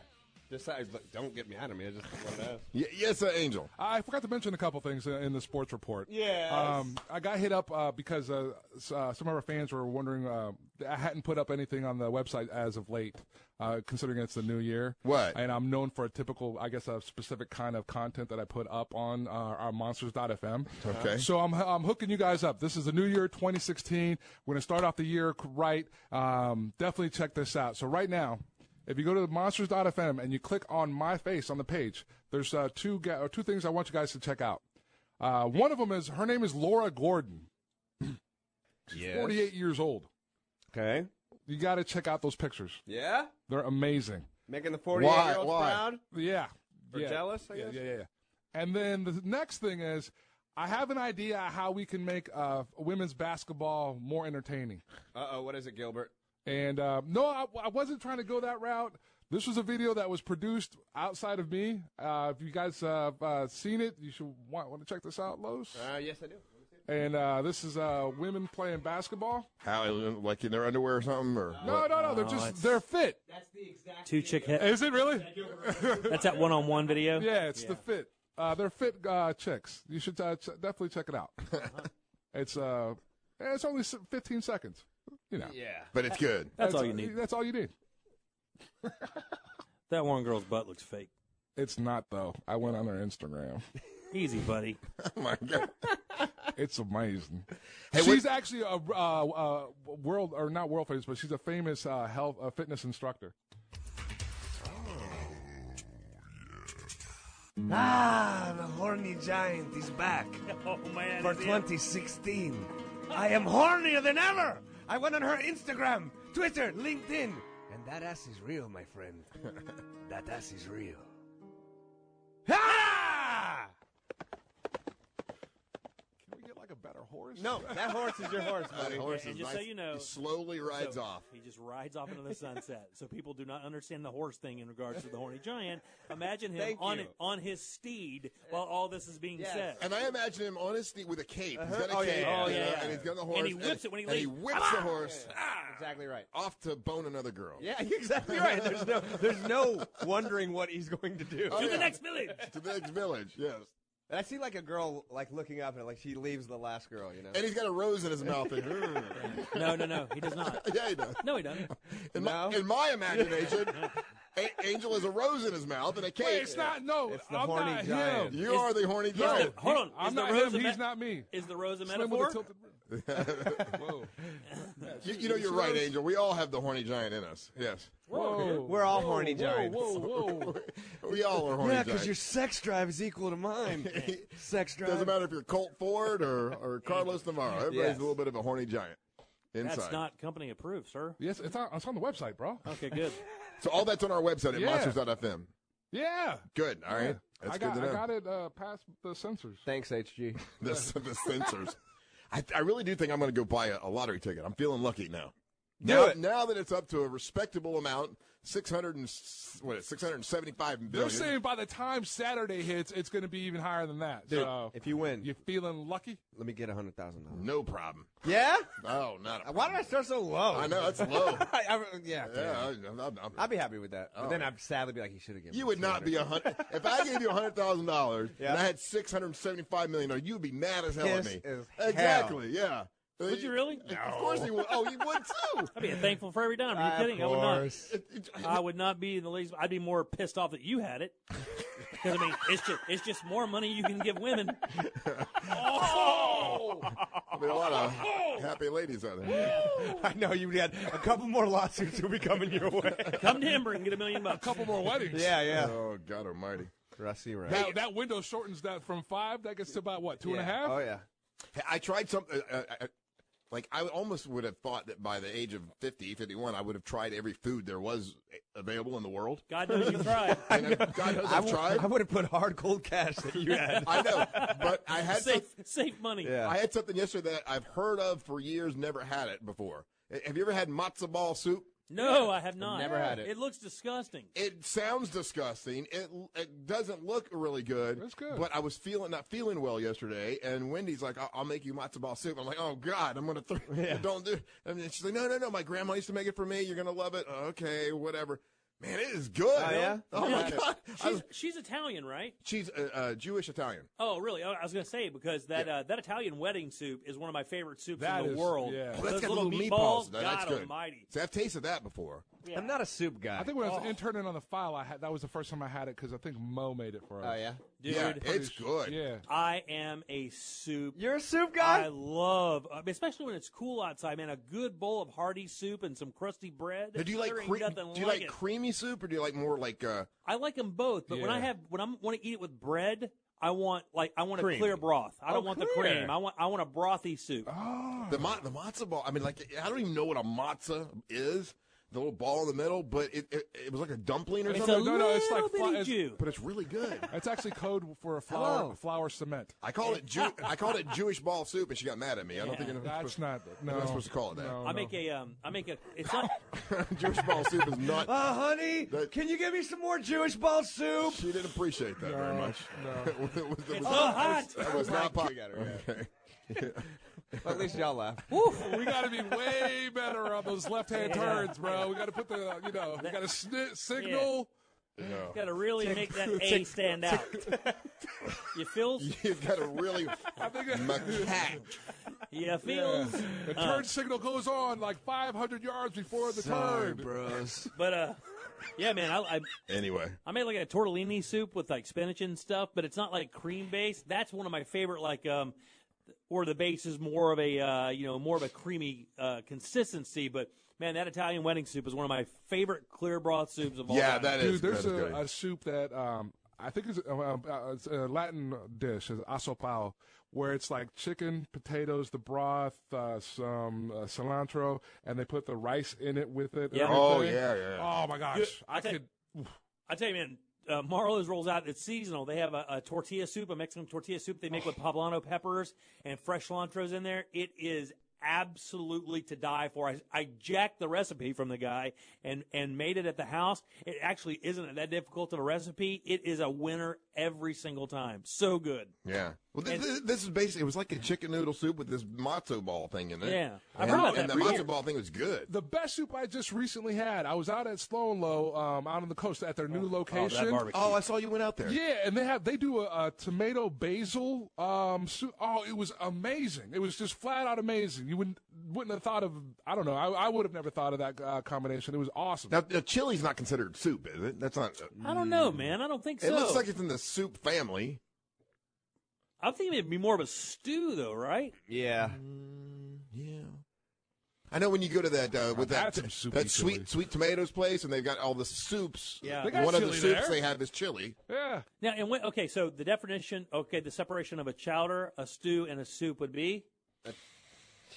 Just, I- but don't get me out of me. I just want to ask.
Y- yes, uh, Angel.
I forgot to mention a couple things uh, in the sports report.
Yes.
Um, I got hit up uh, because uh, s- uh, some of our fans were wondering. Uh, I hadn't put up anything on the website as of late, uh, considering it's the new year.
What?
And I'm known for a typical, I guess, a specific kind of content that I put up on uh, our monsters.fm.
Okay.
So I'm, I'm hooking you guys up. This is the new year, 2016. We're going to start off the year c- right. Um, definitely check this out. So right now, if you go to monsters.fm and you click on my face on the page, there's uh, two ga- or two things I want you guys to check out. Uh, one of them is her name is Laura Gordon. She's 48 years old.
Okay.
You got to check out those pictures.
Yeah?
They're amazing.
Making the 48 year olds
Why? Why?
proud?
Yeah.
Or
yeah.
jealous, I
yeah,
guess?
Yeah, yeah, yeah. And then the next thing is, I have an idea how we can make uh, women's basketball more entertaining.
Uh oh, what is it, Gilbert?
And uh, no, I, I wasn't trying to go that route. This was a video that was produced outside of me. Uh, if you guys uh, have uh, seen it, you should want, want to check this out, Los.
Uh, yes, I do.
And uh, this is uh, women playing basketball.
How, like in their underwear or something? Or
No, no, no. They're
No, it's-
just they're fit.
Oh, Two chick hit.
Is it really?
That's that one on one video.
Yeah, it's the fit. Uh, they're fit uh, chicks. You should uh, ch- definitely check it out.
Uh-huh.
it's uh, eh, it's only s- 15 seconds. You know,
Yeah.
But it's good.
That's all you need.
That's all you need.
That one girl's butt looks fake.
It's not though. I went on their Instagram.
Easy, buddy.
Oh, my God.
It's amazing.
Hey,
she's actually a uh, uh, world or not world famous, but she's a famous uh, health uh, fitness instructor.
Ah, the horny giant is back
Oh man.
for
is it?
2016. I am hornier than ever. I went on her Instagram, Twitter, LinkedIn, and that ass is real, my friend. that ass is real. Ah!
Can we get like a better horse?
No, that horse is your horse, buddy.
That horse
And
is
just so
nice.
you know,
He slowly rides
so
off.
He just rides off into the sunset. so people do not understand the horse thing in regards to the horny giant. Imagine him
Thank
on
you.
on his steed while all this is being
Yes.
said.
And I imagine him honestly with a cape. He's got a
Oh, yeah,
cape,
yeah.
yeah,
you know,
Oh, yeah,
and he's got the horse.
And he whips it when he
and he
leaves.
whips the horse
Exactly right.
off to bone another girl.
Yeah, you're exactly right. There's no, there's no wondering what he's going to do. Oh,
to
yeah.
the next village.
to the next village. Yes,
And I see like a girl like looking up and like she leaves the last girl, you know.
and he's got a rose in his mouth. and-
No, no, no. He does not.
yeah, he does.
No, he doesn't.
In,
No?
my, in my imagination, A- Angel has a rose in his mouth and a cake.
Wait, it's not. No, I'm not him.
You are the horny
No,
giant.
hold on. I'm
Is the
not
rose
him.
a
He's
me-
not me.
Is the rose a
Slim with
metaphor?
tilted-
you, you know, you're right, Angel. We all have the horny giant in us. Yes.
Whoa. We're all Whoa, horny whoa, giants. whoa,
we all are horny
Yeah,
giants.
because your sex drive is equal to mine. sex drive.
Doesn't matter if you're Colt Ford or, or Carlos Navarro. Everybody's
Yes.
a little bit of a horny giant inside.
That's not company approved, sir.
Yes, it's on, it's on the website, bro.
Oh,
Okay, good.
so all that's on our website at
Yeah.
monsters.fm.
Yeah.
Good. All right. That's
I got,
good to know.
I got it uh, past the sensors.
Thanks, HG.
the, the sensors. I, I really do think I'm going to go buy a, a lottery ticket. I'm feeling lucky now. now, now that it's up to a respectable amount, six hundred and s- what? Six hundred and seventy-five
They're
billion.
saying by the time Saturday hits, it's going to be even higher than that.
Dude,
so
if you win,
Oh. you feeling lucky?
Let me get a hundred thousand dollars.
No problem.
Yeah.
Oh, not. A
Why did I start so low?
I know that's low.
I- I- yeah.
yeah,
okay.
I, I'm, I'm,
I'd be happy with that.
Oh.
But then I'd sadly be like, you should have given.
you
me
would not be a hundred. if I gave you a hundred thousand dollars and I had six hundred seventy-five million dollars, you'd be mad as hell
Pissed
at me.
as hell.
exactly. Yeah.
Would you really?
Of course he would. Oh, he would too.
I'd be thankful for every dime. Are you
Of
kidding?
course.
I would not. I would not be in the least. I'd be more pissed off that you had it. 'Cause, I mean, it's just it's just more money you can give women.
Oh! I mean, a lot of happy ladies out there.
I know you had a couple more lawsuits will be coming your way.
Come to Ember and get a million bucks. A
couple more weddings.
Yeah, yeah.
Oh God Almighty.
Rusty, right?
That, that window shortens that from five. That gets to about what two and a half?
Oh,
Oh, Hey, I tried something. Uh, uh, like I almost would have thought that by the age of 50, 51, I would have tried every food there was available in the world.
God knows you tried.
And I, God knows
I
I've
would-
tried.
I would have put hard cold cash that you had.
I know, but I had
Save
some-
save money.
I had something yesterday that I've heard of for years, never had it before. Uh, Have you ever had matzo ball soup?
No, I have not.
Never had it.
It looks disgusting.
It sounds disgusting. It it doesn't look really good. That's good. But I was feeling not feeling well yesterday, and Wendy's like, "I'll, I'll make you matzo ball soup." I'm like, "Oh God, I'm gonna throw." Don't do. And then she's like, "No, no, no. My grandma used to make it for me. You're gonna love it." Okay, whatever. Man, it is good.
Oh, yeah?
Oh my
Yeah.
God. I
She's,
was-
she's Italian, right?
she's uh, uh, Jewish Italian.
Oh, really? Oh, I was going to say because that uh, that Italian wedding soup is one of my favorite soups
That
in the
is-
world.
yeah.
Oh, that's
Those
got
little
little
meatballs.
meatballs. Now,
God
that's good.
Almighty!
See, I've tasted that before.
I'm not a soup guy.
I think when I was
Oh.
interning on the file, I had that was the first time I had it because I think Mo made it for us.
Oh, yeah?
Dude,
Yeah, it's
good.
Yeah.
I am a soup.
You're a soup guy?
I love, I mean, especially when it's cool outside. Man, a good bowl of hearty soup and some crusty bread.
Now, do you like
There ain't
cre-
nothing
do you
like
like
it.
creamy soup or do you like more like uh,
I like them both, but when I
Yeah.
have when I am want to eat it with bread, I want like I want
Cream.
a clear broth. I don't
Oh,
want the
clear. Oh.
cream. I want I want a brothy soup.
The ma- the matzo ball. I mean, like I don't even know what a matzo is. The little ball in the middle, but it it, it was like a dumpling or
It's a
something.
No, no, it's like little fly- bitty it's-
Jew.
but it's really good.
That's actually code for a flour
Hello.
flour cement.
I call it Jew- I called it Jewish ball soup, and she got mad at me. I don't think you're
That's
supposed,
not-
you're
no.
supposed to call it that.
I make a um I make a it's not
Jewish ball soup is not.
Uh, honey, can you give me some more Jewish ball soup?
She didn't appreciate that very much. No. it was,
It's
was-
so
that was-
hot.
That was
Oh,
not
my
pop.
God.
Okay.
Well, at least y'all laugh.
we got to be way better on those left-hand turns, bro. We got to put the, uh, you know, we got to sni signal.
Got to really make that A stand out. You feels?
You've got to really macaque.
Yeah, feels.
The turn
Uh,
signal goes on like 500 yards before the turn.
bros.
But uh, yeah, man, I, I
Anyway,
I made like a tortellini soup with like spinach and stuff, but it's not like cream based. That's one of my favorite like um, where the base is more of a uh, you know more of a creamy uh, consistency. But man, that Italian wedding soup is one of my favorite clear broth soups of all time.
Dude, there's a, a soup that um, I think is uh, uh, it's a Latin dish, is asopao, where it's like chicken, potatoes, the broth, uh, some uh, cilantro, and they put the rice in it with it. and
Yeah. Oh,
everything.
yeah, yeah.
Oh my gosh,
You-
I,
I tell-
could.
I tell you, man, uh, Marlowe's rolls out. It's seasonal. They have a, a tortilla soup, a Mexican tortilla soup they
Oh.
make with poblano peppers and fresh cilantros in there. It is absolutely to die for. I, I jacked the recipe from the guy and, and made it at the house. It actually isn't that difficult of a recipe. It is a winner every single time. So good.
Yeah. Well, this, this, this is basically it was like a chicken noodle soup with this matzo ball thing in it.
Yeah.
I've
and,
heard about
and
that
the
for
matzo
years.
ball thing was good.
The best soup I just recently had. I was out at Slow and Low, um, out on the coast at their new location.
Oh, I saw you went out there.
Yeah, and they have they do a, a tomato basil um soup. Oh, it was amazing. It was just flat out amazing. You would wouldn't have thought of. I don't know. I, I would have never thought of that uh, combination. It was awesome.
Now, now chili's not considered soup, is it? That's not. uh,
I don't know, man. I don't think
It looks
so.
like it's in the soup family.
I'm thinking it'd be more of a stew, though, right?
Yeah.
Mm, Yeah. I know when you go to that uh, with that
That's some soupy
that sweet sweet tomatoes place, and they've got all the soups.
Yeah. They got
one of the
chili
soups
there.
they have is chili.
Yeah.
Now, and when, okay, so the definition, okay, the separation of a chowder, a stew, and a soup would be.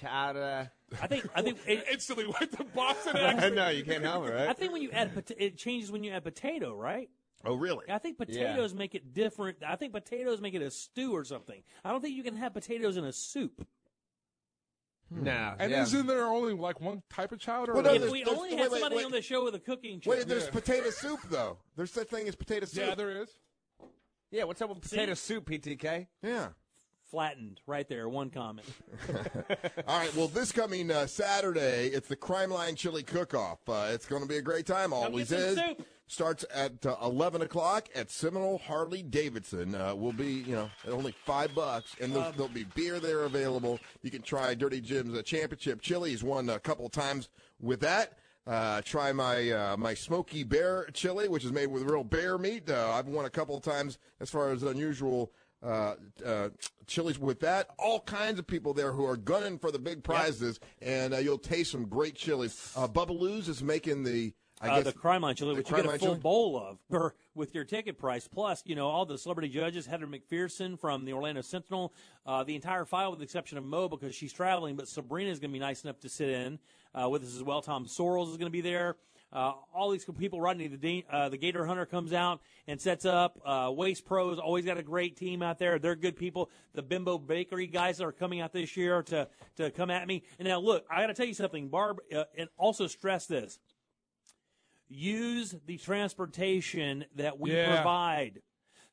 Chowder.
I think. I think it,
instantly went to Boston.
accent. No, you can't help it, right?
I think when you add pota- it changes when you add potato, right?
Oh, really?
I think potatoes make it different. I think potatoes make it a stew or something. I don't think you can have potatoes in a soup.
No.
And
Hmm. yeah.
isn't there only like one type of chowder?
Well,
or-
no,
if we only
wait,
had
wait,
somebody
wait.
on the show with a cooking show,
Wait, there's potato soup though. There's such thing as potato soup.
Yeah, there is.
Yeah, what's up with potato soup, PTK?
Yeah.
flattened right there. One comment.
All right. Well, this coming uh, Saturday, it's the Crime Line Chili Cook-Off. Uh, it's going to be a great time. Always
some
is.
soup.
Starts at uh, eleven o'clock at Seminole Harley Davidson. Uh, will be you know at only five bucks, and there'll, there'll be beer there available. You can try Dirty Jim's uh, championship chili. He's won a couple times with that. Uh, try my uh, my smoky bear chili, which is made with real bear meat. Uh, I've won a couple of times as far as unusual uh, uh, chilies with that. All kinds of people there who are gunning for the big prizes, and uh, you'll taste some great chilies. Uh, Bubba Lou's is making the I
uh,
guess
the crime line chili,
the
which you get
Crime
a
Line
full
chili?
bowl of per, with your ticket price. Plus, you know, all the celebrity judges, Heather McPherson from the Orlando Sentinel, uh, the entire file with the exception of Mo because she's traveling, but Sabrina's going to be nice enough to sit in uh, with us as well. Tom Sorrells is going to be there. Uh, all these people, Rodney the Dean, uh, the Gator Hunter comes out and sets up. Uh, Waste Pros always got a great team out there. They're good people. The Bimbo Bakery guys that are coming out this year to to come at me. And now look, I got to tell you something, Barb, uh, and also stress this use the transportation that we
Yeah.
provide.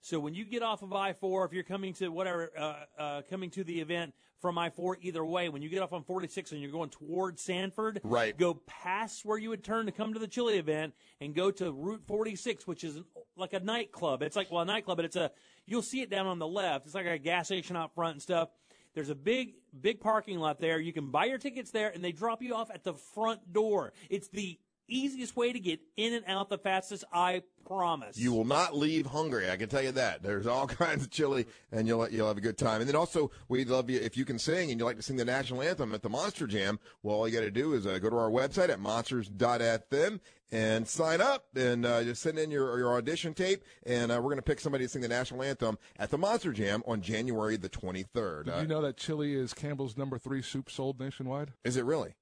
So when you get off of I four, if you're coming to whatever, uh, uh, coming to the event from I four, either way, when you get off on 46 and you're going toward Sanford,
Right.
go past where you would turn to come to the Chili event and go to Route 46, which is an, like a nightclub. It's like well, a nightclub, but it's a you'll see it down on the left. It's like a gas station out front and stuff. There's a big, big parking lot there. You can buy your tickets there, and they drop you off at the front door. It's the easiest way to get in and out the fastest. I promise.
You will not leave hungry. I can tell you that. There's all kinds of chili, and you'll you'll have a good time. And then also, we'd love you if you can sing and you like to sing the national anthem at the Monster Jam. Well, all you got to do is uh, go to our website at monsters.fm and sign up, and uh, just send in your your audition tape, and uh, we're gonna pick somebody to sing the national anthem at the Monster Jam on January the 23rd.
Did
Uh,
you know that chili is Campbell's number three soup sold nationwide?
is it really?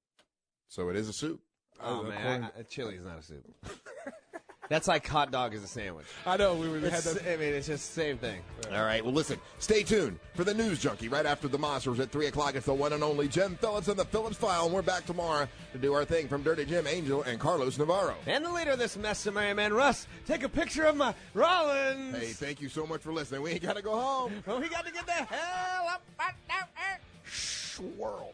So it is a soup.
Oh,
Uh,
man,
according
I, I- chili is not a soup. That's like hot dog is a sandwich.
I know we, we
It's-
had that.
I mean, it's just the same thing.
All right. Well, listen. Stay tuned for the news junkie right after the monsters at three o'clock. It's the one and only Jim Phillips and the Phillips File, and we're back tomorrow to do our thing from Dirty Jim Angel and Carlos Navarro.
And the leader of this mess, the merry man Russ, take a picture of my Rollins.
Hey, thank you so much for listening. We ain't gotta go home.
Well, we got to get the hell up out of here.
Swirls.